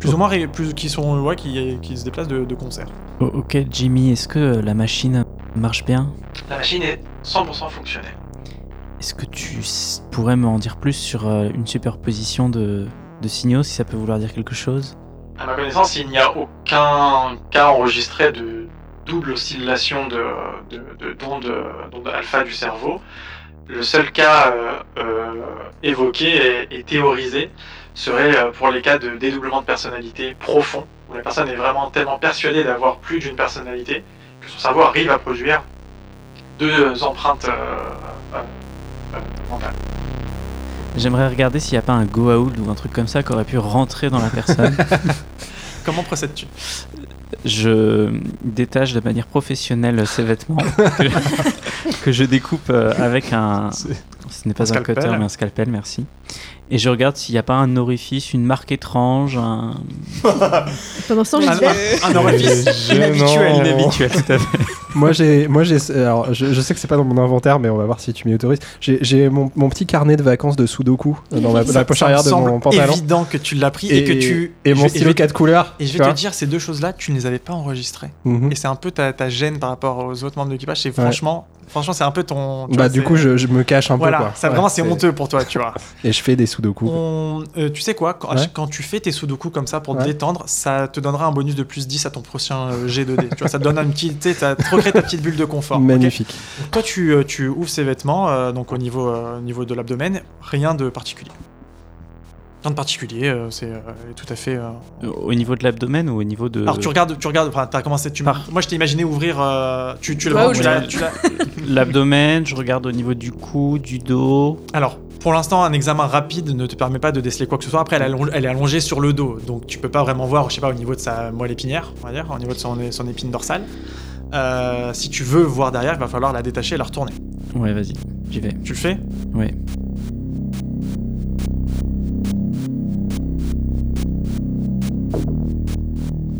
[SPEAKER 5] Plus ou moins, ré- plus, qui sont, euh, ouais, qui, qui se déplacent de, de concert.
[SPEAKER 2] Oh, ok, Jimmy, est-ce que euh, la machine marche bien
[SPEAKER 13] La machine est 100% fonctionnelle.
[SPEAKER 2] Est-ce que tu s- pourrais m'en dire plus sur euh, une superposition de, de signaux, si ça peut vouloir dire quelque chose
[SPEAKER 13] À ma connaissance, il n'y a aucun cas enregistré de double oscillation de, de- de- d'ondes d'ondes alpha du cerveau. Le seul cas euh, euh, évoqué et, et théorisé serait euh, pour les cas de dédoublement de personnalité profond, où la personne est vraiment tellement persuadée d'avoir plus d'une personnalité que son cerveau arrive à produire deux empreintes euh, euh, euh, mentales.
[SPEAKER 2] J'aimerais regarder s'il n'y a pas un go-out ou un truc comme ça qui aurait pu rentrer dans la personne.
[SPEAKER 5] Comment procèdes-tu
[SPEAKER 2] je détache de manière professionnelle ses vêtements que, que je découpe euh, avec un. Ce n'est pas un,
[SPEAKER 5] scalpel.
[SPEAKER 2] cutter, mais un scalpel, merci. Et je regarde s'il n'y a pas un orifice, une marque étrange, un.
[SPEAKER 6] Pendant ce
[SPEAKER 1] Ah,
[SPEAKER 6] temps, je
[SPEAKER 5] Un-
[SPEAKER 6] dis là,
[SPEAKER 5] un- un orifice
[SPEAKER 3] Gênant.
[SPEAKER 5] inhabituel.
[SPEAKER 2] Inhabituel, tout à fait.
[SPEAKER 3] Moi, j'ai, moi, j'ai, alors, je, je sais que c'est pas dans mon inventaire, mais on va voir si tu m'y autorises. J'ai, j'ai mon, mon petit carnet de vacances de Sudoku euh, dans ma,
[SPEAKER 5] Ça-
[SPEAKER 3] la poche
[SPEAKER 5] ça me
[SPEAKER 3] arrière de
[SPEAKER 5] semble
[SPEAKER 3] mon pantalon
[SPEAKER 5] évident que tu l'as pris et, que tu.
[SPEAKER 3] et
[SPEAKER 5] je vais-
[SPEAKER 3] mon
[SPEAKER 5] et je
[SPEAKER 3] stylo
[SPEAKER 5] vais-
[SPEAKER 3] 4 couleurs.
[SPEAKER 5] Et je
[SPEAKER 3] tu
[SPEAKER 5] vais te
[SPEAKER 3] vois.
[SPEAKER 5] dire, ces deux choses-là, tu ne les avais pas enregistrées.
[SPEAKER 3] Mhm.
[SPEAKER 5] Et c'est un peu ta, ta gêne par rapport aux autres membres de l'équipage. C'est franchement, franchement, c'est un peu ton. tu
[SPEAKER 3] Bah,
[SPEAKER 5] vois,
[SPEAKER 3] du
[SPEAKER 5] c'est-
[SPEAKER 3] coup, je, je me cache un
[SPEAKER 5] Voilà,
[SPEAKER 3] peu. Quoi.
[SPEAKER 5] ça
[SPEAKER 3] Ouais,
[SPEAKER 5] vraiment, c'est honteux pour toi, tu vois.
[SPEAKER 3] Et je fais des Sudoku.
[SPEAKER 5] On- euh, tu sais quoi, quand, à
[SPEAKER 3] Ouais.
[SPEAKER 5] chaque- quand tu fais tes sudoku comme ça pour te
[SPEAKER 3] Ouais.
[SPEAKER 5] détendre, ça te donnera un bonus de plus 10 à ton prochain euh, G2D. tu vois, ça te donne un petit. Tu sais, ça te recrée ta petite bulle de confort. ok
[SPEAKER 3] Magnifique.
[SPEAKER 5] Donc, toi, tu, euh, tu ouvres ces vêtements, euh, donc au niveau, euh, au niveau de l'abdomen, rien de particulier. Rien de particulier, euh, c'est euh, tout à fait. euh,
[SPEAKER 2] Au niveau de l'abdomen ou au niveau de.
[SPEAKER 5] Alors tu regardes, tu regardes, enfin t'as commencé, tu
[SPEAKER 2] Euh, Par-
[SPEAKER 5] Moi je t'ai imaginé ouvrir, euh, tu, tu le
[SPEAKER 4] Toi ou
[SPEAKER 5] tu
[SPEAKER 4] je-
[SPEAKER 5] l'as- tu l'as-
[SPEAKER 2] L'abdomen, je regarde au niveau du cou, du dos.
[SPEAKER 5] Alors pour l'instant un examen rapide ne te permet pas de déceler quoi que ce soit. Après elle, est allong- elle est allongée sur le dos, donc tu peux pas vraiment voir, je sais pas, au niveau de sa moelle épinière, on va dire, au niveau de son, son épine dorsale. Euh, si tu veux voir derrière, il va falloir la détacher et la retourner.
[SPEAKER 2] Ouais, vas-y, j'y vais.
[SPEAKER 5] Tu le fais
[SPEAKER 2] Ouais.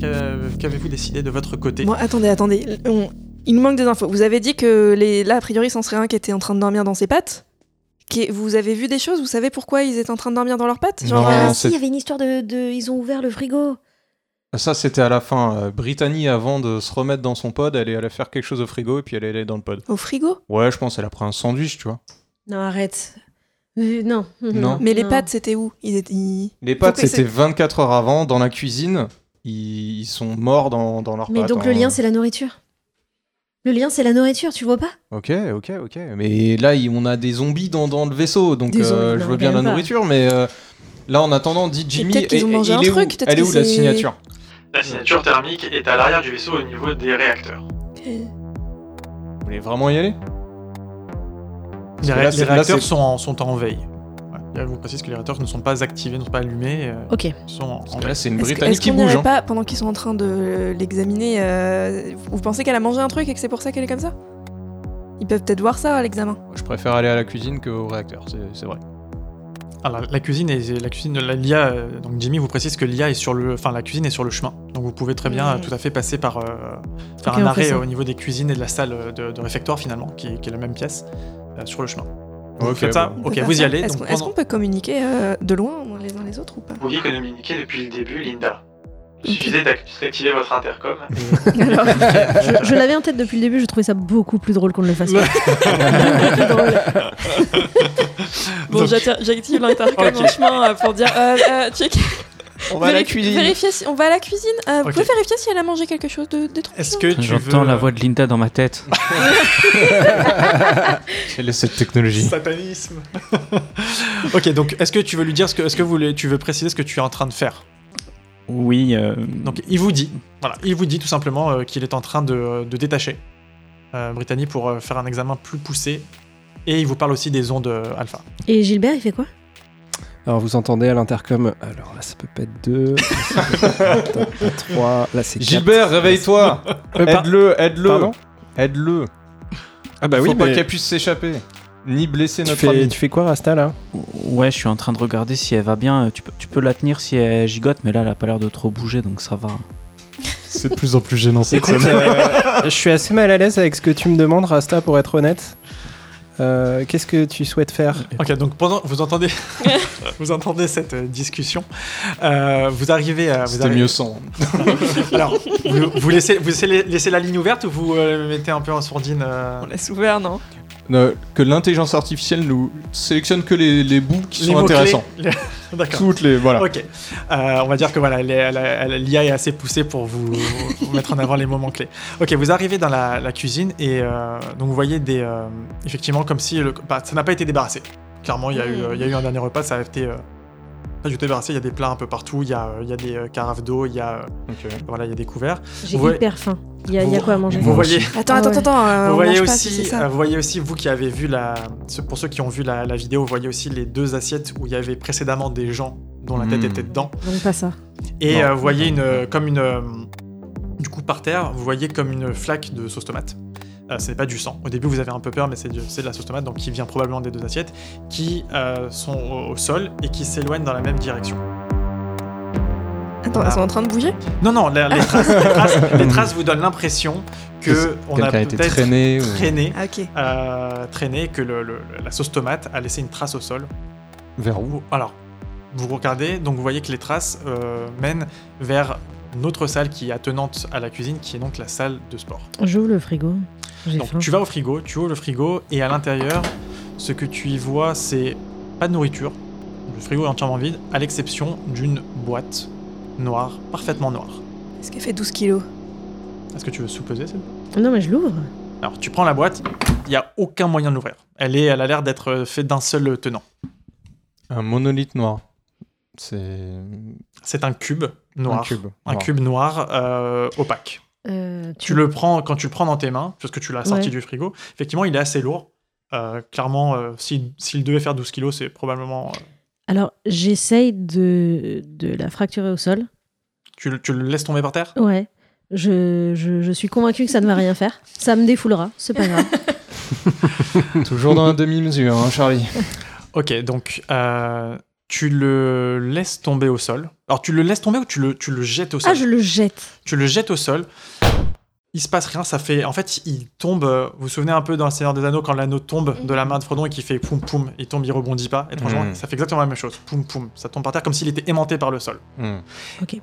[SPEAKER 5] Que- Qu'avez-vous décidé de votre côté
[SPEAKER 4] Bon, attendez, attendez. On- Il nous manque des infos. Vous avez dit que les... là, a priori, c'en serait un qui était en train de dormir dans ses pattes. Qui- Vous avez vu des choses Vous savez pourquoi ils étaient en train de dormir dans leurs pattes Genre,
[SPEAKER 1] Non,
[SPEAKER 4] euh,
[SPEAKER 6] ah,
[SPEAKER 1] c'est-
[SPEAKER 6] si, il y avait une histoire de, de- Ils ont ouvert le frigo.
[SPEAKER 1] Ça, c'était à la fin. Euh, Brittany, avant de se remettre dans son pod, elle est allée faire quelque chose au frigo et puis elle est allée dans le pod.
[SPEAKER 4] au frigo
[SPEAKER 1] Ouais, je pense, elle a pris un sandwich, tu vois.
[SPEAKER 6] Non, arrête. Euh, non.
[SPEAKER 1] Non.
[SPEAKER 4] Mais les pattes, c'était où Ils étaient. ils-
[SPEAKER 1] Les pâtes,
[SPEAKER 4] Pourquoi
[SPEAKER 1] c'était
[SPEAKER 4] c'est-
[SPEAKER 1] 24 heures avant, dans la cuisine. Ils, ils sont morts dans, dans leur hein.
[SPEAKER 6] Mais donc le lien, c'est la nourriture. Le lien, c'est la nourriture, tu vois pas
[SPEAKER 1] Ok,
[SPEAKER 5] Eh,
[SPEAKER 1] ok, ok. Mais là, il- on a des zombies dans, dans le vaisseau, donc
[SPEAKER 6] Des
[SPEAKER 1] euh,
[SPEAKER 6] zombies,
[SPEAKER 4] bah,
[SPEAKER 1] je
[SPEAKER 6] non,
[SPEAKER 1] veux bien
[SPEAKER 6] quand
[SPEAKER 1] la
[SPEAKER 6] même pas.
[SPEAKER 1] nourriture, mais euh, là, en attendant, dit Jimmy,
[SPEAKER 4] peut-être qu'ils
[SPEAKER 1] et-
[SPEAKER 4] ont
[SPEAKER 1] et-
[SPEAKER 4] mangé
[SPEAKER 1] il
[SPEAKER 4] un
[SPEAKER 1] est
[SPEAKER 4] truc,
[SPEAKER 1] où
[SPEAKER 4] peut-être
[SPEAKER 1] Elle est
[SPEAKER 4] que
[SPEAKER 1] où la
[SPEAKER 4] c'est-
[SPEAKER 1] signature
[SPEAKER 13] La signature thermique est à l'arrière du vaisseau au niveau des réacteurs.
[SPEAKER 1] Vous voulez vraiment y aller
[SPEAKER 5] Les,
[SPEAKER 1] que
[SPEAKER 5] ré-
[SPEAKER 1] là,
[SPEAKER 5] les
[SPEAKER 1] c'est- là,
[SPEAKER 5] réacteurs
[SPEAKER 1] c'est-
[SPEAKER 5] sont en, sont en veille. Ouais. Là, je vous précise que les réacteurs ne sont pas activés, ne sont pas allumés, euh,
[SPEAKER 6] Ok.
[SPEAKER 5] ils sont en, en
[SPEAKER 1] Parce que
[SPEAKER 5] veille.
[SPEAKER 1] Là, c'est une
[SPEAKER 4] Est-ce que-
[SPEAKER 1] Britannique
[SPEAKER 4] est-ce
[SPEAKER 1] qui
[SPEAKER 4] qu'on
[SPEAKER 1] bouge.
[SPEAKER 4] n'irait
[SPEAKER 1] hein.
[SPEAKER 4] pas pendant qu'ils sont en train de l'examiner euh, Vous pensez qu'elle a mangé un truc et que c'est pour ça qu'elle est comme ça Ils peuvent peut-être voir ça à l'examen.
[SPEAKER 1] Je préfère aller à la cuisine qu'au réacteur, c'est c'est vrai.
[SPEAKER 5] Alors, ah, la cuisine est la cuisine de la- l'IA. euh, donc Jimmy vous précise que l'IA est sur le, enfin la cuisine est sur le chemin. Donc vous pouvez très bien
[SPEAKER 6] Mm.
[SPEAKER 5] euh, tout à fait passer par euh, faire
[SPEAKER 6] Ok,
[SPEAKER 5] un
[SPEAKER 6] on fait
[SPEAKER 5] arrêt
[SPEAKER 6] ça.
[SPEAKER 5] euh, au niveau des cuisines et de la salle euh, de, de réfectoire finalement, qui, est- qui est la même pièce euh, sur le chemin. Vous
[SPEAKER 1] Ok,
[SPEAKER 5] faites ça.
[SPEAKER 1] bon.
[SPEAKER 4] On peut
[SPEAKER 5] Ok,
[SPEAKER 4] faire
[SPEAKER 5] vous y
[SPEAKER 4] ça.
[SPEAKER 5] allez.
[SPEAKER 4] Est-ce
[SPEAKER 5] donc
[SPEAKER 4] qu'on est-ce
[SPEAKER 5] pendant-
[SPEAKER 4] qu'on peut communiquer euh, de loin les uns les autres ou pas
[SPEAKER 13] Vous dit que communiquer depuis le début, Linda.
[SPEAKER 14] Il suffisait d'ac- d'activer votre intercom.
[SPEAKER 6] Alors, je, je l'avais en tête depuis le début, je trouvais ça beaucoup plus drôle qu'on ne le fasse pas.
[SPEAKER 4] Bon,
[SPEAKER 5] Donc-
[SPEAKER 4] j'atta- j'active l'intercom en chemin euh, pour dire euh, euh, check.
[SPEAKER 5] On va à la
[SPEAKER 4] Vérif-
[SPEAKER 5] cuisine.
[SPEAKER 4] vérifier si- on va à la cuisine. Euh, Vous
[SPEAKER 5] Ok.
[SPEAKER 4] pouvez vérifier si elle a mangé quelque chose de d'étrange
[SPEAKER 5] Est-ce que tu
[SPEAKER 2] J'entends
[SPEAKER 5] veux... Ah.
[SPEAKER 2] la voix de Linda dans ma tête.
[SPEAKER 1] Quelle est cette technologie
[SPEAKER 5] Satanisme. ok, donc est-ce que tu veux lui dire ce que, est-ce que vous voulez- tu veux préciser ce que tu es en train de faire
[SPEAKER 2] Oui, euh,
[SPEAKER 5] Donc il vous dit, voilà, il vous dit tout simplement euh, qu'il est en train de, de détacher euh, Brittany pour euh, faire un examen plus poussé. Et il vous parle aussi des ondes euh, alpha.
[SPEAKER 6] Et Gilbert, il fait quoi
[SPEAKER 3] Alors vous entendez à l'intercom. Alors là, ça peut pas être deux. là, ça peut pas être trois. Là, c'est quatre.
[SPEAKER 1] Gilbert, réveille-toi
[SPEAKER 3] Euh, par-
[SPEAKER 1] Aide-le, aide-le
[SPEAKER 3] Pardon
[SPEAKER 1] Aide-le
[SPEAKER 3] Ah bah
[SPEAKER 1] Faut
[SPEAKER 3] oui,
[SPEAKER 1] pas
[SPEAKER 3] mais
[SPEAKER 1] qu'elle puisse s'échapper, ni blesser
[SPEAKER 3] tu
[SPEAKER 1] notre
[SPEAKER 3] fais,
[SPEAKER 1] ami.
[SPEAKER 3] tu fais quoi, Rasta là
[SPEAKER 2] ouais, je suis en train de regarder si elle va bien. Euh, Tu peux, tu peux la tenir si elle gigote, mais là, elle a pas l'air de trop bouger, donc ça va.
[SPEAKER 5] C'est de plus en plus gênant cette
[SPEAKER 3] Écoute, euh, je suis assez mal à l'aise avec ce que tu me demandes, Rasta, pour être honnête. Euh, Qu'est-ce que tu souhaites faire
[SPEAKER 5] Ok, donc pendant vous entendez, vous entendez cette euh, discussion, euh, vous arrivez à. Vous
[SPEAKER 1] C'était
[SPEAKER 5] arrivez-
[SPEAKER 1] mieux sans.
[SPEAKER 5] Alors, vous, vous laissez, vous laissez, laissez la ligne ouverte ou vous euh, mettez un peu en sourdine euh,
[SPEAKER 4] On laisse ouvert, non
[SPEAKER 1] Euh, que l'intelligence artificielle nous sélectionne que les, les bouts qui
[SPEAKER 5] les
[SPEAKER 1] sont
[SPEAKER 5] mots-clés
[SPEAKER 1] intéressants.
[SPEAKER 5] Les- D'accord.
[SPEAKER 1] Toutes les. Voilà.
[SPEAKER 5] Ok. Euh, on va dire que voilà, les- la- la- l'IA est assez poussée pour vous, vous mettre en avant les moments clés. Ok, vous arrivez dans la, la cuisine et euh, donc vous voyez des, euh, effectivement comme si le, bah, ça n'a pas été débarrassé. Clairement, il y, a eu, euh, il y a eu un dernier repas, ça a été euh, pas du tout débarrassé. Il y a des plats un peu partout, il y a, euh, il y a des euh, carafes d'eau, il y a euh,
[SPEAKER 1] Ok.
[SPEAKER 5] voilà, il y a des couverts.
[SPEAKER 6] J'ai
[SPEAKER 5] Ouais.
[SPEAKER 6] hyper faim. Il y, a- il y a
[SPEAKER 5] Vous-
[SPEAKER 6] quoi à manger
[SPEAKER 5] Vous voyez,
[SPEAKER 4] Attends,
[SPEAKER 6] Ah
[SPEAKER 4] attends,
[SPEAKER 6] ouais.
[SPEAKER 4] attends. euh,
[SPEAKER 5] vous
[SPEAKER 4] on
[SPEAKER 5] voyez
[SPEAKER 4] mange pas, si
[SPEAKER 5] aussi,
[SPEAKER 4] c'est ça.
[SPEAKER 5] euh, vous voyez aussi vous qui avez vu la, ce- pour ceux qui ont vu la, la vidéo, vous voyez aussi les deux assiettes où il y avait précédemment des gens dont la tête
[SPEAKER 1] Mm.
[SPEAKER 5] était dedans.
[SPEAKER 6] Donc pas ça.
[SPEAKER 5] Et
[SPEAKER 1] Non.
[SPEAKER 5] euh, vous voyez une, euh, comme une. euh, du coup, par terre, vous voyez comme une flaque de sauce tomate. Euh, ce n'est pas du sang. Au début, vous avez un peu peur, mais c'est du- c'est de la sauce tomate, donc qui vient probablement des deux assiettes, qui euh, sont au, au sol et qui s'éloignent dans la même direction. euh,
[SPEAKER 4] Attends, elles sont en train de bouger
[SPEAKER 5] Non, non, la- les, traces, les, traces, les traces vous donnent l'impression que on a
[SPEAKER 1] Quelqu'un a été
[SPEAKER 5] peut-être
[SPEAKER 1] traîné. ou-
[SPEAKER 5] traîné,
[SPEAKER 4] Ah, ok.
[SPEAKER 5] euh, traîné, que le- le- la sauce tomate a laissé une trace au sol.
[SPEAKER 1] Vers où
[SPEAKER 5] Vous- alors, vous regardez, donc vous voyez que les traces euh, mènent vers une autre salle qui est attenante à la cuisine, qui est donc la salle de sport.
[SPEAKER 6] J'ouvre le frigo. J'ai faim.
[SPEAKER 5] Donc tu vas au frigo, tu ouvres le frigo, et à l'intérieur, ce que tu y vois, c'est pas de nourriture. Le frigo est entièrement vide, à l'exception d'une boîte noire, parfaitement noire.
[SPEAKER 4] Est-ce qu'elle fait 12 kilos
[SPEAKER 5] Est-ce que tu veux sous-peser celle
[SPEAKER 6] Ah Non, mais je l'ouvre.
[SPEAKER 5] Alors, tu prends la boîte, il n'y a aucun moyen de l'ouvrir. Elle, est, elle a l'air d'être euh, faite d'un seul tenant.
[SPEAKER 1] Un monolithe noir. C'est
[SPEAKER 5] C'est un cube
[SPEAKER 1] un
[SPEAKER 5] noir.
[SPEAKER 1] cube.
[SPEAKER 5] Un
[SPEAKER 1] Noir.
[SPEAKER 5] cube noir euh, opaque.
[SPEAKER 6] Euh,
[SPEAKER 5] tu le prends quand tu le prends dans tes mains, parce que tu l'as sorti
[SPEAKER 6] Ouais.
[SPEAKER 5] du frigo, effectivement, il est assez lourd. Euh, clairement, euh, s'il s'il devait faire 12 kilos, c'est probablement. euh,
[SPEAKER 6] Alors, j'essaye de, de la fracturer au sol.
[SPEAKER 5] tu, le- tu le laisses tomber par terre
[SPEAKER 6] Ouais. Je, je, je suis convaincue que ça ne va rien faire. Ça me défoulera, c'est pas grave.
[SPEAKER 1] Toujours dans la demi-mesure, hein, Charlie.
[SPEAKER 5] Ok, donc euh, tu le laisses tomber au sol. Alors, tu le laisses tomber ou tu le, tu le jettes au sol
[SPEAKER 6] Ah, je le jette.
[SPEAKER 5] Tu le jettes au sol. Il se passe rien, ça fait. En fait, il tombe. euh, Vous vous souvenez un peu dans Le Seigneur des Anneaux quand l'anneau tombe de
[SPEAKER 6] Mhm.
[SPEAKER 5] la main de Frodon et qu'il fait poum poum, il tombe, il rebondit pas. Étrangement,
[SPEAKER 1] Mm.
[SPEAKER 5] ça fait exactement la même chose. Poum poum, ça tombe par terre comme s'il était aimanté par le sol.
[SPEAKER 1] Hmm.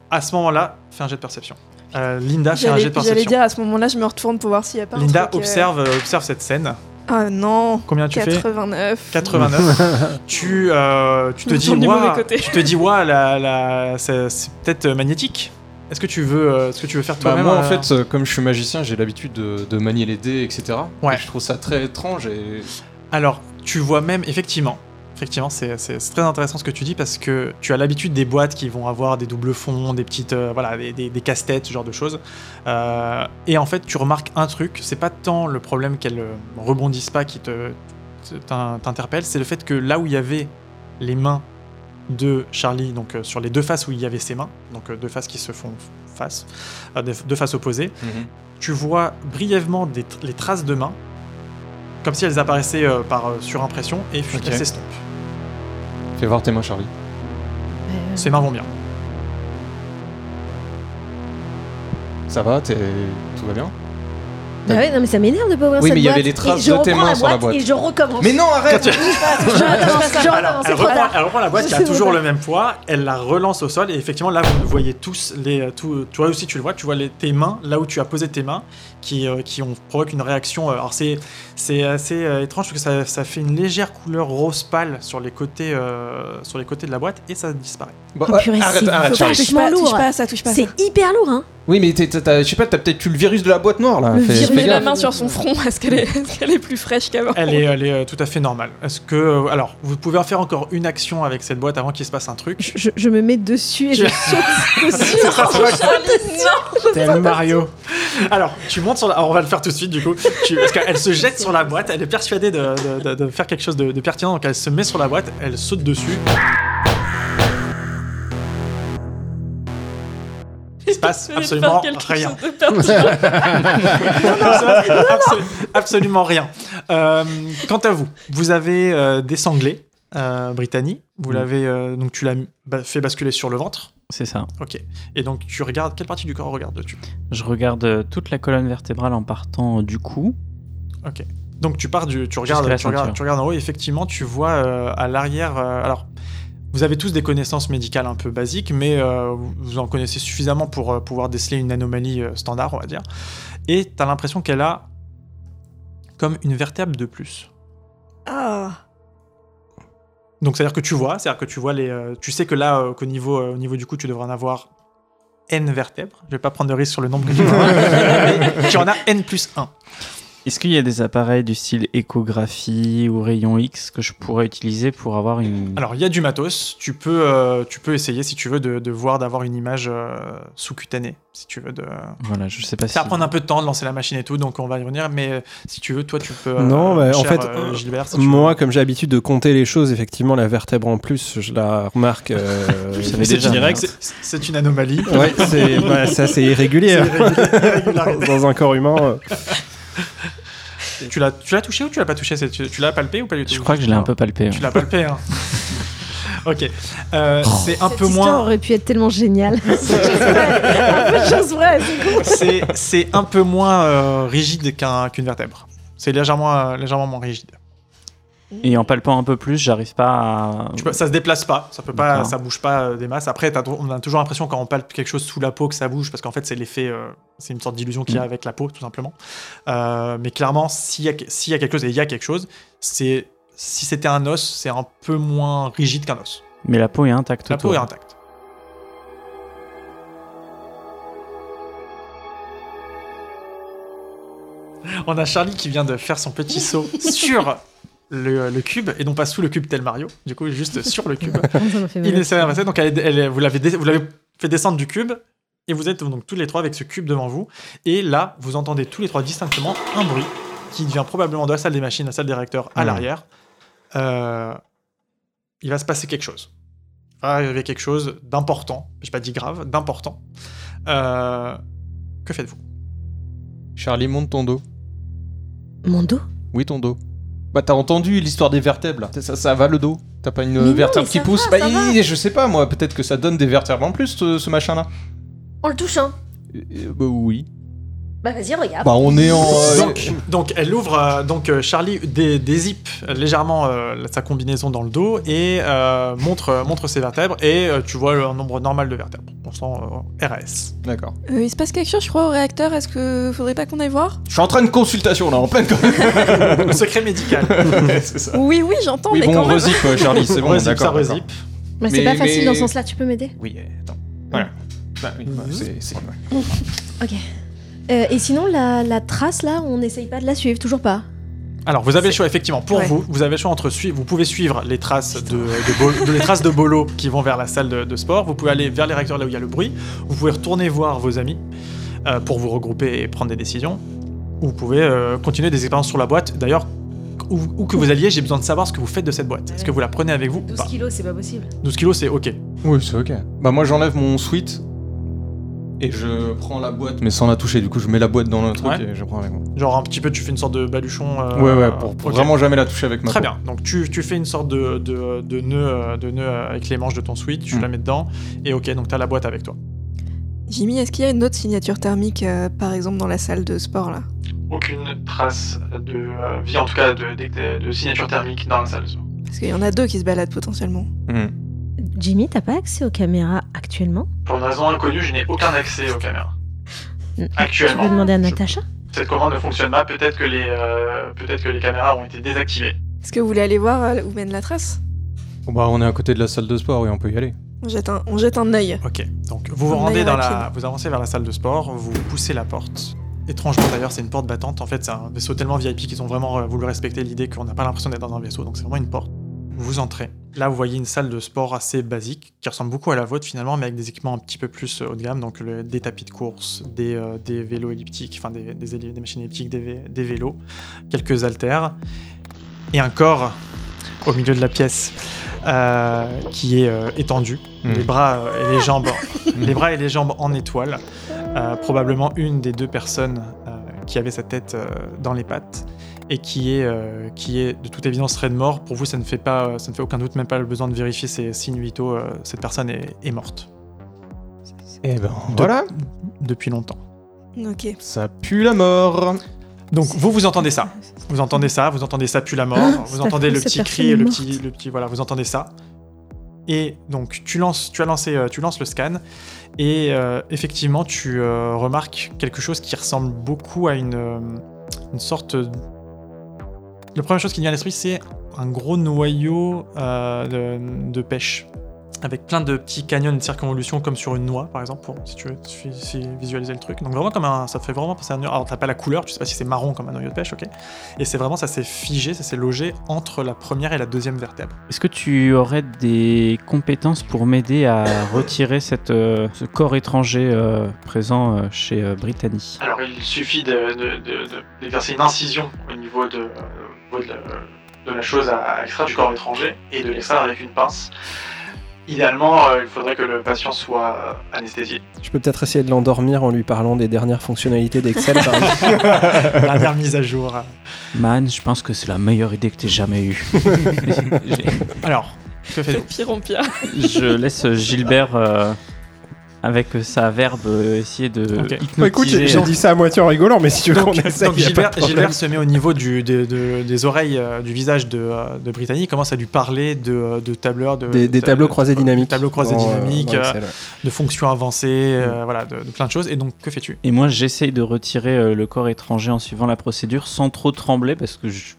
[SPEAKER 5] À ce moment-là, fais un jet de perception. Euh, Linda fait
[SPEAKER 4] J'allais
[SPEAKER 5] un jet de
[SPEAKER 4] j'allais
[SPEAKER 5] perception.
[SPEAKER 4] dire à ce moment-là, je me retourne pour voir s'il y a pas. un
[SPEAKER 5] Linda
[SPEAKER 4] truc, euh,
[SPEAKER 5] observe, euh, observe cette scène.
[SPEAKER 4] Ah non
[SPEAKER 5] Combien tu fais
[SPEAKER 4] 89.
[SPEAKER 5] 89. tu, euh, tu te
[SPEAKER 4] Je me
[SPEAKER 5] dis
[SPEAKER 4] tourne du mauvais
[SPEAKER 5] waouh,
[SPEAKER 4] côté.
[SPEAKER 5] tu te dis waouh, la, la, c'est c'est peut-être euh, magnétique. Est-ce que tu veux, euh, est-ce que tu veux faire
[SPEAKER 1] Bah,
[SPEAKER 5] toi-même
[SPEAKER 1] moi, en
[SPEAKER 5] euh,
[SPEAKER 1] fait, euh, comme je suis magicien, j'ai l'habitude de, de manier les dés, etc.
[SPEAKER 5] Ouais.
[SPEAKER 1] Et je trouve ça très étrange et
[SPEAKER 5] Alors, tu vois même, effectivement, effectivement, c'est c'est- c'est très intéressant ce que tu dis parce que tu as l'habitude des boîtes qui vont avoir des doubles fonds, des petites, euh, voilà, des, des- des casse-têtes, ce genre de choses. Euh, et en fait, tu remarques un truc, c'est pas tant le problème qu'elles euh, rebondissent pas qui te te- t'in- t'interpelle, c'est le fait que là où il y avait les mains de Charlie, donc euh, sur les deux faces où il y avait ses mains, donc euh, deux faces qui se font face, euh, des- deux faces opposées,
[SPEAKER 1] Mhm.
[SPEAKER 5] tu vois brièvement des tr- les traces de mains, comme si elles apparaissaient euh, par euh, surimpression, et puis
[SPEAKER 1] Ok.
[SPEAKER 5] elles s'estompent.
[SPEAKER 1] fais voir tes mains, Charlie.
[SPEAKER 6] Euh,
[SPEAKER 5] Ses mains vont bien.
[SPEAKER 1] Ça va, t'es- tout va bien
[SPEAKER 6] Bah ouais, non, mais ça m'énerve de pas ouvrir
[SPEAKER 1] Oui,
[SPEAKER 6] cette
[SPEAKER 1] mais il y
[SPEAKER 6] boîte.
[SPEAKER 1] avait les traces
[SPEAKER 6] Et je
[SPEAKER 1] de tes
[SPEAKER 6] reprends
[SPEAKER 1] mains sur la
[SPEAKER 6] Et
[SPEAKER 1] boîte.
[SPEAKER 6] je recommence.
[SPEAKER 1] Mais non, arrête
[SPEAKER 6] Je recommence, je recommence, Ah c'est
[SPEAKER 7] Elle
[SPEAKER 6] trop
[SPEAKER 7] reprend,
[SPEAKER 6] tard.
[SPEAKER 7] elle reprend la boîte qui a
[SPEAKER 6] C'est trop
[SPEAKER 7] toujours
[SPEAKER 6] tard.
[SPEAKER 7] le même poids, elle la relance au sol et effectivement là vous voyez tous les tout, toi aussi tu le vois, tu vois les, tes mains là où tu as posé tes mains qui euh, qui ont provoquent une réaction. euh, Alors c'est c'est assez euh, étrange parce que ça, ça fait une légère couleur rose pâle sur les côtés euh, sur les côtés de la boîte et ça disparaît.
[SPEAKER 1] Bon,
[SPEAKER 6] Oh, purée,
[SPEAKER 1] Arrête,
[SPEAKER 6] c'est
[SPEAKER 5] Ah,
[SPEAKER 1] arrête,
[SPEAKER 6] vachement
[SPEAKER 1] Charlie.
[SPEAKER 4] touche
[SPEAKER 6] Vachement
[SPEAKER 4] pas,
[SPEAKER 6] lourd.
[SPEAKER 4] touche pas à ça, touche pas à ça.
[SPEAKER 6] C'est hyper lourd, hein.
[SPEAKER 1] Oui, mais t'es- t'as- t'as- je sais pas, t'as peut-être eu le virus de la boîte noire là.
[SPEAKER 6] Le
[SPEAKER 1] Fais-
[SPEAKER 6] virus
[SPEAKER 1] fais
[SPEAKER 4] Je mets la
[SPEAKER 1] gaffe.
[SPEAKER 4] main sur son front, est-ce qu'elle est, est-ce qu'elle est plus fraîche qu'avant
[SPEAKER 7] Elle est elle est euh, tout à fait normale. Est-ce que euh, alors vous pouvez en faire encore une action avec cette boîte avant qu'il se passe un truc
[SPEAKER 6] Je, je- je me mets dessus et je saute dessus.
[SPEAKER 4] Ah,
[SPEAKER 7] Tel Mario. Alors, tu montes sur la... alors, on va le faire tout de suite, du coup. Tu- Parce qu'elle se jette sur la boîte, elle est persuadée de, de- de- de faire quelque chose de, de pertinent, donc elle se met sur la boîte, elle saute dessus. Il se passe
[SPEAKER 4] Je vais faire
[SPEAKER 7] absolument
[SPEAKER 4] quelque
[SPEAKER 7] rien.
[SPEAKER 4] chose de pertinent.
[SPEAKER 7] Absol- absolument rien. Euh, quant à vous, vous avez euh, désanglé euh, Brittany. Vous
[SPEAKER 2] Mm.
[SPEAKER 7] l'avez euh, donc tu l'as ba- fait basculer sur le ventre.
[SPEAKER 2] C'est ça.
[SPEAKER 7] Ok. Et donc tu regardes quelle partie du corps regardes-tu
[SPEAKER 2] Je regarde euh, toute la colonne vertébrale en partant euh, du cou.
[SPEAKER 7] Donc tu pars du, tu
[SPEAKER 2] Jusqu'à
[SPEAKER 7] regardes,
[SPEAKER 2] la
[SPEAKER 7] tu regardes,
[SPEAKER 2] ceinture.
[SPEAKER 7] tu regardes en haut. Et effectivement, tu vois euh, à l'arrière. euh, alors, vous avez tous des connaissances médicales un peu basiques, mais euh, vous en connaissez suffisamment pour euh, pouvoir déceler une anomalie euh, standard, on va dire. Et t'as l'impression qu'elle a comme une vertèbre de plus.
[SPEAKER 4] Ah,
[SPEAKER 7] Donc c'est à dire que tu vois, c'est à dire que tu vois les, euh, tu sais que là euh, qu'au niveau, euh, au niveau du coup, tu devrais en avoir n vertèbres. Je vais pas prendre de risque sur le nombre que tu en as. Mais tu en as n plus 1.
[SPEAKER 2] Est-ce qu'il y a des appareils du style échographie ou rayon X que je pourrais utiliser pour avoir une.
[SPEAKER 7] Alors, il y a du matos. Tu peux, euh, tu peux essayer, si tu veux, de, de voir, d'avoir une image euh, sous-cutanée. Si tu veux, de...
[SPEAKER 2] Voilà, je sais pas si.
[SPEAKER 7] Ça va prendre un peu de temps de lancer la machine et tout, donc on va y revenir. Mais euh, si tu veux, toi, tu peux. euh,
[SPEAKER 3] Non, mais en
[SPEAKER 7] cher,
[SPEAKER 3] fait,
[SPEAKER 7] euh, Gilbert, si tu
[SPEAKER 3] Moi, comme j'ai l'habitude de compter les choses, effectivement, la vertèbre en plus, je la remarque. euh,
[SPEAKER 2] Je
[SPEAKER 7] veux.
[SPEAKER 2] savais
[SPEAKER 7] C'est
[SPEAKER 2] déjà.
[SPEAKER 7] une règle, c'est- c'est une anomalie.
[SPEAKER 3] ouais, c'est bah, ça, c'est irrégulier
[SPEAKER 7] C'est irrégulier.
[SPEAKER 3] dans, dans un corps humain. euh.
[SPEAKER 7] tu l'as, tu l'as touché ou tu l'as pas touché c'est- Tu, tu l'as palpé ou pas du tout
[SPEAKER 2] Je crois que je l'ai un peu palpé. ouais.
[SPEAKER 7] Tu l'as palpé. Hein. ok. Euh, c'est un
[SPEAKER 6] Cette
[SPEAKER 7] peu
[SPEAKER 6] histoire
[SPEAKER 7] moins.
[SPEAKER 6] aurait pu être tellement géniale. C'est juste vrai. Un peu juste vrai, c'est con.
[SPEAKER 7] C'est c'est un peu moins euh, rigide qu'un- qu'une vertèbre. C'est légèrement, euh, légèrement moins rigide.
[SPEAKER 2] Et en palpant un peu plus, j'arrive pas à.
[SPEAKER 7] Tu peux- ça se déplace pas, ça peut pas,
[SPEAKER 2] D'accord.
[SPEAKER 7] ça bouge pas euh, des masses. Après, t'as- on a toujours l'impression quand on palpe quelque chose sous la peau que ça bouge, parce qu'en fait c'est l'effet, euh, c'est une sorte d'illusion qu'il y a
[SPEAKER 2] Mm.
[SPEAKER 7] avec la peau tout simplement. Euh, mais clairement, s'il y, a- s'il y a quelque chose et il y a quelque chose, c'est si c'était un os, c'est un peu moins rigide qu'un os.
[SPEAKER 2] Mais la peau est intacte.
[SPEAKER 7] La peau
[SPEAKER 2] autour.
[SPEAKER 7] est intacte. On a Charlie qui vient de faire son petit saut sur le, le cube, et non pas sous le cube tel Mario, du coup juste sur le cube.
[SPEAKER 6] Ça m'a fait mal.
[SPEAKER 7] Il essaie d'inverser, donc elle est- elle est- vous l'avez dé- vous l'avez fait descendre du cube, et vous êtes donc tous les trois avec ce cube devant vous, et là, vous entendez tous les trois distinctement un bruit qui vient probablement de la salle des machines, la salle des réacteurs à
[SPEAKER 2] Mhm.
[SPEAKER 7] l'arrière. Euh, il va se passer quelque chose. Il va arriver quelque chose d'important, j'ai pas dit grave, d'important. Euh, que faites-vous
[SPEAKER 1] Charlie, monte ton dos.
[SPEAKER 6] Mon dos
[SPEAKER 1] Oui, ton dos. Bah, t'as entendu l'histoire des vertèbres là. Ça, ça, ça va le dos. T'as pas une euh,
[SPEAKER 6] non,
[SPEAKER 1] vertèbre
[SPEAKER 6] mais
[SPEAKER 1] qui
[SPEAKER 6] ça
[SPEAKER 1] pousse
[SPEAKER 6] va,
[SPEAKER 1] Bah,
[SPEAKER 6] ça
[SPEAKER 1] il- je sais pas, moi, peut-être que ça donne des vertèbres en plus, ce, ce machin-là.
[SPEAKER 9] En le touchant.
[SPEAKER 1] Euh, bah, oui.
[SPEAKER 9] Bah vas-y,
[SPEAKER 6] Ah,
[SPEAKER 9] regarde.
[SPEAKER 1] Bah, on est en. euh,
[SPEAKER 7] donc, donc elle ouvre, euh, donc euh, Charlie dé- dézippe légèrement euh, sa combinaison dans le dos et euh, montre, euh, montre ses vertèbres et euh, tu vois un nombre normal de vertèbres. On sent euh, RAS.
[SPEAKER 1] D'accord.
[SPEAKER 4] Euh, il se passe quelque chose, je crois, au réacteur. Est-ce que faudrait pas qu'on aille voir
[SPEAKER 1] Je suis en train de consultation là, en pleine. con-
[SPEAKER 7] Le secret médical.
[SPEAKER 1] c'est ça.
[SPEAKER 4] Oui, oui, j'entends,
[SPEAKER 1] Oui,
[SPEAKER 4] mais
[SPEAKER 1] bon,
[SPEAKER 4] quand
[SPEAKER 1] on
[SPEAKER 4] même.
[SPEAKER 1] rezipe, euh, Charlie, c'est
[SPEAKER 7] On
[SPEAKER 1] bon,
[SPEAKER 7] rezippe, ça
[SPEAKER 1] d'accord. d'accord.
[SPEAKER 7] rezippe.
[SPEAKER 6] Mais c'est
[SPEAKER 1] Mais-
[SPEAKER 6] pas facile
[SPEAKER 1] mais-
[SPEAKER 6] dans ce sens-là, tu peux m'aider
[SPEAKER 1] Oui, euh, attends. Voilà. Bah, oui, bah, c'est- c'est- ouais.
[SPEAKER 6] Euh, Et sinon, la, la trace là, on n'essaye pas de la suivre, toujours pas.
[SPEAKER 7] Alors, vous avez le choix, effectivement. Pour
[SPEAKER 4] Ouais.
[SPEAKER 7] vous, vous avez le choix entre suivre. Vous pouvez suivre les traces de, de Bo- de- les traces de Bolo qui vont vers la salle de, de sport. Vous pouvez aller vers les réacteurs là où il y a le bruit. Vous pouvez retourner voir vos amis euh, pour vous regrouper et prendre des décisions. Ou vous pouvez euh, continuer des expériences sur la boîte. D'ailleurs, où, où que vous alliez, j'ai besoin de savoir ce que vous faites de cette boîte. Est-ce que vous la prenez avec vous bah. ou pas
[SPEAKER 6] kilos, c'est pas possible.
[SPEAKER 7] 12 kilos, c'est OK.
[SPEAKER 1] Oui, c'est ok. Bah, moi, j'enlève mon sweat. Et je prends la boîte, mais sans la toucher. Du coup, je mets la boîte dans le truc
[SPEAKER 7] Ouais.
[SPEAKER 1] et je prends avec moi.
[SPEAKER 7] Genre, un petit peu, tu fais une sorte de baluchon. euh,
[SPEAKER 1] ouais, ouais, pour, pour
[SPEAKER 7] ok.
[SPEAKER 1] vraiment jamais la toucher avec ma
[SPEAKER 7] Très
[SPEAKER 1] peau.
[SPEAKER 7] bien. Donc tu, tu fais une sorte de, de, de nœud, euh, de nœud euh, avec les manches de ton suite, tu
[SPEAKER 1] Mm.
[SPEAKER 7] la mets dedans, et ok, donc t'as la boîte avec toi.
[SPEAKER 4] Jimmy, est-ce qu'il y a une autre signature thermique, euh, par exemple, dans la salle de sport là
[SPEAKER 5] aucune trace de euh, vie, en tout cas de, de- de signature thermique dans la salle. ce soir.
[SPEAKER 4] Parce qu'il y en a deux qui se baladent potentiellement.
[SPEAKER 6] Jimmy, t'as pas accès aux caméras actuellement
[SPEAKER 5] Pour une raison inconnue, je n'ai aucun accès aux caméras.
[SPEAKER 6] Mm. Tu
[SPEAKER 5] Actuellement.
[SPEAKER 6] peux demander à
[SPEAKER 5] Je-
[SPEAKER 6] Natacha
[SPEAKER 5] Cette commande ne fonctionne pas, peut-être que, les, euh, peut-être que les caméras ont été désactivées.
[SPEAKER 4] Est-ce que vous voulez aller voir euh, où mène la trace
[SPEAKER 1] Bon, bah, on est à côté de la salle de sport, oui, on peut y aller.
[SPEAKER 4] on jette, un, on jette un œil.
[SPEAKER 7] Ok, donc vous vous
[SPEAKER 4] On
[SPEAKER 7] rendez
[SPEAKER 4] est
[SPEAKER 7] dans
[SPEAKER 4] rapide.
[SPEAKER 7] la, vous avancez vers la salle de sport, vous poussez la porte. Étrangement d'ailleurs, c'est une porte battante. En fait, c'est un vaisseau tellement VIP qu'ils ont vraiment euh, voulu respecter l'idée qu'on n'a pas l'impression d'être dans un vaisseau, donc c'est vraiment une porte. Vous entrez. Là, vous voyez une salle de sport assez basique qui ressemble beaucoup à la vôtre finalement, mais avec des équipements un petit peu plus euh, haut de gamme, donc le- des tapis de course, des, euh, des vélos elliptiques, enfin des, des, éli- des machines elliptiques, des, vé- des vélos, quelques haltères et un corps au milieu de la pièce euh, qui est euh, étendu,
[SPEAKER 1] Mm.
[SPEAKER 7] les bras euh, et les jambes
[SPEAKER 1] Mm.
[SPEAKER 7] les bras et les jambes en étoile. Euh, probablement une des deux personnes euh, qui avait sa tête euh, dans les pattes et qui est, euh, qui est de toute évidence Redmore. Pour vous, ça ne fait pas, euh, ça ne fait aucun doute, même pas le besoin de vérifier ces signes vitaux. euh, cette personne est, est morte.
[SPEAKER 1] Eh ben,
[SPEAKER 7] De-
[SPEAKER 1] voilà,
[SPEAKER 7] Depuis longtemps.
[SPEAKER 4] Ok.
[SPEAKER 1] ça pue la mort.
[SPEAKER 7] Donc vous, vous entendez ça. Vous entendez ça, vous entendez ça pue la mort,
[SPEAKER 6] Ah, c'est
[SPEAKER 7] vous entendez
[SPEAKER 6] affreux,
[SPEAKER 7] le
[SPEAKER 6] cette
[SPEAKER 7] petit
[SPEAKER 6] personne
[SPEAKER 7] cri et
[SPEAKER 6] est
[SPEAKER 7] le
[SPEAKER 6] morte.
[SPEAKER 7] petit, le petit voilà, vous entendez ça. Et donc tu lances, tu as lancé, euh, tu lances le scan et euh, effectivement tu euh, remarques quelque chose qui ressemble beaucoup à une, euh, une sorte. de- La première chose qui vient à l'esprit c'est un gros noyau euh, de, de pêche avec plein de petits canyons de circonvolution comme sur une noix par exemple pour si tu veux si- si visualiser le truc. Donc vraiment comme un, ça fait vraiment penser à un noyau. Alors t'as pas la couleur, je sais pas si c'est marron comme un noyau de pêche, ok. Et c'est vraiment, ça s'est figé, ça s'est logé entre la première et la deuxième vertèbre.
[SPEAKER 2] Est-ce que tu aurais des compétences pour m'aider à retirer cette, euh, ce corps étranger euh, présent euh, chez euh, Brittany
[SPEAKER 5] Alors il suffit de- de- de- de- d'exercer une incision au niveau de, au niveau de, la, de la chose à, à extraire du corps étranger et de l'extraire avec une pince. Idéalement, euh, il faudrait que le patient soit euh, anesthésié.
[SPEAKER 3] Je peux peut-être essayer de l'endormir en lui parlant des dernières fonctionnalités d'Excel. par exemple.
[SPEAKER 7] Dernière mise à jour.
[SPEAKER 2] Man, je pense que c'est la meilleure idée que t'aies jamais eue.
[SPEAKER 7] Alors, que
[SPEAKER 4] De
[SPEAKER 7] faites-vous
[SPEAKER 4] pire en pire.
[SPEAKER 2] je laisse Gilbert euh, avec sa verbe euh, essayer de
[SPEAKER 7] Ok.
[SPEAKER 2] hypnotiser.
[SPEAKER 3] Bah, écoute, j'ai j'ai dit ça à moitié en rigolant, mais si tu veux qu'on
[SPEAKER 7] donc,
[SPEAKER 3] essaye,
[SPEAKER 7] donc
[SPEAKER 3] y a pas de
[SPEAKER 7] Gilbert,
[SPEAKER 3] problème.
[SPEAKER 7] Gilbert se met au niveau du, de- de- des oreilles, euh, du visage de, euh, de Brittany, il commence à lui parler de, euh, de tableurs, de,
[SPEAKER 3] Des, des
[SPEAKER 7] de-
[SPEAKER 3] tableaux
[SPEAKER 7] de-
[SPEAKER 3] croisés
[SPEAKER 7] de-
[SPEAKER 3] dynamiques.
[SPEAKER 7] tableaux croisés
[SPEAKER 3] dans, euh,
[SPEAKER 7] dynamiques,
[SPEAKER 3] dans
[SPEAKER 7] euh,
[SPEAKER 3] Excel, Mm. ouais.
[SPEAKER 7] de fonctions avancées, euh, voilà, de, de plein de choses. Et donc, que fais-tu
[SPEAKER 2] Et moi, j'essaye de retirer euh, le corps étranger en suivant la procédure sans trop trembler parce que je-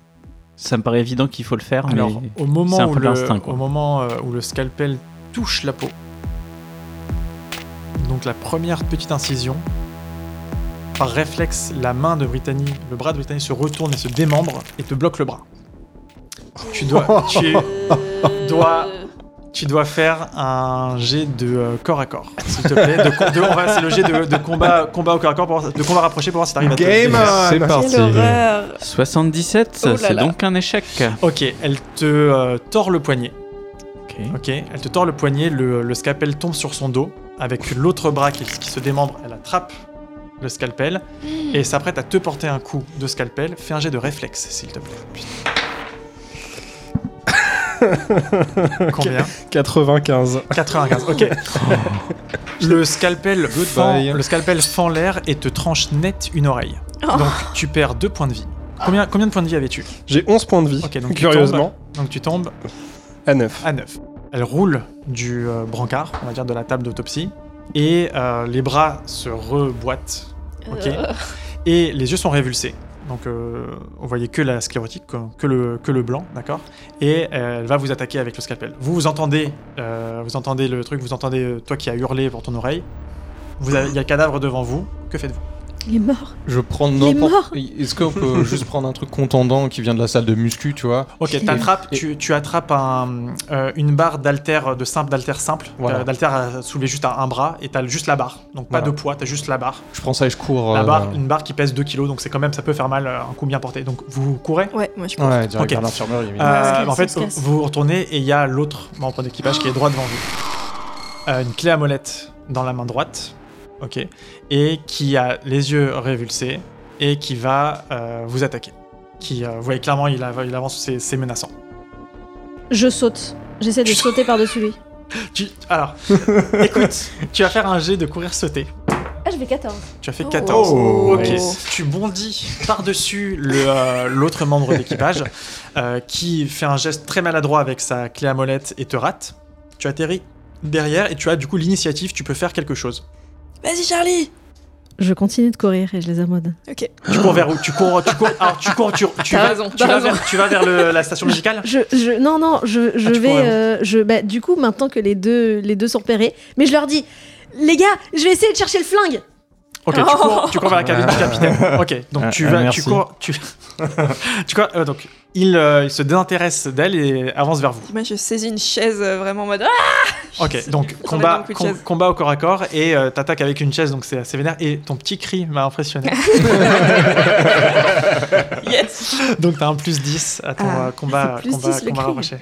[SPEAKER 2] ça me paraît évident qu'il faut le faire. mais-
[SPEAKER 7] Alors, au moment,
[SPEAKER 2] c'est un
[SPEAKER 7] où
[SPEAKER 2] peu
[SPEAKER 7] le,
[SPEAKER 2] l'instinct, quoi.
[SPEAKER 7] au moment euh, où le scalpel touche la peau, donc la première petite incision, par réflexe, la main de Brittany, le bras de Brittany se retourne et se démembre et te bloque le bras. Tu dois, tu, dois, tu dois faire un jet de euh, corps à corps, s'il te plaît. De, co- de- on va- c'est le jet de, de combat, combat au corps à corps, pour voir- de combat rapproché pour voir si t'arrives à te-
[SPEAKER 3] Game on
[SPEAKER 1] C'est
[SPEAKER 7] Ah,
[SPEAKER 1] parti.
[SPEAKER 4] Quelle horreur
[SPEAKER 2] 77,
[SPEAKER 4] Oh là
[SPEAKER 2] c'est
[SPEAKER 4] là.
[SPEAKER 2] donc un échec.
[SPEAKER 7] Ok, elle te euh, tord le poignet.
[SPEAKER 2] Ok.
[SPEAKER 7] Ok, elle te tord le poignet, le, le scalpel tombe sur son dos, avec l'autre bras qui, qui se démembre, elle attrape le scalpel et s'apprête à te porter un coup de scalpel. Fais un jet de réflexe, s'il te plaît. Combien
[SPEAKER 3] 95.
[SPEAKER 7] 95, ok. Le scalpel, fend,
[SPEAKER 1] Goodbye.
[SPEAKER 7] le scalpel fend l'air et te tranche net une oreille. Donc tu perds deux points de vie. Combien, combien de points de vie avais-tu
[SPEAKER 3] J'ai 11 points de vie,
[SPEAKER 7] Ok, donc tu
[SPEAKER 3] curieusement,
[SPEAKER 7] Donc tu tombes
[SPEAKER 3] à 9.
[SPEAKER 7] à 9. Elle roule du euh, brancard, on va dire de la table d'autopsie, et euh, les bras se reboitent, ok Et les yeux sont révulsés. Donc euh, on voyait que la sclérotique, que, que le, que le blanc, d'accord Et euh, elle va vous attaquer avec le scalpel. Vous vous entendez, euh, vous entendez le truc, vous entendez euh, toi qui as hurlé pour ton oreille. Vous avez- Il y a le cadavre devant vous, que faites-vous
[SPEAKER 6] Il est mort.
[SPEAKER 1] Je prends
[SPEAKER 6] est mort.
[SPEAKER 1] n'importe. Est-ce qu'on peut juste prendre un truc contendant qui vient de la salle de muscu, tu vois
[SPEAKER 7] Ok, t'attrapes- tu, tu attrapes un, euh, une barre d'alter, de simple, d'alter simple,
[SPEAKER 1] Voilà.
[SPEAKER 7] euh, d'alter à soulever juste un, un bras, et t'as juste la barre. Donc pas
[SPEAKER 1] Voilà.
[SPEAKER 7] de poids, t'as juste la barre.
[SPEAKER 1] Je prends ça et je cours.
[SPEAKER 7] La
[SPEAKER 1] euh,
[SPEAKER 7] barre, une barre qui pèse 2 kilos, donc c'est quand même, ça peut faire mal, euh, un coup bien porté. Donc vous courez.
[SPEAKER 4] Ouais, moi je
[SPEAKER 1] euh, Ouais, direct
[SPEAKER 7] Ok.
[SPEAKER 1] vers l'infirmerie, évidemment.
[SPEAKER 7] Euh,
[SPEAKER 6] casse,
[SPEAKER 7] en
[SPEAKER 6] on
[SPEAKER 7] fait,
[SPEAKER 6] se casse.
[SPEAKER 7] vous retournez et il y a l'autre membre d'équipage qui est droit devant vous. Euh, une clé à molette dans la main droite, ok, et qui a les yeux révulsés et qui va euh, vous attaquer. Qui, euh, vous voyez clairement, il, av- il avance, c'est c'est menaçant.
[SPEAKER 6] Je saute. J'essaie de sauter par-dessus lui.
[SPEAKER 7] Tu- alors, écoute, tu vas faire un jet de courir sauter.
[SPEAKER 9] Ah, je vais 14.
[SPEAKER 7] Tu as fait
[SPEAKER 4] Oh.
[SPEAKER 7] 14.
[SPEAKER 4] Oh.
[SPEAKER 7] Ok.
[SPEAKER 4] Ouais.
[SPEAKER 7] Tu bondis par-dessus le, euh, l'autre membre de l'équipage euh, qui fait un geste très maladroit avec sa clé à molette et te rate. Tu atterris derrière et tu as du coup l'initiative, tu peux faire quelque chose.
[SPEAKER 4] Vas-y, Charlie
[SPEAKER 6] Je continue de courir et je les amode.
[SPEAKER 4] Ok.
[SPEAKER 7] Tu cours vers où Tu cours, tu cours, alors tu cours, tu, tu
[SPEAKER 9] T'as
[SPEAKER 7] vas,
[SPEAKER 9] raison,
[SPEAKER 7] tu
[SPEAKER 9] t'as
[SPEAKER 7] vas
[SPEAKER 9] raison.
[SPEAKER 7] vers, tu vas vers le- la station musicale
[SPEAKER 6] Je, je- non, non, je, je
[SPEAKER 7] Ah, tu
[SPEAKER 6] vais.
[SPEAKER 7] pourrais, hein.
[SPEAKER 6] euh, je, bah, du coup, maintenant que les deux, les deux sont repérés, mais je leur dis les gars, je vais essayer de chercher le flingue
[SPEAKER 7] Ok, tu cours, tu cours vers la cabine du capitaine. Ok, donc
[SPEAKER 1] Ah,
[SPEAKER 7] tu
[SPEAKER 1] ah,
[SPEAKER 7] vas, tu
[SPEAKER 1] merci.
[SPEAKER 7] cours, tu, tu cours, euh, donc il, euh, il se désintéresse d'elle et avance vers vous.
[SPEAKER 4] Moi, je saisis une chaise euh, vraiment en mode. Ah
[SPEAKER 7] Ok, donc
[SPEAKER 4] Je remets dans
[SPEAKER 7] combat,
[SPEAKER 4] le coup de
[SPEAKER 7] com-
[SPEAKER 4] chaise.
[SPEAKER 7] combat au corps à corps et euh, t'attaques avec une chaise, donc c'est assez vénère. Et ton petit cri m'a impressionné.
[SPEAKER 4] Yes
[SPEAKER 7] donc t'as un plus 10 à ton
[SPEAKER 4] Ah,
[SPEAKER 7] euh, combat,
[SPEAKER 4] c'est plus
[SPEAKER 7] combat,
[SPEAKER 4] 10 le
[SPEAKER 7] combat
[SPEAKER 4] cri.
[SPEAKER 7] rapproché.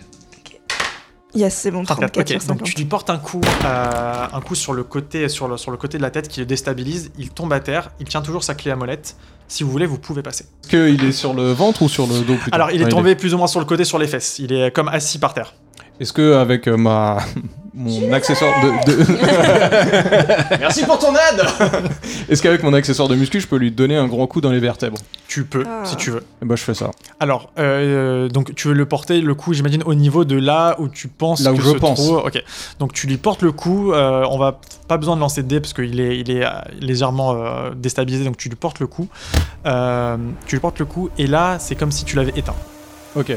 [SPEAKER 4] Yes, c'est bon, 34
[SPEAKER 7] ok,
[SPEAKER 4] sur
[SPEAKER 7] donc
[SPEAKER 4] 50.
[SPEAKER 7] tu lui portes un coup, euh, un coup sur le côté, sur le, sur le côté de la tête qui le déstabilise. Il tombe à terre. Il tient toujours sa clé à molette. Si vous voulez, vous pouvez passer.
[SPEAKER 1] Est-ce qu'il est sur le ventre ou sur le dos plutôt
[SPEAKER 7] Euh, Alors, il est
[SPEAKER 1] Ah,
[SPEAKER 7] tombé plus ou moins sur le côté, sur les fesses. Il est comme assis par terre.
[SPEAKER 1] Est-ce que avec euh, ma mon accessoire de,
[SPEAKER 5] Merci pour ton aide
[SPEAKER 1] de- est-ce qu'avec mon accessoire de muscu, je peux lui donner un grand coup dans les vertèbres
[SPEAKER 7] Tu peux,
[SPEAKER 4] Ah.
[SPEAKER 7] si tu veux.
[SPEAKER 1] Et bah je fais ça.
[SPEAKER 7] Alors, euh, donc tu veux le porter le coup, j'imagine, au niveau de là où tu penses.
[SPEAKER 1] Là où
[SPEAKER 7] que
[SPEAKER 1] je
[SPEAKER 7] se
[SPEAKER 1] pense.
[SPEAKER 7] trouve- Ok. Donc tu lui portes le coup. euh, on va pas besoin de lancer de dés parce qu'il est, il est euh, légèrement euh, déstabilisé. Donc tu lui portes le coup. Euh, tu lui portes le coup et là c'est comme si tu l'avais éteint.
[SPEAKER 1] Ok.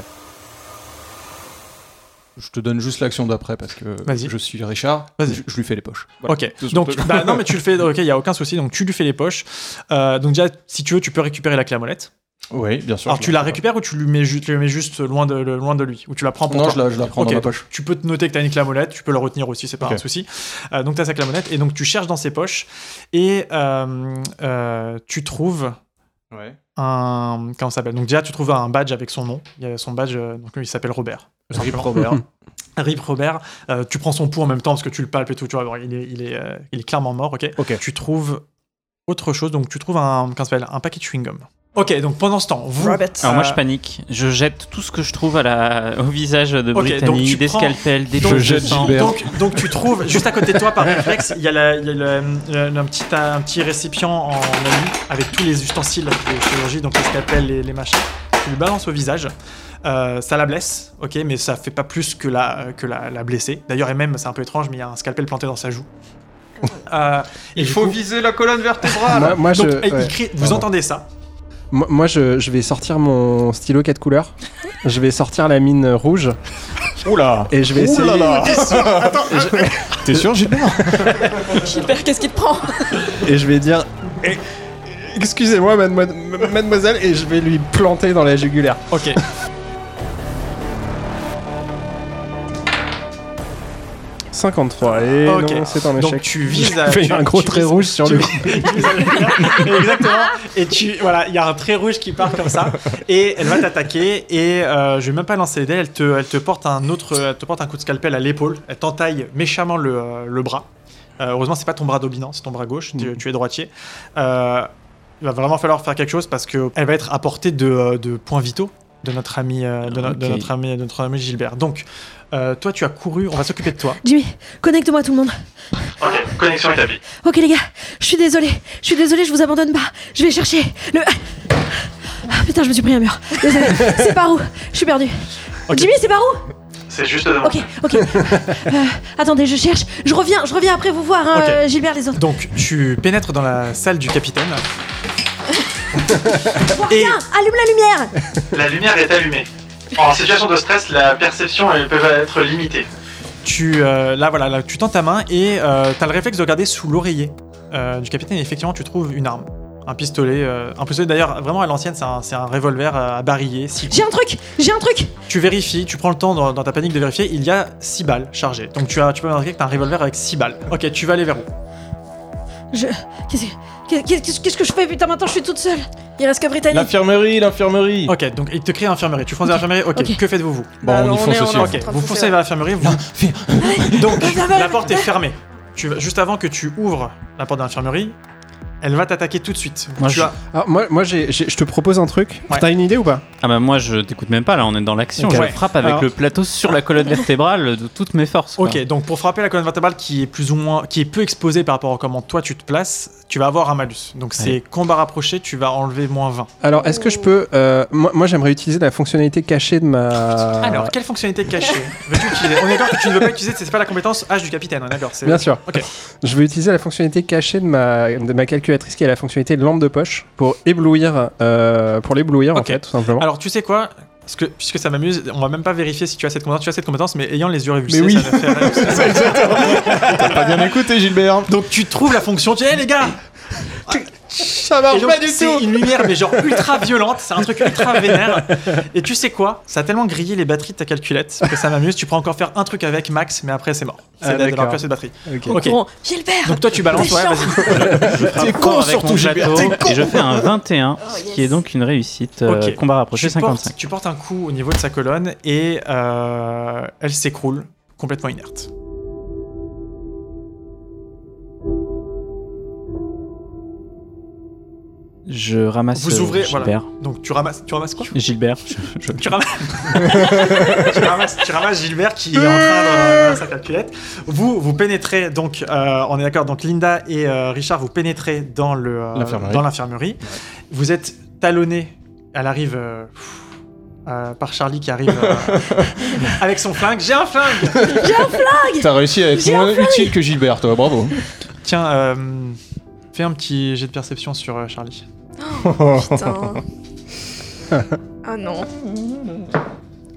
[SPEAKER 1] Je te donne juste l'action d'après parce que
[SPEAKER 7] Vas-y.
[SPEAKER 1] je suis Richard.
[SPEAKER 7] Vas-y.
[SPEAKER 1] Je, je lui fais les poches. Tout
[SPEAKER 7] Ok.
[SPEAKER 1] ce
[SPEAKER 7] Donc
[SPEAKER 1] truc.
[SPEAKER 7] bah, non mais tu le fais. Ok, il y a aucun souci. Donc tu lui fais les poches. Euh, donc déjà si tu veux tu peux récupérer la clé à molette.
[SPEAKER 1] Oui, bien sûr.
[SPEAKER 7] Alors
[SPEAKER 1] je
[SPEAKER 7] tu la récupères ou tu lui mets, ju- tu lui mets juste loin de, le- loin de lui ou tu la prends pour
[SPEAKER 1] Non,
[SPEAKER 7] toi
[SPEAKER 1] je la, je la prends
[SPEAKER 7] Ok,
[SPEAKER 1] dans ma
[SPEAKER 7] donc
[SPEAKER 1] poche.
[SPEAKER 7] Tu peux te noter que tu as une clamolette, tu peux le retenir aussi, c'est pas
[SPEAKER 1] Ok.
[SPEAKER 7] un souci. Euh, donc tu as sa clamolette et donc tu cherches dans ses poches et euh, euh, tu trouves
[SPEAKER 1] Ouais.
[SPEAKER 7] un. Comment ça s'appelle Donc déjà, tu trouves un badge avec son nom. Il y a son badge, euh, donc il s'appelle Robert. tout
[SPEAKER 1] Rip
[SPEAKER 7] simplement.
[SPEAKER 1] Robert.
[SPEAKER 7] Rip Robert. Euh, tu prends son pouls en même temps parce que tu le palpes et tout, tu vois. bon, il, est, il, est, euh, il est clairement mort, ok
[SPEAKER 1] Ok.
[SPEAKER 7] Tu trouves autre chose, donc tu trouves un. Comment ça s'appelle Un paquet de chewing-gum. Ok, donc pendant ce temps, vous.
[SPEAKER 4] Robert.
[SPEAKER 2] Alors Ah, moi je
[SPEAKER 7] Euh,
[SPEAKER 2] panique, je jette tout ce que je trouve à la... au visage de
[SPEAKER 7] Ok,
[SPEAKER 2] Brittany,
[SPEAKER 7] donc tu
[SPEAKER 2] des
[SPEAKER 7] prends-
[SPEAKER 2] scalpels, des
[SPEAKER 7] donc-
[SPEAKER 2] poches de
[SPEAKER 1] jette
[SPEAKER 2] sang.
[SPEAKER 1] Gilbert.
[SPEAKER 7] Donc, donc tu trouves juste à côté de toi par réflexe, il y a, la- il y a le- le- un, petit, un petit récipient en alu avec tous les ustensiles de chirurgie, donc les scalpels, les, les machins. Tu le balances au visage. Euh, ça la blesse, ok, mais ça fait pas plus que la, que la, la blesser. D'ailleurs, et même, c'est un peu étrange, mais il y a un scalpel planté dans sa joue. Euh, et
[SPEAKER 5] Il
[SPEAKER 7] du
[SPEAKER 5] faut
[SPEAKER 7] coup-
[SPEAKER 5] viser la colonne vertébrale
[SPEAKER 3] Moi, moi, je,
[SPEAKER 7] Ah, donc, et il
[SPEAKER 3] ouais.
[SPEAKER 7] crie- vous
[SPEAKER 3] Pardon.
[SPEAKER 7] entendez ça
[SPEAKER 3] Moi, moi, je, je vais sortir mon stylo 4 couleurs. je vais sortir la mine rouge
[SPEAKER 1] Oula
[SPEAKER 3] et je vais essayer.
[SPEAKER 1] T'es sûr, Gilbert
[SPEAKER 4] Gilbert, qu'est-ce qui te prend
[SPEAKER 3] Et je vais dire. eh, Excusez-moi, mademoiselle, mademoiselle, et je vais lui planter dans la jugulaire.
[SPEAKER 7] Ok.
[SPEAKER 3] /53. Et
[SPEAKER 7] Ok.
[SPEAKER 3] non, c'est un
[SPEAKER 7] Donc
[SPEAKER 3] échec.
[SPEAKER 7] tu vises à-
[SPEAKER 3] Je fais
[SPEAKER 7] tu-
[SPEAKER 3] un gros
[SPEAKER 7] tu
[SPEAKER 3] trait
[SPEAKER 7] vises-
[SPEAKER 3] rouge sur
[SPEAKER 7] tu
[SPEAKER 3] le
[SPEAKER 7] vises- tu vises à- Exactement. Et tu voilà, il y a un trait rouge qui part comme ça et elle va t'attaquer et euh, je vais même pas lancer les dés, elle te elle te porte un autre elle te porte un coup de scalpel à l'épaule, elle t'entaille méchamment le, euh, le bras. Euh, heureusement, c'est pas ton bras dominant, c'est ton bras gauche, tu- tu, es droitier. Euh, il va vraiment falloir faire quelque chose parce que elle va être à portée de, euh, de points vitaux de notre ami euh, de, no- de
[SPEAKER 2] Ok.
[SPEAKER 7] notre ami de notre ami Gilbert. Donc euh, toi tu as couru, on va s'occuper de toi.
[SPEAKER 6] Jimmy, connecte-moi tout le monde.
[SPEAKER 5] Ok, connexion établie.
[SPEAKER 6] Ok les gars, je suis désolée, je suis désolée, je vous abandonne pas. Je vais chercher le. Ah, putain, je me suis pris un mur. Désolée. c'est par où Je suis perdue.
[SPEAKER 7] Ok.
[SPEAKER 6] Jimmy, c'est par où
[SPEAKER 5] C'est juste devant.
[SPEAKER 6] Ok, ok. Euh, attendez, je cherche. Je reviens, je reviens après vous voir, hein,
[SPEAKER 7] Ok.
[SPEAKER 6] euh, Gilbert, les autres.
[SPEAKER 7] Donc tu pénètres dans la salle du capitaine. Et
[SPEAKER 6] Tiens, allume la lumière
[SPEAKER 5] La lumière est allumée. En situation de stress, la perception elle peut être limitée.
[SPEAKER 7] tu euh, là voilà là, tu tends ta main et euh, t'as le réflexe de regarder sous l'oreiller euh, du capitaine et effectivement tu trouves une arme. Un pistolet, euh, un pistolet d'ailleurs vraiment à l'ancienne, c'est un, c'est un revolver euh, à barillet. six
[SPEAKER 6] J'ai un truc, j'ai un truc.
[SPEAKER 7] Tu vérifies, tu prends le temps dans, dans ta panique de vérifier, il y a 6 balles chargées. Donc tu, as, tu peux marquer que t'as un revolver avec 6 balles. Ok, tu vas aller vers où
[SPEAKER 6] Je. Qu'est-ce que. Qu'est-ce qu'est-ce que je fais Putain, maintenant je suis toute seule.
[SPEAKER 4] Il reste que Brittany.
[SPEAKER 1] L'infirmerie, l'infirmerie
[SPEAKER 7] Ok, donc il te crée l'infirmerie, tu fonces à l'infirmerie, ok,
[SPEAKER 6] Ok.
[SPEAKER 7] que faites-vous vous
[SPEAKER 1] Bon,
[SPEAKER 4] Bah,
[SPEAKER 1] on y
[SPEAKER 4] on
[SPEAKER 1] fonce
[SPEAKER 4] est- on
[SPEAKER 1] aussi.
[SPEAKER 4] est en
[SPEAKER 1] hein.
[SPEAKER 7] Ok,
[SPEAKER 4] train de
[SPEAKER 7] vous
[SPEAKER 4] foncer,
[SPEAKER 7] foncez
[SPEAKER 4] ouais.
[SPEAKER 7] vers l'infirmerie, vous Donc,
[SPEAKER 4] Ferme la
[SPEAKER 7] la
[SPEAKER 4] porte.
[SPEAKER 7] porte est fermée. Tu vas, juste avant que tu ouvres la porte de l'infirmerie, Elle va t'attaquer tout de suite.
[SPEAKER 2] Moi,
[SPEAKER 7] tu
[SPEAKER 2] je-
[SPEAKER 7] as-
[SPEAKER 3] Ah, moi, moi j'ai- j'ai- je te propose un truc.
[SPEAKER 7] Ouais.
[SPEAKER 3] T'as une idée ou pas
[SPEAKER 2] Ah bah moi je t'écoute même pas là, on est dans l'action.
[SPEAKER 3] Ok.
[SPEAKER 2] Je
[SPEAKER 7] Ouais.
[SPEAKER 2] frappe avec
[SPEAKER 7] Alors-
[SPEAKER 2] le plateau sur la colonne vertébrale de toutes mes forces. quoi.
[SPEAKER 7] Ok, donc pour frapper la colonne vertébrale qui est plus ou moins, qui est peu exposée par rapport à comment toi tu te places, tu vas avoir un malus. Donc c'est combat rapproché, tu vas enlever moins 20.
[SPEAKER 3] Alors, est-ce que je peux. euh, moi, moi, j'aimerais utiliser la fonctionnalité cachée de ma.
[SPEAKER 7] Alors, quelle fonctionnalité cachée veux-tu utiliser On est d'accord que tu ne veux pas utiliser, c'est pas la compétence H du capitaine, on est d'accord. c'est-
[SPEAKER 3] Bien sûr.
[SPEAKER 7] Ok.
[SPEAKER 3] Je vais utiliser la fonctionnalité cachée de ma, de ma calculatrice qui est la fonctionnalité de lampe de poche pour éblouir, euh, pour l'éblouir
[SPEAKER 7] Ok.
[SPEAKER 3] en fait, tout simplement.
[SPEAKER 7] Alors tu sais quoi Parce que- Puisque ça m'amuse, on va même pas vérifier si tu as cette compétence. Tu as cette compétence, mais ayant les yeux révulsés,
[SPEAKER 3] Mais oui.
[SPEAKER 7] ça va faire
[SPEAKER 1] T'as pas bien écouté, Gilbert.
[SPEAKER 7] Donc tu trouves la fonction, tu dis, Hey, les gars
[SPEAKER 3] ça
[SPEAKER 7] Et donc, C'est une lumière, mais genre ultra violente, c'est un truc ultra vénère. Et tu sais quoi Ça a tellement grillé les batteries de ta calculette que ça m'amuse. Tu pourras encore faire un truc avec Max, mais après c'est mort. C'est
[SPEAKER 3] Ah,
[SPEAKER 7] la- de
[SPEAKER 3] d'accord.
[SPEAKER 7] la plus de batterie.
[SPEAKER 3] Ok.
[SPEAKER 7] Ok.
[SPEAKER 9] Bon, Gilbert
[SPEAKER 7] Donc toi tu balances,
[SPEAKER 9] T'es
[SPEAKER 7] ouais,
[SPEAKER 9] chiant.
[SPEAKER 7] vas-y.
[SPEAKER 2] Je frappe
[SPEAKER 1] T'es
[SPEAKER 2] fort
[SPEAKER 1] con,
[SPEAKER 2] avec
[SPEAKER 1] surtout,
[SPEAKER 2] mon
[SPEAKER 1] Gilbert,
[SPEAKER 2] plateau,
[SPEAKER 1] t'es con.
[SPEAKER 2] Et je fais un 21,
[SPEAKER 9] Oh,
[SPEAKER 2] ce
[SPEAKER 9] yes.
[SPEAKER 2] qui est donc une réussite. euh,
[SPEAKER 7] Ok.
[SPEAKER 2] Combat rapproché
[SPEAKER 7] Tu portes,
[SPEAKER 2] 55.
[SPEAKER 7] tu portes un coup au niveau de sa colonne et euh, elle s'écroule complètement inerte.
[SPEAKER 2] Je ramasse
[SPEAKER 7] Vous
[SPEAKER 2] euh,
[SPEAKER 7] ouvrez,
[SPEAKER 2] Gilbert.
[SPEAKER 7] voilà. Donc tu ramasses, tu ramasses quoi
[SPEAKER 2] Gilbert, je- je-
[SPEAKER 7] tu ramasses, tu, ramasses, tu ramasses Gilbert qui est en train de ramasser sa calculette. Vous, vous pénétrez donc, euh, on est d'accord, donc Linda et euh, Richard, vous pénétrez dans le euh,
[SPEAKER 1] L'infirmerie.
[SPEAKER 7] dans l'infirmerie. Vous êtes talonné. Elle arrive euh, pff, euh, par Charlie qui arrive euh, avec son flingue. J'ai un flingue.
[SPEAKER 1] T'as réussi à être moins utile que Gilbert, toi, bravo.
[SPEAKER 7] Tiens, euh, fais un petit jet de perception sur euh, Charlie.
[SPEAKER 4] Putain. Ah non.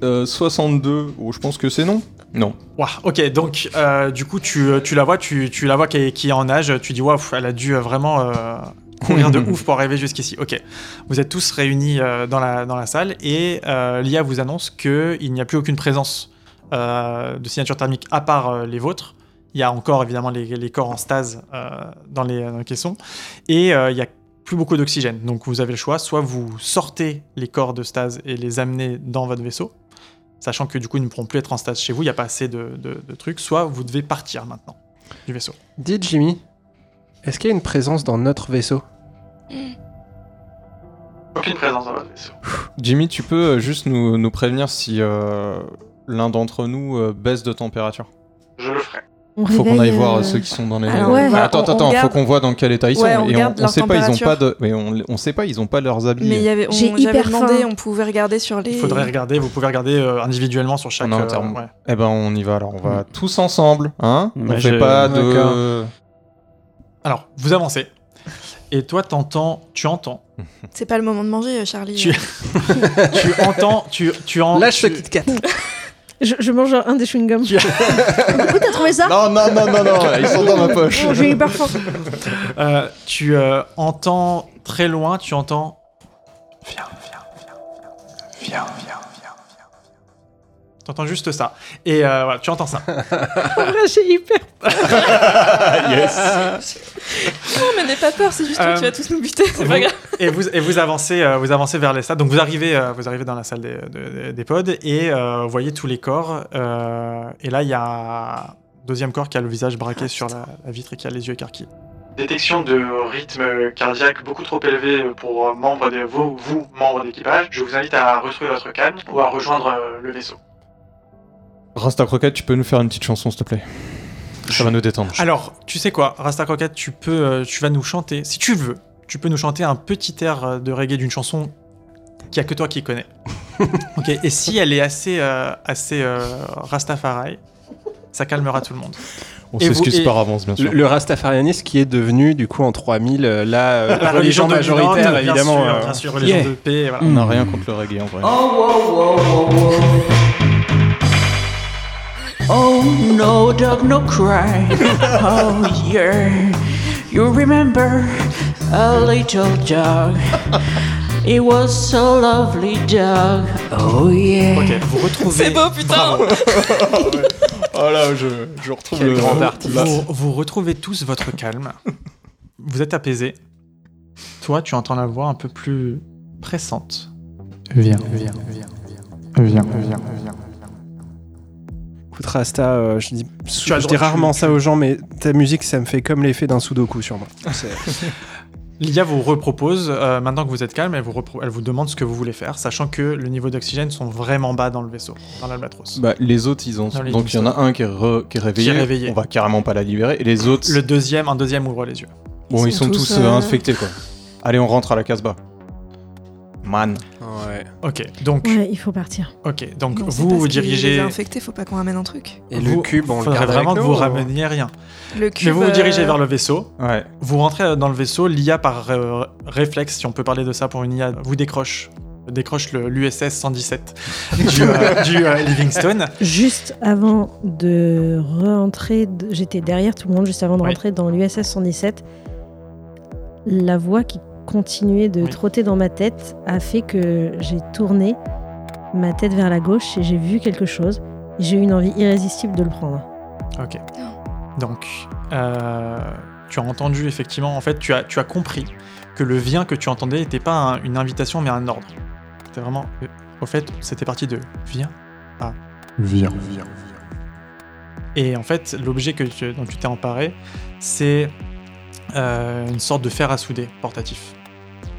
[SPEAKER 1] Euh, 62, oh, je pense que c'est non. Non.
[SPEAKER 7] Ouah, ok, donc euh, du coup tu, euh, tu la vois, tu, tu la vois qui est, qui est en âge, tu dis waouh, elle a dû euh, vraiment euh, courir de ouf pour arriver jusqu'ici. Ok, vous êtes tous réunis euh, dans, la, dans la salle et euh, l'IA vous annonce qu'il n'y a plus aucune présence euh, de signature thermique à part euh, les vôtres. Il y a encore évidemment les, les corps en stase euh, dans, les, dans les caissons et euh, il y a plus beaucoup d'oxygène. Donc vous avez le choix, soit vous sortez les corps de stase et les amenez dans votre vaisseau, sachant que du coup ils ne pourront plus être en stase chez vous, il n'y a pas assez de, de- de trucs, soit vous devez partir maintenant du vaisseau.
[SPEAKER 3] Dis Jimmy, est-ce qu'il y a une présence dans notre vaisseau
[SPEAKER 5] Aucune présence dans votre vaisseau.
[SPEAKER 1] Jimmy, tu peux euh, juste nous, nous prévenir si euh, l'un d'entre nous euh, baisse de température
[SPEAKER 5] Je le ferai.
[SPEAKER 6] On
[SPEAKER 1] Faut qu'on
[SPEAKER 6] réveille,
[SPEAKER 1] aille voir
[SPEAKER 6] euh,
[SPEAKER 1] euh, ceux qui sont dans les.
[SPEAKER 4] Alors,
[SPEAKER 6] ouais.
[SPEAKER 1] Ah,
[SPEAKER 4] on va-
[SPEAKER 1] attends,
[SPEAKER 4] on-
[SPEAKER 1] attends, attends,
[SPEAKER 4] on
[SPEAKER 1] faut
[SPEAKER 4] garde-
[SPEAKER 1] qu'on voit dans quel état ils sont.
[SPEAKER 4] Ouais, on
[SPEAKER 1] et on,
[SPEAKER 4] regarde leur
[SPEAKER 1] sait pas, ils ont
[SPEAKER 4] température.
[SPEAKER 1] pas de. Mais on, on sait pas, ils ont pas leurs habits.
[SPEAKER 4] Mais il y avait, on-
[SPEAKER 6] J'ai
[SPEAKER 4] j'avais
[SPEAKER 6] hyper
[SPEAKER 4] demandé,
[SPEAKER 6] faim.
[SPEAKER 4] on pouvait regarder sur les.
[SPEAKER 7] Il faudrait regarder, vous pouvez regarder euh, individuellement sur chaque...
[SPEAKER 1] En interne.
[SPEAKER 7] ouais.
[SPEAKER 1] Eh ben, on y va alors, on va tous ensemble, hein On
[SPEAKER 2] Bah,
[SPEAKER 1] fait
[SPEAKER 2] je-
[SPEAKER 1] pas de.
[SPEAKER 3] D'accord.
[SPEAKER 7] Alors, vous avancez. Et toi, t'entends, tu entends,
[SPEAKER 4] C'est pas le moment de manger, euh, Charlie.
[SPEAKER 7] Tu- tu entends, tu, tu en-
[SPEAKER 3] Lâche ce
[SPEAKER 7] Oh, tu-
[SPEAKER 3] Kit Kat.
[SPEAKER 6] Je, je mange un des chewing-gums.
[SPEAKER 9] Où t'as trouvé ça
[SPEAKER 1] Non, non, non, non, non, ils sont dans ma poche.
[SPEAKER 6] Oh, J'ai hyper faim.
[SPEAKER 7] euh, tu euh, entends très loin, tu entends... Viens, viens, viens, viens, viens, viens, viens. T'entends juste ça. Et euh, voilà, tu entends ça.
[SPEAKER 6] En
[SPEAKER 11] Ah,
[SPEAKER 6] vrai, J'ai hyper
[SPEAKER 4] Non, mais n'aie pas peur, c'est juste
[SPEAKER 7] que Euh,
[SPEAKER 4] que
[SPEAKER 7] tu
[SPEAKER 4] tu
[SPEAKER 7] vas
[SPEAKER 4] vas tous nous buter.
[SPEAKER 7] Et
[SPEAKER 4] C'est
[SPEAKER 7] vous-
[SPEAKER 4] pas grave.
[SPEAKER 7] Et vous, et vous avancez, euh, vous avancez vers les stades. Donc vous arrivez, euh, vous arrivez dans la salle des, de- des pods et euh, vous voyez tous les corps. euh, et là, il y a un deuxième corps qui a le visage braqué sur la, la vitre et qui a les yeux écarquillés.
[SPEAKER 5] Détection de rythme cardiaque beaucoup trop élevé pour membres de vous, vous membres d'équipage. Je vous invite à retrouver votre calme ou à rejoindre euh, le vaisseau.
[SPEAKER 1] Rasta Croquette, tu peux nous faire une petite chanson, s'il te plaît Ça va nous détendre.
[SPEAKER 7] Alors, tu sais quoi, Rasta Croquette, tu peux, euh, tu vas nous chanter, si tu le veux, tu peux nous chanter un petit air euh, de reggae d'une chanson qu'il y a que toi qui connais. ok. Et si elle est assez, euh, assez euh, Rastafari, ça calmera tout le monde.
[SPEAKER 1] On
[SPEAKER 7] et vous-
[SPEAKER 1] s'excuse
[SPEAKER 7] et-
[SPEAKER 1] par avance, bien
[SPEAKER 3] Le,
[SPEAKER 1] sûr.
[SPEAKER 3] le rastafarianisme qui est devenu du coup en 3000 euh, la, euh,
[SPEAKER 7] La
[SPEAKER 3] religion majoritaire
[SPEAKER 7] dominante, bien
[SPEAKER 3] évidemment.
[SPEAKER 7] sûr,
[SPEAKER 3] euh,
[SPEAKER 7] bien sûr, religion
[SPEAKER 2] Yeah.
[SPEAKER 7] de paix, voilà.
[SPEAKER 1] On n'a rien contre le reggae en vrai.
[SPEAKER 10] Oh no, dog, no cry. Oh yeah. You remember a little dog. It was so lovely, dog. Oh yeah.
[SPEAKER 7] Ok, vous retrouvez.
[SPEAKER 4] C'est beau, putain.
[SPEAKER 1] Oh là, je, je retrouve le
[SPEAKER 3] grand
[SPEAKER 7] Vous, vous retrouvez tous votre calme. Vous êtes apaisés. Toi, tu entends la voix un peu plus pressante. Viens, viens, viens, viens, viens, viens,
[SPEAKER 3] Écoute Rasta, euh, je dis,
[SPEAKER 7] as le
[SPEAKER 3] je dis
[SPEAKER 7] droit, tu-
[SPEAKER 3] rarement ça aux gens, mais ta musique ça me fait comme l'effet d'un sudoku sur moi.
[SPEAKER 7] L'IA vous repropose, euh, maintenant que vous êtes calme, elle vous, repro- elle vous demande ce que vous voulez faire, sachant que le niveau d'oxygène sont vraiment bas dans le vaisseau, dans l'albatros.
[SPEAKER 1] Bah, les autres, ils ont.
[SPEAKER 7] Non, les
[SPEAKER 1] Donc il y en a un qui est, re- qui est réveillé.
[SPEAKER 7] Qui est réveillé.
[SPEAKER 1] On va carrément pas la libérer. Et les autres,
[SPEAKER 7] Le deuxième, un deuxième ouvre les yeux.
[SPEAKER 1] bon, ils sont, tous, euh, infectés quoi. Allez, on rentre à la Casbah. Man.
[SPEAKER 3] Ouais.
[SPEAKER 7] Ok, donc,
[SPEAKER 6] Ouais, il faut partir.
[SPEAKER 7] ok, donc
[SPEAKER 4] Non, c'est
[SPEAKER 7] vous
[SPEAKER 4] parce
[SPEAKER 7] vous
[SPEAKER 4] qu'il les
[SPEAKER 7] dirigez.
[SPEAKER 4] a infectés, faut pas qu'on ramène un truc.
[SPEAKER 3] Et
[SPEAKER 7] Vous-
[SPEAKER 3] le cube, on le
[SPEAKER 7] faudrait
[SPEAKER 3] garde
[SPEAKER 7] vraiment
[SPEAKER 3] avec
[SPEAKER 7] que
[SPEAKER 3] nous, hein.
[SPEAKER 7] vous
[SPEAKER 3] ou-
[SPEAKER 7] rameniez rien.
[SPEAKER 4] Le
[SPEAKER 7] Mais
[SPEAKER 4] cube,
[SPEAKER 7] vous vous dirigez
[SPEAKER 4] euh,
[SPEAKER 7] vers le vaisseau.
[SPEAKER 1] Ouais.
[SPEAKER 7] Vous rentrez dans le vaisseau, l'IA par euh, réflexe, si on peut parler de ça pour une IA, vous décroche décroche le- l'USS 117 du, euh, du, euh, Livingstone.
[SPEAKER 11] Juste avant de rentrer, de- j'étais derrière tout le monde, juste avant de
[SPEAKER 7] Oui.
[SPEAKER 11] rentrer dans l'USS 117, la voix qui continuait de
[SPEAKER 7] Oui.
[SPEAKER 11] trotter dans ma tête a fait que j'ai tourné ma tête vers la gauche et j'ai vu quelque chose. J'ai eu une envie irrésistible de le prendre.
[SPEAKER 7] Ok. Donc, euh, tu as entendu effectivement, en fait, tu as, tu as compris que le vient que tu entendais n'était pas un- une invitation mais un ordre. C'était vraiment. euh, Au fait, c'était parti de viens.
[SPEAKER 1] Viens.
[SPEAKER 7] Et en fait, l'objet que tu- dont tu t'es emparé, c'est euh, une sorte de fer à souder portatif.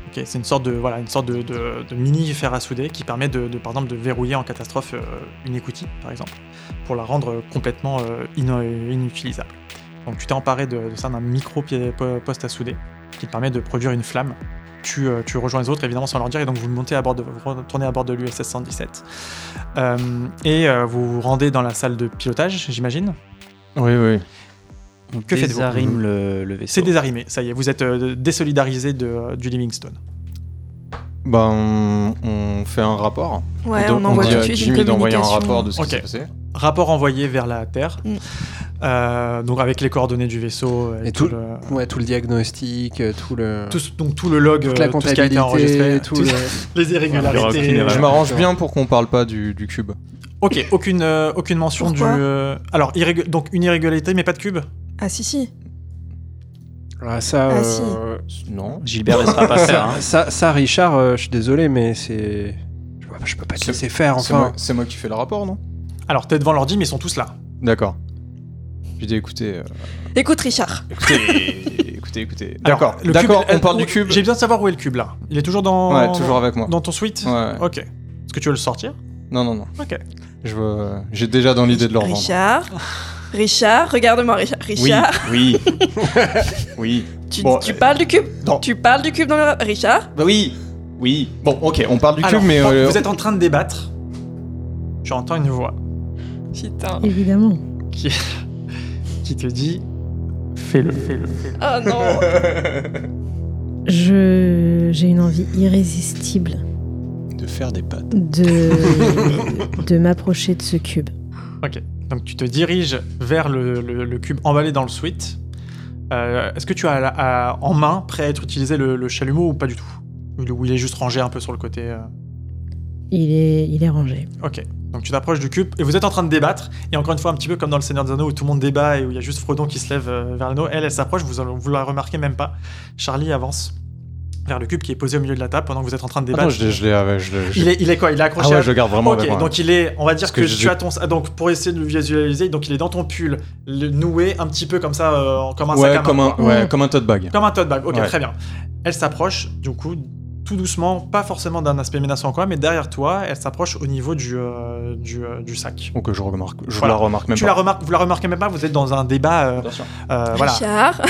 [SPEAKER 7] Ok, c'est une sorte de voilà, une sorte de, de- de mini fer à souder qui permet de, de, par exemple de verrouiller en catastrophe euh, une écoutille, par exemple, pour la rendre complètement euh, ino- inutilisable. Donc tu t'es emparé de, de ça d'un micro pi- po- poste à souder qui te permet de produire une flamme. Tu, euh, tu rejoins les autres évidemment sans leur dire et donc vous montez à bord de vous retournez à bord de l'USS 117 Euh, et euh, vous vous rendez dans la salle de pilotage j'imagine.
[SPEAKER 1] Oui, oui.
[SPEAKER 2] On
[SPEAKER 7] Que faites-vous Mhm.
[SPEAKER 2] désarime le, le vaisseau.
[SPEAKER 7] C'est désarrimé, ça y est, vous êtes euh, désolidarisé de, euh, du Livingstone.
[SPEAKER 1] Bah, on, on fait un rapport.
[SPEAKER 4] Ouais,
[SPEAKER 1] Donc,
[SPEAKER 4] on envoie
[SPEAKER 1] dit
[SPEAKER 4] tout de
[SPEAKER 1] à
[SPEAKER 4] suite une
[SPEAKER 1] Jimmy d'envoyer un
[SPEAKER 4] communication.
[SPEAKER 1] rapport de ce
[SPEAKER 7] Ok.
[SPEAKER 1] qui s'est passé.
[SPEAKER 7] Rapport envoyé vers la Terre,
[SPEAKER 4] Mm.
[SPEAKER 7] euh, donc avec les coordonnées du vaisseau, avec
[SPEAKER 3] Et tout-
[SPEAKER 7] le-
[SPEAKER 3] Ouais, tout le diagnostic, euh, tout le.
[SPEAKER 7] tout ce- donc tout le log,
[SPEAKER 3] toute la
[SPEAKER 7] euh, tout ce qui a
[SPEAKER 3] comptabilité,
[SPEAKER 7] été enregistré,
[SPEAKER 3] tout
[SPEAKER 7] tout-
[SPEAKER 3] le-
[SPEAKER 7] les irrégularités.
[SPEAKER 1] Je m'arrange bien pour qu'on parle pas du, du cube.
[SPEAKER 7] Ok, aucune, euh, aucune mention
[SPEAKER 4] Pourquoi
[SPEAKER 7] du. euh, alors, irrégu- donc une irrégularité, mais pas de cube
[SPEAKER 4] Ah si si.
[SPEAKER 3] Ah, ça,
[SPEAKER 4] Ah,
[SPEAKER 3] euh, ah,
[SPEAKER 1] Non.
[SPEAKER 2] Gilbert laissera pas faire. hein.
[SPEAKER 3] ça, ça, Richard, euh, je suis désolé, mais c'est. Je peux- Je peux pas te
[SPEAKER 1] C'est-
[SPEAKER 3] laisser faire,
[SPEAKER 1] C'est moi,
[SPEAKER 3] enfin.
[SPEAKER 1] c'est moi qui fais le rapport, non
[SPEAKER 7] Alors, t'es devant l'ordi, mais ils sont tous là.
[SPEAKER 1] D'accord. J'ai dit écoutez, euh,
[SPEAKER 4] Écoute Richard.
[SPEAKER 1] écoutez, écoutez, écoutez.
[SPEAKER 7] Alors,
[SPEAKER 1] D'accord,
[SPEAKER 7] le
[SPEAKER 1] d'accord,
[SPEAKER 7] cube-
[SPEAKER 1] on parle
[SPEAKER 7] euh,
[SPEAKER 1] du cube.
[SPEAKER 7] J'ai besoin de savoir où est le cube là. Il est toujours dans.
[SPEAKER 1] Ouais, toujours avec moi.
[SPEAKER 7] Dans ton suite
[SPEAKER 1] Ouais.
[SPEAKER 7] Ok. Est-ce que tu veux le sortir
[SPEAKER 1] Non, non, non.
[SPEAKER 7] Ok.
[SPEAKER 1] Je veux- J'ai déjà dans l'idée de le revendre.
[SPEAKER 4] Richard. Richard, regarde-moi Richard. Richard,
[SPEAKER 1] Oui, oui. oui.
[SPEAKER 4] tu,
[SPEAKER 1] bon,
[SPEAKER 4] tu
[SPEAKER 1] euh,
[SPEAKER 4] parles du cube.
[SPEAKER 1] non.
[SPEAKER 4] Tu parles du cube dans le Richard.
[SPEAKER 1] Bah oui, oui. Bon, ok, on parle du
[SPEAKER 7] Alors,
[SPEAKER 1] cube, mais...
[SPEAKER 7] bon,
[SPEAKER 1] euh,
[SPEAKER 7] Vous êtes en train de débattre. J'entends une voix. Ah.
[SPEAKER 4] Putain.
[SPEAKER 11] Évidemment.
[SPEAKER 7] qui te dit fais-le, fais-le, fais-le.
[SPEAKER 4] Oh non.
[SPEAKER 1] Euh,
[SPEAKER 11] Je j'ai une envie irrésistible
[SPEAKER 1] De faire des pattes.
[SPEAKER 11] de de m'approcher de ce cube.
[SPEAKER 7] Donc tu te diriges vers le, le- le cube emballé dans le suite. Euh, Est-ce que tu as la- à- en main, prêt à être utilisé, le, le chalumeau ou pas du tout Ou ou il est juste rangé un peu sur le côté euh.
[SPEAKER 11] Il est il est rangé.
[SPEAKER 7] Ok. Donc tu t'approches du cube et vous êtes en train de débattre. Et encore une fois, un petit peu comme dans le Seigneur des Anneaux où tout le monde débat et où il y a juste Frodon qui se lève euh, vers l'anneau. Elle, elle s'approche, vous, vous la remarquez même pas. Charlie avance vers le cube qui est posé au milieu de la table pendant que vous êtes en train de
[SPEAKER 1] Ah non,
[SPEAKER 7] débattre.
[SPEAKER 1] je l'ai- je l'ai... ah ouais, je l'ai- je-
[SPEAKER 7] il, est, il est quoi Il est accroché
[SPEAKER 1] Ah
[SPEAKER 7] à
[SPEAKER 1] ouais, je le garde vraiment
[SPEAKER 7] Ok,
[SPEAKER 1] avec moi.
[SPEAKER 7] donc il est, on va dire
[SPEAKER 1] Parce
[SPEAKER 7] que,
[SPEAKER 1] que je-
[SPEAKER 7] tu as ton, ah, donc pour essayer de le visualiser, donc il est dans ton pull, le noué un petit peu comme ça, euh, en- comme un Mmh. sac à
[SPEAKER 1] Ouais,
[SPEAKER 7] main,
[SPEAKER 1] comme un,
[SPEAKER 7] quoi.
[SPEAKER 1] ouais, comme un tote bag.
[SPEAKER 7] comme un tote bag. Ok,
[SPEAKER 1] Ouais.
[SPEAKER 7] très bien. Elle s'approche, du coup, tout doucement, pas forcément d'un aspect menaçant quoi, mais derrière toi, elle s'approche au niveau du euh, du, euh, du sac.
[SPEAKER 1] Donc je remarque, je
[SPEAKER 7] Voilà.
[SPEAKER 1] la remarque même
[SPEAKER 7] Tu la
[SPEAKER 1] pas.
[SPEAKER 7] remarques, vous la remarquez même pas, vous êtes dans un débat, euh, euh, voilà.
[SPEAKER 4] Richard.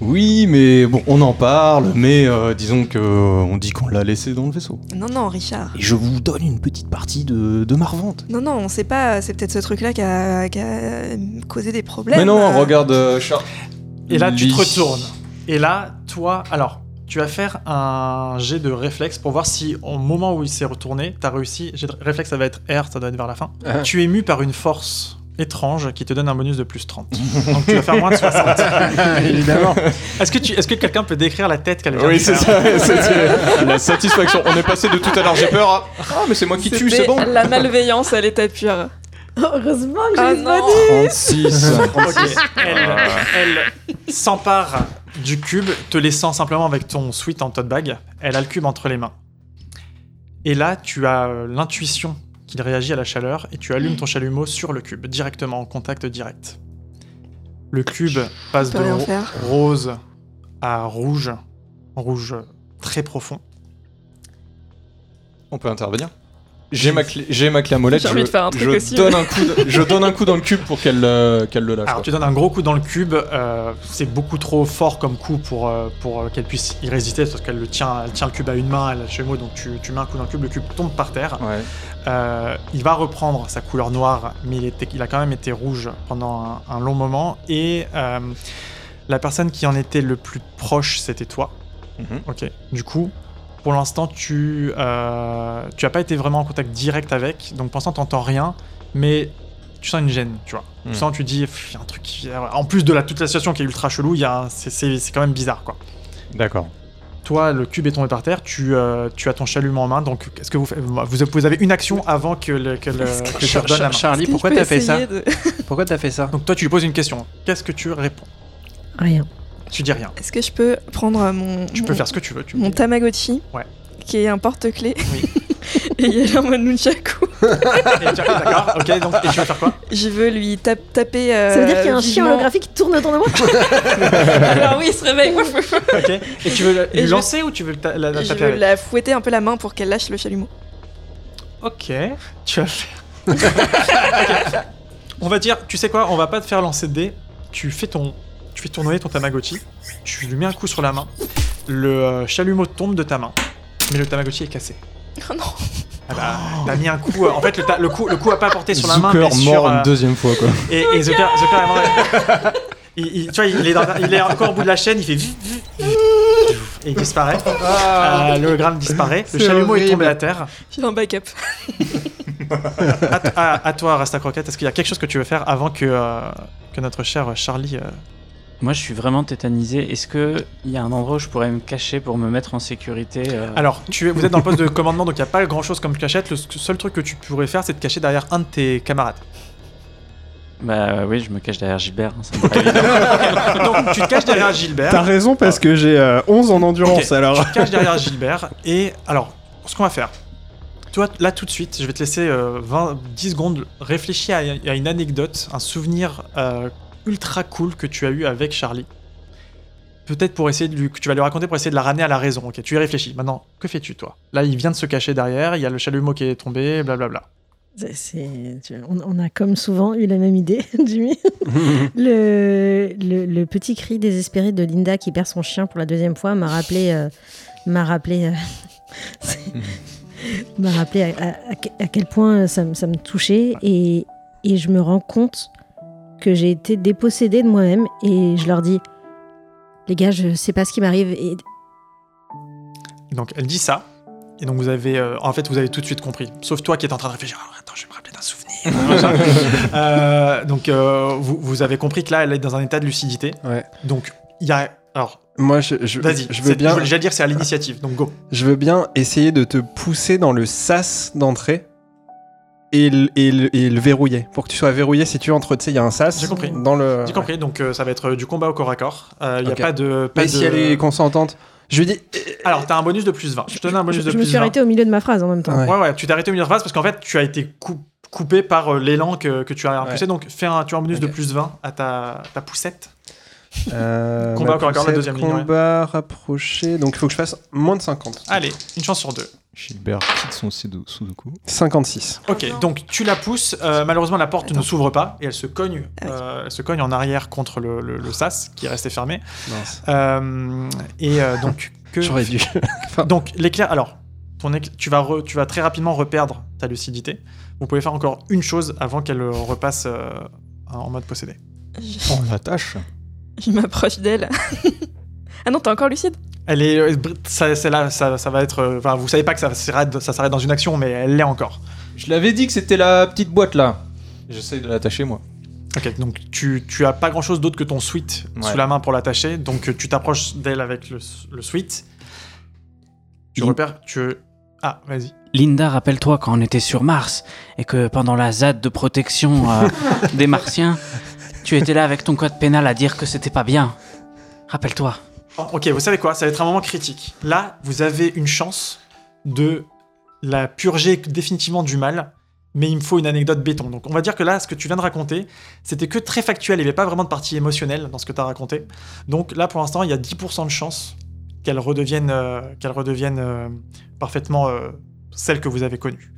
[SPEAKER 1] Oui, mais bon, on en parle, mais euh, disons que euh, on dit qu'on l'a laissé dans le vaisseau.
[SPEAKER 4] Non non Richard.
[SPEAKER 1] Et je vous donne une petite partie de, de ma revente.
[SPEAKER 4] Non non, on sait pas. C'est peut-être ce truc-là qui a, qui a causé des problèmes.
[SPEAKER 1] Mais non,
[SPEAKER 4] Euh,
[SPEAKER 1] regarde, euh, Char-
[SPEAKER 7] Et là, tu
[SPEAKER 1] Lis.
[SPEAKER 7] te retournes. Et là, toi, alors, tu vas faire un jet de réflexe pour voir si, au moment où il s'est retourné, t'as réussi. Jet de réflexe, ça va être R, ça doit être vers la fin.
[SPEAKER 3] Ah.
[SPEAKER 7] Tu es mu par une force étrange qui te donne un bonus de plus 30. Donc tu vas faire moins de 60.
[SPEAKER 3] Évidemment.
[SPEAKER 7] Est-ce que, tu- est-ce que quelqu'un peut décrire la tête qu'elle vient
[SPEAKER 1] Oui,
[SPEAKER 7] de
[SPEAKER 1] c'est
[SPEAKER 7] faire
[SPEAKER 1] ça, c'était la satisfaction. On est passé de tout à l'heure j'ai peur à Ah, mais c'est moi qui tue, c'est
[SPEAKER 4] c'était
[SPEAKER 1] bon.
[SPEAKER 4] La malveillance, elle était pure.
[SPEAKER 11] Heureusement que
[SPEAKER 4] Ah non.
[SPEAKER 1] 36.
[SPEAKER 7] Ok. Elle, elle s'empare du cube, te laissant simplement avec ton sweat en tote bag. Elle a le cube entre les mains. Et là, tu as euh, l'intuition qu'il réagit à la chaleur et tu allumes ton chalumeau sur le cube, directement en contact direct. Le cube passe
[SPEAKER 4] Je peux
[SPEAKER 7] de
[SPEAKER 4] rien
[SPEAKER 7] ro-
[SPEAKER 4] faire.
[SPEAKER 7] rose à rouge, rouge très profond.
[SPEAKER 1] On peut intervenir j'ai ma clé, j'ai ma clé à molette.
[SPEAKER 7] J'ai envie
[SPEAKER 1] je,
[SPEAKER 7] de faire un truc
[SPEAKER 1] je
[SPEAKER 7] aussi.
[SPEAKER 1] Donne un coup de- je donne un coup dans le cube pour qu'elle euh, qu'elle le lâche.
[SPEAKER 7] Alors
[SPEAKER 1] quoi.
[SPEAKER 7] tu donnes un gros coup dans le cube, euh, c'est beaucoup trop fort comme coup pour, euh, pour euh, qu'elle puisse y résister, parce qu'elle le tient, elle tient le cube à une main, elle a le chameau, donc tu, tu mets un coup dans le cube, le cube tombe par terre. Euh, il va reprendre sa couleur noire, mais il, était- il a quand même été rouge pendant un, un long moment, et euh, la personne qui en était le plus proche, c'était toi.
[SPEAKER 1] Mhm.
[SPEAKER 7] Ok. Du coup, pour l'instant, tu euh, tu as pas été vraiment en contact direct avec, donc pour l'instant, t'entends rien, mais tu sens une gêne, tu vois.
[SPEAKER 1] Mhm.
[SPEAKER 7] Tu sens, tu dis, Pff, il y a un truc qui. euh, En plus de la, toute la situation qui est ultra chelou, il y a un- c'est- c'est c'est quand même bizarre, quoi.
[SPEAKER 1] D'accord.
[SPEAKER 7] Toi, le cube est tombé par terre, tu, euh, tu as ton chalumeau en main, donc est-ce que vous, faites- vous vous avez une action avant que, le, que, le-
[SPEAKER 3] Est-ce que-
[SPEAKER 7] que tu redonnes la main.
[SPEAKER 3] Char- Charlie, pourquoi t'as fait ça Pourquoi t'as fait ça
[SPEAKER 7] Donc toi, tu lui poses une question. Qu'est-ce que tu réponds
[SPEAKER 11] Rien.
[SPEAKER 7] Tu dis rien.
[SPEAKER 4] Est-ce que je peux prendre euh, mon.
[SPEAKER 7] Tu
[SPEAKER 4] mon-
[SPEAKER 7] peux faire ce que tu veux. Tu
[SPEAKER 4] Mon Tamagotchi,
[SPEAKER 7] Ouais.
[SPEAKER 4] qui est un porte-clés, et il est en mode nunchaku.
[SPEAKER 7] D'accord, ok, donc et tu vas faire quoi
[SPEAKER 4] Je veux lui tap- taper. euh,
[SPEAKER 11] Ça veut dire qu'il y a un chien
[SPEAKER 4] vivement.
[SPEAKER 11] holographique qui tourne autour de moi
[SPEAKER 4] Alors oui, il se réveille.
[SPEAKER 7] Ok. Et tu veux la-
[SPEAKER 4] Et
[SPEAKER 7] lui
[SPEAKER 4] je-
[SPEAKER 7] lancer ou tu veux le ta- la, la
[SPEAKER 4] je
[SPEAKER 7] taper
[SPEAKER 4] veux
[SPEAKER 7] avec
[SPEAKER 4] la fouetter un peu la main pour qu'elle lâche le chalumeau.
[SPEAKER 7] Ok, tu vas faire. Ok. On va dire, tu sais quoi, on va pas te faire lancer de dés. Tu fais ton, tu fais tournoyer ton Tamagotchi. Tu lui mets un coup sur la main. Le euh, chalumeau tombe de ta main, mais le Tamagotchi est cassé.
[SPEAKER 4] Oh non.
[SPEAKER 7] Ah bah, t'as mis un coup. euh, En fait, le, ta- le coup, le coup a pas porté sur la main,
[SPEAKER 1] Zucker
[SPEAKER 7] mais sur.
[SPEAKER 1] mort
[SPEAKER 7] euh,
[SPEAKER 1] une deuxième fois quoi.
[SPEAKER 7] Et, et Zucker, Zucker est mort. Il, il- tu vois, il est, dans- il est encore au bout de la chaîne, il fait vif, vif, vif, et il disparaît. Euh, L'hologramme disparaît, le
[SPEAKER 4] C'est
[SPEAKER 7] chalumeau est tombé
[SPEAKER 4] horrible.
[SPEAKER 7] à terre.
[SPEAKER 4] J'ai un backup.
[SPEAKER 7] à, t- à- à toi, Rasta Croquette, est-ce qu'il y a quelque chose que tu veux faire avant que, euh, que notre cher Charlie. euh,
[SPEAKER 2] Moi, je suis vraiment tétanisé. Est-ce que il y a un endroit où je pourrais me cacher pour me mettre en sécurité euh,
[SPEAKER 7] Alors, tu es- vous êtes dans le poste de commandement, donc il n'y a pas grand chose comme cachette. Le s- seul truc que tu pourrais faire, c'est de cacher derrière un de tes camarades.
[SPEAKER 2] Bah euh, oui, je me cache derrière Gilbert. hein, ça me paraît
[SPEAKER 7] Ok,
[SPEAKER 2] évident.
[SPEAKER 7] donc, tu te caches derrière Gilbert.
[SPEAKER 15] T'as raison parce que j'ai euh, 11 en endurance
[SPEAKER 7] Ok,
[SPEAKER 15] alors.
[SPEAKER 7] Tu te caches derrière Gilbert. Et alors, ce qu'on va faire. Toi, là tout de suite, je vais te laisser euh, 20, 10 secondes réfléchir à, à une anecdote, un souvenir euh, ultra cool que tu as eu avec Charlie. Peut-être pour essayer de lui, que tu vas lui raconter pour essayer de la ramener à la raison. Ok, tu y réfléchis. Maintenant, que fais-tu toi Là, il vient de se cacher derrière. Il y a le chalumeau qui est tombé. Blablabla.
[SPEAKER 11] C'est- c'est- tu- on, on a comme souvent eu la même idée, Jimmy. le, le- le petit cri désespéré de Linda qui perd son chien pour la deuxième fois m'a rappelé, euh, m'a rappelé, euh, c'est- m'a rappelé à, à- à que- à quel point ça, me- ça me touchait et, et je me rends compte que j'ai été dépossédée de moi-même et je leur dis les gars je sais pas ce qui m'arrive et
[SPEAKER 7] Donc elle dit ça. Et donc vous avez, euh, en fait, vous avez tout de suite compris. Sauf toi qui est en train de réfléchir. Alors, attends, je vais me rappeler d'un souvenir. Euh, donc euh, vous, vous avez compris que là, elle est dans un état de lucidité. Donc il y a, alors
[SPEAKER 3] Moi, je, je,
[SPEAKER 7] vas-y.
[SPEAKER 3] je
[SPEAKER 7] c'est-
[SPEAKER 3] veux bien.
[SPEAKER 7] voulais déjà dire, c'est à l'initiative. Donc go.
[SPEAKER 3] Je veux bien essayer de te pousser dans le sas d'entrée et le, et le- et le verrouiller. Pour que tu sois verrouillé, si tu entres, tu sais, il y a un sas.
[SPEAKER 7] J'ai compris.
[SPEAKER 3] Dans le...
[SPEAKER 7] J'ai compris. Donc euh, ça va être euh, du combat au corps à corps. Euh, Il n'y
[SPEAKER 3] Ok.
[SPEAKER 7] a pas de. Pas
[SPEAKER 3] Mais
[SPEAKER 7] de...
[SPEAKER 3] si elle est consentante, je lui dis.
[SPEAKER 7] Alors t'as un bonus de plus 20. Je te donne un bonus
[SPEAKER 11] je
[SPEAKER 7] de plus 20.
[SPEAKER 11] me suis arrêtée au milieu de ma phrase en même temps
[SPEAKER 3] euh,
[SPEAKER 7] Ouais, ouais, tu t'es arrêté au milieu de phrase parce qu'en fait, tu as été coup- coupé par euh, l'élan que, que tu as impulsé. Donc, fais un, tu as un bonus de plus 20 à ta, ta poussette.
[SPEAKER 3] euh,
[SPEAKER 7] Combat
[SPEAKER 3] ma
[SPEAKER 7] encore, encore, la
[SPEAKER 3] poussette,
[SPEAKER 7] deuxième ligne, ouais.
[SPEAKER 3] Combat rapproché. Donc il faut que je fasse moins de 50.
[SPEAKER 7] Allez, une chance sur deux.
[SPEAKER 1] Gilbert quitte son sudo- Sudoku.
[SPEAKER 3] 56.
[SPEAKER 7] Ok, donc tu la pousses. euh, malheureusement, la porte ne s'ouvre pas et elle se cogne. euh, elle se cogne en arrière contre le, le- le sas qui est resté fermé.
[SPEAKER 3] Mince.
[SPEAKER 7] Euh, et euh, donc que
[SPEAKER 3] J'aurais dû.
[SPEAKER 7] donc l'éclair. Alors, ton écl- tu vas re- tu vas très rapidement reperdre ta lucidité. Vous pouvez faire encore une chose avant qu'elle euh, repasse euh, en mode possédé.
[SPEAKER 1] On l'attache.
[SPEAKER 4] Je m'approche d'elle. ah non, t'es encore lucide
[SPEAKER 7] Elle est, euh, br- ça, c'est là, ça, ça va être. euh, Enfin, vous savez pas que ça s'arrête, ça s'arrête dans une action, mais elle l'est encore.
[SPEAKER 1] Je l'avais dit que c'était la petite boîte là. J'essaye de l'attacher moi.
[SPEAKER 7] Ok, donc tu, tu as pas grand chose d'autre que ton sweat
[SPEAKER 1] Ouais.
[SPEAKER 7] sous la main pour l'attacher, donc euh, tu t'approches d'elle avec le, le sweat. Tu
[SPEAKER 2] Il-
[SPEAKER 7] repères, tu. Ah, vas-y.
[SPEAKER 2] Linda, rappelle-toi quand on était sur Mars et que pendant la ZAD de protection euh, des Martiens, tu étais là avec ton code pénal à dire que c'était pas bien. Rappelle-toi.
[SPEAKER 7] Oh, ok, vous savez quoi Ça va être un moment critique. Là, vous avez une chance de la purger définitivement du mal mais il me faut une anecdote béton. Donc on va dire que là, ce que tu viens de raconter, c'était que très factuel, il n'y avait pas vraiment de partie émotionnelle dans ce que tu as raconté. Donc là, pour l'instant, il y a 10% de chance qu'elle redevienne, euh, qu'elle redevienne euh, parfaitement euh, celle que vous avez connue.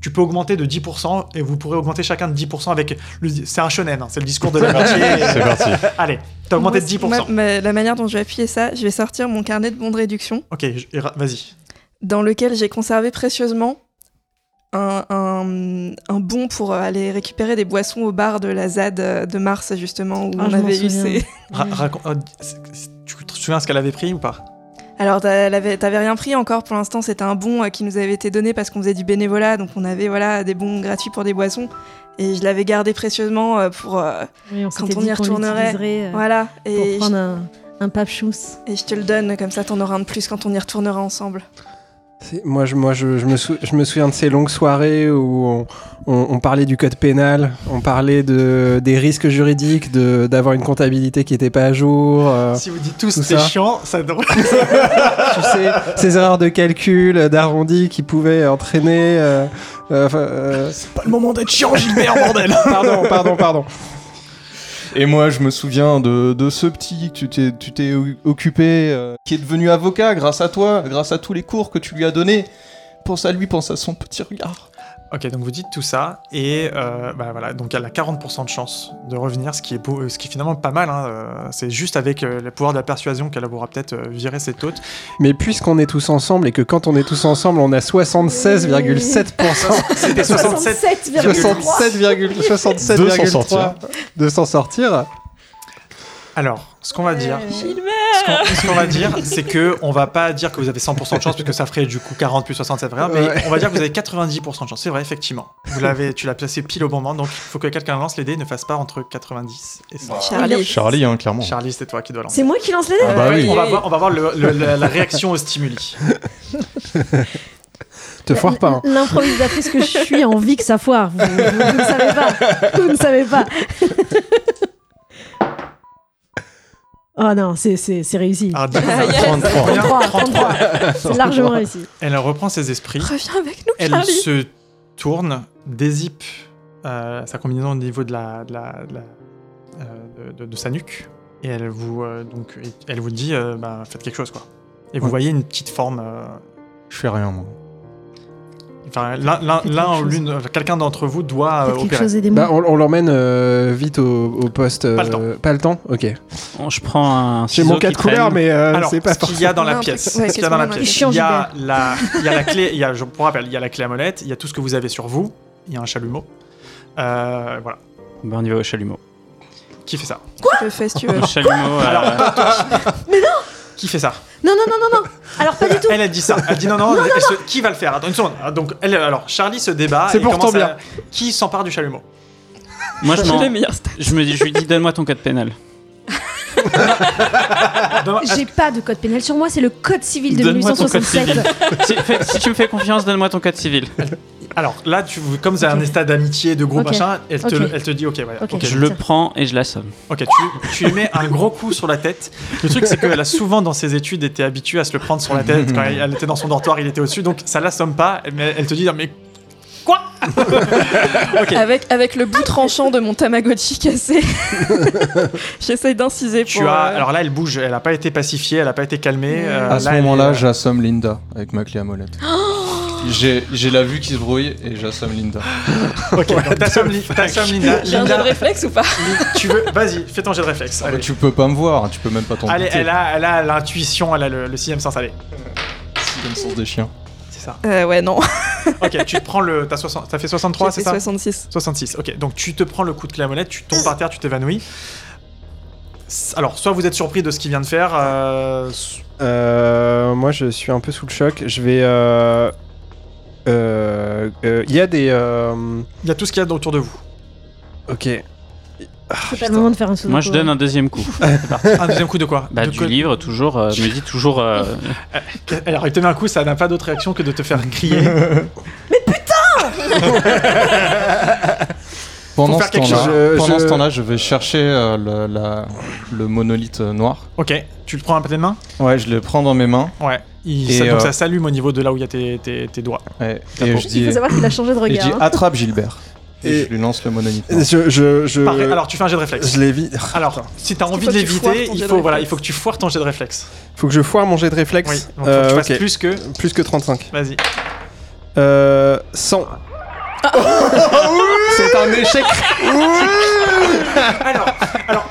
[SPEAKER 7] Tu peux augmenter de 10% et vous pourrez augmenter chacun de 10% avec... le- C'est un shonen, hein, c'est le discours de la moitié.
[SPEAKER 16] C'est parti.
[SPEAKER 7] Allez, t'as augmenté de
[SPEAKER 4] Moi, ma-
[SPEAKER 7] 10%.
[SPEAKER 4] ma- la manière dont je vais appuyer ça, je vais sortir mon carnet de bons de réduction
[SPEAKER 7] Ok, je- et ra- vas-y.
[SPEAKER 4] dans lequel j'ai conservé précieusement un, un- un bon pour euh, aller récupérer des boissons au bar de la ZAD euh, de Mars, justement, où
[SPEAKER 11] Ah,
[SPEAKER 4] on
[SPEAKER 11] je m'en
[SPEAKER 4] avait eu
[SPEAKER 11] souviens.
[SPEAKER 4] ces.
[SPEAKER 7] Ra- racon- ah, c'est- c'est- tu te souviens ce qu'elle avait pris ou pas
[SPEAKER 4] Alors, t'as- elle avait- t'avais rien pris encore pour l'instant, c'était un bon euh, qui nous avait été donné parce qu'on faisait du bénévolat, donc on avait voilà, des bons gratuits pour des boissons. Et je l'avais gardé précieusement euh, pour euh,
[SPEAKER 6] Oui, on
[SPEAKER 4] quand
[SPEAKER 6] s'était
[SPEAKER 4] on
[SPEAKER 6] dit
[SPEAKER 4] y
[SPEAKER 6] qu'on
[SPEAKER 4] retournerait.
[SPEAKER 6] l'utiliserait, euh,
[SPEAKER 4] voilà.
[SPEAKER 6] pour
[SPEAKER 4] Et
[SPEAKER 6] prendre
[SPEAKER 4] un, Et je te le donne, comme ça t'en auras un de plus quand on y retournera ensemble.
[SPEAKER 3] C'est- Moi, je, moi je, je me sou- je me souviens de ces longues soirées où on, on- on parlait du code pénal, on parlait de, des risques juridiques, de- d'avoir une comptabilité qui n'était pas à jour. euh,
[SPEAKER 7] Si vous dites tous
[SPEAKER 3] tout
[SPEAKER 7] c'est
[SPEAKER 3] ça.
[SPEAKER 7] chiant, Ah. ça drôle.
[SPEAKER 3] tu sais, ces erreurs de calcul, euh, d'arrondi qui pouvaient entraîner. euh, C'est
[SPEAKER 7] pas le moment d'être chiant, Gilbert, bordel
[SPEAKER 3] euh, Pardon, pardon, pardon.
[SPEAKER 1] Et moi, je me souviens de, de ce petit que tu t'es- tu t'es o- occupé, euh, qui est devenu avocat grâce à toi, grâce à tous les cours que tu lui as donnés. Pense à lui, pense à son petit regard.
[SPEAKER 7] Ok, donc vous dites tout ça, et euh, bah voilà, donc elle a 40% de chance de revenir, ce qui est, beau, ce qui est finalement pas mal. hein, euh, c'est juste avec euh, le pouvoir de la persuasion qu'elle pourra peut-être euh, virer cette hôte.
[SPEAKER 3] Mais puisqu'on est tous ensemble et que quand on est tous ensemble, on a 76,7%.
[SPEAKER 7] C'était
[SPEAKER 3] 67,3. 67,3 de s'en sortir.
[SPEAKER 7] Alors, ce qu'on va dire,
[SPEAKER 4] Euh,
[SPEAKER 7] ce qu'on- ce qu'on va dire, c'est que on va pas dire que vous avez 100% de chance parce que ça ferait du coup 40 plus 67, vrai, mais
[SPEAKER 3] Ouais.
[SPEAKER 7] on va dire que vous avez 90% de chance. C'est vrai, effectivement. Vous l'avez, tu l'as placé pile au bon moment, donc il faut que quelqu'un lance les dés, ne fasse pas entre 90 et 100.
[SPEAKER 1] Charlie. Charlie, hein, clairement.
[SPEAKER 7] Charlie, c'est toi qui dois lancer.
[SPEAKER 11] C'est moi qui lance les dés
[SPEAKER 7] Ah bah oui. On va voir, on va voir le- le- la, la réaction au stimuli.
[SPEAKER 3] Te foire pas. hein.
[SPEAKER 6] Ah. L'improvisatrice que je suis a envie que ça foire. Vous, vous- vous ne savez pas. Vous ne savez pas. Oh non, c'est- c'est c'est réussi.
[SPEAKER 7] Ah, dis-
[SPEAKER 6] Yes.
[SPEAKER 7] 33.
[SPEAKER 6] 33, 33. C'est largement réussi.
[SPEAKER 7] Elle reprend ses esprits.
[SPEAKER 4] Reviens avec nous,
[SPEAKER 7] Elle
[SPEAKER 4] Charlie.
[SPEAKER 7] se tourne, dézippe euh, sa combinaison au niveau de la, de, la- de la- euh, de- de- de sa nuque et elle vous euh, donc elle vous dit euh, bah, faites quelque chose quoi. Et vous
[SPEAKER 1] Ouais.
[SPEAKER 7] voyez une petite forme. euh,
[SPEAKER 1] Je fais rien, moi.
[SPEAKER 7] Enfin, l'un- l'un
[SPEAKER 1] Faites
[SPEAKER 7] l'un
[SPEAKER 1] quelque
[SPEAKER 7] ou l'une, euh, quelqu'un d'entre vous doit euh, opérer.
[SPEAKER 3] Bah, on on l'emmène euh, vite au, au poste. euh,
[SPEAKER 7] Pas le temps.
[SPEAKER 3] Ok.
[SPEAKER 2] je prends un.
[SPEAKER 3] J'ai mon
[SPEAKER 2] ciseau
[SPEAKER 3] cas
[SPEAKER 2] qui
[SPEAKER 3] de couleur,
[SPEAKER 2] traîne.
[SPEAKER 3] mais euh,
[SPEAKER 7] Alors,
[SPEAKER 3] c'est pas
[SPEAKER 7] ce qu'il y a dans la
[SPEAKER 3] forcément-
[SPEAKER 7] pièce,
[SPEAKER 3] Ouais,
[SPEAKER 7] ce qu'il y a dans la
[SPEAKER 3] qu'est-ce
[SPEAKER 7] pièce,
[SPEAKER 3] qu'on
[SPEAKER 7] il y
[SPEAKER 3] a
[SPEAKER 7] a la, il y a la clé, il y a, je vous rappelle, il y a la clé à molette, il y a tout ce que vous avez sur vous, il y a un chalumeau, Euh, voilà.
[SPEAKER 2] Bah, on y va au chalumeau.
[SPEAKER 7] Qui fait ça
[SPEAKER 4] Quoi Tu le fais si tu veux.
[SPEAKER 2] Le chalumeau. euh,
[SPEAKER 7] Alors, toi, toi, Qui fait ça
[SPEAKER 6] Non, non, non, non, non. Alors pas du tout.
[SPEAKER 7] Elle a dit ça. Elle dit non, non, elle se- qui va le faire Attends une seconde. Ah, Donc, elle, alors, Charlie se débat.
[SPEAKER 2] C'est
[SPEAKER 7] et
[SPEAKER 2] pour ton
[SPEAKER 7] commence à-
[SPEAKER 2] bien.
[SPEAKER 7] Qui s'empare du chalumeau
[SPEAKER 2] Moi, je
[SPEAKER 7] C'est
[SPEAKER 2] m'en-
[SPEAKER 7] le meilleur
[SPEAKER 2] Je me dis, je lui dis, donne-moi ton code pénal.
[SPEAKER 7] bah,
[SPEAKER 6] J'ai pas de code pénal sur moi, c'est le code civil de
[SPEAKER 2] Donne-moi ton code
[SPEAKER 6] 1867.
[SPEAKER 2] civil. si, fais- si tu me fais confiance, donne-moi ton code civil.
[SPEAKER 7] Alors là, tu, comme c'est un état d'amitié, de groupe,
[SPEAKER 2] Ok.
[SPEAKER 7] machin, elle te,
[SPEAKER 2] Ok.
[SPEAKER 7] elle te dit ok, voilà. ok,
[SPEAKER 2] je le prends et je l'assomme.
[SPEAKER 7] Ok, tu, tu lui mets un gros coup sur la tête. Le truc, c'est qu'elle a souvent dans ses études été habituée à se le prendre sur la tête. Quand elle, elle était dans son dortoir, il était au-dessus, donc ça l'assomme pas. Mais elle te dit, mais
[SPEAKER 4] Avec, avec le bout tranchant de mon Tamagotchi cassé, j'essaye d'inciser pour.
[SPEAKER 7] tu as.
[SPEAKER 4] euh,
[SPEAKER 7] Alors là, elle bouge, elle a pas été pacifiée, elle a pas été calmée. euh,
[SPEAKER 1] à ce
[SPEAKER 7] là, elle
[SPEAKER 1] moment-là,
[SPEAKER 7] est-
[SPEAKER 1] j'assomme Linda avec ma clé à molette.
[SPEAKER 9] Oh
[SPEAKER 1] J'ai j'ai la vue qui se brouille et j'assomme Linda.
[SPEAKER 7] Ok, donc t'assommes Li- t'assommes Linda.
[SPEAKER 4] J'ai un
[SPEAKER 7] Linda-
[SPEAKER 4] jeu de réflexe ou pas
[SPEAKER 7] Li- Tu veux Vas-y, fais ton jet de réflexe.
[SPEAKER 1] Ah bah,
[SPEAKER 7] Allez.
[SPEAKER 1] tu peux pas me voir, tu peux même pas t'en
[SPEAKER 7] Allez,
[SPEAKER 1] douter.
[SPEAKER 7] elle a, elle a l'intuition, elle a le, le sixième sens, allez.
[SPEAKER 1] Sixième sens des chiens.
[SPEAKER 7] C'est ça.
[SPEAKER 4] Euh, ouais, non.
[SPEAKER 7] ok, tu te prends le. T'as 60 t'as fait 63,
[SPEAKER 4] J'ai
[SPEAKER 7] c'est
[SPEAKER 4] fait
[SPEAKER 7] ça
[SPEAKER 4] 66.
[SPEAKER 7] 66, ok. Donc tu te prends le coup de clé à molette, tu tombes par terre, tu t'évanouis. S- Alors, soit vous êtes surpris de ce qu'il vient de faire. euh, s-
[SPEAKER 3] Euh, moi, je suis un peu sous le choc. Je vais. euh, euh, euh, Il y a des. euh,
[SPEAKER 7] Il y a tout ce qu'il y a autour de vous.
[SPEAKER 3] Ok.
[SPEAKER 6] C'est pas le moment de faire un saut.
[SPEAKER 2] Moi, je donne un deuxième coup. C'est parti.
[SPEAKER 7] Un deuxième coup de quoi
[SPEAKER 2] Bah, du livre, toujours. euh, je me dis toujours. euh,
[SPEAKER 7] Alors, il te met un coup, ça n'a pas d'autre réaction que de te faire crier.
[SPEAKER 6] Putain
[SPEAKER 1] Pendant
[SPEAKER 7] faut
[SPEAKER 1] ce
[SPEAKER 7] faire quelque
[SPEAKER 1] temps-là,
[SPEAKER 7] chose.
[SPEAKER 1] pendant ce temps-là, je vais chercher euh, le, la- le monolithe euh, noir.
[SPEAKER 7] Ok, tu le prends à tes mains
[SPEAKER 1] Ouais, je le prends dans mes mains.
[SPEAKER 7] Ouais. Il-
[SPEAKER 1] Et,
[SPEAKER 7] ça, donc
[SPEAKER 1] euh,
[SPEAKER 7] ça s'allume au niveau de là où il y a tes, tes- tes doigts.
[SPEAKER 1] Ouais, et je dis,
[SPEAKER 7] Il faut savoir qu'il a changé de
[SPEAKER 1] et
[SPEAKER 7] regard,
[SPEAKER 1] je dis,
[SPEAKER 7] hein.
[SPEAKER 1] attrape Gilbert. Ah Et, je lui lance le monolithe. noir.
[SPEAKER 3] Euh,
[SPEAKER 7] Pareil, alors tu fais un jet de réflexe.
[SPEAKER 3] Je l'évite.
[SPEAKER 7] Alors, si t'as envie de
[SPEAKER 3] faut que tu foires
[SPEAKER 7] l'éviter,
[SPEAKER 3] ton
[SPEAKER 7] il
[SPEAKER 3] jet de
[SPEAKER 7] faut voilà, il
[SPEAKER 3] réflexe.
[SPEAKER 7] faut que tu foires ton jet de réflexe.
[SPEAKER 3] Faut que je foire mon jet de réflexe.
[SPEAKER 7] Oui, donc faut que tu fasses
[SPEAKER 3] Euh, ok.
[SPEAKER 7] plus que-
[SPEAKER 3] Plus que 35.
[SPEAKER 7] Vas-y.
[SPEAKER 3] Euh, 100.
[SPEAKER 9] Ah.
[SPEAKER 3] C'est un échec.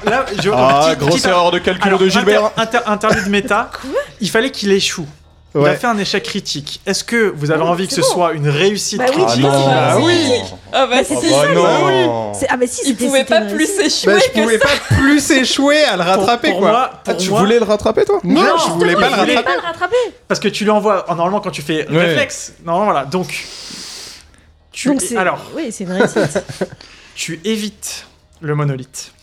[SPEAKER 7] Là, je-
[SPEAKER 1] Ah,
[SPEAKER 7] petit-
[SPEAKER 1] grosse
[SPEAKER 7] petit-
[SPEAKER 1] erreur de calcul
[SPEAKER 7] Alors,
[SPEAKER 1] de Gilbert.
[SPEAKER 7] Inter, inter- interlude méta. il fallait qu'il échoue. Il a
[SPEAKER 3] Bah,
[SPEAKER 1] Ouais.
[SPEAKER 7] fait un échec critique. Est-ce que vous avez
[SPEAKER 1] Oh,
[SPEAKER 7] envie que ce
[SPEAKER 1] c'est bon.
[SPEAKER 7] soit une réussite
[SPEAKER 1] Bah oui,
[SPEAKER 7] critique
[SPEAKER 1] Ah non.
[SPEAKER 7] Bah
[SPEAKER 1] c'est
[SPEAKER 7] oui.
[SPEAKER 9] Ah bah,
[SPEAKER 7] Bah,
[SPEAKER 9] c'est
[SPEAKER 7] c'était
[SPEAKER 9] ça,
[SPEAKER 7] ça,
[SPEAKER 9] le-
[SPEAKER 7] non.
[SPEAKER 9] C'est- Ah bah si, il pouvait pas plus échouer
[SPEAKER 3] Bah, je
[SPEAKER 9] que
[SPEAKER 3] pouvais
[SPEAKER 9] ça.
[SPEAKER 3] pas plus échouer à le rattraper
[SPEAKER 7] pour
[SPEAKER 3] quoi.
[SPEAKER 7] moi- pour
[SPEAKER 3] Ah, tu
[SPEAKER 7] moi-
[SPEAKER 3] voulais le rattraper toi
[SPEAKER 7] Non,
[SPEAKER 3] je voulais pas le
[SPEAKER 7] justement, je
[SPEAKER 3] rattraper.
[SPEAKER 7] voulais pas le Parce que tu lui envoies en- normalement quand tu fais
[SPEAKER 3] Ouais.
[SPEAKER 7] réflexe. Non, voilà. Donc, tu
[SPEAKER 11] Donc c'est-
[SPEAKER 7] alors.
[SPEAKER 11] oui, c'est une réussite.
[SPEAKER 7] tu évites le monolithe.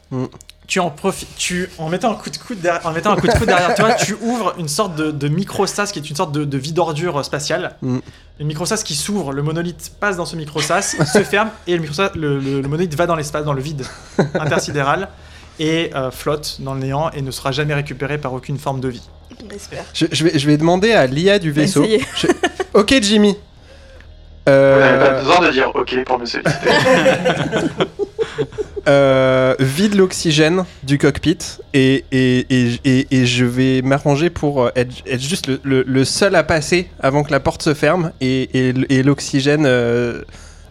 [SPEAKER 7] Tu en profites. Tu en mettant un coup de coude derrière, en mettant un coup de coude derrière toi, tu ouvres une sorte de, de microsas qui est une sorte de, de vide d'ordure euh, spatiale.
[SPEAKER 3] Mm.
[SPEAKER 7] Une microsas qui s'ouvre, le monolithe passe dans ce microsas, se ferme et le, microsas- le- le- le monolithe va dans l'espace, dans le vide intersidéral et euh, flotte dans le néant et ne sera jamais récupéré par aucune forme de vie.
[SPEAKER 3] Je, je vais, je vais demander à l'IA
[SPEAKER 9] Bah,
[SPEAKER 3] du vaisseau.
[SPEAKER 7] essayez.
[SPEAKER 3] Je- Ok Jimmy.
[SPEAKER 5] Vous n'avez pas
[SPEAKER 3] Euh,
[SPEAKER 5] besoin de dire ok pour me solliciter.
[SPEAKER 3] euh, vide l'oxygène du cockpit et, et, et, et- et je vais m'arranger pour euh, être, être juste le, le- le seul à passer avant que la porte se ferme et, et l- et l'oxygène euh,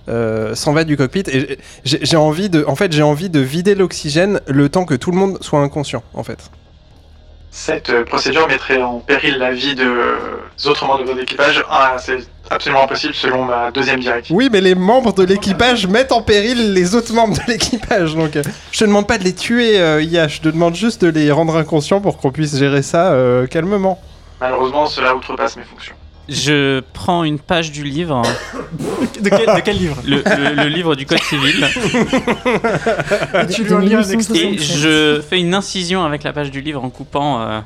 [SPEAKER 3] euh, s'en va du cockpit et j'ai j'ai envie de en fait j'ai envie de vider l'oxygène le temps que tout le monde soit inconscient en fait.
[SPEAKER 5] Cette euh, procédure mettrait en péril la vie de euh, des autres membres de votre équipage. Ah, c'est absolument impossible selon ma deuxième directive.
[SPEAKER 3] Oui mais les membres de l'équipage mettent en péril les autres membres de l'équipage donc euh, je te demande pas de les tuer euh, IA je te demande juste de les rendre inconscients pour qu'on puisse gérer ça euh, calmement.
[SPEAKER 5] Malheureusement, cela outrepasse mes fonctions.
[SPEAKER 2] Je prends une page du livre. hein.
[SPEAKER 7] De quel, de quel livre
[SPEAKER 2] le, le- le livre du Code civil.
[SPEAKER 7] Et tu lui en lis un extrait.
[SPEAKER 2] Et je fais une incision avec la page du livre en coupant. euh,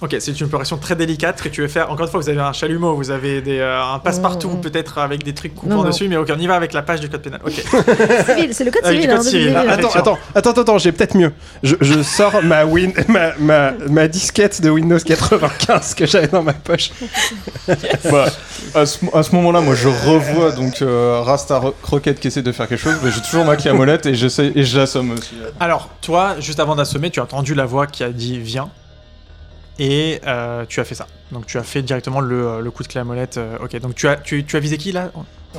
[SPEAKER 7] Ok, c'est une opération très délicate que tu veux faire. Encore une fois, vous avez un chalumeau, vous avez des, euh, un passe-partout, peut-être avec des trucs coupants
[SPEAKER 11] Non, non.
[SPEAKER 7] dessus, mais ok, on y va avec la page du code pénal. Ok.
[SPEAKER 11] Civil, c'est le code
[SPEAKER 7] Avec
[SPEAKER 11] civil. hein,
[SPEAKER 7] le code
[SPEAKER 11] donc
[SPEAKER 7] civil.
[SPEAKER 11] vous avez-
[SPEAKER 7] Ah,
[SPEAKER 3] Attends,
[SPEAKER 7] Effectivement.
[SPEAKER 3] attends, attends, attends, j'ai peut-être mieux. Je, je sors ma, win, ma, ma, ma disquette de Windows 95 que j'avais dans ma poche.
[SPEAKER 1] Bah, à ce, à ce moment-là, moi, je revois donc euh, Rasta Ro- Croquette qui essaie de faire quelque chose, mais j'ai toujours ma clé à molette et, j'essaie- et je l'assomme aussi.
[SPEAKER 7] Alors, toi, juste avant d'assommer, tu as entendu la voix qui a dit viens. Et euh, tu as fait ça. Donc tu as fait directement le, euh, le coup de clé à molette. euh, ok, donc tu as, tu, tu as visé qui là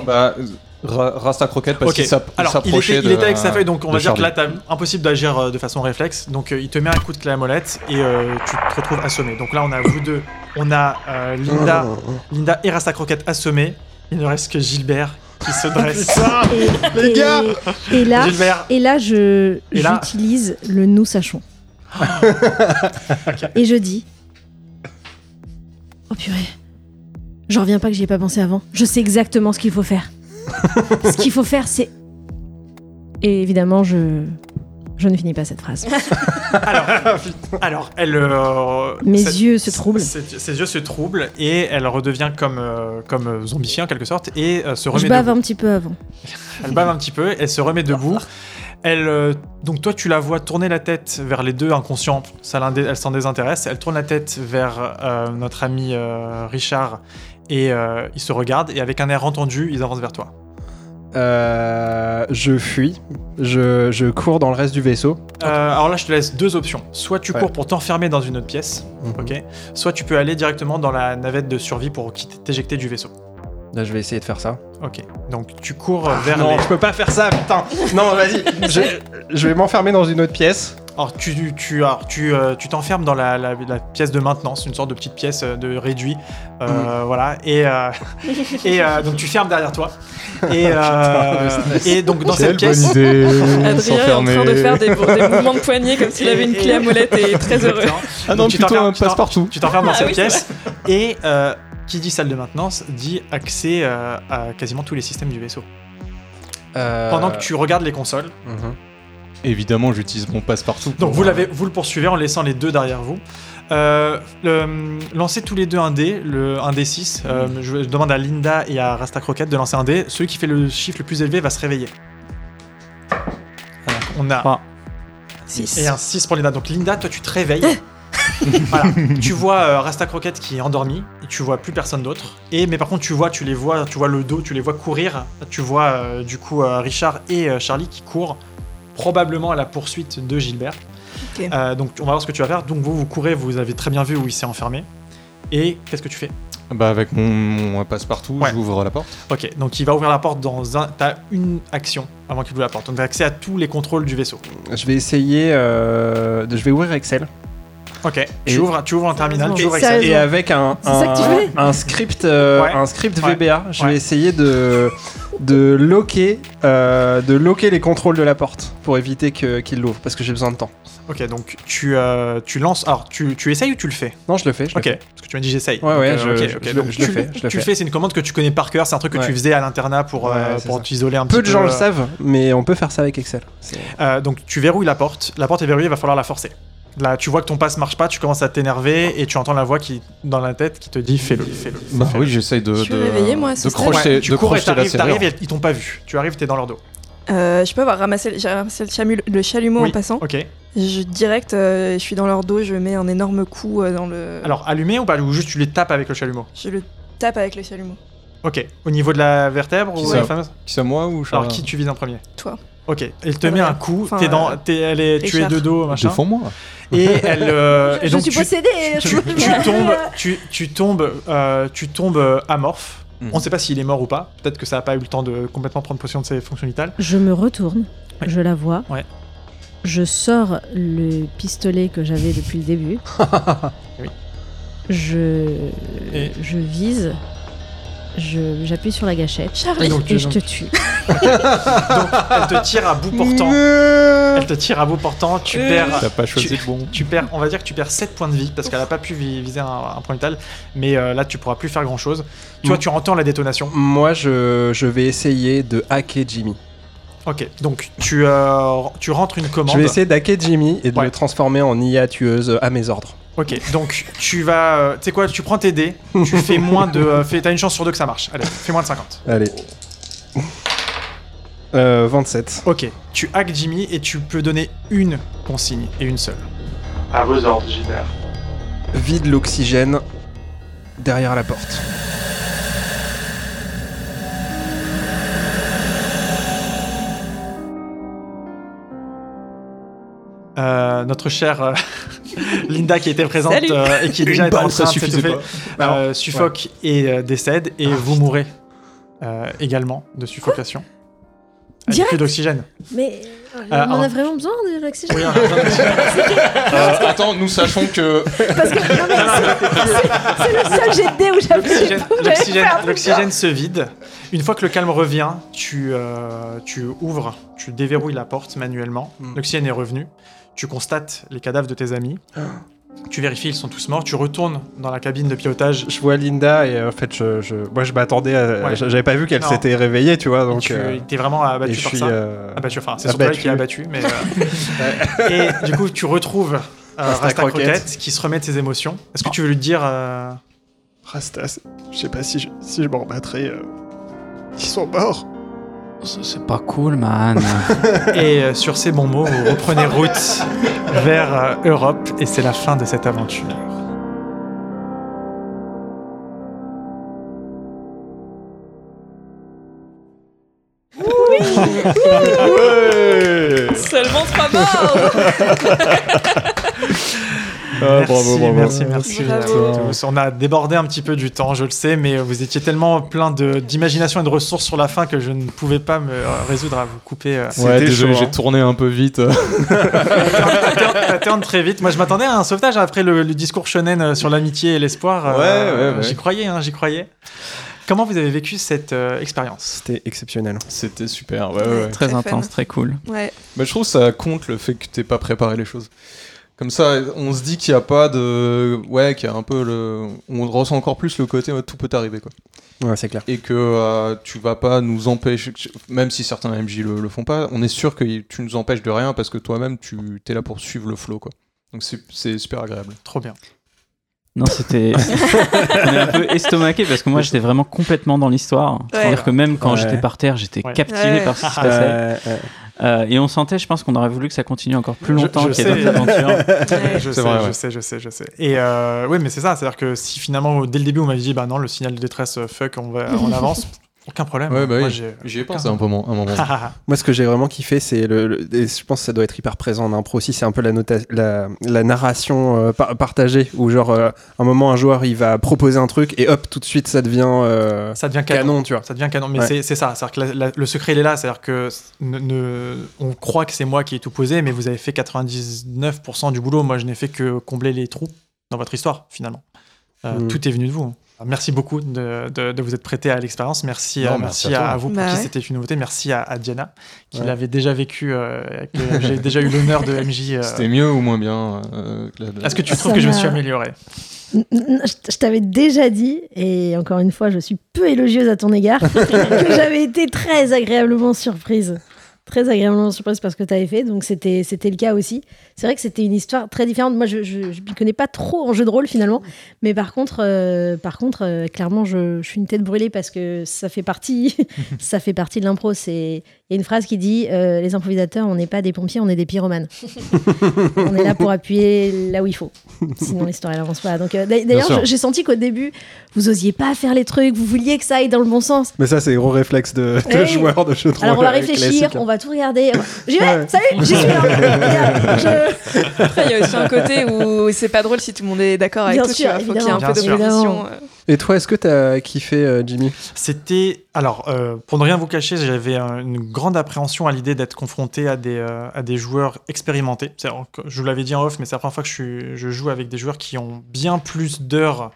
[SPEAKER 1] Bah, Ra- Rasta Croquette, parce
[SPEAKER 7] Ok.
[SPEAKER 1] qu'il s'app- il
[SPEAKER 7] Alors, il
[SPEAKER 1] s'approchait
[SPEAKER 7] était,
[SPEAKER 1] de.
[SPEAKER 7] il était avec sa feuille, donc on
[SPEAKER 1] de
[SPEAKER 7] va dire que là,
[SPEAKER 1] Charlie.
[SPEAKER 7] t'as impossible d'agir euh, de façon réflexe. Donc, euh, il te met un coup de clé à molette et euh, tu te retrouves assommé. Donc là, on a vous deux, on a euh, Linda, Linda et Rasta Croquette assommés. Il ne reste que Gilbert qui se dresse.
[SPEAKER 11] Ah, Et- et- Et là,
[SPEAKER 7] Gilbert.
[SPEAKER 11] et là, je
[SPEAKER 7] Et là- Ah.
[SPEAKER 11] j'utilise le nous sachons. Et je dis. Oh purée. J'en reviens pas que j'y ai pas pensé avant. Je sais exactement ce qu'il faut faire. ce qu'il faut faire, c'est. Et évidemment, je je ne finis pas cette phrase.
[SPEAKER 7] Alors, elle. euh,
[SPEAKER 11] Mes
[SPEAKER 7] cette-
[SPEAKER 11] yeux se troublent.
[SPEAKER 7] Ses, ses yeux se troublent et elle redevient comme, euh, comme euh, zombifiée en quelque sorte et euh, se remet
[SPEAKER 11] je bave
[SPEAKER 7] debout.
[SPEAKER 11] un petit peu avant.
[SPEAKER 7] Elle bave un petit peu, elle se remet debout. Elle, euh, donc toi, tu la vois tourner la tête vers les deux inconscients. Ça, l'un des- elle s'en désintéresse. Elle tourne la tête vers euh, notre ami euh, Richard et euh, ils se regardent et avec un air entendu, ils avancent vers toi.
[SPEAKER 3] Euh, je fuis, je, je cours dans le reste du vaisseau.
[SPEAKER 7] Euh, alors là, je te laisse deux options. Soit tu
[SPEAKER 3] Ouais.
[SPEAKER 7] cours pour t'enfermer dans une autre pièce,
[SPEAKER 3] Mhm.
[SPEAKER 7] ok. Soit tu peux aller directement dans la navette de survie pour quitter- t'éjecter du vaisseau.
[SPEAKER 3] Là, je vais essayer de faire ça.
[SPEAKER 7] Ok. Donc tu cours euh, vers
[SPEAKER 3] Ah, non,
[SPEAKER 7] les.
[SPEAKER 3] je peux pas faire ça, putain. Non, vas-y. je, je vais m'enfermer dans une autre pièce.
[SPEAKER 7] Alors tu tu alors, tu euh, tu t'enfermes dans la, la- la pièce de maintenance, une sorte de petite pièce euh, de réduit, euh,
[SPEAKER 1] Mm.
[SPEAKER 7] voilà. Et euh, et euh, donc tu fermes derrière toi. Et euh,
[SPEAKER 1] Putain, le stress.
[SPEAKER 7] et donc dans cette
[SPEAKER 1] Quelle bonne
[SPEAKER 7] pièce.
[SPEAKER 1] idée,
[SPEAKER 4] Adrien est en train de faire des, des mouvements de poignet comme s'il avait une clé à molette et est très heureux.
[SPEAKER 7] Exactement.
[SPEAKER 1] Ah non,
[SPEAKER 7] Donc, tu
[SPEAKER 1] plutôt
[SPEAKER 7] t'enfermes-
[SPEAKER 1] un
[SPEAKER 7] tu t'en-
[SPEAKER 1] passe-partout.
[SPEAKER 7] Tu t'enfermes dans
[SPEAKER 1] Ah
[SPEAKER 7] cette
[SPEAKER 1] oui, c'est
[SPEAKER 7] pièce et euh, qui dit salle de maintenance dit accès euh, à quasiment tous les systèmes du vaisseau.
[SPEAKER 3] Euh,
[SPEAKER 1] Euh.
[SPEAKER 7] Pendant que tu regardes les consoles.
[SPEAKER 3] mhm.
[SPEAKER 1] Évidemment, j'utilise mon passe-partout. pour-
[SPEAKER 7] Donc vous, l'avez, vous le poursuivez en laissant les deux derrière vous. Euh, le- lancez tous les deux un dé, le, un dé 6. Euh, je, je demande à Linda et à Rasta Croquette de lancer un dé. Celui qui fait le chiffre le plus élevé va se réveiller. on a
[SPEAKER 4] Six.
[SPEAKER 7] et un 6 pour Linda. Donc Linda, toi tu te réveilles. voilà. Tu vois euh, Rasta Croquette qui est endormi et tu vois plus personne d'autre. Et mais par contre tu vois, tu les vois, tu vois le dos, tu les vois courir. Tu vois euh, du coup euh, Richard et euh, Charlie qui courent probablement à la poursuite de Gilbert.
[SPEAKER 4] Ok.
[SPEAKER 7] Euh, donc on va voir ce que tu vas faire. Donc vous vous courez, vous avez très bien vu où il s'est enfermé. Et qu'est-ce que tu fais
[SPEAKER 1] Bah avec mon, mon passe-partout,
[SPEAKER 7] Ouais.
[SPEAKER 1] j'ouvre la porte.
[SPEAKER 7] Ok, donc il va ouvrir la porte dans un. T'as une action avant qu'il ouvre la porte. Donc t'as accès à tous les contrôles du vaisseau.
[SPEAKER 3] Je vais essayer. euh, de- je vais ouvrir Excel.
[SPEAKER 7] Ok,
[SPEAKER 3] Et-
[SPEAKER 7] tu ouvres, tu ouvres un terminal, tu ouvres
[SPEAKER 3] Et
[SPEAKER 7] Excel.
[SPEAKER 3] avec un,
[SPEAKER 7] C'est ça que tu
[SPEAKER 3] un-
[SPEAKER 7] fais
[SPEAKER 3] un script, euh,
[SPEAKER 7] Ouais.
[SPEAKER 3] un script
[SPEAKER 7] Ouais.
[SPEAKER 3] VBA, je vais essayer de de loquer, euh, de loquer les contrôles de la porte pour éviter que qu'il l'ouvre parce que j'ai besoin de temps.
[SPEAKER 7] Ok, donc tu, euh, tu lances. Alors, tu, tu essayes ou tu le fais
[SPEAKER 3] Non, je le fais. Je
[SPEAKER 7] ok,
[SPEAKER 3] le fais.
[SPEAKER 7] parce que tu m'as dit j'essaye.
[SPEAKER 3] Ouais, ouais,
[SPEAKER 7] Donc, euh,
[SPEAKER 3] je-
[SPEAKER 7] ok,
[SPEAKER 3] je-
[SPEAKER 7] ok,
[SPEAKER 3] je-
[SPEAKER 7] donc
[SPEAKER 3] je le
[SPEAKER 7] tu-
[SPEAKER 3] fais, je le
[SPEAKER 7] tu le
[SPEAKER 3] fais.
[SPEAKER 7] fais, c'est une commande que tu connais par cœur, c'est un truc que
[SPEAKER 3] Ouais.
[SPEAKER 7] tu faisais à l'internat pour, euh,
[SPEAKER 3] Ouais, c'est
[SPEAKER 7] pour
[SPEAKER 3] ça.
[SPEAKER 7] t'isoler un petit
[SPEAKER 3] Peu
[SPEAKER 7] peu.
[SPEAKER 3] de gens le
[SPEAKER 7] euh,
[SPEAKER 3] savent, mais on peut faire ça avec Excel. C'est-
[SPEAKER 7] Euh, donc tu verrouilles la porte, la porte est verrouillée, il va falloir la forcer. Là, tu vois que ton passe marche pas, tu commences à t'énerver et tu entends la voix qui dans la tête qui te dit fais-le, fais-le.
[SPEAKER 1] Bah oui, j'essaye de,
[SPEAKER 4] Je suis
[SPEAKER 1] de-
[SPEAKER 4] réveillée, moi, à ce
[SPEAKER 1] de
[SPEAKER 4] stade.
[SPEAKER 1] crocheter,
[SPEAKER 7] Ouais, tu
[SPEAKER 1] de
[SPEAKER 7] cours et
[SPEAKER 1] crocheter la
[SPEAKER 7] t'arrives,
[SPEAKER 1] serrure.
[SPEAKER 7] t'arrives, ils t'ont pas vu. Tu arrives, t'es dans leur dos.
[SPEAKER 4] Euh, je peux avoir ramassé, le- j'ai ramassé le, chamu- le chalumeau
[SPEAKER 7] Oui,
[SPEAKER 4] en passant.
[SPEAKER 7] Ok.
[SPEAKER 4] Je direct, euh, je suis dans leur dos, je mets un énorme coup euh, dans le.
[SPEAKER 7] Alors allumé ou pas Ou juste tu les tapes avec le chalumeau
[SPEAKER 4] Je le tape avec le chalumeau.
[SPEAKER 7] Ok. Au niveau de la vertèbre
[SPEAKER 1] Qui
[SPEAKER 7] ou
[SPEAKER 1] ça
[SPEAKER 7] la fameuse
[SPEAKER 1] Qui c'est moi ou
[SPEAKER 7] Alors
[SPEAKER 1] Charles
[SPEAKER 7] qui tu vises en premier
[SPEAKER 4] Toi.
[SPEAKER 7] Ok. Elle te
[SPEAKER 4] Adrien.
[SPEAKER 7] met un coup.
[SPEAKER 4] Enfin,
[SPEAKER 7] t'es dans,
[SPEAKER 4] euh,
[SPEAKER 7] t'es- elle est, tu es
[SPEAKER 4] Richard.
[SPEAKER 7] de dos, machin.
[SPEAKER 1] Défends-moi.
[SPEAKER 7] Et elle. euh, et
[SPEAKER 6] Je
[SPEAKER 7] donc
[SPEAKER 6] suis
[SPEAKER 7] tu-
[SPEAKER 6] possédée
[SPEAKER 7] tu, tu tombes, tu, tu tombes, euh, tu tombes euh, amorphe.
[SPEAKER 1] Mhm.
[SPEAKER 7] On ne sait pas s'il est mort ou pas. Peut-être que ça n'a pas eu le temps de complètement prendre possession de ses fonctions vitales.
[SPEAKER 6] Je me retourne,
[SPEAKER 7] Ouais.
[SPEAKER 6] je la vois.
[SPEAKER 7] Ouais.
[SPEAKER 6] Je sors le pistolet que j'avais depuis le début.
[SPEAKER 7] Oui.
[SPEAKER 6] Je,
[SPEAKER 7] Et-
[SPEAKER 6] je vise. je- J'appuie sur la gâchette
[SPEAKER 4] Charlie.
[SPEAKER 7] Et donc tu-
[SPEAKER 6] et je te
[SPEAKER 7] donc
[SPEAKER 6] tue.
[SPEAKER 7] Donc, elle te tire à bout portant. Elle te tire à bout portant. Tu
[SPEAKER 4] Euh,
[SPEAKER 7] perds.
[SPEAKER 1] T'as pas choisi
[SPEAKER 7] tu-
[SPEAKER 1] le bon.
[SPEAKER 7] Tu perds, on va dire que tu perds 7 points de vie parce qu'elle n'a pas pu vi- viser un, un point vital, mais euh, là tu pourras plus faire grand chose. Tu vois,
[SPEAKER 3] Mm.
[SPEAKER 7] tu entends la détonation.
[SPEAKER 3] Moi, je, je vais essayer de hacker Jimmy.
[SPEAKER 7] Ok, donc tu, euh, tu rentres une commande.
[SPEAKER 3] Je vais essayer d'hacker Jimmy et de
[SPEAKER 7] Ouais.
[SPEAKER 3] le transformer en IA tueuse à mes ordres.
[SPEAKER 7] Ok, donc tu vas. euh, tu sais quoi, tu prends tes dés, tu fais moins de. euh, fais- T'as une chance sur deux que ça marche. Allez, fais moins de 50.
[SPEAKER 3] Allez. Euh, 27.
[SPEAKER 7] Ok, tu hack Jimmy et tu peux donner une consigne et une seule.
[SPEAKER 5] À vos ordres, Gilbert.
[SPEAKER 3] Vide l'oxygène derrière la porte.
[SPEAKER 7] Euh, notre chère euh, Linda qui était présente
[SPEAKER 4] Salut.
[SPEAKER 7] euh, et qui est déjà
[SPEAKER 3] Une
[SPEAKER 7] était en
[SPEAKER 3] balle, ça
[SPEAKER 7] train de
[SPEAKER 3] suffisait
[SPEAKER 7] s'étouffer,
[SPEAKER 3] pas. Ah,
[SPEAKER 7] euh, suffoque et euh, décède et vous mourrez euh, également de suffocation. Avec
[SPEAKER 6] Direct
[SPEAKER 7] plus d'oxygène.
[SPEAKER 6] Mais euh, on
[SPEAKER 7] alors-
[SPEAKER 6] en a vraiment besoin de l'oxygène
[SPEAKER 7] Oui, on a besoin d'oxygène.
[SPEAKER 1] Euh, attends, nous sachons que
[SPEAKER 6] Parce que non, mais c'est- c'est le seul jet de dés où j'avais
[SPEAKER 7] L'oxygène-
[SPEAKER 6] pas- j'avais
[SPEAKER 7] L'oxygène
[SPEAKER 6] pas-
[SPEAKER 7] l'oxygène se vide. Une fois que le calme revient, tu, euh, tu ouvres, tu déverrouilles la porte manuellement.
[SPEAKER 3] Mm.
[SPEAKER 7] L'oxygène est revenu. Tu constates les cadavres de tes amis.
[SPEAKER 3] Ah.
[SPEAKER 7] Tu vérifies, ils sont tous morts. Tu retournes dans la cabine de pilotage.
[SPEAKER 3] Je vois Linda et euh, en fait, je, je- moi je m'attendais à.
[SPEAKER 7] Ouais.
[SPEAKER 3] J'avais pas vu qu'elle
[SPEAKER 7] Non.
[SPEAKER 3] s'était réveillée, tu vois. Donc,
[SPEAKER 7] tu
[SPEAKER 3] euh,
[SPEAKER 7] t'es vraiment
[SPEAKER 3] et
[SPEAKER 7] abattu
[SPEAKER 3] je
[SPEAKER 7] par
[SPEAKER 3] suis.
[SPEAKER 7] ça. Ah bah,
[SPEAKER 3] euh,
[SPEAKER 7] Abattu, enfin, c'est surtout elle
[SPEAKER 3] abattu.
[SPEAKER 7] qui est abattu. Mais, euh, Et du coup, tu retrouves euh,
[SPEAKER 3] Rasta
[SPEAKER 7] Rasta, Croquette.
[SPEAKER 3] Croquette
[SPEAKER 7] qui se remet de ses émotions. Est-ce que tu veux lui dire. euh,
[SPEAKER 15] Rasta, c'est- je sais pas si je, si je m'en remettrai. euh, Ils sont morts.
[SPEAKER 8] Ça, C'est pas cool, man.
[SPEAKER 7] Et euh, sur ces bons mots, vous reprenez route vers euh, Europe et c'est la fin de cette aventure.
[SPEAKER 9] Seulement trois morts
[SPEAKER 1] Ah,
[SPEAKER 7] merci, merci, merci,
[SPEAKER 4] Bravo.
[SPEAKER 7] merci à tous. On a débordé un petit peu du temps, je le sais, mais vous étiez tellement plein de- d'imagination et de ressources sur la fin que je ne pouvais pas me euh, résoudre à vous couper. euh,
[SPEAKER 1] Ouais,
[SPEAKER 15] C'était
[SPEAKER 1] désolé,
[SPEAKER 15] chaud,
[SPEAKER 1] j'ai
[SPEAKER 15] hein.
[SPEAKER 1] tourné un peu vite.
[SPEAKER 7] Ça tourne- ça tourne très vite. Moi, je m'attendais à un sauvetage après le, le discours shonen euh, sur l'amitié et l'espoir. euh,
[SPEAKER 1] Ouais, ouais, ouais.
[SPEAKER 7] J'y croyais, hein, j'y croyais. Comment vous avez vécu cette euh, expérience
[SPEAKER 3] C'était exceptionnel.
[SPEAKER 1] C'était super, ouais, ouais. ouais.
[SPEAKER 2] Très,
[SPEAKER 4] Très
[SPEAKER 2] intense,
[SPEAKER 4] fun.
[SPEAKER 2] très cool.
[SPEAKER 4] Ouais.
[SPEAKER 1] Bah, je trouve que ça compte le fait que t'aies pas préparé les choses. Comme ça, on se dit qu'il y a pas de. Ouais, qu'il y a un peu le. On ressent encore plus le côté, ouais, tout peut arriver, quoi.
[SPEAKER 3] Ouais, c'est clair.
[SPEAKER 1] Et que euh, tu vas pas nous empêcher, même si certains MJ le, le font pas, on est sûr que tu nous empêches de rien parce que toi-même, tu es là pour suivre le flow, quoi. Donc c'est- c'est super agréable.
[SPEAKER 7] Trop bien.
[SPEAKER 2] Non, c'était. on est un peu estomaqué parce que moi j'étais vraiment complètement dans l'histoire. C'est-à-dire que même quand
[SPEAKER 3] Ouais.
[SPEAKER 2] j'étais par terre, j'étais
[SPEAKER 7] Ouais.
[SPEAKER 2] captivé
[SPEAKER 4] Ouais.
[SPEAKER 2] par ce qui se passait.
[SPEAKER 3] Euh, euh,
[SPEAKER 2] Euh, et on sentait, je pense qu'on aurait voulu que ça continue encore plus longtemps
[SPEAKER 7] Je- je
[SPEAKER 2] qu'il y ait
[SPEAKER 7] sais.
[SPEAKER 2] d'autres
[SPEAKER 3] euh,
[SPEAKER 2] aventures.
[SPEAKER 7] je, sais, je sais, je sais, je sais. Et euh, ouais, mais c'est ça, c'est-à-dire que si finalement dès le début on m'avait dit bah non, le signal de détresse, euh, fuck, on va en avance, aucun problème.
[SPEAKER 1] Ouais, bah
[SPEAKER 7] Moi,
[SPEAKER 1] oui,
[SPEAKER 7] j'ai-
[SPEAKER 1] j'y ai
[SPEAKER 7] aucun-
[SPEAKER 1] pensé un moment. Un
[SPEAKER 15] Ah.
[SPEAKER 1] moment.
[SPEAKER 3] Moi, ce que j'ai vraiment kiffé, c'est le, le- et je pense que ça doit être hyper présent en impro aussi, c'est un peu la, nota- la, la narration euh, par- partagée, où genre, euh, un moment, un joueur, il va proposer un truc, et hop, tout de suite, ça devient... euh,
[SPEAKER 7] ça devient
[SPEAKER 3] canon,
[SPEAKER 7] canon,
[SPEAKER 3] tu vois.
[SPEAKER 7] Ça devient canon, mais
[SPEAKER 3] Ouais.
[SPEAKER 7] c'est- c'est ça. C'est-à-dire que la- la- le secret, il est là. C'est-à-dire que ne- ne- on croit que c'est moi qui ai tout posé, mais vous avez fait 99% du boulot. Moi, je n'ai fait que combler les trous dans votre histoire, finalement. Euh,
[SPEAKER 3] Mm.
[SPEAKER 7] Tout est venu de vous. Merci beaucoup de, de- de vous être prêté à l'expérience. Merci,
[SPEAKER 3] Non,
[SPEAKER 7] à,
[SPEAKER 3] merci
[SPEAKER 7] merci,
[SPEAKER 3] à
[SPEAKER 7] à,
[SPEAKER 3] toi.
[SPEAKER 7] à vous pour
[SPEAKER 3] Bah
[SPEAKER 7] qui
[SPEAKER 3] ouais.
[SPEAKER 7] c'était une nouveauté. Merci à, à Diana qui
[SPEAKER 1] Ouais.
[SPEAKER 7] l'avait déjà vécu. euh, que J'ai déjà eu l'honneur de MJ. euh,
[SPEAKER 1] C'était mieux ou moins bien euh, que la-
[SPEAKER 7] Est-ce que tu trouves que je me suis amélioré
[SPEAKER 6] N- n- Je je t'avais déjà dit, et encore une fois, je suis peu élogieuse à ton égard, que j'avais été très agréablement surprise. Très agréablement surprise parce que tu avais fait, donc c'était c'était le cas aussi. C'est vrai que c'était une histoire très différente. Moi, je ne m'y connais pas trop en jeu de rôle finalement, mais par contre, euh, par contre euh, clairement, je, je suis une tête brûlée parce que ça fait partie, ça fait partie de l'impro. C'est- Il y a une phrase qui dit euh, Les improvisateurs, on n'est pas des pompiers, on est des pyromanes. on est là pour appuyer là où il faut. Sinon, l'histoire, elle avance pas. Donc, euh,
[SPEAKER 3] Bien
[SPEAKER 6] d'a-
[SPEAKER 3] sûr.
[SPEAKER 6] d'ailleurs, je- j'ai senti qu'au début, vous osiez pas faire les trucs, vous vouliez que ça aille dans le bon sens.
[SPEAKER 3] Mais ça, c'est gros réflexe de, de
[SPEAKER 6] Hey.
[SPEAKER 3] joueur de jeu de
[SPEAKER 6] Alors, on
[SPEAKER 3] rôle,
[SPEAKER 6] va
[SPEAKER 3] euh,
[SPEAKER 6] réfléchir,
[SPEAKER 3] classique, hein.
[SPEAKER 6] on va tout regarder. J'y vais, salut, j'y suis. hein. Regarde, je-
[SPEAKER 4] Après, il y a aussi un côté où c'est pas drôle si tout le monde est d'accord avec
[SPEAKER 6] Bien
[SPEAKER 4] tout.
[SPEAKER 6] sûr,
[SPEAKER 4] tu vois. faut qu'il y ait un peu
[SPEAKER 6] évidemment.
[SPEAKER 7] Bien sûr.
[SPEAKER 4] d'opposition. euh.
[SPEAKER 3] Et toi, est-ce que t'as kiffé, euh, Jimmy
[SPEAKER 7] C'était. Alors, euh, pour ne rien vous cacher, j'avais euh, une grande appréhension à l'idée d'être confronté à des, euh, à des joueurs expérimentés. C'est- Je vous l'avais dit en off, mais c'est la première fois que je, suis- je joue avec des joueurs qui ont bien plus d'heures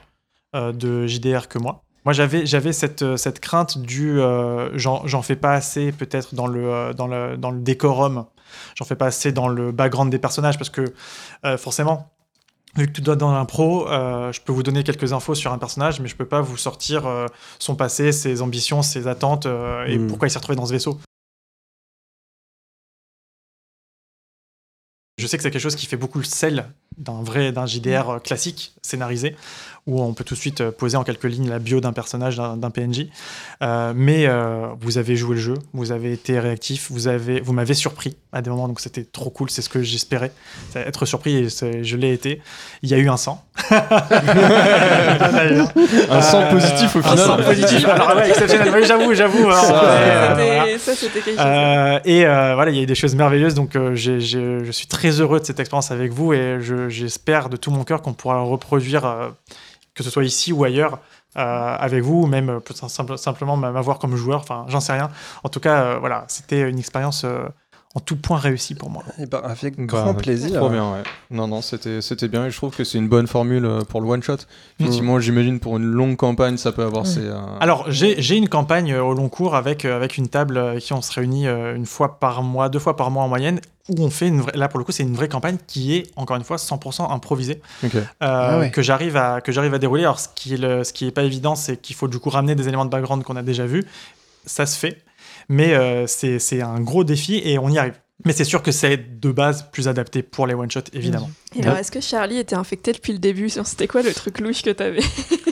[SPEAKER 7] euh, de JDR que moi. Moi, j'avais j'avais cette, euh, cette crainte du euh, j'en j'en fais pas assez, peut-être, dans, le euh, dans, le, dans le décorum. J'en fais pas assez dans le background des personnages, parce que euh, forcément, vu que tout doit dans l'impro, euh, je peux vous donner quelques infos sur un personnage, mais je peux pas vous sortir euh, son passé, ses ambitions, ses attentes euh, et
[SPEAKER 3] Mm.
[SPEAKER 7] pourquoi il s'est retrouvé dans ce vaisseau. Je sais que c'est quelque chose qui fait beaucoup le sel d'un vrai d'un JDR euh, classique scénarisé où on peut tout de suite euh, poser en quelques lignes la bio d'un personnage d'un d'un PNJ. Euh, mais euh, vous avez joué le jeu, vous avez été réactif, vous avez vous m'avez surpris à des moments donc c'était trop cool, c'est ce que j'espérais. C'est Être surpris et c'est- je l'ai été. Il y a eu un sang.
[SPEAKER 1] Un sang positif, au final.
[SPEAKER 7] Euh, Un sang positif. Alors ouais, exceptionnel. Oui, j'avoue, j'avoue. hein.
[SPEAKER 1] Ça,
[SPEAKER 7] Euh,
[SPEAKER 1] c'était-
[SPEAKER 7] voilà.
[SPEAKER 4] ça, c'était quelque chose.
[SPEAKER 7] Euh, et euh, voilà, il y a eu des choses merveilleuses. Donc, euh, j'ai- j'ai- je suis très heureux de cette expérience avec vous et je- j'espère de tout mon cœur qu'on pourra reproduire, euh, que ce soit ici ou ailleurs, euh, avec vous, ou même euh, peut- simple- simplement m'avoir comme joueur. Enfin, j'en sais rien. En tout cas, euh, voilà, c'était une expérience euh, en tout point réussie pour moi.
[SPEAKER 3] Eh ben, avec
[SPEAKER 1] Bah, Trop bien, ouais. Non, non, c'était c'était bien et je trouve que c'est une bonne formule euh, pour le one shot. Effectivement, j'imagine pour une longue campagne, ça peut avoir
[SPEAKER 7] Mm.
[SPEAKER 1] ses. euh,
[SPEAKER 7] Alors, j'ai j'ai une campagne euh, au long cours avec, euh, avec une table euh, avec qui on se réunit euh, une fois par mois, deux fois par mois en moyenne, où on fait une vraie, là pour le coup, c'est une vraie campagne qui est encore une fois 100% improvisée.
[SPEAKER 1] Ok.
[SPEAKER 7] Euh,
[SPEAKER 1] Ah ouais.
[SPEAKER 7] que j'arrive à que j'arrive à dérouler. Alors ce qui est le- ce qui est pas évident, c'est qu'il faut du coup ramener des éléments de background qu'on a déjà vus. Ça se fait, mais euh, c'est c'est un gros défi et on y arrive. Mais c'est sûr que c'est de base plus adapté pour les one shots évidemment.
[SPEAKER 4] Et alors, est-ce que Charlie était infecté depuis le début C'était quoi le truc louche que t'avais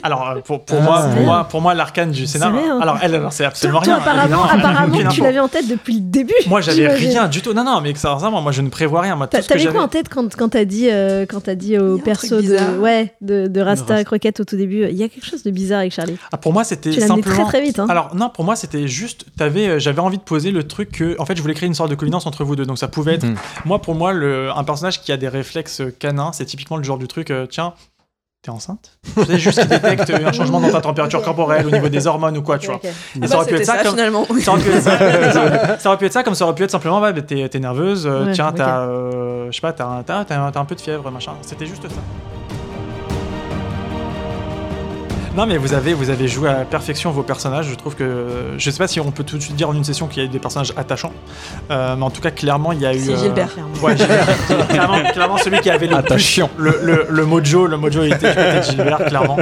[SPEAKER 7] Alors euh, pour, pour
[SPEAKER 4] Ah,
[SPEAKER 7] moi,
[SPEAKER 4] c'est
[SPEAKER 7] pour
[SPEAKER 4] vrai.
[SPEAKER 7] moi, pour moi, l'arcane du
[SPEAKER 4] C'est
[SPEAKER 7] scénar.
[SPEAKER 4] vrai, hein.
[SPEAKER 7] Alors elle, alors, c'est absolument
[SPEAKER 6] Toi,
[SPEAKER 7] rien.
[SPEAKER 6] apparemment,
[SPEAKER 7] évidemment, elle a
[SPEAKER 6] apparemment,
[SPEAKER 7] aucune
[SPEAKER 6] tu
[SPEAKER 7] info.
[SPEAKER 6] l'avais en tête depuis le début.
[SPEAKER 7] Moi, j'avais
[SPEAKER 6] j'imagine.
[SPEAKER 7] rien du tout. Non, non, mais que ça, ça, moi, moi, je ne prévois rien. Moi, tout
[SPEAKER 6] T'a-
[SPEAKER 7] ce que
[SPEAKER 6] T'avais
[SPEAKER 7] j'avais.
[SPEAKER 6] quoi en tête quand, quand t'as dit, euh, quand t'as dit au perso de, ouais, de, de Rasta
[SPEAKER 7] Rasta.
[SPEAKER 6] Croquette au tout début Il y a quelque chose de bizarre avec Charlie.
[SPEAKER 7] Ah, pour moi, c'était
[SPEAKER 6] Tu l'as amené
[SPEAKER 7] simplement.
[SPEAKER 6] très, très vite, hein.
[SPEAKER 7] Alors non, pour moi, c'était juste. T'avais, euh, j'avais envie de poser le truc que, en fait, je voulais créer une sorte de connivence entre vous deux. Donc ça pouvait être. Moi, pour moi, le, un personnage qui a des réflexes euh, canins, c'est typiquement le genre du truc. euh, Tiens, t'es enceinte. C'est juste qu'il détecte euh, un changement dans ta température corporelle au niveau des hormones ou quoi, tu vois.
[SPEAKER 4] Ok.
[SPEAKER 7] Et
[SPEAKER 4] Ah bah, c'était ça,
[SPEAKER 7] comme-
[SPEAKER 4] finalement.
[SPEAKER 7] ça aurait pu être ça- ça aurait- ça aurait pu être ça comme ça aurait pu être simplement ouais, bah, t'es t'es nerveuse, euh,
[SPEAKER 4] Ouais,
[SPEAKER 7] tiens,
[SPEAKER 4] ok.
[SPEAKER 7] t'as, euh, je sais pas, t'as un, t'as- t'as un- t'as un peu de fièvre, machin. C'était juste ça. Non mais vous avez, vous avez joué à la perfection vos personnages, je trouve que... Je sais pas si on peut tout de suite dire en une session qu'il y a eu des personnages attachants, euh, mais en tout cas clairement il y a eu...
[SPEAKER 4] C'est
[SPEAKER 7] euh,
[SPEAKER 4] Gilbert.
[SPEAKER 7] Ouais, Gilbert. clairement, clairement, celui qui avait le
[SPEAKER 1] Attachant.
[SPEAKER 7] plus... Le, le, le mojo, le mojo était du côté de Gilbert, clairement.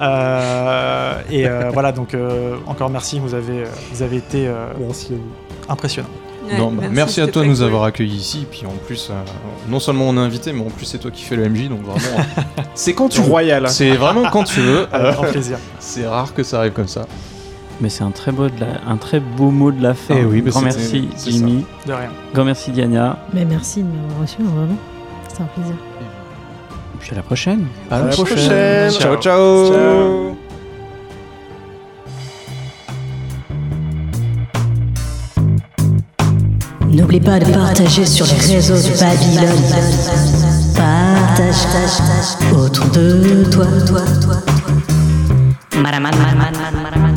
[SPEAKER 7] Euh, et euh, voilà, donc euh, encore merci, vous avez, euh, vous avez été...
[SPEAKER 3] merci
[SPEAKER 7] Impressionnant.
[SPEAKER 1] non, bah, merci, à toi de nous avoir accueillis ici. Puis en plus, euh, non seulement on est invité, mais en plus c'est toi qui fais le MJ, donc vraiment. euh, c'est quand tu veux.
[SPEAKER 3] Royal.
[SPEAKER 1] C'est vraiment quand tu veux.
[SPEAKER 7] Avec grand plaisir.
[SPEAKER 1] C'est rare que ça arrive comme ça.
[SPEAKER 2] Mais c'est un très beau de la- un très beau mot de la fin.
[SPEAKER 1] Eh oui, bah
[SPEAKER 2] Grand
[SPEAKER 1] c'était-
[SPEAKER 2] merci
[SPEAKER 1] c'est ça.
[SPEAKER 2] Jimmy.
[SPEAKER 7] De rien.
[SPEAKER 2] Grand merci Diana.
[SPEAKER 3] Mais merci de m'avoir reçu, hein, vraiment. C'était un plaisir.
[SPEAKER 2] Et Puis à la prochaine.
[SPEAKER 3] À la prochaine.
[SPEAKER 1] Ciao,
[SPEAKER 3] Ciao.
[SPEAKER 1] ciao.
[SPEAKER 3] Ciao.
[SPEAKER 6] N'oublie pas de partager sur les réseaux de Babylone. Partage autour de toi. Maraman, maraman, maraman, maraman.